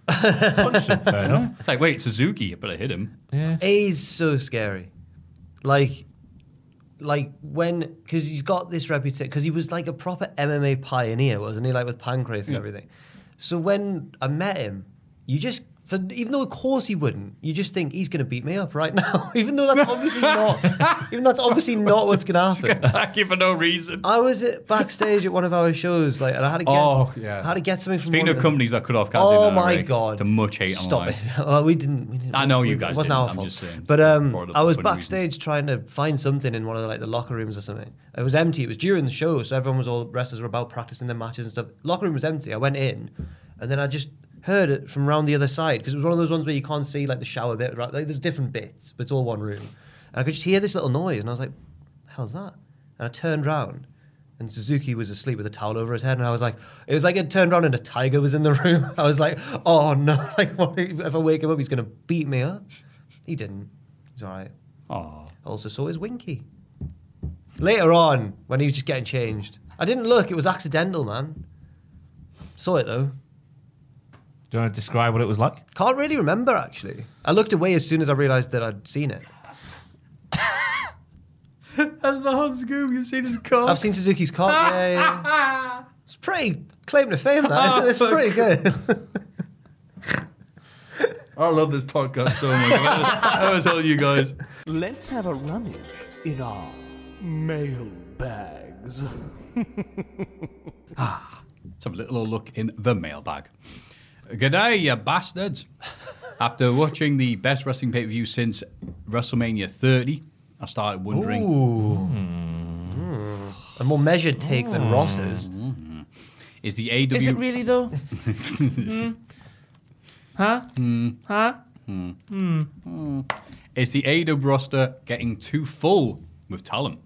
Speaker 4: Punched him, fair enough.
Speaker 3: It's like, wait, Suzuki, but I hit him.
Speaker 5: A's so scary. Like, like when because he's got this reputation because he was like a proper MMA pioneer, wasn't he? Like with pancreas and everything. So when I met him, you just For, even though, of course, he wouldn't. You just think he's going to beat me up right now, even though that's obviously not. Even though that's obviously not what's going to happen.
Speaker 3: Thank you for no reason.
Speaker 5: I was at backstage at one of our shows, like, and I had to get,
Speaker 3: Oh, yeah.
Speaker 5: I had to get something from.
Speaker 3: Speaking
Speaker 5: one
Speaker 3: of companies that cut off Kaz
Speaker 5: Oh
Speaker 3: Zimmer
Speaker 5: my
Speaker 3: already,
Speaker 5: god!
Speaker 3: to much hate
Speaker 5: Stop
Speaker 3: online.
Speaker 5: it. Well, we didn't. We didn't
Speaker 3: I know
Speaker 5: we-
Speaker 3: you guys
Speaker 5: It wasn't
Speaker 3: didn't.
Speaker 5: our
Speaker 3: I'm
Speaker 5: fault.
Speaker 3: just saying.
Speaker 5: But um,
Speaker 3: Brought it up
Speaker 5: I was
Speaker 3: for funny
Speaker 5: backstage trying to find something in one of the, like the locker rooms or something. It was empty. It was during the show, so everyone was all wrestlers were about practicing their matches and stuff. Locker room was empty. I went in, and then I just heard it from round the other side because it was one of those ones where you can't see like the shower bit. Right? Like there's different bits, but it's all one room. And I could just hear this little noise, and I was like, "The "Hell's that?" And I turned round. And Suzuki was asleep with a towel over his head, and I was like, it was like it turned around and a tiger was in the room. I was like, oh no! Like, what if if I wake him up, he's gonna beat me up. He didn't. He's all right.
Speaker 3: Aww.
Speaker 5: Also saw his Winky. Later on, when he was just getting changed, I didn't look. It was accidental, man. Saw it though.
Speaker 4: Do you want to describe what it was like?
Speaker 5: Can't really remember actually. I looked away as soon as I realised that I'd seen it.
Speaker 3: That's the whole scoop. You've seen his car.
Speaker 5: I've seen Suzuki's car. Yeah, yeah. It's pretty claim to fame.
Speaker 3: Oh,
Speaker 5: That it's pretty good.
Speaker 3: I love this podcast so much. I was all you guys.
Speaker 2: Let's have a rummage in our mailbags.
Speaker 3: Let's have a little look in the mailbag. G'day, you bastards. After watching the best wrestling pay per view since WrestleMania 30, I started wondering.
Speaker 5: A more measured take
Speaker 3: Hmm.
Speaker 5: than Ross's.
Speaker 3: Is the AW.
Speaker 4: Is it really though? Hmm. Huh? Huh?
Speaker 3: Hmm.
Speaker 4: Hmm.
Speaker 3: Is the AEW roster getting too full with talent?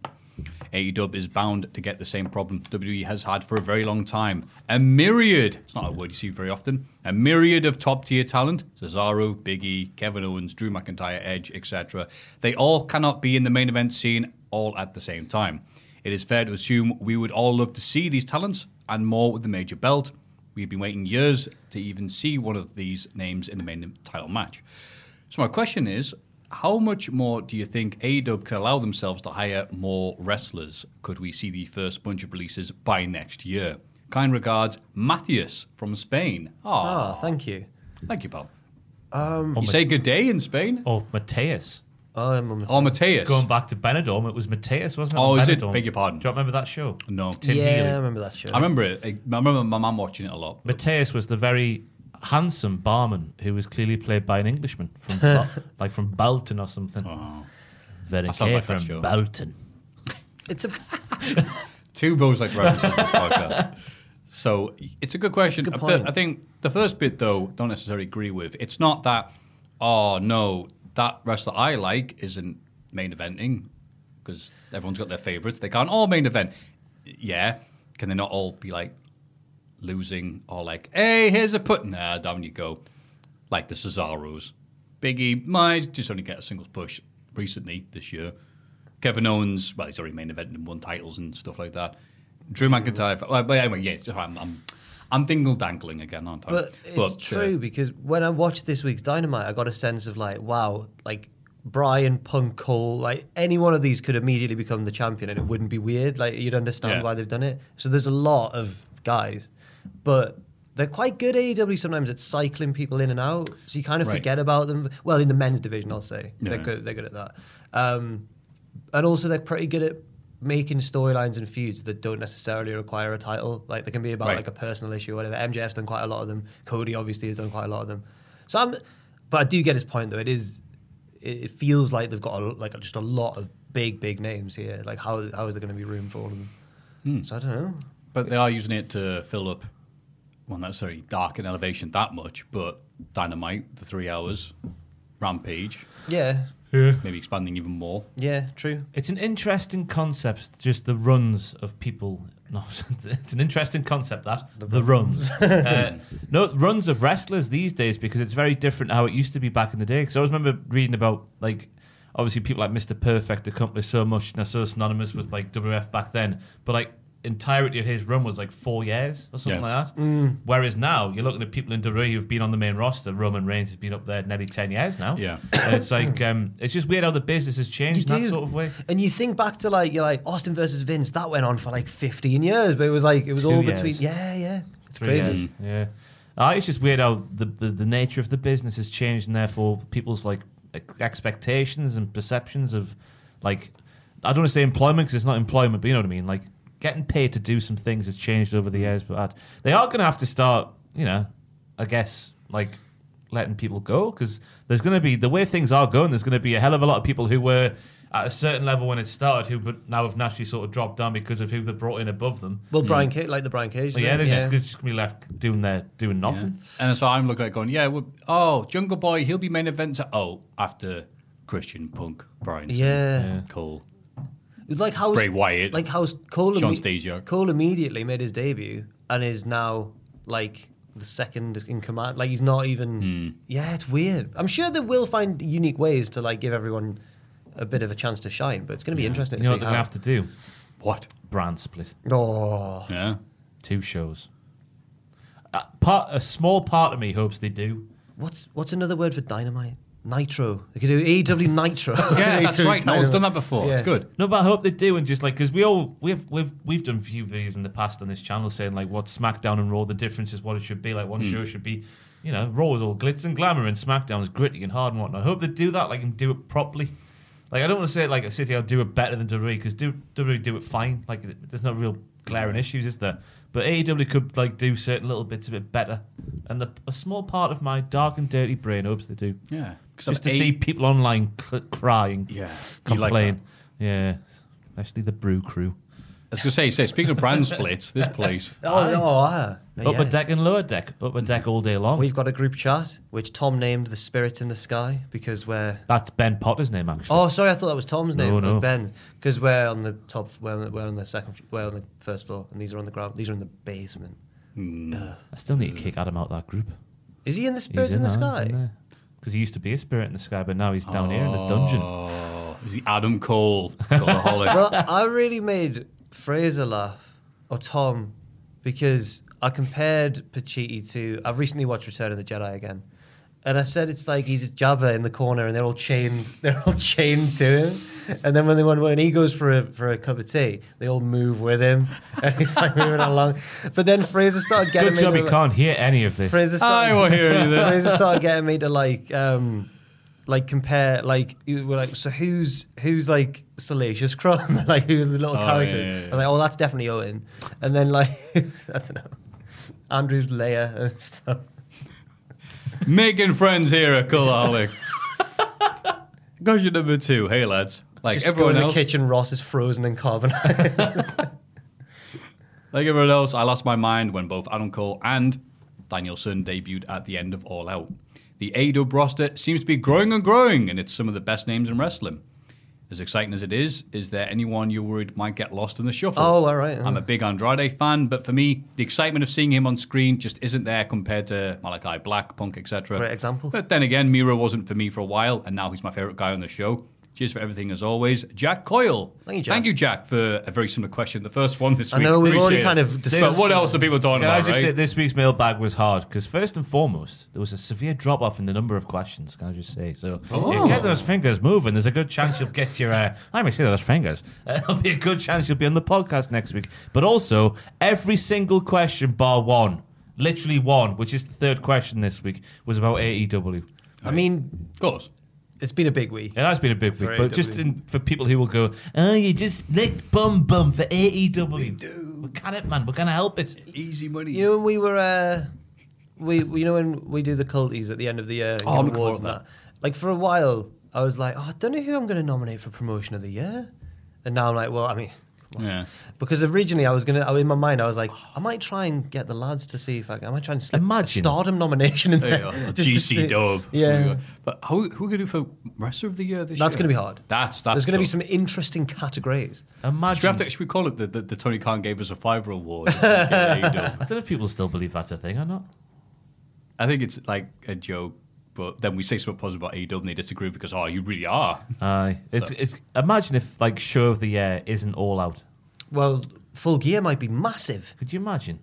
Speaker 3: AEW E is bound to get the same problem WWE has had for a very long time. A myriad, it's not a word you see very often, a myriad of top tier talent Cesaro, Big E, Kevin Owens, Drew McIntyre, Edge, etc. They all cannot be in the main event scene all at the same time. It is fair to assume we would all love to see these talents and more with the major belt. We've been waiting years to even see one of these names in the main title match. So my question is, how much more do you think AEW can allow themselves to hire more wrestlers? Could we see the first bunch of releases by next year? Kind regards, Matthias from Spain.
Speaker 5: Ah, thank you.
Speaker 3: Thank you, pal.
Speaker 5: Um,
Speaker 3: you say good day in Spain?
Speaker 4: Oh, Mateus.
Speaker 3: Oh, Mateus.
Speaker 4: Going back to Benidorm, it was Mateus, wasn't it?
Speaker 3: Oh,
Speaker 4: on
Speaker 3: is it?
Speaker 4: Benidorm?
Speaker 3: Beg your pardon.
Speaker 4: Do you remember that show?
Speaker 3: No.
Speaker 4: Tim
Speaker 5: yeah,
Speaker 4: Healy.
Speaker 5: I remember that show.
Speaker 3: I remember it. I I remember my mum watching it a lot.
Speaker 4: Mateus was the very handsome barman who was clearly played by an Englishman from Ba- like from Belton or something. Very
Speaker 3: Oh. That sounds
Speaker 4: care
Speaker 3: like that
Speaker 4: from
Speaker 3: show.
Speaker 4: Belton.
Speaker 5: It's a
Speaker 3: Two bows like references this podcast. So it's a good question.
Speaker 5: That's a good
Speaker 3: But
Speaker 5: point.
Speaker 3: I think the first bit though, don't necessarily agree with. It's not that oh no, that wrestler I like isn't main eventing because everyone's got their favourites. They can't all main event. Yeah, can they not all be like losing or like hey here's a put nah down you go like the Cesaros. Biggie might just only get a singles push recently this year. Kevin Owens, well, he's already main evented and won titles and stuff like that. Drew
Speaker 5: Mm-hmm.
Speaker 3: McIntyre, well, but anyway, yeah, I'm, I'm, I'm dingle dangling again, aren't I?
Speaker 5: But it's
Speaker 3: uh,
Speaker 5: true because when I watched this week's Dynamite, I got a sense of like, wow, like Brian, Punk, Cole, like any one of these could immediately become the champion, and it wouldn't be weird. Like you'd understand
Speaker 3: Yeah.
Speaker 5: why they've done it. So there's a lot of guys, but they're quite good AEW sometimes at cycling people in and out, so you kind of
Speaker 3: Right.
Speaker 5: forget about them. Well, in the men's division, I'll say they're
Speaker 3: Yeah.
Speaker 5: good. They're good at that, um, and also they're pretty good at. Making storylines and feuds that don't necessarily require a title, like they can be about
Speaker 3: Right.
Speaker 5: like a personal issue or whatever. MJF's done quite a lot of them. Cody obviously has done quite a lot of them. So I'm, but I do get his point though. It is, it, it feels like they've got a, like just a lot of big big names here. Like how how is there going to be room for all of them?
Speaker 4: Hmm.
Speaker 5: So I don't know.
Speaker 3: But they are using it to fill up, well, not sorry, Dark and Elevation that much, but Dynamite, the three hours, Rampage,
Speaker 5: Yeah,
Speaker 3: maybe expanding even more.
Speaker 5: yeah, true.
Speaker 4: It's an interesting concept, just the runs of people. No, it's an interesting concept that the, runs. Uh, no, runs of wrestlers these days because it's very different how it used to be back in the day. Because I always remember reading about like obviously people like Mr. Perfect accomplished so much and are so synonymous with like WF back then, but like entirety of his run was like four years or something
Speaker 3: Yeah.
Speaker 4: like that.
Speaker 5: Mm.
Speaker 4: Whereas now you're looking at people in WWE who've been on the main roster. Roman Reigns has been up there nearly ten years now.
Speaker 3: Yeah.
Speaker 4: and it's like um, it's just weird how the business has changed
Speaker 5: You
Speaker 4: in that
Speaker 5: do.
Speaker 4: sort of way.
Speaker 5: And you think back to like you're like Austin versus Vince that went on for like 15 years, but it was like it was all
Speaker 4: Two years.
Speaker 5: between yeah yeah. It's
Speaker 4: Three
Speaker 5: crazy.
Speaker 4: years. Yeah. Uh, it's just weird how the, the, the nature of the business has changed, and therefore people's like ex- expectations and perceptions of like I don't want to say employment because it's not employment, but you know what I mean. Like getting paid to do some things has changed over the
Speaker 5: Mm.
Speaker 4: years, but I'd- they are going to have to start, you know, I guess like letting people go because there's going to be the way things are going. There's going to be a hell of a lot of people who were at a certain level when it started, who but now have naturally sort of dropped down because of who they brought in above them.
Speaker 5: Well, Brian Cage, like the Brian Cage.
Speaker 4: Mm. Yeah,
Speaker 5: thing,
Speaker 4: they're just, they're just gonna be left doing their doing nothing.
Speaker 3: And so I'm looking at it going, yeah, well, oh, Jungle Boy, he'll be main event. To, oh, after Christian Punk, Brian.
Speaker 5: Yeah.
Speaker 3: Cool.
Speaker 5: It's Like how
Speaker 3: Bray Wyatt,
Speaker 5: Like how Cole,
Speaker 3: Sean Stasiak.
Speaker 5: Cole immediately made his debut and is now like the second in command. Like he's not even.
Speaker 4: Hmm.
Speaker 5: Yeah, it's weird. I'm sure they will find unique ways to like give everyone a bit of a chance to shine, but it's going to be interesting.
Speaker 4: You
Speaker 5: to
Speaker 4: know what
Speaker 5: see
Speaker 4: they're
Speaker 5: how.
Speaker 4: gonna have to do?
Speaker 3: What
Speaker 4: brand split?
Speaker 5: Oh,
Speaker 3: yeah,
Speaker 4: two shows. Uh, part a small part of me hopes they do.
Speaker 5: What's what's another word for dynamite? Nitro. They could do AEW Nitro. AEW Dynamite. Yeah.
Speaker 4: No, but I hope they do, and just like because we all we've we've we've done few videos in the past on this channel saying like what SmackDown and Raw the difference is what it should be. Like one
Speaker 3: Hmm.
Speaker 4: show should be, you know, Raw is all glitz and glamour, and SmackDown is gritty and hard and whatnot. I hope they do that, like and do it properly. Like I don't want to say it like a city, I'll do it better than WWE because WWE do it fine. Like th- there's no real glaring issues, is there? But AEW could like do certain little bits a bit better, and the, a small part of my dark and dirty brain hopes they do.
Speaker 3: Yeah. 'Cause
Speaker 4: just to
Speaker 3: I'm
Speaker 4: see
Speaker 3: A-
Speaker 4: people online cl- crying,
Speaker 3: Yeah, you like
Speaker 4: complain. yeah, especially the brew crew.
Speaker 3: I was gonna say, say speaking of brand splits, this place.
Speaker 5: Oh, oh, ah,
Speaker 4: Upper
Speaker 5: yeah.
Speaker 4: deck and lower deck. Upper deck all day long.
Speaker 5: We've got a group chat which Tom named the Spirit in the Sky because we're.
Speaker 4: That's Ben Potter's name, actually.
Speaker 5: Oh, sorry, I thought that was Tom's name.
Speaker 4: No,
Speaker 5: It was
Speaker 4: no.
Speaker 5: Ben because we're on the top. We're on the, we're on the second. We're on the first floor, and these are on the ground. These are in the basement. Ugh.
Speaker 4: I still need to kick Adam out of that group.
Speaker 5: Is he in the Spirit Oh. in the Sky?
Speaker 4: Because he used to be a spirit in the sky, but now he's down here in the dungeon.
Speaker 3: Oh, is the Adam Cole Cultaholic?
Speaker 5: well, I really made Fraser laugh or Tom because I compared Pachiti to. I've recently watched Return of the Jedi again, and I said it's like he's Java in the corner, and they're all chained. They're all chained to him. And then when they when he goes for a for a cup of tea, they all move with him, and he's like moving along. But then Fraser started getting.
Speaker 4: Good
Speaker 5: me
Speaker 4: job
Speaker 5: to,
Speaker 4: he
Speaker 5: like-
Speaker 4: can't hear any of this.
Speaker 5: Fraser started, Fraser started getting me to like, um, like compare, like you were like, so who's who's like Salacious Crumb, like who's the little
Speaker 3: Oh,
Speaker 5: character?
Speaker 3: yeah, yeah, yeah.
Speaker 5: I was like, oh, that's definitely Owen, and then like, I don't know, Andrew's Leia and stuff.
Speaker 3: Making friends here at Cultaholic. Goes your number two. Hey lads, like
Speaker 5: Just
Speaker 3: everyone
Speaker 5: go in
Speaker 3: else,
Speaker 5: the kitchen, Ross is frozen and carbonized.
Speaker 3: like everyone else, I lost my mind when both Adam Cole and Daniel Sun debuted at the end of All Out. The AEW roster seems to be growing and growing, and it's some of the best names in wrestling. As exciting as it is, is there anyone you're worried might get lost in the shuffle?
Speaker 5: Oh, all right, yeah.
Speaker 3: I'm a big Andrade fan, but for me, the excitement of seeing him on screen just isn't there compared to Malachi Black, Punk, etc.
Speaker 5: Great example.
Speaker 3: But then again, Miro wasn't for me for a while, and now he's my favorite guy on the show. Cheers for everything as always, Jack Coyle. Thank you, Jack. for a very similar question. The first one this
Speaker 5: I
Speaker 3: week.
Speaker 5: know, we've already
Speaker 3: Appreciate
Speaker 5: kind
Speaker 3: it.
Speaker 5: of
Speaker 3: But
Speaker 5: discussed-
Speaker 3: what else are people talking
Speaker 4: Can I
Speaker 3: about?
Speaker 4: just
Speaker 3: right?
Speaker 4: say this week's mailbag was hard because first and foremost there was a severe drop off in the number of questions. Can I just say so?
Speaker 3: Oh.
Speaker 4: You get those fingers moving. There's a good chance you'll get your. Uh, let me see those fingers. Uh, There'll be a good chance you'll be on the podcast next week. But also every single question bar one, literally one, which is the third question this week, was about E AEW.
Speaker 5: I mean,
Speaker 3: of course,
Speaker 5: it's been a big week.
Speaker 4: It has been a big week,
Speaker 5: For
Speaker 4: but just
Speaker 5: AEW.
Speaker 4: in, for people who will go, oh, you just licked bum bum for AEW. We do. We can it, man. We're gonna help it.
Speaker 3: Easy money.
Speaker 5: You know, when we were, uh, we we- you know when we do the culties at the end of the year, and
Speaker 3: Oh, I'm
Speaker 5: give
Speaker 3: looking
Speaker 5: awards and
Speaker 3: forward to
Speaker 5: that. Like for a while, I was like, oh, I don't know who I'm going to nominate for promotion of the year, and now I'm like, well, I mean,
Speaker 3: Yeah.
Speaker 5: because originally I was gonna, I, in my mind, I was like, I might try and get the lads to see if I, can- I might try and slip a Stardom nomination in
Speaker 3: There you
Speaker 5: there,
Speaker 3: go.
Speaker 5: just to see-
Speaker 3: GC Dub.
Speaker 5: yeah.
Speaker 3: But who, who are we going to do for wrestler of the year this year?
Speaker 5: That's going to be hard.
Speaker 3: That's, that's
Speaker 5: There's going to be
Speaker 3: tough.
Speaker 5: some interesting categories.
Speaker 4: Imagine.
Speaker 3: Should we, have to, should we call it the, the, the Tony Khan gave us a fiver award? I
Speaker 4: don't know if people still believe that's a thing or not.
Speaker 3: I think it's like a joke, but then we say something positive about AEW and they disagree because, oh, you really are.
Speaker 4: Aye. It's,
Speaker 3: So-
Speaker 4: it's, imagine if like show of the year isn't all out.
Speaker 5: Well, full gear might be massive.
Speaker 4: Could you imagine?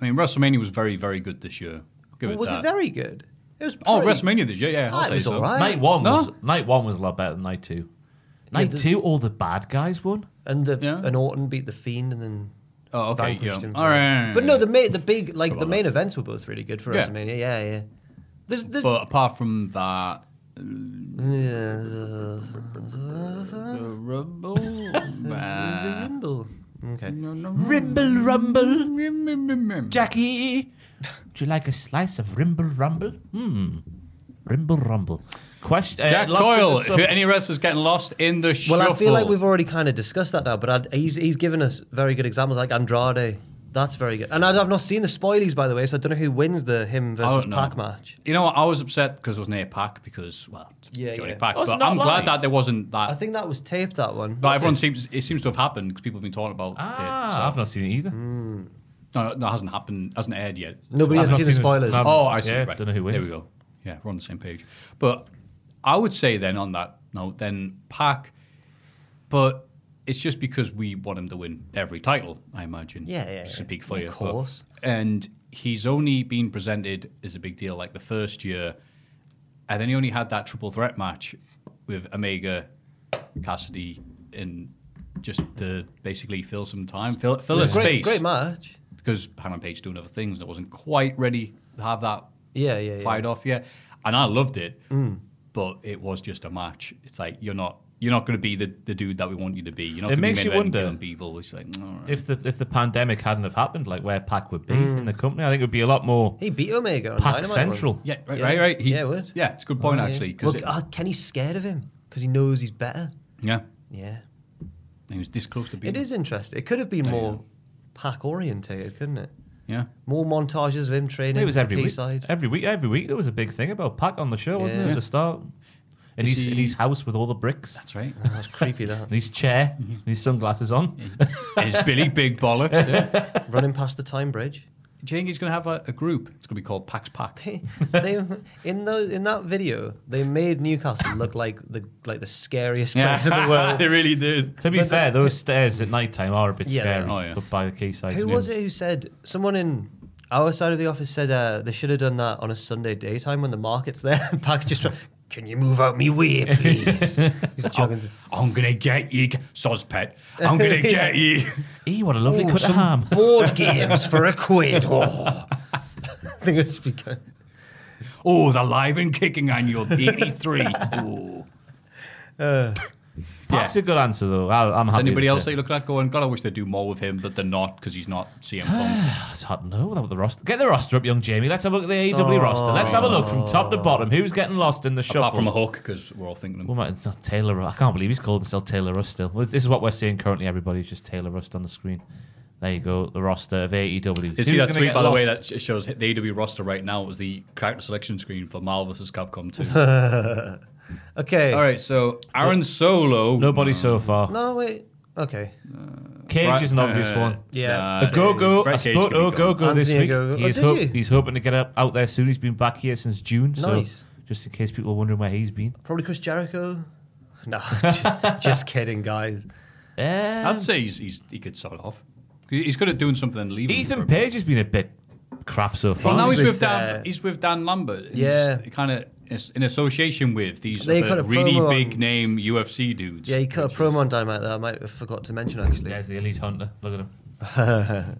Speaker 3: I mean, WrestleMania was very, very good this year. I'll give
Speaker 5: Well,
Speaker 3: it
Speaker 5: was
Speaker 3: that.
Speaker 5: it very good? It was.
Speaker 3: Oh,
Speaker 5: pretty-
Speaker 3: WrestleMania this year, yeah. I'll
Speaker 5: Ah, it
Speaker 3: say
Speaker 5: was
Speaker 3: so.
Speaker 5: all right.
Speaker 4: Night one
Speaker 3: No.
Speaker 4: was night one was a lot better than night two. Night
Speaker 5: the-
Speaker 4: two, all the bad guys won.
Speaker 5: And the and Orton beat the Fiend, and then
Speaker 3: Oh, okay,
Speaker 5: vanquished
Speaker 3: yeah.
Speaker 5: him.
Speaker 3: All right,
Speaker 5: But no, the ma- the big like the
Speaker 3: on.
Speaker 5: main events were both really good for
Speaker 3: Yeah.
Speaker 5: WrestleMania. Yeah, yeah. There's, there's
Speaker 3: but apart from that, Uh,
Speaker 5: Rumble. Okay.
Speaker 4: Rimble rumble. Jackie, would you like a slice of rimble rumble? Hmm. Rimble rumble. Question.
Speaker 3: Jack
Speaker 4: lost in the
Speaker 3: Coyle.
Speaker 4: shuff-
Speaker 3: who- Any wrestlers getting lost in the shuffle?
Speaker 5: Well, I feel like we've already kind of discussed that now, but I'd, he's he's given us very good examples like Andrade. That's very good. And I'd- I've not seen the spoilies by the way, so I don't know who wins the him
Speaker 3: I
Speaker 5: versus
Speaker 3: don't know.
Speaker 5: Pac match.
Speaker 3: You know what? I was upset because it was near Pac because well,
Speaker 5: Yeah,
Speaker 3: yeah, Johnny
Speaker 5: yeah.
Speaker 3: Pac.
Speaker 5: Oh, it's
Speaker 3: But
Speaker 5: not
Speaker 3: I'm
Speaker 5: live.
Speaker 3: glad that there wasn't that.
Speaker 5: I think that was taped that one.
Speaker 3: but
Speaker 5: Was
Speaker 3: everyone
Speaker 5: it?
Speaker 3: seems it seems to have happened because people have been talking about
Speaker 4: Ah,
Speaker 3: it. so-
Speaker 4: I've not seen it either.
Speaker 3: No, no, no, it hasn't happened. Hasn't aired yet.
Speaker 5: Nobody
Speaker 3: I've
Speaker 5: has
Speaker 3: not
Speaker 5: seen the
Speaker 3: seen it.
Speaker 5: spoilers.
Speaker 3: Oh, I see.
Speaker 4: Yeah,
Speaker 3: right.
Speaker 4: don't know who
Speaker 3: There
Speaker 4: wins.
Speaker 3: we go. Yeah, we're on the same page. But I would say then on that note, then Pac. But it's just because we want him to win every title, I imagine.
Speaker 5: Yeah, yeah,
Speaker 3: Just
Speaker 5: yeah.
Speaker 3: to speak for
Speaker 5: Of
Speaker 3: you. But-
Speaker 5: course.
Speaker 3: and he's only been presented as a big deal like the first year, and then he only had that triple threat match with Omega, Cassidy, and just to basically fill some time, fill,
Speaker 5: It
Speaker 3: fill a
Speaker 5: was
Speaker 3: space
Speaker 5: great, great match.
Speaker 3: because Hangman Page doing other things that wasn't quite ready to have that
Speaker 5: Yeah, yeah, yeah. Hmm.
Speaker 3: fired off yet. And I loved it, but it was just a match. It's like you're not you're not going to be the, the dude that we want you to be. You're not
Speaker 4: It
Speaker 3: gonna
Speaker 4: makes
Speaker 3: be
Speaker 4: you
Speaker 3: main eventing
Speaker 4: wonder
Speaker 3: on people. It's like "Mm, all right.
Speaker 4: If the if the pandemic hadn't have happened, like where Pac would be in the company, I think it would be a lot more.
Speaker 5: He beat Omega on
Speaker 4: Pac
Speaker 5: Dynamite.
Speaker 4: Central.
Speaker 5: wouldn't he?
Speaker 3: yeah, right, right, right. He-
Speaker 5: yeah, it would.
Speaker 3: Yeah, it's a good point
Speaker 5: Oh, yeah.
Speaker 3: actually because
Speaker 5: Well, uh, Kenny's scared of him because he knows he's better.
Speaker 3: yeah,
Speaker 5: Yeah.
Speaker 3: he was this close to being
Speaker 5: It is interesting. It could have been more pack orientated, couldn't it?
Speaker 3: Yeah,
Speaker 5: More montages of him training.
Speaker 4: It was every
Speaker 5: the
Speaker 4: week.
Speaker 5: Side.
Speaker 4: Every week, every week there was a big thing about Pac on the show, wasn't it?
Speaker 5: Yeah.
Speaker 4: At the start, in
Speaker 3: Is
Speaker 4: his in
Speaker 3: he-
Speaker 4: his house with all the bricks,
Speaker 3: that's right.
Speaker 5: That's creepy. That
Speaker 4: and his chair,
Speaker 3: Mm-hmm.
Speaker 4: and his sunglasses on.
Speaker 3: It's Billy Big Bollocks. Yeah.
Speaker 5: running past the time bridge.
Speaker 3: Do you think he's going to have a, a group? It's going to be called Pax Pack.
Speaker 5: They, they in those in that video they made Newcastle look like the like the scariest place in the world.
Speaker 3: they really did.
Speaker 4: To be
Speaker 5: But
Speaker 4: fair, those stairs at night time are a bit
Speaker 5: Yeah, they
Speaker 3: are.
Speaker 4: scary
Speaker 3: Oh, yeah.
Speaker 4: up by the quayside.
Speaker 5: Who was it who said someone in our side of the office said uh, they should have done that on a Sunday daytime when the market's there? And Pac's just trying, can you move out me way, please? He's jogging. through.
Speaker 3: I'm gonna get you, soz pet. I'm gonna get you.
Speaker 4: He what a
Speaker 3: Oh,
Speaker 4: lovely
Speaker 5: Ooh,
Speaker 4: cut of
Speaker 5: some
Speaker 4: ham.
Speaker 5: board games for a quid. Oh. I think it's begun.
Speaker 3: Oh, the live and kicking annual '83. Ooh.
Speaker 4: Pac's a good answer though. I, I'm
Speaker 3: Does
Speaker 4: happy.
Speaker 3: anybody
Speaker 4: with
Speaker 3: else
Speaker 4: it.
Speaker 3: that you look at going, God, I wish they'd do more with him, but they're not because he's not CM Punk.
Speaker 4: That's hard to know without the roster. Get the roster up, young Jamie. Let's have a look at the AEW roster. Let's have a look from top to bottom. Who's getting lost in the shuffle?
Speaker 3: Oh. Apart from a hook, because we're all thinking of
Speaker 4: Well, mate, it's not Taylor. Ru- I can't believe he's called himself Taylor Rust still. Well, This is what we're seeing currently. Everybody's just Taylor Rust on the screen. There you go. The roster of AEW.
Speaker 3: Did
Speaker 4: Who's
Speaker 3: see that
Speaker 4: gonna
Speaker 3: tweet
Speaker 4: get
Speaker 3: by the way that
Speaker 4: lost?
Speaker 3: sh- shows the AW roster right now was the character selection screen for Marvel vs. Capcom 2.
Speaker 5: Okay.
Speaker 3: All right, so Aaron Solo.
Speaker 4: Nobody so far.
Speaker 5: No, wait. Okay.
Speaker 4: Cage
Speaker 3: Right,
Speaker 4: is an obvious
Speaker 3: uh,
Speaker 4: one.
Speaker 5: Yeah.
Speaker 3: Uh,
Speaker 4: A go go,
Speaker 3: Brett
Speaker 4: a
Speaker 3: Cage could
Speaker 4: spot,
Speaker 3: be
Speaker 4: oh go
Speaker 3: gone.
Speaker 4: go this
Speaker 5: Anthony
Speaker 4: week.
Speaker 5: Ogogo. Oh,
Speaker 4: He's,
Speaker 5: did you?
Speaker 4: he's hoping to get up out there soon. He's been back here since June, so
Speaker 5: Nice.
Speaker 4: just in case people are wondering where he's been.
Speaker 5: Probably Chris Jericho. No, just, just kidding, guys.
Speaker 3: I'd
Speaker 4: Um,
Speaker 3: say he's, he's, he could sort off. He's good at doing something and leaving.
Speaker 4: Ethan Page has been a bit crap so far.
Speaker 3: Well, now
Speaker 5: He's
Speaker 3: he's
Speaker 5: with,
Speaker 3: with,
Speaker 5: uh,
Speaker 3: Dan. He's with Dan Lambert. and
Speaker 5: Yeah.
Speaker 3: he's kind of in association with these
Speaker 5: They
Speaker 3: other
Speaker 5: cut a
Speaker 3: really
Speaker 5: promo on-
Speaker 3: big name UFC dudes.
Speaker 5: Yeah, he cut a promo on Dynamite that I might have forgot to mention, actually.
Speaker 4: There's the elite hunter. Look at him.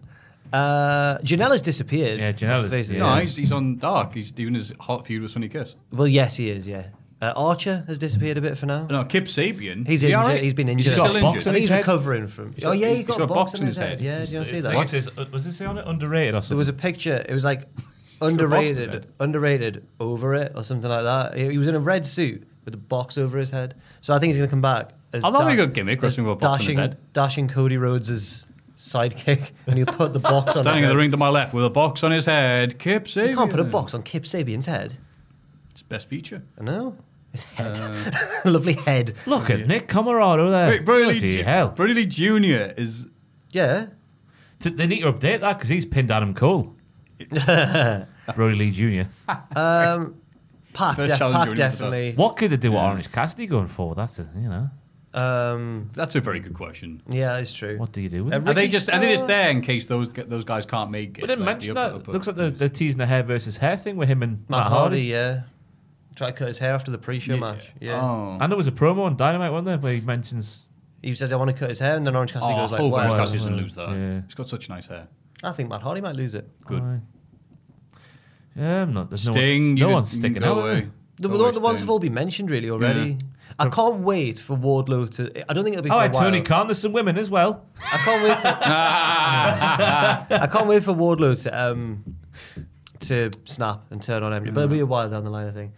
Speaker 5: Uh, Janela's disappeared.
Speaker 4: Yeah, Janela's-
Speaker 5: Face it.
Speaker 4: yeah.
Speaker 3: No, he's, he's on Dark. He's doing his hot feud with Sonny Kiss.
Speaker 5: Well, yes, he is, yeah. Uh, Archer has disappeared a bit for now.
Speaker 3: No, Kip Sabian.
Speaker 5: He's
Speaker 3: is he
Speaker 5: injured.
Speaker 3: all right?
Speaker 5: He's been injured.
Speaker 3: Is he still
Speaker 4: He's got
Speaker 5: I
Speaker 4: box
Speaker 3: injured?
Speaker 4: on
Speaker 5: think he's
Speaker 4: his head.
Speaker 5: recovering from.
Speaker 3: He's
Speaker 5: oh,
Speaker 3: got-
Speaker 5: yeah, he
Speaker 3: he's
Speaker 5: got,
Speaker 3: got
Speaker 5: a box on his head. Yeah,
Speaker 3: He's-
Speaker 5: do you want to see
Speaker 4: It's
Speaker 5: that?
Speaker 4: like- it's- uh, was this on it underrated or something?
Speaker 5: There was a picture. It was like
Speaker 4: head.
Speaker 5: underrated, underrated over it or something like that. He he was in a red suit with a box over his head. So I think he's going to come back. As
Speaker 3: I love a
Speaker 5: da-
Speaker 3: good gimmick,
Speaker 5: as
Speaker 3: wrestling with a box on his
Speaker 5: dashing,
Speaker 3: head.
Speaker 5: dashing Cody Rhodes' sidekick, and he'll put the box on.
Speaker 3: Standing
Speaker 5: his
Speaker 3: in the
Speaker 5: head.
Speaker 3: ring to my left with a box on his head. Kip Sabian.
Speaker 5: You can't put a box Oh, on Kip Sabian's head.
Speaker 3: It's best feature.
Speaker 5: I know. His head,
Speaker 3: Uh.
Speaker 5: lovely head.
Speaker 4: Look at Nick Camarado there.
Speaker 3: Wait, Brody,
Speaker 4: Bloody
Speaker 3: Ju-
Speaker 4: hell.
Speaker 3: Brody Lee Jr. is.
Speaker 5: Yeah,
Speaker 4: T- They need to update that because he's pinned Adam Cole. Brody Lee Jr.
Speaker 5: Pac,
Speaker 3: First challenger we need
Speaker 5: def- Pac
Speaker 3: for that.
Speaker 5: definitely.
Speaker 4: What could they do with Orange Cassidy going forward? That's a, you know.
Speaker 5: Um,
Speaker 3: That's a very good question.
Speaker 5: yeah, it's true.
Speaker 4: What do you do with
Speaker 5: Uh,
Speaker 4: it?
Speaker 3: Are they
Speaker 5: Ricky
Speaker 3: just? Are they just
Speaker 5: Starr.
Speaker 3: there in case those those guys can't make it?
Speaker 4: We didn't
Speaker 3: Like,
Speaker 4: mention
Speaker 3: the
Speaker 4: that.
Speaker 3: upper- upper-
Speaker 4: Looks like they're, they're teasing a hair versus hair thing with him and Matt
Speaker 5: Matt, Hardy,
Speaker 4: Hardy.
Speaker 5: yeah. Try to cut his hair after the pre-show match. Yeah.
Speaker 3: Oh.
Speaker 4: And there was a promo on Dynamite, wasn't there, where he mentions
Speaker 5: He says, I want to cut his hair, and then Orange Cassidy
Speaker 3: Oh,
Speaker 5: goes
Speaker 3: I
Speaker 5: like,
Speaker 3: hope
Speaker 5: "Well,
Speaker 3: Orange Cassidy doesn't lose that.
Speaker 4: Yeah.
Speaker 3: He's got such nice hair.
Speaker 5: I think Matt Hardy might lose it.
Speaker 3: Good.
Speaker 4: uh, Yeah, I'm not. There's
Speaker 3: Sting,
Speaker 4: no,
Speaker 3: you
Speaker 4: one, no one's
Speaker 3: can
Speaker 4: sticking
Speaker 3: go
Speaker 4: out.
Speaker 3: away.
Speaker 5: The,
Speaker 3: Go
Speaker 5: the-
Speaker 3: away,
Speaker 5: the ones
Speaker 3: Sting.
Speaker 5: have all been mentioned really already. I can't wait for Wardlow to. I don't think it'll be.
Speaker 4: Oh,
Speaker 5: for a
Speaker 4: and Tony
Speaker 5: while.
Speaker 4: Khan, there's some women as well.
Speaker 5: I can't wait for. I can't wait for Wardlow to um to snap and turn on him. But it'll be a while down the line, I think.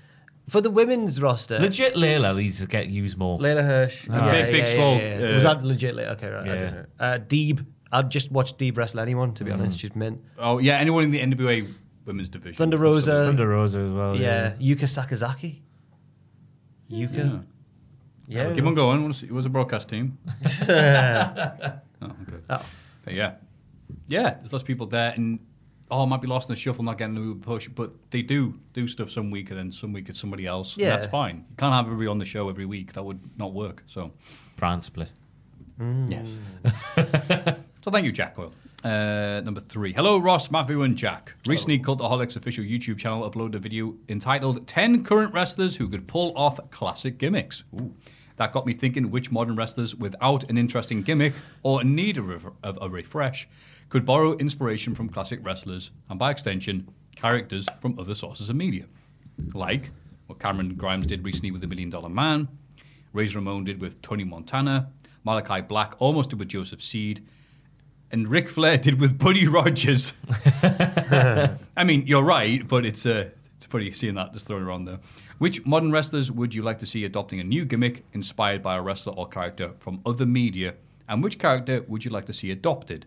Speaker 5: For the women's roster,
Speaker 4: Legit Layla needs to get used more.
Speaker 5: Layla Hirsch,
Speaker 4: Ah. Big- big swole, uh,
Speaker 5: Was that legit? Layla? Okay, right. I
Speaker 4: Yeah.
Speaker 5: don't know. Uh, Deeb, I'd just watch Deeb wrestle anyone. To be
Speaker 3: Mm.
Speaker 5: honest, she's mint.
Speaker 3: Oh yeah, anyone in the NWA women's division.
Speaker 5: Thunder Rosa,
Speaker 4: Thunder Rosa as well. Yeah.
Speaker 5: yeah. Yuka Sakazaki, Yuka. Yeah.
Speaker 3: Keep on going. I wanna see- It was a broadcast team. oh, okay.
Speaker 5: Oh.
Speaker 3: But yeah. Yeah, there's lots of people there, and oh, I might be lost in the shuffle, not getting the push, but they do do stuff some week, and then some week it's somebody else. and
Speaker 5: Yeah.
Speaker 3: that's fine. You can't have everybody on the show every week. That would not work. So,
Speaker 4: Brand split.
Speaker 5: Hmm.
Speaker 3: yes. so thank you, Jack Boyle. Uh, number three. Hello, Ross, Matthew, and Jack. Recently, Cultaholic's official YouTube channel uploaded a video entitled 10 Current Wrestlers Who Could Pull Off Classic Gimmicks. Ooh. That got me thinking which modern wrestlers without an interesting gimmick or in need of ref- of a refresh could borrow inspiration from classic wrestlers and, by extension, characters from other sources of media. Like what Cameron Grimes did recently with The Million Dollar Man, Razor Ramon did with Tony Montana, Malachi Black almost did with Joseph Seed, and Ric Flair did with Buddy Rogers. I mean, you're right, but it's uh, it's funny seeing that just thrown around there. Which modern wrestlers would you like to see adopting a new gimmick inspired by a wrestler or character from other media, and which character would you like to see adopted?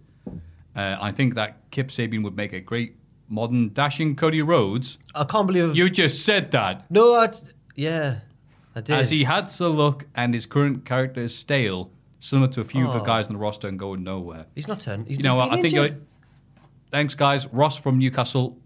Speaker 3: Uh, I think that Kip Sabian would make a great modern dashing Cody Rhodes.
Speaker 5: I can't believe
Speaker 3: you just said that.
Speaker 5: No, I, yeah, I did.
Speaker 3: As he had to look and his current character is stale, similar to a few of
Speaker 5: Oh.
Speaker 3: the guys in the roster and going nowhere.
Speaker 5: He's not turned. He's
Speaker 3: you know
Speaker 5: not
Speaker 3: what? I
Speaker 5: been
Speaker 3: think.
Speaker 5: injured.
Speaker 3: I- Thanks, guys. Ross from Newcastle,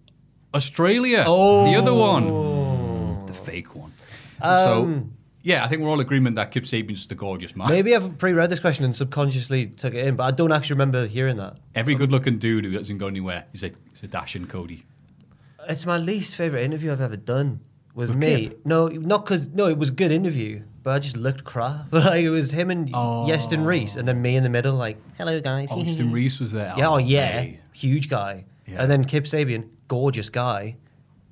Speaker 3: Australia.
Speaker 5: Oh.
Speaker 3: The other one. The fake one. so,
Speaker 5: Um.
Speaker 3: yeah, I think we're all in agreement that Kip Sabian's just a gorgeous man.
Speaker 5: Maybe I've pre-read this question and subconsciously took it in, but I don't actually remember hearing that.
Speaker 3: Every good looking dude who doesn't go anywhere is a, is a dashing Cody.
Speaker 5: It's my least favorite interview I've ever done with,
Speaker 3: With
Speaker 5: me. No, not because no, it was a good interview, but I just looked crap. But like, it was him and Yeston Reese, and then me in the middle, like, hello guys.
Speaker 3: Austin Reese was there.
Speaker 5: Yeah, oh yeah,
Speaker 3: hey.
Speaker 5: huge guy.
Speaker 3: Yeah.
Speaker 5: And then Kip Sabian, gorgeous guy.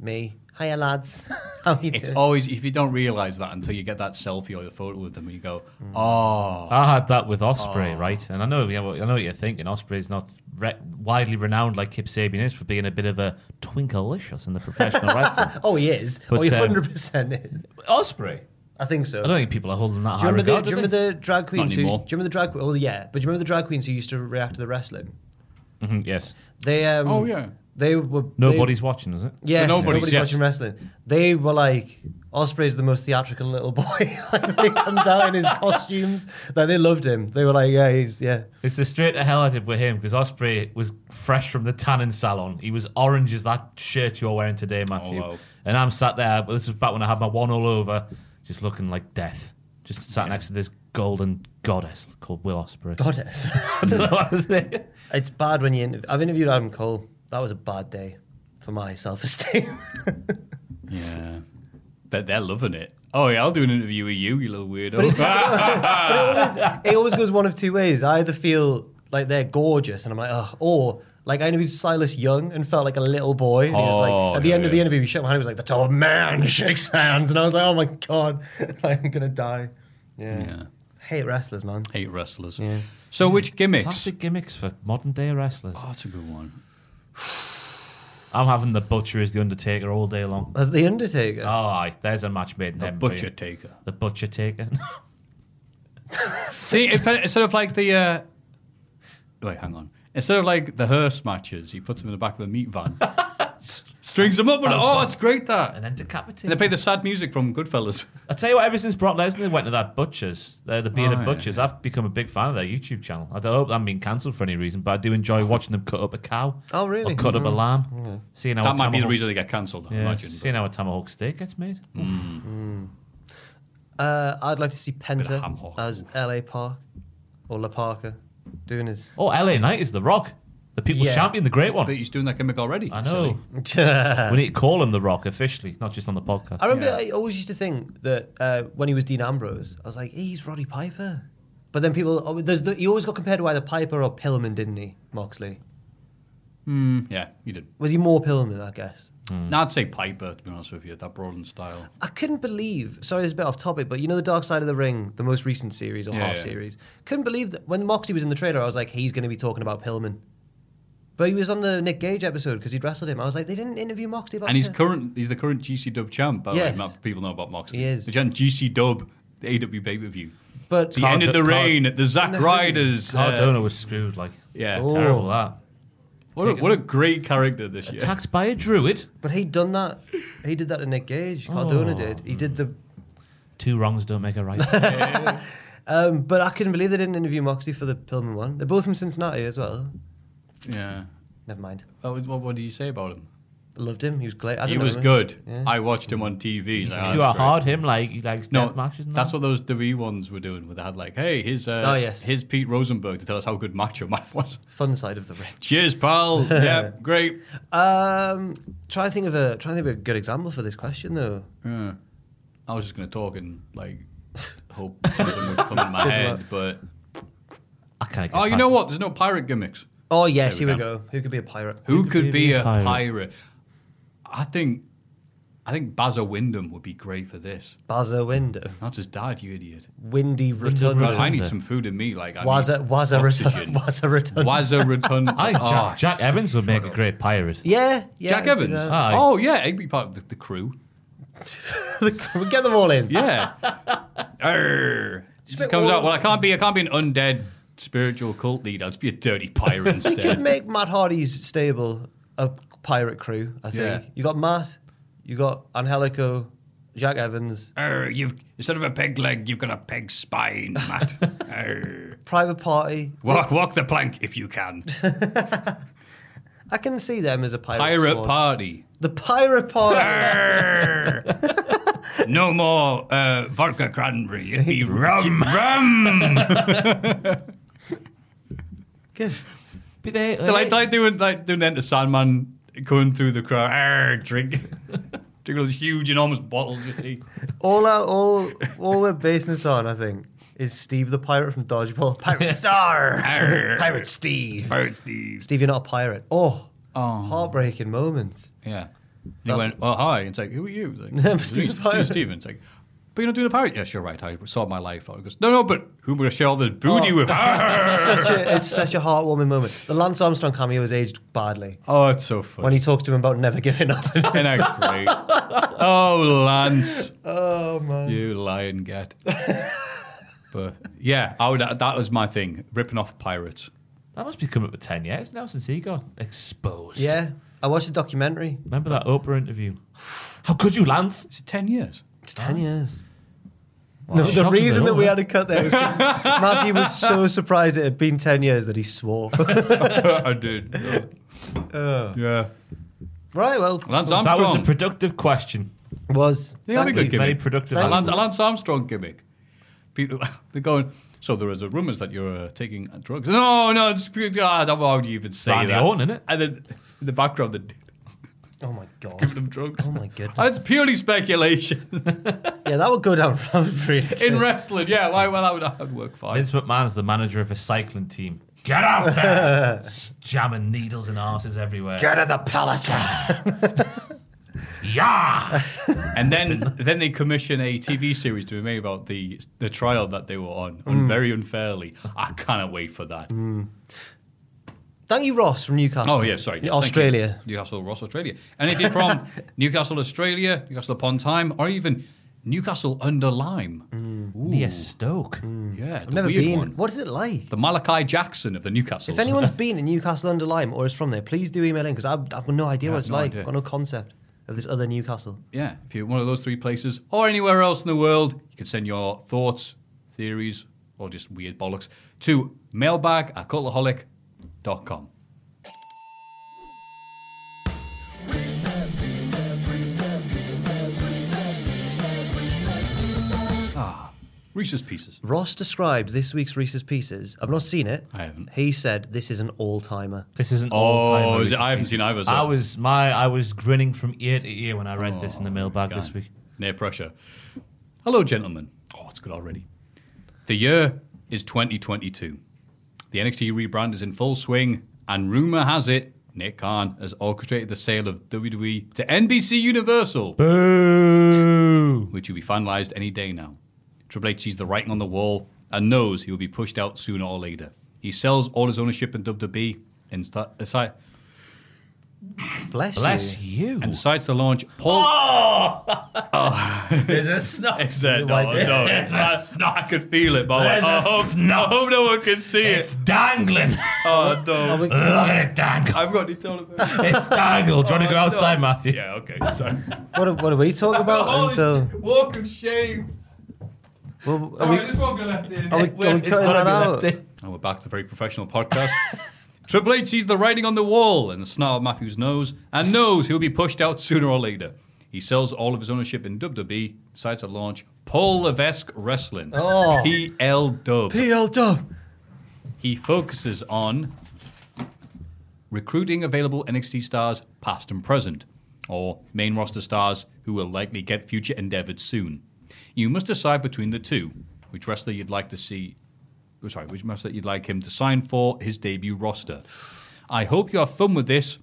Speaker 5: Me, hiya lads. How you
Speaker 3: It's
Speaker 5: doing?
Speaker 3: always, if you don't realize that until you get that selfie or the photo with them and you go,
Speaker 5: Mm.
Speaker 3: oh.
Speaker 4: I had that with Osprey, right? And I know, yeah, well, I know what you're thinking. Osprey's not re- widely renowned like Kip Sabian is for being a bit of a twinklelicious in the professional wrestling.
Speaker 5: oh, he is.
Speaker 4: But,
Speaker 5: oh, he
Speaker 4: um,
Speaker 5: hundred percent is.
Speaker 4: Osprey.
Speaker 5: I think so.
Speaker 4: I don't think people are holding that
Speaker 5: Do
Speaker 4: high
Speaker 5: you, remember the,
Speaker 4: regard.
Speaker 5: do
Speaker 4: do
Speaker 5: you
Speaker 4: they?
Speaker 5: remember the drag queens? Who, do you
Speaker 4: anymore.
Speaker 5: remember the drag? Oh yeah, but do you remember the drag queens who used to react to the wrestling?
Speaker 4: Mhm, yes.
Speaker 5: They um,
Speaker 3: Oh, yeah.
Speaker 5: they were
Speaker 4: Nobody's
Speaker 5: They,
Speaker 4: watching, is it?
Speaker 5: yeah,
Speaker 3: The
Speaker 5: nobody's,
Speaker 3: Nobodies, yes.
Speaker 5: watching wrestling. They were like Osprey's the most theatrical little boy. like, he comes out in his costumes. Like they loved him. They were like, yeah, he's yeah.
Speaker 4: It's the straight to hell I did with him because Osprey was fresh from the tanning salon. He was orange as that shirt you're wearing today, Matthew.
Speaker 5: Oh,
Speaker 3: wow.
Speaker 4: And I'm sat there, but this is back when I had my one all over, just looking like death. Just sat next to this golden goddess called Will Osprey.
Speaker 5: Goddess.
Speaker 4: I don't know what to say.
Speaker 5: it's bad when you. Interv- I've interviewed Adam Cole. That was a bad day for my self esteem.
Speaker 3: Yeah. They're, they're loving it. Oh, yeah, I'll do an interview with you, you little
Speaker 5: But it,
Speaker 3: weirdo.
Speaker 5: but it, always, it always goes one of two ways. I either feel like they're gorgeous and I'm like, ugh, or like I interviewed Silas Young and felt like a little boy. And he was
Speaker 3: Oh,
Speaker 5: like, at the
Speaker 3: yeah,
Speaker 5: end of the
Speaker 3: yeah.
Speaker 5: interview, he shook my hand. He was like, the tall man shakes hands. And I was like, oh my God, I'm going to die. Yeah.
Speaker 3: yeah.
Speaker 5: Hate wrestlers, man.
Speaker 3: Hate wrestlers. So, which gimmicks?
Speaker 4: Classic gimmicks for modern day wrestlers.
Speaker 3: Oh, that's a good one.
Speaker 4: I'm having the Butcher as the Undertaker all day long.
Speaker 5: As The Undertaker.
Speaker 3: Ah,
Speaker 4: Oh, aye, there's a match made in
Speaker 3: The
Speaker 4: heaven for you.
Speaker 3: Butcher Taker.
Speaker 4: The Butcher Taker.
Speaker 3: See, if, instead of like the. Uh, wait, hang on. Instead of like the hearse matches, he puts them in the back of a meat van, strings them up, and oh, it's great that.
Speaker 4: and
Speaker 3: And
Speaker 4: then decapitated.
Speaker 3: they play the sad music from Goodfellas.
Speaker 4: I tell you what, ever since Brock Lesnar went to that Butchers, uh, the Beard
Speaker 3: Oh,
Speaker 4: of
Speaker 3: yeah,
Speaker 4: Butchers, I've become a big fan of their YouTube channel. I don't hope I'm being cancelled for any reason, but I do enjoy watching them cut up a cow.
Speaker 5: Oh, really?
Speaker 4: Or cut up a
Speaker 5: Mm.
Speaker 4: lamb. Seeing how a
Speaker 3: that might be the
Speaker 4: tomahawk-
Speaker 3: reason they get cancelled, I
Speaker 4: Yeah,
Speaker 3: imagine.
Speaker 4: seeing how a tomahawk steak gets made.
Speaker 5: Uh, I'd like to see Penta
Speaker 3: ham hock.
Speaker 5: as L.A. Park or La Parker doing his.
Speaker 4: Oh, LA Knight is The Rock. The people's
Speaker 5: Yeah.
Speaker 4: champion, the great
Speaker 3: But
Speaker 4: one.
Speaker 3: he's doing that gimmick already.
Speaker 4: I
Speaker 3: silly.
Speaker 4: know.
Speaker 5: I
Speaker 4: We need to call him The Rock officially, not just on the podcast.
Speaker 5: remember
Speaker 3: Yeah.
Speaker 5: I always used to think that uh, when he was Dean Ambrose, I was like, he's Roddy Piper. But then people, oh, there's the, he always got compared to either Piper or Pillman, didn't he, Moxley?
Speaker 3: Hmm, yeah, you did.
Speaker 5: Was he more Pillman, I guess?
Speaker 4: Mm.
Speaker 3: Now I'd say Piper, to be honest with you, that Broadland style.
Speaker 5: I couldn't believe. Sorry, this is a bit off topic, but you know the Dark Side of the Ring, the most recent series or
Speaker 3: Yeah,
Speaker 5: half
Speaker 3: yeah.
Speaker 5: series. Couldn't believe that when Moxie was in the trailer, I was like, he's going to be talking about Pillman. But he was on the Nick Gage episode because he'd wrestled him. I was like, they didn't interview Moxie about.
Speaker 3: And he's
Speaker 5: Pill-
Speaker 3: current. He's the current GC Dub champ. By the
Speaker 5: Yes.
Speaker 3: way, not people know about Moxley.
Speaker 5: He is.
Speaker 3: the champ GC Dub, the AW pay per view.
Speaker 5: But-
Speaker 3: he ended the
Speaker 4: Card-
Speaker 3: reign at the Zack
Speaker 4: No.
Speaker 3: Riders.
Speaker 4: Cardona was screwed. Like
Speaker 3: yeah,
Speaker 4: Oh. terrible that.
Speaker 3: What a,
Speaker 5: Taken-
Speaker 3: what a great character this year.
Speaker 4: Attacked by a druid.
Speaker 5: But he'd done that. He did that to Nick Gage. Cardona
Speaker 4: Oh.
Speaker 5: did. He did the.
Speaker 4: Two wrongs don't make a right.
Speaker 5: Um, but I couldn't believe they didn't interview Moxie for the Pillman one. They're both from Cincinnati as well.
Speaker 3: Yeah.
Speaker 5: Never mind.
Speaker 3: That was, what, what did you say about him?
Speaker 5: Loved him. He was great. I
Speaker 3: He
Speaker 5: don't know
Speaker 3: was
Speaker 5: him.
Speaker 3: good.
Speaker 5: Yeah.
Speaker 3: I watched him on TV. He's like, "Oh,
Speaker 4: you are
Speaker 3: that's great."
Speaker 4: hard him. Like he likes
Speaker 3: No,
Speaker 4: death matches. And
Speaker 3: that's
Speaker 4: that.
Speaker 3: what those WWE ones were doing. Where they had like, "Hey, here's uh,
Speaker 5: Oh, yes.
Speaker 3: here's Pete Rosenberg to tell us how good Macho Man was."
Speaker 5: Fun side of the ring.
Speaker 3: Cheers, pal. yeah, great.
Speaker 5: Um, trying to think of a trying to think of a good example for this question though.
Speaker 3: Yeah. I was just gonna talk and like hope something would come in my
Speaker 5: Fizzle
Speaker 3: head,
Speaker 5: out.
Speaker 3: but
Speaker 4: I can't.
Speaker 3: oh, you know what? There's no pirate gimmicks.
Speaker 5: Oh yes,
Speaker 3: There
Speaker 5: here
Speaker 3: we
Speaker 5: we go. Who could be a pirate?
Speaker 3: Who could, be, a, pirate?
Speaker 4: pirate?
Speaker 3: I think, I think Baza Wyndham would be great for this.
Speaker 5: Baza Window,
Speaker 3: That's his dad, you idiot.
Speaker 5: Windy
Speaker 4: Window
Speaker 5: Rotunda,
Speaker 3: I need some food in me, like I
Speaker 5: Waza
Speaker 3: need
Speaker 5: Waza
Speaker 3: oxygen.
Speaker 5: Rotunda, Waza Rotunda.
Speaker 3: Waza Rotunda.
Speaker 4: I, think
Speaker 3: Oh,
Speaker 4: Jack, Jack Evans would make a great pirate.
Speaker 5: Yeah, yeah.
Speaker 3: Jack
Speaker 5: I can see
Speaker 3: Evans.
Speaker 5: that.
Speaker 4: Aye.
Speaker 3: Oh yeah, he'd be part of the, the crew.
Speaker 5: We'll Get them all in.
Speaker 3: Yeah. Arr. He
Speaker 5: bit
Speaker 3: just comes out.
Speaker 5: old.
Speaker 3: Well, I can't be. I can't be an undead spiritual cult leader. I'll just be a dirty pirate
Speaker 5: You could
Speaker 3: instead.
Speaker 5: make Matt Hardy's stable a pirate crew. I think
Speaker 3: Yeah.
Speaker 5: you got Matt, you got Angelico, Jack Evans,
Speaker 3: Arr, you've instead of a peg leg, you've got a peg spine, Matt. Arr.
Speaker 5: Private Party.
Speaker 3: Walk, walk the plank if you can.
Speaker 5: I can see them as a pirate.
Speaker 3: Pirate Ah!
Speaker 5: squad.
Speaker 3: party.
Speaker 5: The Pirate Party.
Speaker 3: Arr. no more uh, vodka cranberry. It'd be rum, rum.
Speaker 5: Good.
Speaker 4: Be eh, they,
Speaker 3: They're like, like doing like doing Enter Sandman, going through the crowd, Arr, drink, drinking those huge, enormous bottles. You see.
Speaker 5: All our, all all we're basing this on, I think, is Steve the pirate from Dodgeball. Pirate Star.
Speaker 3: Arr.
Speaker 5: pirate Steve.
Speaker 3: Pirate Steve.
Speaker 5: Steve, you're not a pirate. Oh,
Speaker 3: Oh.
Speaker 5: heartbreaking moments.
Speaker 3: Yeah. They went, oh, hi. It's like, who are you? It's like,
Speaker 5: Steve
Speaker 3: Steve,
Speaker 5: the Pirate.
Speaker 3: Steve, Steven. It's like, but you're not doing a pirate? Yes, you're right. I saw my life. out. He goes, no, no, but who am I going to share all this
Speaker 5: Oh.
Speaker 3: booty with? Arr!
Speaker 5: Such a, it's such a heartwarming moment. The Lance Armstrong cameo is aged badly
Speaker 3: oh, it's so
Speaker 5: when
Speaker 3: funny.
Speaker 5: he talks to him about never giving up.
Speaker 3: Isn't that great? Oh, Lance.
Speaker 5: oh man.
Speaker 3: You lying get. but yeah, I would, that was my thing, ripping off pirates.
Speaker 4: that must be coming up with ten years now since he got exposed.
Speaker 5: Yeah, I watched the documentary.
Speaker 4: Remember that Oprah interview? How could you, Lance?
Speaker 3: Is it 10 years?
Speaker 5: It's ten years.
Speaker 4: Wow.
Speaker 5: No, the
Speaker 4: Shocking,
Speaker 5: reason that
Speaker 4: though,
Speaker 5: we
Speaker 4: huh?
Speaker 5: had to cut there was 'cause Matthew was so surprised it had been ten years that he swore.
Speaker 3: I did. yeah.
Speaker 5: right, well,
Speaker 3: Lance
Speaker 4: That was a
Speaker 3: Armstrong.
Speaker 4: productive question.
Speaker 5: was
Speaker 3: Yeah, that'd be
Speaker 4: Thank
Speaker 3: good
Speaker 4: you. Very
Speaker 3: gimmick.
Speaker 4: productive
Speaker 3: A Lance,
Speaker 4: answer.
Speaker 3: a Lance Armstrong gimmick. People, they're going. So there is a rumors that you're uh, taking drugs. No, no, it's, ah, that- why would you even say
Speaker 4: Randy
Speaker 3: that?
Speaker 4: Orton, innit?
Speaker 3: And then in the background, they're
Speaker 5: Oh my god.
Speaker 3: giving them drugs.
Speaker 5: Oh my goodness.
Speaker 3: It's purely speculation
Speaker 5: Yeah, that would go down really good.
Speaker 3: in wrestling. Yeah, why? Well, that would, that would work fine.
Speaker 4: Vince McMahon's the manager of a cycling team. Get out there! S- Jamming needles and asses everywhere. Get
Speaker 5: of the Peloton.
Speaker 4: yeah!
Speaker 3: And then, then they commission a TV series to be made about the the trial that they were on,
Speaker 4: Mm.
Speaker 3: and very unfairly. I cannot wait for that.
Speaker 5: Thank you, Ross from Newcastle.
Speaker 3: Oh yeah, sorry, yeah, thank you.
Speaker 5: Australia.
Speaker 3: Newcastle, Ross, Australia. And if you're from Newcastle, Australia, Newcastle upon Tyne, or even Newcastle under Lyme,
Speaker 4: Near Stoke.
Speaker 5: Hmm.
Speaker 3: yeah, the
Speaker 5: Mm. I've never
Speaker 3: weird
Speaker 5: been.
Speaker 3: one.
Speaker 5: What is it like?
Speaker 3: The Malachi Jackson of the Newcastle.
Speaker 5: If anyone's been in Newcastle under Lyme or is from there, please do email in because I've, I've got no idea
Speaker 3: Yeah,
Speaker 5: what
Speaker 3: I've
Speaker 5: it's
Speaker 3: no
Speaker 5: like.
Speaker 3: idea.
Speaker 5: I've got no concept of this other Newcastle.
Speaker 3: yeah, if you're one of those three places or anywhere else in the world, you can send your thoughts, theories, or just weird bollocks to mailbag at cultaholic.com. Ah, Reese's Pieces.
Speaker 5: Ross described this week's Reese's Pieces. I've not seen it.
Speaker 3: I haven't.
Speaker 5: He said this is an all timer.
Speaker 4: This is an all-time.
Speaker 3: Oh, is it-
Speaker 4: release.
Speaker 3: I haven't seen either, so-
Speaker 4: I was my I was grinning from ear to ear when I read this
Speaker 3: Oh,
Speaker 4: in the mailbag this week.
Speaker 3: Near pressure. Hello, gentlemen. Oh, it's good already. The year is 2022. The NXT rebrand is in full swing, and rumor has it Nick Khan has orchestrated the sale of WWE to NBC Universal. Boo! Which will be finalized any day now. Triple H sees the writing on the wall and knows he will be pushed out sooner or later. He sells all his ownership in WWE and sta- aside.
Speaker 5: Bless,
Speaker 3: you. And decides to launch Paul.
Speaker 4: There's a snot.
Speaker 3: It's there. No, no, it's not. No, I could feel it, but I,
Speaker 4: There's
Speaker 3: I,
Speaker 4: a
Speaker 3: hope, I hope no one can see it. It's
Speaker 4: dangling.
Speaker 3: Oh, no.
Speaker 4: Look at it dangle.
Speaker 3: I've got to tell him.
Speaker 4: It's dangled. Do you
Speaker 3: Oh,
Speaker 4: want to go
Speaker 3: no.
Speaker 4: outside, Matthew?
Speaker 3: Yeah, okay. Sorry.
Speaker 5: What, do- what do we talk about until?
Speaker 3: Walk of shame.
Speaker 5: Well, are we,
Speaker 3: won't be left in.
Speaker 5: are we- are we It's cutting gotta that be out? left in.
Speaker 3: And we're back to the very professional podcast. Triple H sees the writing on the wall and the snarl of Matthews knows and knows he'll be pushed out sooner or later. He sells all of his ownership in WWE, decides to launch Paul Levesque Wrestling.
Speaker 5: Oh.
Speaker 3: PL Dub.
Speaker 5: PL Dub.
Speaker 3: He focuses on recruiting available NXT stars past and present, or main roster stars who will likely get future endeavors soon. You must decide between the two, which wrestler you'd like to see. oh, Sorry, which wrestler you'd like him to sign for his debut roster. I hope you have fun with this.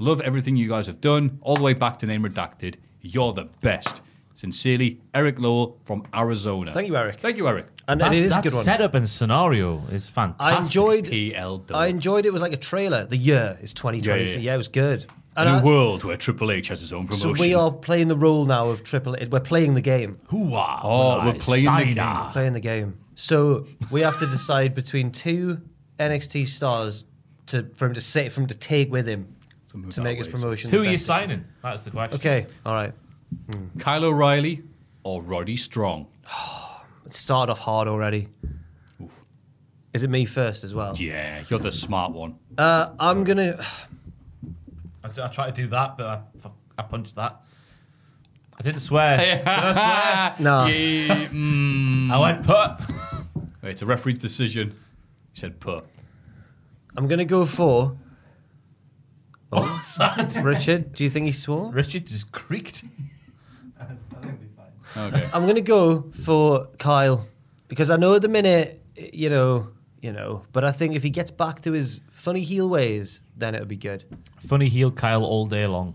Speaker 3: Love everything you guys have done, all the way back to name redacted. You're the best. Sincerely, Eric Lowell from Arizona.
Speaker 5: Thank you, Eric.
Speaker 3: Thank you, Eric.
Speaker 5: And
Speaker 4: That-
Speaker 5: it is a
Speaker 4: that
Speaker 5: good one.
Speaker 4: setup and scenario is fantastic.
Speaker 5: I enjoyed.
Speaker 3: PL
Speaker 5: I enjoyed it. Was like a trailer. The year is 2020.
Speaker 3: Yeah, yeah,
Speaker 5: So
Speaker 3: yeah.
Speaker 5: yeah, it was good.
Speaker 3: In
Speaker 5: And I-
Speaker 3: a world where Triple H has his own
Speaker 5: so
Speaker 3: promotion.
Speaker 5: we are playing the role now of Triple. H. We're playing the game.
Speaker 4: Hoo-ah,
Speaker 3: Oh, we're
Speaker 4: nice.
Speaker 3: playing the
Speaker 4: Sign
Speaker 3: game.
Speaker 4: up.
Speaker 5: Playing the game. So we have to decide between two NXT stars to for him to sit for him to take with him
Speaker 3: Something
Speaker 5: to
Speaker 3: that
Speaker 5: make his
Speaker 3: way.
Speaker 5: promotion.
Speaker 4: Who
Speaker 5: the
Speaker 4: are you
Speaker 5: best.
Speaker 4: signing? That's the question.
Speaker 5: Okay. All right.
Speaker 3: Kyle O'Reilly or Roddy Strong?
Speaker 5: It started off hard already. Is it me first as well?
Speaker 3: Yeah, you're the smart one.
Speaker 5: Uh, I'm gonna.
Speaker 4: I, I tried to do that, but I, fuck- I punched that. I didn't swear. Did I swear?
Speaker 5: No.
Speaker 3: Yeah, mm.
Speaker 4: I went put.
Speaker 3: Wait, it's a referee's decision. He said put.
Speaker 5: I'm gonna go for
Speaker 4: Oh, sad.
Speaker 5: Richard. Do you think he swore?
Speaker 4: Richard just creaked.
Speaker 3: Okay.
Speaker 5: I'm gonna go for Kyle because I know at the minute, you know, you know. But I think if he gets back to his funny heel ways, then it'll be good.
Speaker 4: Funny heel Kyle all day long.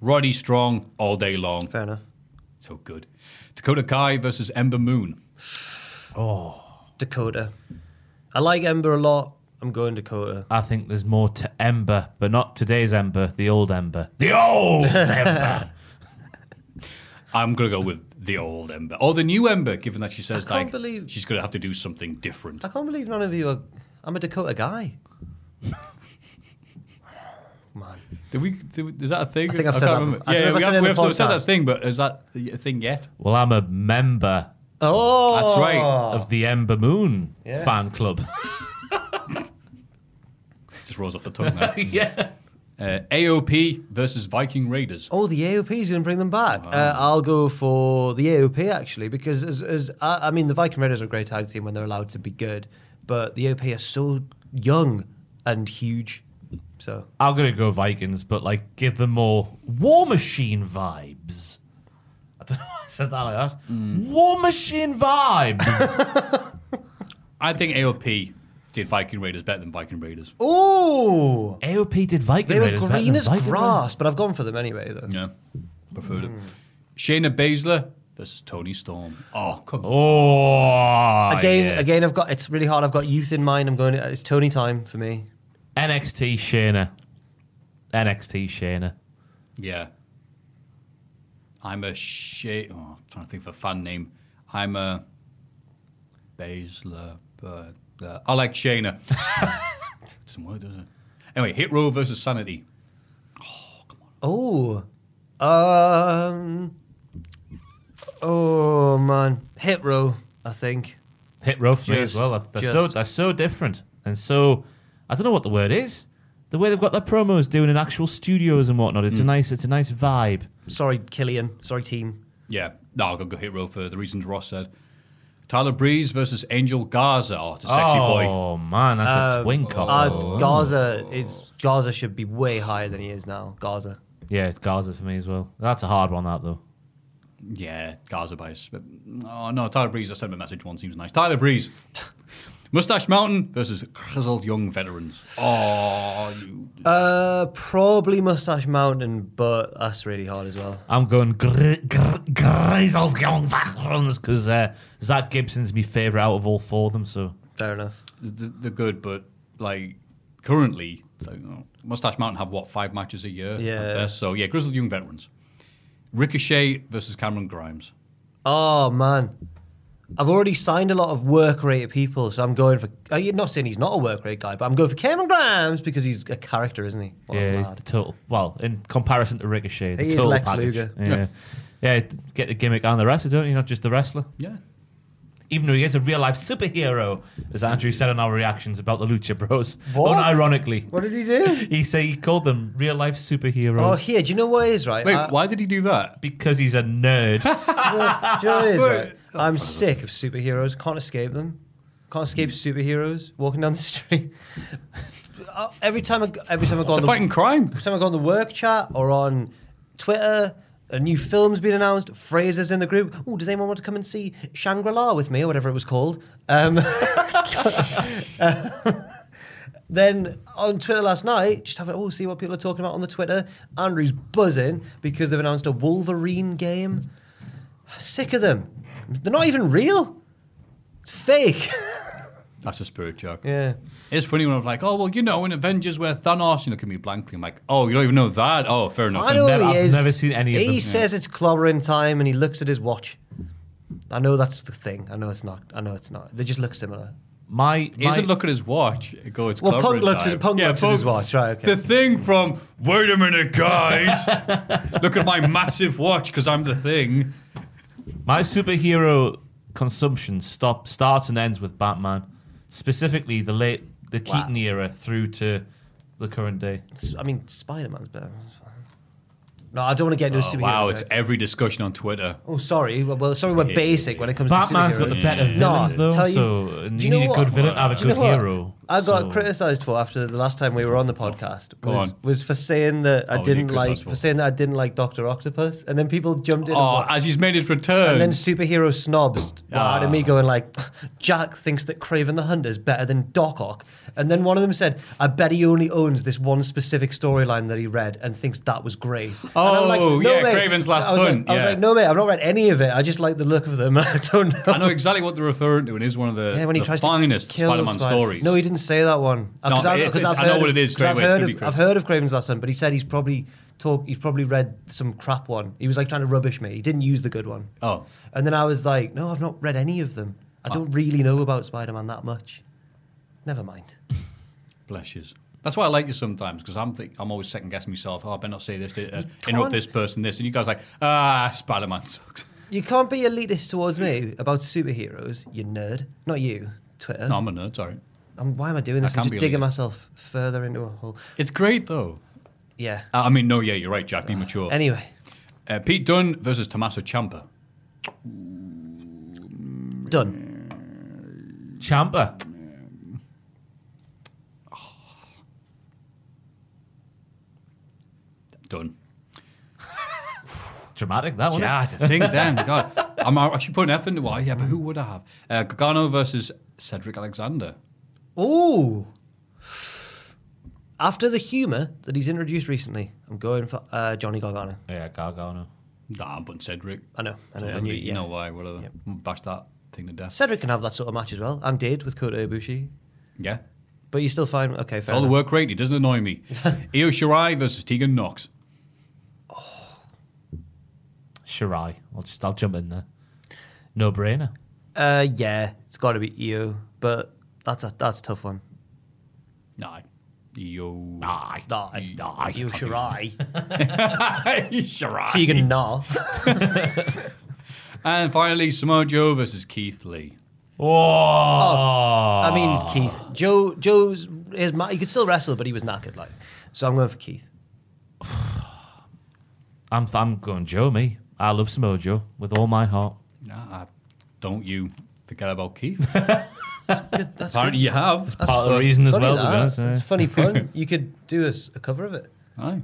Speaker 3: Roddy Strong all day long.
Speaker 5: Fair enough.
Speaker 3: So good. Dakota Kai versus Ember Moon.
Speaker 5: Dakota. I like Ember a lot. I'm going Dakota.
Speaker 4: I think there's more to Ember, but not today's Ember, the old Ember. The old Ember!
Speaker 3: I'm gonna go with the old Ember or the new Ember, given that she says
Speaker 5: can't
Speaker 3: like
Speaker 5: believe-
Speaker 3: she's gonna have to do something different.
Speaker 5: I can't believe none of you are. I'm a Dakota guy. Man,
Speaker 3: Did we? Did, we- is that a thing?
Speaker 5: I think I've said
Speaker 3: can't
Speaker 5: that
Speaker 3: remember.
Speaker 5: before. I don't
Speaker 3: Yeah, we
Speaker 5: know if I said
Speaker 3: have,
Speaker 5: it in
Speaker 3: we
Speaker 5: the
Speaker 3: have sort of said that
Speaker 5: podcast.
Speaker 3: thing, but is that a thing yet?
Speaker 4: well, I'm a member
Speaker 5: Oh,
Speaker 3: That's right.
Speaker 4: of the Ember Moon fan club.
Speaker 3: Just rolls off the tongue. There. yeah. Uh, AOP versus Viking Raiders.
Speaker 5: Oh, the AOP's going to bring them back. Uh, I'll go for the AOP actually, because as, as I, I mean, the Viking Raiders are a great tag team when they're allowed to be good, but the AOP are so young and huge. So
Speaker 4: I'm going to go Vikings, but like give them more War Machine vibes. I don't know why I said that like that. War Machine vibes!
Speaker 3: I think AOP did Viking Raiders better than Viking Raiders.
Speaker 5: oh,
Speaker 4: AOP did Viking
Speaker 5: they were
Speaker 4: Raiders better
Speaker 5: green
Speaker 4: than
Speaker 5: as
Speaker 4: Viking
Speaker 5: grass, but I've gone for them anyway though.
Speaker 3: Yeah, preferred
Speaker 5: Hmm.
Speaker 3: it. Shayna Baszler versus Tony Storm. Oh, come on.
Speaker 4: Oh,
Speaker 5: Again,
Speaker 4: yeah.
Speaker 5: again, I've got it's really hard. I've got youth in mind. I'm going. It's Tony time for me.
Speaker 4: NXT Shayna. NXT Shayna.
Speaker 3: Yeah. I'm a Shay. Oh, I'm trying to think of a fan name. I'm a Baszler, but uh, I like Shayna. Doesn't work, does it? Anyway, Hit Row versus Sanity.
Speaker 5: Oh, um, oh man, hit row. I think.
Speaker 4: Hit row for me as
Speaker 5: Just-
Speaker 4: well. They're so,
Speaker 5: just.
Speaker 4: they're so different. And so, I don't know what the word is. The way they've got their promos doing in actual studios and whatnot.
Speaker 5: Mm.
Speaker 4: It's a nice it's a nice vibe.
Speaker 5: Sorry, Killian. Sorry, team.
Speaker 3: Yeah, no, I'll go go Hit Row for the reasons Ross said. Tyler Breeze versus Angel Garza. Oh, it's a sexy boy.
Speaker 4: Oh, man, that's a
Speaker 5: Um,
Speaker 4: twink off.
Speaker 5: Uh, Gaza is Gaza should be way higher than he is now. Gaza.
Speaker 4: yeah, it's Gaza for me as well. That's a hard one, that, though.
Speaker 3: Yeah, Gaza Bice. But, oh, no, Tyler Breeze. I sent him a message once. He was nice. Tyler Breeze. Mustache Mountain versus Grizzled Young Veterans. Oh, you
Speaker 5: Uh, probably Mustache Mountain, but that's really hard as well.
Speaker 4: I'm going gr- gr- grizzled young veterans because uh, Zach Gibson's my favourite out of all four of them. So
Speaker 5: fair enough.
Speaker 3: th- they're good, but like currently, it's like, oh, Mustache Mountain have what five matches a year? at
Speaker 5: Yeah.
Speaker 3: best? So yeah, Grizzled Young Veterans, Ricochet versus Cameron Grimes.
Speaker 5: Oh man, I've already signed a lot of work rate people, so I'm going for. Uh, you're not saying he's not a work rate guy, but I'm going for Cameron Grimes because he's a character, isn't he? What a
Speaker 4: yeah, he's
Speaker 5: lad.
Speaker 4: the total. Well, in comparison to Ricochet, the
Speaker 5: He is
Speaker 4: total
Speaker 5: Lex
Speaker 4: package.
Speaker 5: Luger.
Speaker 4: Yeah. yeah, get the gimmick and the wrestler, don't you? Not just the wrestler.
Speaker 3: Yeah.
Speaker 4: Even though he is a real life superhero, as Andrew said on our reactions about the Lucha Bros.
Speaker 5: What?
Speaker 4: Unironically.
Speaker 5: What did he do?
Speaker 4: he said he called them real life superheroes.
Speaker 5: Oh, here, do you know what it is, right?
Speaker 4: Wait,
Speaker 5: I-
Speaker 3: why did he do that?
Speaker 4: Because he's a nerd.
Speaker 5: Well, do you know what it is,
Speaker 4: Wait.
Speaker 5: right? I'm sick of superheroes. Can't escape them. Can't escape superheroes walking down the street. Uh, every time I go- every time I go on
Speaker 3: They're fighting crime.
Speaker 5: Every time I go on the work chat or on Twitter, a new film's been announced. Fraser's in the group. Oh, does anyone want to come and see Shangri La with me or whatever it was called? Um, um, then on Twitter last night, just have a oh, see what people are talking about on the Twitter. Andrew's buzzing because they've announced a Wolverine game. Sick of them. They're not even real. It's fake.
Speaker 3: That's a spirit joke.
Speaker 5: Yeah.
Speaker 3: It's funny when I'm like, oh, well, you know, in Avengers where Thanos, you know, can be blankly. I'm like, oh, you don't even know that? Oh, fair enough.
Speaker 5: I know
Speaker 3: I've
Speaker 5: he
Speaker 3: never-
Speaker 5: is.
Speaker 3: I've never seen any
Speaker 5: he
Speaker 3: of them.
Speaker 5: says it's clobbering time, and he looks at his watch. I know that's the thing. I know it's not. I know it's not. They just look similar.
Speaker 4: My,
Speaker 3: He doesn't look at his watch. It goes,
Speaker 5: Well, Punk looks at- Punk looks at his watch, right, okay.
Speaker 3: The thing from, wait a minute, guys, look at my massive watch because I'm the thing.
Speaker 4: My superhero consumption stop starts and ends with Batman, specifically the late the
Speaker 5: Wow.
Speaker 4: Keaton era through to the current day.
Speaker 5: S- I mean, Spider Man's better. It's fine. No, I don't want to get into
Speaker 3: Oh,
Speaker 5: a superhero.
Speaker 3: wow, it's
Speaker 5: joke.
Speaker 3: every discussion on Twitter.
Speaker 5: Oh, sorry. Well, well, sorry, we're basic when it comes
Speaker 4: Batman's
Speaker 5: to superheroes.
Speaker 4: got the better
Speaker 5: no,
Speaker 4: villains, though,
Speaker 5: tell you,
Speaker 4: so
Speaker 5: do
Speaker 4: you
Speaker 5: know
Speaker 4: need a
Speaker 5: what?
Speaker 4: good villain to have a
Speaker 5: Do you
Speaker 4: good
Speaker 5: know what
Speaker 4: hero,
Speaker 5: I got
Speaker 4: so-
Speaker 5: criticised for after the last time we were on the podcast.
Speaker 4: Go
Speaker 5: was,
Speaker 4: on.
Speaker 5: was for saying that I
Speaker 3: Oh, you
Speaker 5: didn't
Speaker 3: criticised
Speaker 5: like
Speaker 3: for-
Speaker 5: for saying that I didn't like Doctor Octopus, and then people jumped in. and
Speaker 3: Oh,
Speaker 5: watched.
Speaker 3: as he's made his return.
Speaker 5: And then superhero snobs got out of
Speaker 3: Ah.
Speaker 5: me going like, Jack thinks that Craven the Hunter is better than Doc Ock. And then one of them said, I bet he only owns this one specific storyline that he read and thinks that was great. And I'm like,
Speaker 3: Oh, yeah,
Speaker 5: mate."
Speaker 3: Craven's Last
Speaker 5: I was
Speaker 3: Hunt,
Speaker 5: Like, I was
Speaker 3: yeah.
Speaker 5: like, no, mate, I've not read any of it. I just like the look of them. I don't know.
Speaker 3: I know exactly what they're referring to, and is one of the,
Speaker 5: Yeah, when he
Speaker 3: the
Speaker 5: tries
Speaker 3: finest
Speaker 5: to kill
Speaker 3: Spider-Man
Speaker 5: Spider-
Speaker 3: stories.
Speaker 5: No, he didn't say that one. Uh,
Speaker 3: No,
Speaker 5: 'cause I've-
Speaker 3: it-
Speaker 5: 'cause
Speaker 3: it-
Speaker 5: I've
Speaker 3: I know
Speaker 5: heard
Speaker 3: what
Speaker 5: of-
Speaker 3: it is
Speaker 5: 'cause
Speaker 3: straight
Speaker 5: I've
Speaker 3: away. It's
Speaker 5: heard
Speaker 3: gonna be
Speaker 5: of-
Speaker 3: Craven.
Speaker 5: I've heard of Craven's Last Hunt, but he said he's probably talk. He's probably read some crap one. He was like trying to rubbish me. He didn't use the good one.
Speaker 3: Oh.
Speaker 5: And then I was like, no, I've not read any of them. I don't really know about Spider-Man that much. Never mind.
Speaker 3: Bless yous. That's why I like you sometimes because I'm think, I'm always second guessing myself. Oh, I better not say this, to, uh, interrupt
Speaker 5: can't-
Speaker 3: this person, this, and you guys are like ah, Spider Man sucks.
Speaker 5: You can't be elitist towards me about superheroes. You nerd. Not you. Twitter.
Speaker 3: No, I'm a nerd. Sorry.
Speaker 5: I'm- why am I doing
Speaker 3: I
Speaker 5: this? I'm
Speaker 3: can't
Speaker 5: just
Speaker 3: be
Speaker 5: digging
Speaker 3: elitist.
Speaker 5: myself further into a hole.
Speaker 3: It's great though.
Speaker 5: Yeah.
Speaker 3: Uh, I mean, no, yeah, you're right, Jack. Be mature.
Speaker 5: Anyway.
Speaker 3: uh, Pete Dunne versus Tommaso Ciampa.
Speaker 5: Done.
Speaker 4: Champa.
Speaker 3: Done.
Speaker 4: Dramatic that one.
Speaker 3: yeah, I think then. God, I'm actually putting effort into why. Yeah, but who would I have? Uh, Gargano versus Cedric Alexander.
Speaker 5: Ooh. After the humour that he's introduced recently, I'm going for uh, Johnny Gargano.
Speaker 4: Yeah, Gargano.
Speaker 3: Nah, I'm putting Cedric.
Speaker 5: I know. I know.
Speaker 3: So
Speaker 5: I knew-
Speaker 3: you
Speaker 5: yeah.
Speaker 3: know why? Whatever. Mm, Bash that thing to death.
Speaker 5: Cedric can have that sort of match as well, and did with Kota Ibushi.
Speaker 3: Yeah.
Speaker 5: But you still find okay, fair
Speaker 3: All the
Speaker 5: enough.
Speaker 3: work rate. He doesn't annoy me. Io Shirai versus Tegan Knox.
Speaker 4: Shirai. I'll just I'll jump in there. No brainer.
Speaker 5: Uh, yeah, it's got to be Io, but that's a that's a tough one.
Speaker 3: Nah. Io.
Speaker 4: Aye.
Speaker 5: Die, die, Io Shirai,
Speaker 3: Shirai.
Speaker 5: Tegan Nah.
Speaker 3: And finally, Samoa Joe versus Keith Lee.
Speaker 4: Oh.
Speaker 5: I mean
Speaker 4: Ah.
Speaker 5: Keith. Joe Joe's his ma- he could still wrestle, but he was knackered like. So I'm going for Keith.
Speaker 4: I'm I'm going Joe me. I love Samoa Joe with all my heart.
Speaker 3: Nah, don't you forget about Keith.
Speaker 5: Good, That's
Speaker 3: Apparently
Speaker 5: good.
Speaker 3: you have. It's
Speaker 4: part of the reason as
Speaker 5: Funny
Speaker 4: well. to be
Speaker 5: that.
Speaker 4: honest, yeah.
Speaker 5: It's a funny pun. You could do a, s- a cover of it.
Speaker 3: Aye.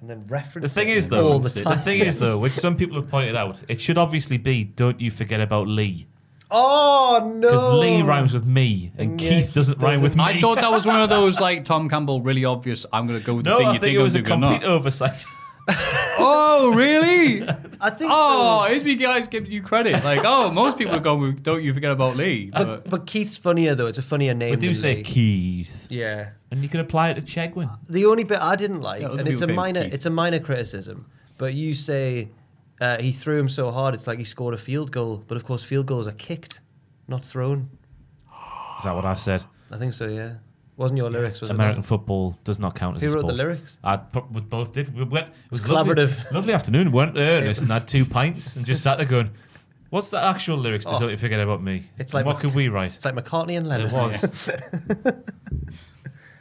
Speaker 5: and then reference
Speaker 4: The thing
Speaker 5: it
Speaker 4: is, though,
Speaker 5: all the time.
Speaker 4: thing is, though, which some people have pointed out, it should obviously be "Don't you forget about Lee"
Speaker 5: Oh
Speaker 4: because
Speaker 5: no!
Speaker 4: Lee rhymes with me and Keith doesn't, rhyme with me.
Speaker 3: I thought that was one of those like Tom Campbell, really obvious. I'm going to go with the
Speaker 4: No,
Speaker 3: thing
Speaker 4: I
Speaker 3: you
Speaker 4: think it
Speaker 3: I'm
Speaker 4: was a
Speaker 3: doing or not.
Speaker 4: complete oversight.
Speaker 3: oh, really?
Speaker 5: I think.
Speaker 3: Oh, HB guys give you credit. Like, oh, most people have gone with "Don't you forget about Lee." But,
Speaker 5: But Keith's funnier though. It's a funnier name.
Speaker 4: We do
Speaker 5: than
Speaker 4: say
Speaker 5: Lee.
Speaker 4: Keith,
Speaker 5: Yeah.
Speaker 4: and you can apply it to Chegwin.
Speaker 5: The only bit I didn't like,
Speaker 4: Yeah, other
Speaker 5: and it's
Speaker 4: people
Speaker 5: a
Speaker 4: came
Speaker 5: minor,
Speaker 4: Keith.
Speaker 5: it's a minor criticism, but you say uh, he threw him so hard, it's like he scored a field goal. But of course, field goals are kicked, not thrown.
Speaker 4: Is that what I said?
Speaker 5: I think so. Yeah, wasn't your lyrics? Was
Speaker 4: American
Speaker 5: It?
Speaker 4: football does not count as
Speaker 5: Who
Speaker 4: a
Speaker 5: wrote the
Speaker 4: sport.
Speaker 5: lyrics?
Speaker 4: I pro- we both did. We went, it was
Speaker 5: Collaborative.
Speaker 4: Lovely, lovely afternoon. Went to Ernest and had two pints and just sat there going, "What's the actual lyrics to
Speaker 5: Oh.
Speaker 4: Don't You Forget About Me?" And
Speaker 5: It's like
Speaker 4: what
Speaker 5: Mc-
Speaker 4: could we write?
Speaker 5: It's like McCartney and Lennon.
Speaker 4: It was.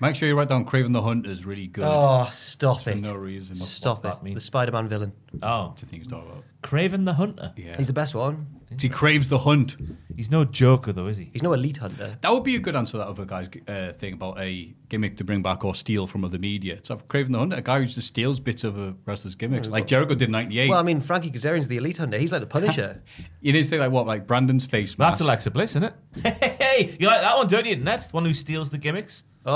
Speaker 3: make sure you write down "Craven the Hunt" is really good.
Speaker 5: Oh, stop
Speaker 3: For
Speaker 5: it!
Speaker 3: no reason.
Speaker 5: Stop it! The Spider-Man villain.
Speaker 4: oh,
Speaker 3: Two things to talk about.
Speaker 4: Craven the Hunter.
Speaker 3: Yeah.
Speaker 5: He's the best one.
Speaker 3: He craves the hunt.
Speaker 4: He's no joker though, is he?
Speaker 5: He's no elite hunter.
Speaker 3: That would be a good answer to that other guy's uh, thing about a gimmick to bring back or steal from other media. So I've craven the hunter, a guy who just steals bits of a wrestler's gimmicks, like Jericho did in '98.
Speaker 5: Well, I mean, Frankie Kazarian's the elite hunter. He's like the Punisher.
Speaker 3: you need to think like what, like Brandon's face mask.
Speaker 4: That's Alexa Bliss, isn't it? Hey, hey, you like that one, don't you? Internet, the one who steals the gimmicks.
Speaker 5: oh,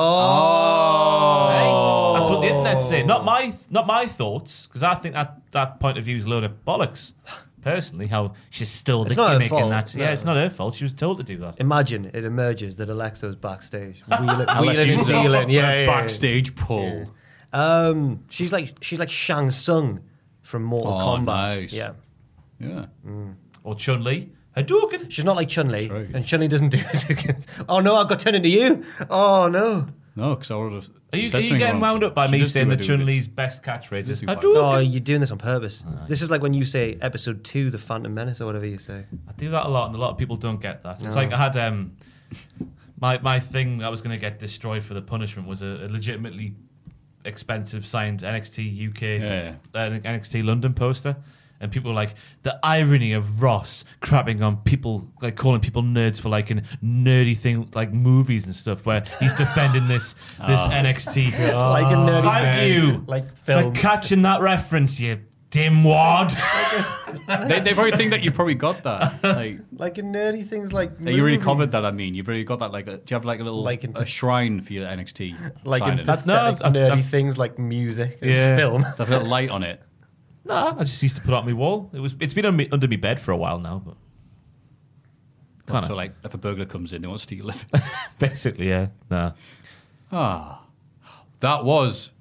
Speaker 4: Hey, that's what the internet say. Not my, not my thoughts, because I think that that point of view is a load of bollocks. Personally, how she's still the
Speaker 5: It's not her
Speaker 4: gimmick
Speaker 5: fault,
Speaker 4: in that.
Speaker 5: no.
Speaker 4: Yeah, it's not her fault. She was told to do that.
Speaker 5: Imagine it emerges that Alexa's backstage, wheeling,
Speaker 3: Alexa
Speaker 5: wheeling and
Speaker 3: is a-
Speaker 5: dealing. Yeah,
Speaker 3: a
Speaker 5: yeah, yeah.
Speaker 3: backstage pull.
Speaker 5: Um, she's like she's like Shang Tsung from Mortal
Speaker 3: Oh,
Speaker 5: Kombat.
Speaker 3: nice.
Speaker 5: Yeah,
Speaker 3: Yeah.
Speaker 4: Or Chun Li, Hadouken.
Speaker 5: she's not like Chun Li, and Chun Li doesn't do it. oh no, I've got to turn into you. Oh no.
Speaker 3: No, because I would have.
Speaker 4: Are you, are you getting wound up by me saying that Chun Li's best catchphrase is
Speaker 3: do
Speaker 4: Hadouken?
Speaker 5: Oh, you're doing this on purpose. This is like when you say episode two, the Phantom Menace, or whatever you say.
Speaker 4: I do that a lot, and a lot of people don't get that. It's
Speaker 5: No.
Speaker 4: like I had um, my my thing that was going to get destroyed for the punishment was a, a legitimately expensive signed NXT UK
Speaker 3: Yeah.
Speaker 4: uh, NXT London poster, and people were like the irony of Ross crapping on people like calling people nerds for like an nerdy thing like movies and stuff where he's defending this this
Speaker 3: Ah.
Speaker 4: NXT
Speaker 5: Like a nerdy
Speaker 4: Uh, Thank
Speaker 5: fan.
Speaker 4: you
Speaker 5: Like film.
Speaker 4: for catching that reference, you dimwad.
Speaker 3: They, they probably think that you probably got that. Like,
Speaker 5: Like in nerdy things, like
Speaker 3: that you really
Speaker 5: movies.
Speaker 3: covered that. I mean, you've already got that. Like, a, do you have like a little
Speaker 5: Like in-
Speaker 3: a shrine for your NXT?
Speaker 5: like
Speaker 3: sign
Speaker 5: in
Speaker 3: in it?
Speaker 5: pathetic,
Speaker 4: No, I've- I've-
Speaker 5: nerdy
Speaker 4: I've-
Speaker 5: things like music and
Speaker 4: Yeah.
Speaker 5: film.
Speaker 3: Does it have a little light on it.
Speaker 4: Nah, I just used to put it on my wall. It was it's been on me, under my bed for a while now, but Kinda.
Speaker 3: So, like, if a burglar comes in, they won't steal it.
Speaker 4: basically, yeah, nah.
Speaker 3: ah, that was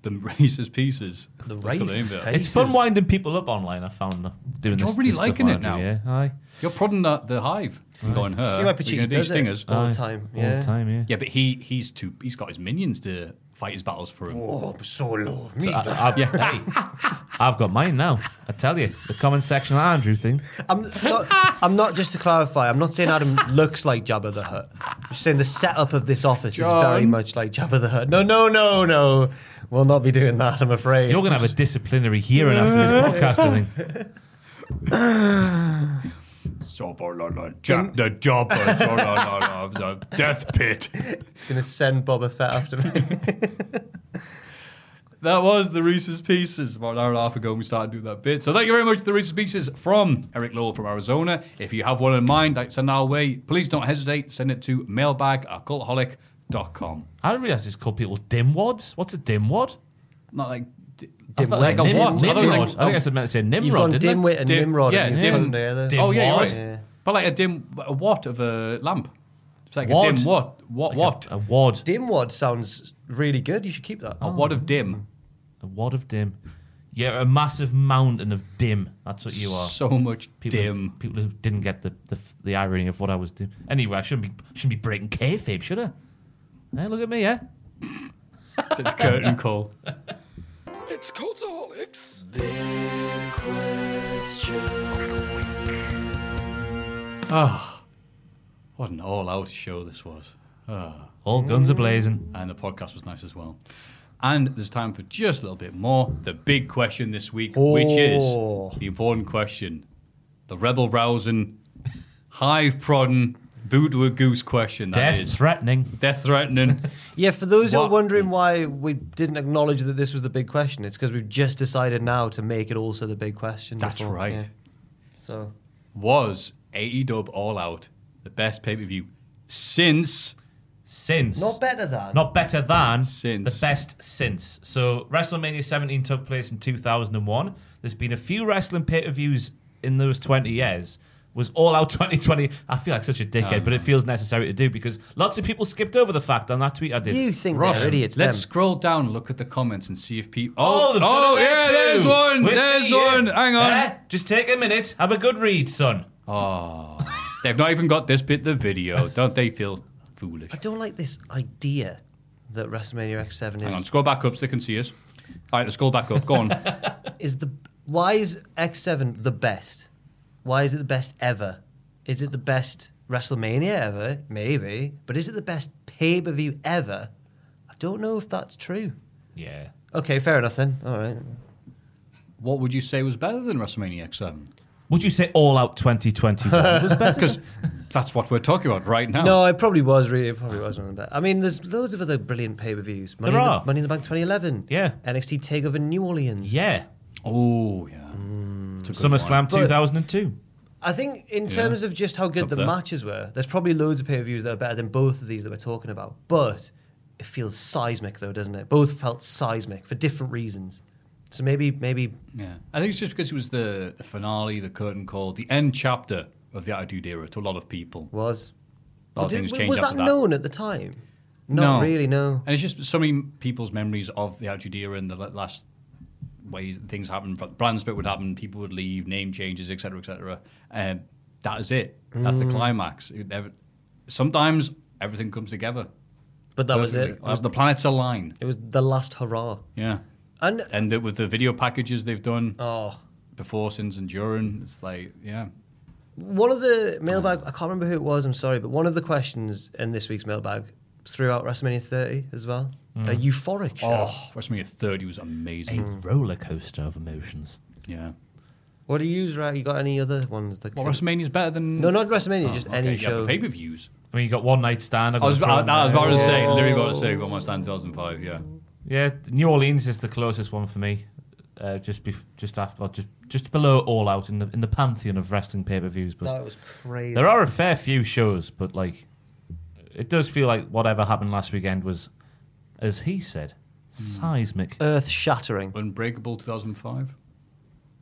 Speaker 3: the racist pieces.
Speaker 5: The
Speaker 3: Let's go to
Speaker 5: racist
Speaker 3: India.
Speaker 5: pieces.
Speaker 4: It's fun winding people up online. I found uh, doing
Speaker 3: You're
Speaker 4: this.
Speaker 3: really
Speaker 4: this stuff
Speaker 3: liking
Speaker 4: on
Speaker 3: it now.
Speaker 4: Andrew, Yeah, aye,
Speaker 3: You're prodding the, the hive. and going her.
Speaker 5: See
Speaker 3: we're
Speaker 5: why
Speaker 3: gonna
Speaker 5: Pacheco
Speaker 3: do
Speaker 5: does
Speaker 3: stingers.
Speaker 5: it all
Speaker 4: Aye.
Speaker 5: the time.
Speaker 4: all the
Speaker 5: Yeah.
Speaker 4: time. Yeah.
Speaker 3: Yeah, but he he's too. He's got his minions to fight his battles for him.
Speaker 5: Oh, solo. Me.
Speaker 4: So I, I, hey, I've got mine now. I tell you, the comment section of Andrew thing.
Speaker 5: I'm not, I'm not, just to clarify, I'm not saying Adam looks like Jabba the Hutt. I'm just saying the setup of this office is very
Speaker 3: John.
Speaker 5: much like Jabba the Hutt. No, no, no, no. We'll not be doing that, I'm afraid.
Speaker 4: You're gonna have a disciplinary hearing after this podcast. I think.
Speaker 3: So, blah, blah, blah, Jack the Jobber, so, blah, blah, blah, the death pit.
Speaker 5: It's going to send Boba Fett after me.
Speaker 3: That was the Reese's Pieces about an hour and a half ago when we started doing that bit. So thank you very much to the Reese's Pieces from Eric Lowell from Arizona. If you have one in mind, like send our way, please don't hesitate. Send it to mailbag at cultholic.com.
Speaker 4: I didn't realize it's called people dimwads. What's a dimwad?
Speaker 3: Not like d-
Speaker 4: I thought
Speaker 3: like a
Speaker 4: Nim-
Speaker 3: what? I thought it was
Speaker 4: Nimrod.
Speaker 3: like-
Speaker 4: I think I said meant to say Nimrod.
Speaker 5: You've gone
Speaker 4: didn't I?
Speaker 5: Dimwit and
Speaker 3: Dim-
Speaker 5: Nimrod.
Speaker 3: yeah,
Speaker 5: and you've
Speaker 3: Dim-
Speaker 5: gone there, there.
Speaker 4: Dim-
Speaker 3: Oh yeah, you're right.
Speaker 5: Yeah.
Speaker 3: But like a dim a watt of a lamp. It's like a
Speaker 4: Wad.
Speaker 3: dim what? What what?
Speaker 4: A wad.
Speaker 5: Dimwad sounds really good. You should keep that.
Speaker 4: Oh.
Speaker 3: A wad of dim.
Speaker 4: A wad of dim. You're a massive mountain of dim. That's what you are.
Speaker 3: So much
Speaker 4: people,
Speaker 3: dim.
Speaker 4: People who didn't get the, the the irony of what I was doing. Anyway, I shouldn't be shouldn't be breaking kayfabe, should I? Hey, look at me, eh? yeah.
Speaker 3: Did the curtain call.
Speaker 7: It's Cultaholics.
Speaker 3: Ah, what an all-out show this was. Ah.
Speaker 4: All guns are blazing.
Speaker 3: and the podcast was nice as well. And there's time for just a little bit more. The big question this week, which
Speaker 5: Oh.
Speaker 3: is the important question: the rebel rousing, hive prodding, boot to a goose question. that
Speaker 4: Death
Speaker 3: is.
Speaker 4: threatening.
Speaker 3: Death threatening.
Speaker 5: Yeah, for those who are
Speaker 3: What-
Speaker 5: wondering why we didn't acknowledge that this was the big question, it's because we've just decided now to make it also the big question.
Speaker 3: That's
Speaker 5: before-
Speaker 3: right.
Speaker 5: yeah. So
Speaker 3: Was AEW All Out the best pay per view since?
Speaker 4: Since.
Speaker 5: Not better than.
Speaker 4: Not better than. Since. The best since. So WrestleMania 17 took place in 2001. There's been a few wrestling pay per views in those 20 years. Was All Out 2020. I feel like such a dickhead,
Speaker 3: Um,
Speaker 4: but it feels necessary to do because lots of people skipped over the fact on that tweet I did.
Speaker 3: Ross, Let's scroll down, look at the comments, and see if people.
Speaker 4: Oh,
Speaker 3: Oh,
Speaker 4: they've done
Speaker 3: oh,
Speaker 4: it there
Speaker 3: yeah,
Speaker 4: too.
Speaker 3: there's one.
Speaker 4: We
Speaker 3: there's
Speaker 4: see you.
Speaker 3: one. Hang on.
Speaker 4: Eh? Just take a minute. Have a good read, son.
Speaker 3: Oh, they've not even got this bit of the video. Don't they feel foolish?
Speaker 5: I don't like this idea that WrestleMania X7
Speaker 3: Hang on,
Speaker 5: is
Speaker 3: scroll back up so they can see us. All right, let's scroll back up. Go on.
Speaker 5: is the why is X7 the best? Why is it the best ever? Is it the best WrestleMania ever? Maybe, but is it the best pay per view ever? I don't know if that's true.
Speaker 4: Yeah.
Speaker 5: Okay, fair enough then. All right.
Speaker 3: what would you say was better than WrestleMania X7?
Speaker 4: Would you say All Out 2021 was better?
Speaker 3: Because that's what we're talking about right
Speaker 4: Oh.
Speaker 3: now.
Speaker 5: No, it probably was. Really, it probably was one of the best. I mean, there's loads of other brilliant pay per views.
Speaker 4: There
Speaker 5: in
Speaker 4: are.
Speaker 5: the, Money in the Bank 2011.
Speaker 4: Yeah.
Speaker 5: NXT Takeover New Orleans.
Speaker 4: Yeah.
Speaker 3: Oh, yeah.
Speaker 4: SummerSlam
Speaker 5: But-
Speaker 4: 2002.
Speaker 5: I think in
Speaker 4: Yeah.
Speaker 5: terms of just how
Speaker 4: Up
Speaker 5: good the
Speaker 4: there.
Speaker 5: matches were, there's probably loads of pay per views that are better than both of these that we're talking about. But it feels seismic, though, doesn't it? Both felt seismic for different reasons. So maybe, maybe
Speaker 3: Yeah, I think it's just because it was the, the finale, the curtain call, the end chapter of the Attitude Era to a lot of people.
Speaker 5: Was.
Speaker 3: A lot of
Speaker 5: Did-
Speaker 3: things changed
Speaker 5: was
Speaker 3: after
Speaker 5: that
Speaker 3: that.
Speaker 5: known at the time? Not
Speaker 3: No.
Speaker 5: really. No.
Speaker 3: And it's just so many people's memories of the Attitude Era and the la- last ways that things happened. But brand split would happen, people would leave, name changes, etc., etc. And Um, that is it. That's the
Speaker 5: Mm.
Speaker 3: climax. It never, sometimes everything comes together.
Speaker 5: But that was it.
Speaker 3: That was the planets align.
Speaker 5: It was the last hurrah.
Speaker 3: Yeah.
Speaker 5: And
Speaker 3: and the, with the video packages they've done.
Speaker 5: Oh.
Speaker 3: Before, since, and during, it's like yeah.
Speaker 5: One of the mailbag, I can't remember who it was, I'm sorry, but one of the questions in this week's mailbag threw out WrestleMania 30 as well.
Speaker 3: Mm.
Speaker 5: A euphoric show.
Speaker 3: Oh, WrestleMania 30 was amazing.
Speaker 4: A roller coaster of emotions.
Speaker 3: Yeah.
Speaker 5: What do you use, right? You got any other ones? That
Speaker 3: Well, WrestleMania's better than
Speaker 5: No, not WrestleMania,
Speaker 3: Oh,
Speaker 5: just any show.
Speaker 3: pay per views.
Speaker 4: I mean, you got one night stand.
Speaker 3: I was, I, I was about to say, literally about to say, one more stand 2005. Yeah.
Speaker 4: Yeah, New Orleans is the closest one for me. Uh, just bef- just after, well, just just below All Out in the in the pantheon of wrestling pay per views. But
Speaker 5: That was crazy.
Speaker 4: There are a fair few shows, but like, it does feel like whatever happened last weekend was, as he said, seismic.
Speaker 5: Earth shattering.
Speaker 3: Unbreakable 2005.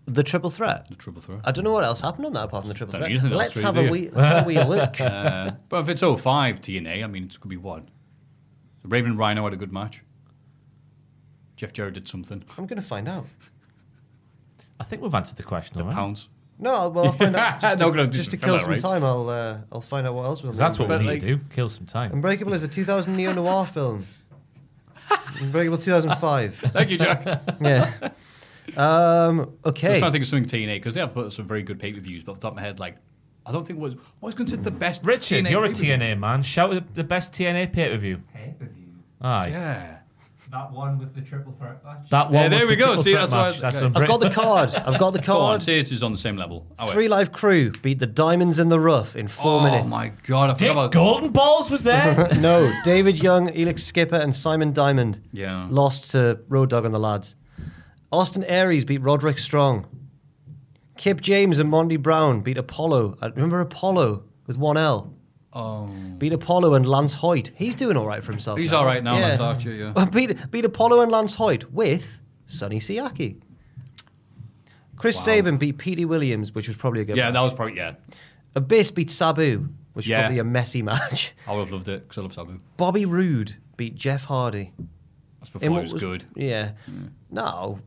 Speaker 5: The Triple Threat. The
Speaker 3: Triple Threat.
Speaker 5: I don't know what else happened on that apart from the Triple
Speaker 3: Don't
Speaker 5: Threat.
Speaker 3: use it
Speaker 5: Let's
Speaker 3: elsewhere,
Speaker 5: have,
Speaker 3: do
Speaker 5: a
Speaker 3: you?
Speaker 5: wee, let's have a wee look.
Speaker 3: Uh, but if it's 05 TNA, I mean, it could be one. Raven Rhino had a good match. Jeff Jarrett did something.
Speaker 5: I'm going to find out.
Speaker 4: I think we've answered the question.
Speaker 3: The pounds.
Speaker 5: No, well, I'll find out. Just
Speaker 3: No,
Speaker 5: to,
Speaker 3: no,
Speaker 5: just to
Speaker 3: I'm
Speaker 5: kill
Speaker 3: not
Speaker 5: some
Speaker 3: right.
Speaker 5: time, I'll, uh, I'll find out what else we'll
Speaker 4: That's what
Speaker 5: learn.
Speaker 4: we
Speaker 5: But,
Speaker 4: need
Speaker 5: like,
Speaker 4: to do. Kill some time.
Speaker 5: Unbreakable is a 2000 neo noir film. Unbreakable 2005.
Speaker 3: Thank you, Jack.
Speaker 5: Yeah. Um,
Speaker 3: I was
Speaker 5: okay.
Speaker 3: trying to think of something TNA because they have put some very good pay per views, but off the top of my head, like, I don't think it was what was considered the best.
Speaker 4: Richard,
Speaker 3: TNA
Speaker 4: you're a
Speaker 3: pay-per-view.
Speaker 4: TNA man. Shout out the best TNA pay per view.
Speaker 9: Pay-per-view.
Speaker 4: Aye.
Speaker 3: Yeah.
Speaker 9: That one with the triple threat match.
Speaker 4: That one.
Speaker 3: Yeah, there
Speaker 4: with
Speaker 3: we
Speaker 4: the
Speaker 3: go.
Speaker 4: triple
Speaker 3: See,
Speaker 4: threat
Speaker 3: that's why I-
Speaker 4: match. That's
Speaker 3: okay.
Speaker 4: unbreak-
Speaker 5: I've got the card. I've got the
Speaker 3: Go on,
Speaker 5: card.
Speaker 3: say it is on the same level. Oh, wait.
Speaker 5: Three Live Crew beat the Diamonds in the Rough in four
Speaker 3: Oh
Speaker 5: minutes.
Speaker 3: my god! I forgot
Speaker 4: Dick
Speaker 3: about
Speaker 4: Golden Balls was there.
Speaker 5: no, David Young, Elix Skipper, and Simon Diamond
Speaker 3: Yeah.
Speaker 5: lost to Road Dog and the lads. Austin Aries beat Roderick Strong. Kip James and Monty Brown beat Apollo. I remember Apollo with one L.
Speaker 3: Oh.
Speaker 5: Beat Apollo and Lance Hoyt. He's doing all right for himself.
Speaker 3: He's
Speaker 5: now.
Speaker 3: all right now, Lance Archer, yeah.
Speaker 5: beat, beat Apollo and Lance Hoyt with Sonny Siaki. Chris Sabin beat Petey Williams, which was probably a good
Speaker 3: Yeah,
Speaker 5: match.
Speaker 3: that was probably yeah.
Speaker 5: Abyss beat Sabu, which
Speaker 3: Yeah.
Speaker 5: was probably a messy match.
Speaker 3: I would have loved it because I love Sabu.
Speaker 5: Bobby Roode beat Jeff Hardy.
Speaker 3: That's
Speaker 5: In
Speaker 3: before
Speaker 5: what
Speaker 3: he was, good.
Speaker 5: Yeah. No.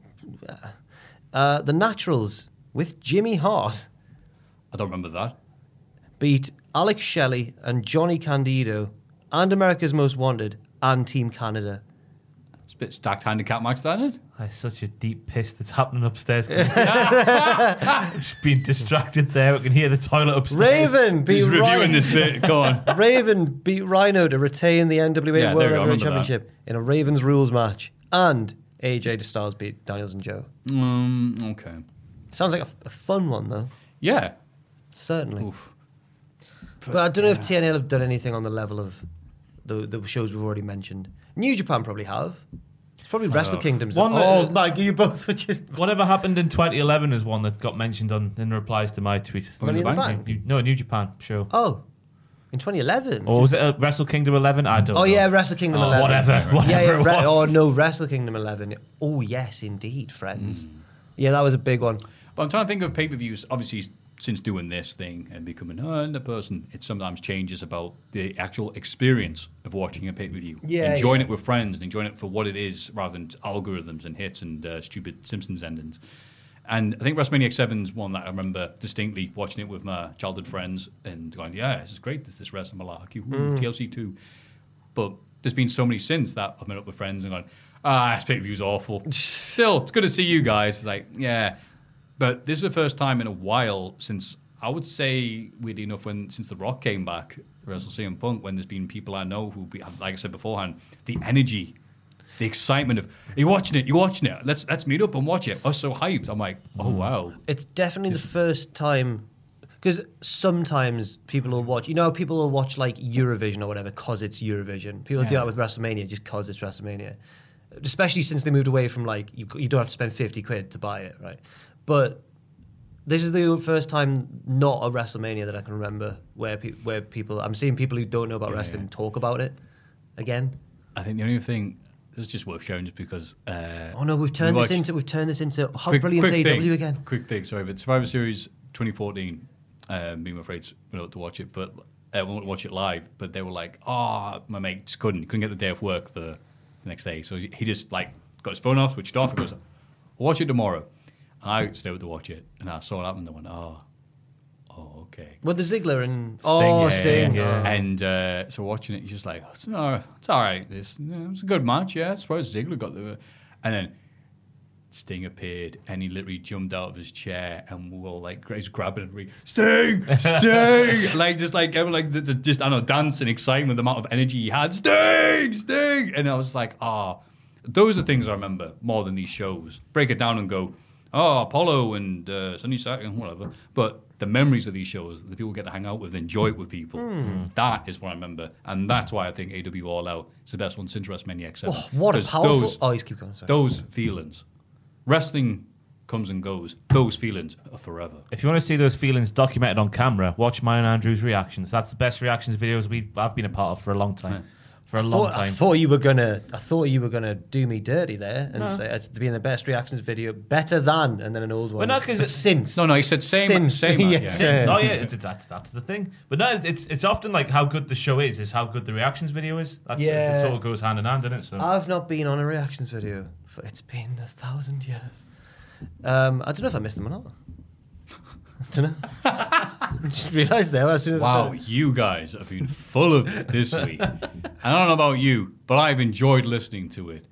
Speaker 5: Uh, the Naturals with Jimmy Hart
Speaker 3: I don't remember that.
Speaker 5: beat Alex Shelley and Johnny Candido and America's Most Wanted and Team Canada.
Speaker 3: It's a bit stacked handicap match, that isn't it?
Speaker 4: That's such a deep piss that's happening upstairs. Just being distracted there. We can hear the toilet upstairs.
Speaker 5: Raven beat
Speaker 4: He's
Speaker 5: Ryan-
Speaker 4: reviewing this bit. Go on.
Speaker 5: Raven beat Rhino to retain the NWA
Speaker 3: Yeah, there
Speaker 5: World
Speaker 3: we go, I
Speaker 5: Heavyweight
Speaker 3: remember
Speaker 5: Championship in a Ravens Rules match. And AJ Styles beat Daniels and Joe.
Speaker 3: Mm, okay.
Speaker 5: Sounds like a, a fun one, though.
Speaker 3: Yeah.
Speaker 5: Certainly. But I don't know if
Speaker 4: uh,
Speaker 5: TNL have done anything on the level of the, the shows we've already mentioned. New Japan probably have. It's probably Wrestle Kingdoms.
Speaker 4: One that-
Speaker 5: oh, Mike, you both were just.
Speaker 4: Whatever happened in 2011 is one that got mentioned on in replies to my tweet.
Speaker 5: Money in the Bank?
Speaker 4: New- no, New Japan show.
Speaker 5: Oh, in 2011.
Speaker 4: Or was it uh, Wrestle Kingdom 11? I don't
Speaker 5: Oh
Speaker 4: know.
Speaker 5: yeah, Wrestle Kingdom
Speaker 4: Oh,
Speaker 5: 11.
Speaker 4: Whatever. whatever
Speaker 5: yeah, yeah,
Speaker 4: it was.
Speaker 5: Re- oh no, Wrestle Kingdom 11. Oh yes, indeed, friends.
Speaker 4: Mm.
Speaker 5: Yeah, that was a big one.
Speaker 3: But I'm trying to think of pay per views. Obviously, since doing this thing and becoming uh, a person, it sometimes changes about the actual experience of watching a pay per view.
Speaker 5: Yeah,
Speaker 3: enjoying
Speaker 5: yeah.
Speaker 3: it with friends and enjoying it for what it is, rather than algorithms and hits and uh, stupid Simpsons endings. And I think WrestleMania 7 is one that I remember distinctly watching it with my childhood friends and going, "Yeah, this is great. This this wrestling malarkey. Ooh,
Speaker 2: Mm.
Speaker 3: TLC 2." But there's been so many since that I've met up with friends and gone, ah, this pay per view's awful. Still, it's good to see you guys. It's like, yeah. But this is the first time in a while since I would say, weirdly enough, when since The Rock came back, Wrestle CM Punk, when there's been people I know who, be, like I said beforehand, the energy, the excitement of you're watching it, you're watching it. Let's let's meet up and watch it. I was so hyped. I'm like, oh
Speaker 5: Hmm.
Speaker 3: wow.
Speaker 5: It's definitely the first time because sometimes people will watch. You know, how people will watch like Eurovision or whatever because it's Eurovision. People do
Speaker 3: Yeah.
Speaker 5: that with WrestleMania just because it's WrestleMania. Especially since they moved away from like you, you don't have to spend fifty quid to buy it, right? But this is the first time not a WrestleMania that I can remember where pe- where people I'm seeing people who don't know about
Speaker 3: Yeah,
Speaker 5: wrestling talk about it again.
Speaker 3: I think the only thing this is just worth showing just because. Uh,
Speaker 5: Oh no,
Speaker 3: we
Speaker 5: we've turned this
Speaker 3: watched-
Speaker 5: into we've turned this into how brilliant AEW
Speaker 3: thing,
Speaker 5: again.
Speaker 3: Quick thing, sorry, but Survivor Series 2014, um, me and my friends went out to watch it, but uh, we went to watch it live. But they were like, "Ah, my mate just couldn't couldn't get the day off work the, the next day, so he he just like got his phone off, switched it off, and goes, "I'll watch it tomorrow." And I stayed with to watch it, and I saw it happen. They went, "Oh, oh, okay."
Speaker 5: Well, the Ziggler and
Speaker 3: Sting,
Speaker 5: oh
Speaker 3: yeah,
Speaker 5: Sting,
Speaker 3: yeah.
Speaker 5: Oh.
Speaker 3: And uh, so watching it, you're just like, it's, no, it's all right. This yeah, it's a good match, yeah. I suppose Ziggler got the, and then Sting appeared and he literally jumped out of his chair and we were all like, he's grabbing and re- Sting, Sting, like just like everyone like th- th- just I don't know dancing, excitement, the amount of energy he had, Sting, Sting, and I was like, ah, those are things I remember more than these shows. Break it down and go, oh, Apollo and uh, Sunny Sack and whatever, but. The memories of these shows, the people get to hang out with, enjoy it with people.
Speaker 5: Hmm.
Speaker 3: That is what I remember, and that's why I think AW All Out is the best one since WrestleMania X.
Speaker 5: Oh, what a
Speaker 3: 'Cause
Speaker 5: powerful-
Speaker 3: Those,
Speaker 5: Oh, he's keep going, sorry.
Speaker 3: Those feelings, wrestling comes and goes. Those feelings are forever.
Speaker 4: If you want to see those feelings documented on camera, watch mine and Andrew's reactions. That's the best reactions videos we I've been a part of for a long time. For a
Speaker 5: I
Speaker 4: long
Speaker 5: thought, I
Speaker 4: time.
Speaker 5: thought you were gonna. I thought you were gonna do me dirty there and
Speaker 4: No.
Speaker 5: say uh, it's being the best reactions video, better than, and then an old one.
Speaker 4: But not because
Speaker 5: But since.
Speaker 3: No, no, he said same-
Speaker 5: Since.
Speaker 3: same, yeah.
Speaker 5: Yes,
Speaker 4: Since- Oh yeah, it's, it's, that's that's the thing. But no, it's it's often like how good the show is is how good the reactions video is. That's, it,
Speaker 5: Yeah.
Speaker 4: it sort of goes hand in hand, doesn't it? So
Speaker 5: I've not been on a reactions video for it's been a thousand years. Um, I don't know if I missed them or not. I don't know. I just realised there as soon as I
Speaker 3: Wow,
Speaker 5: said it.
Speaker 3: you guys have been full of it this week. I don't know about you, but I've enjoyed listening to it.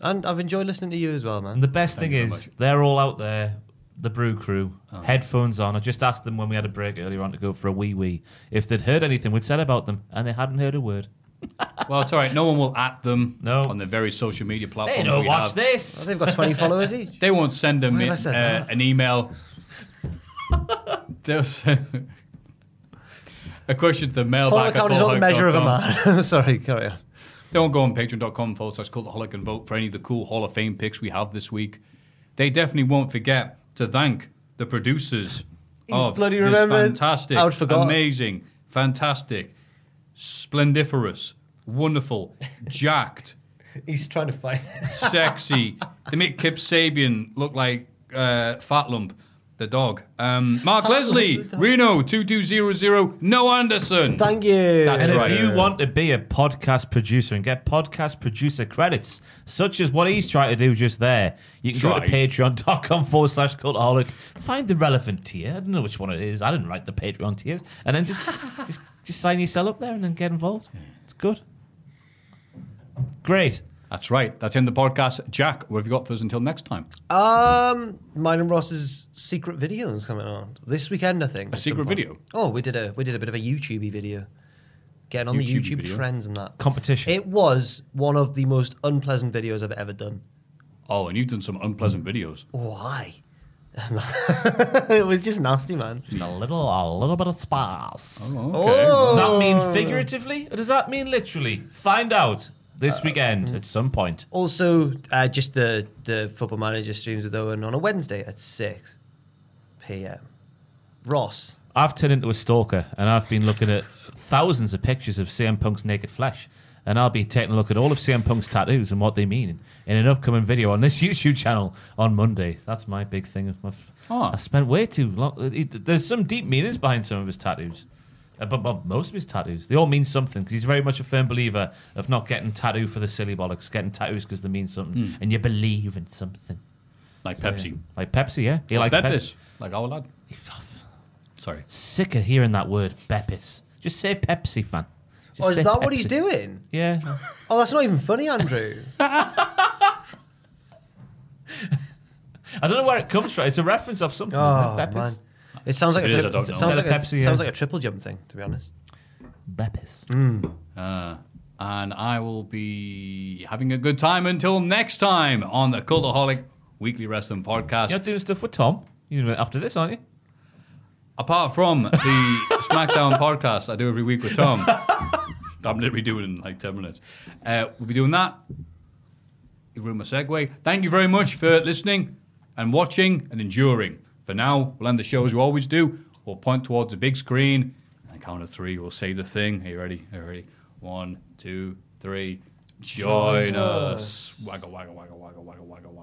Speaker 5: And I've enjoyed listening to you as well, man.
Speaker 4: And the best
Speaker 3: Thank
Speaker 4: thing
Speaker 3: you
Speaker 4: is,
Speaker 3: very
Speaker 4: they're all out there, the brew crew,
Speaker 3: Oh.
Speaker 4: headphones on. I just asked them when we had a break earlier on to go for a wee wee if they'd heard anything we'd said about them, and they hadn't heard a word.
Speaker 3: Well, it's all right. No one will at them on their various social media platforms.
Speaker 4: don't
Speaker 3: we
Speaker 4: watch
Speaker 3: have.
Speaker 4: this. Well,
Speaker 5: they've got 20 followers each.
Speaker 3: They won't send them
Speaker 5: Why have
Speaker 3: in,
Speaker 5: I said
Speaker 3: uh,
Speaker 5: that?
Speaker 3: an email. They'll send a question to the mailbag.
Speaker 5: Follow
Speaker 3: at
Speaker 5: account is not the measure of a
Speaker 3: allhope.com.
Speaker 5: man. Sorry, carry on.
Speaker 3: Don't go on patreon.com forward slash cultaholic and vote for any of the cool Hall of Fame picks we have this week. They definitely won't forget to thank the producers
Speaker 5: He's
Speaker 3: of
Speaker 5: bloody
Speaker 3: this
Speaker 5: remembered.
Speaker 3: fantastic,
Speaker 5: I'd forgot.
Speaker 3: amazing, fantastic, splendiferous, wonderful, jacked,
Speaker 5: He's trying to fight.
Speaker 3: sexy. They make Kip Sabian look like uh, Fat Lump, the dog. Um, Mark
Speaker 5: Fat Lump
Speaker 3: Leslie,
Speaker 5: the dog.
Speaker 3: Reno 2200, No Anderson.
Speaker 5: Thank you.
Speaker 3: That's
Speaker 4: and
Speaker 3: right.
Speaker 4: if you want to be a podcast producer and get podcast producer credits, such as what he's trying to do just there, you can go to
Speaker 3: Try.
Speaker 4: patreon.com forward slash cultaholic, find the relevant tier. I don't know which one it is. I didn't write the Patreon tiers. And then just just, just sign yourself up there and then get involved. It's good. Great.
Speaker 3: That's right. That's in the podcast. Jack, what have you got for us until next time?
Speaker 5: Um, mine and Ross's secret video is coming on this weekend. I think
Speaker 3: A secret video?
Speaker 5: Oh, we did a we did a bit of a YouTubey video, getting on
Speaker 4: YouTubey
Speaker 5: the YouTube
Speaker 4: video?
Speaker 5: trends and that
Speaker 4: competition.
Speaker 5: It was one of the most unpleasant videos I've ever done.
Speaker 4: Mm.
Speaker 3: Oh, and you've done some unpleasant videos.
Speaker 5: Why?
Speaker 10: it was just nasty, man.
Speaker 4: Just a little, a little bit of spice.
Speaker 10: Oh.
Speaker 4: Does that mean figuratively, or does that mean literally? Find out this weekend at some point.
Speaker 10: Also, uh, just the the football manager streams with Owen on a Wednesday at six p.m. Ross,
Speaker 4: I've turned into a stalker, and I've been looking at thousands of pictures of CM Punk's naked flesh. And I'll be taking a look at all of CM Punk's tattoos and what they mean in an upcoming video on this YouTube channel on Monday. That's my big thing. of my f-
Speaker 3: Ah.
Speaker 4: I spent way too long. it- There's some deep meanings behind some of his tattoos, Uh, but, but most of his tattoos. They all mean something because he's very much a firm believer of not getting tattooed for the silly bollocks, getting tattoos because they mean something
Speaker 3: Hmm.
Speaker 4: and you believe in something.
Speaker 3: Like
Speaker 4: So,
Speaker 3: Pepsi.
Speaker 4: yeah. Like Pepsi, yeah. He
Speaker 3: Like
Speaker 4: likes
Speaker 3: Pepis,
Speaker 4: Pepsi.
Speaker 3: like our lad. Sorry.
Speaker 4: Sick of hearing that word, Pepis. Just say Pepsi, fan. Just
Speaker 10: oh, is
Speaker 4: say
Speaker 10: that what he's
Speaker 4: Pepsi.
Speaker 10: doing?
Speaker 4: Yeah.
Speaker 10: Oh, that's not even funny, Andrew.
Speaker 4: I don't know where it comes from. It's a reference of something.
Speaker 10: Oh
Speaker 4: Pepis.
Speaker 10: man, it sounds like
Speaker 4: It
Speaker 10: a
Speaker 4: is,
Speaker 10: tri-
Speaker 4: I don't know.
Speaker 10: sounds
Speaker 4: Is
Speaker 10: like
Speaker 4: that
Speaker 10: a,
Speaker 4: a Pepsi, yeah?
Speaker 10: sounds like a triple jump thing, to be honest.
Speaker 4: Bepis.
Speaker 10: Mm.
Speaker 3: Uh, and I will be having a good time until next time on the Cultaholic Weekly Wrestling Podcast.
Speaker 4: You're doing stuff with Tom. You after this, aren't you?
Speaker 3: Apart from the SmackDown podcast I do every week with Tom, I'm literally doing it in like 10 minutes. Uh, we'll be doing that. You ruined my segue. Thank you very much for listening and watching and enduring. For now, we'll end the show as we always do. We'll point towards the big screen. And count of three, we'll say the thing. Are you ready? Are you ready? One, two, three. Join,
Speaker 11: Join
Speaker 3: us. Wagga, wagga, wagga, wagga, wagga, wagga, wagga.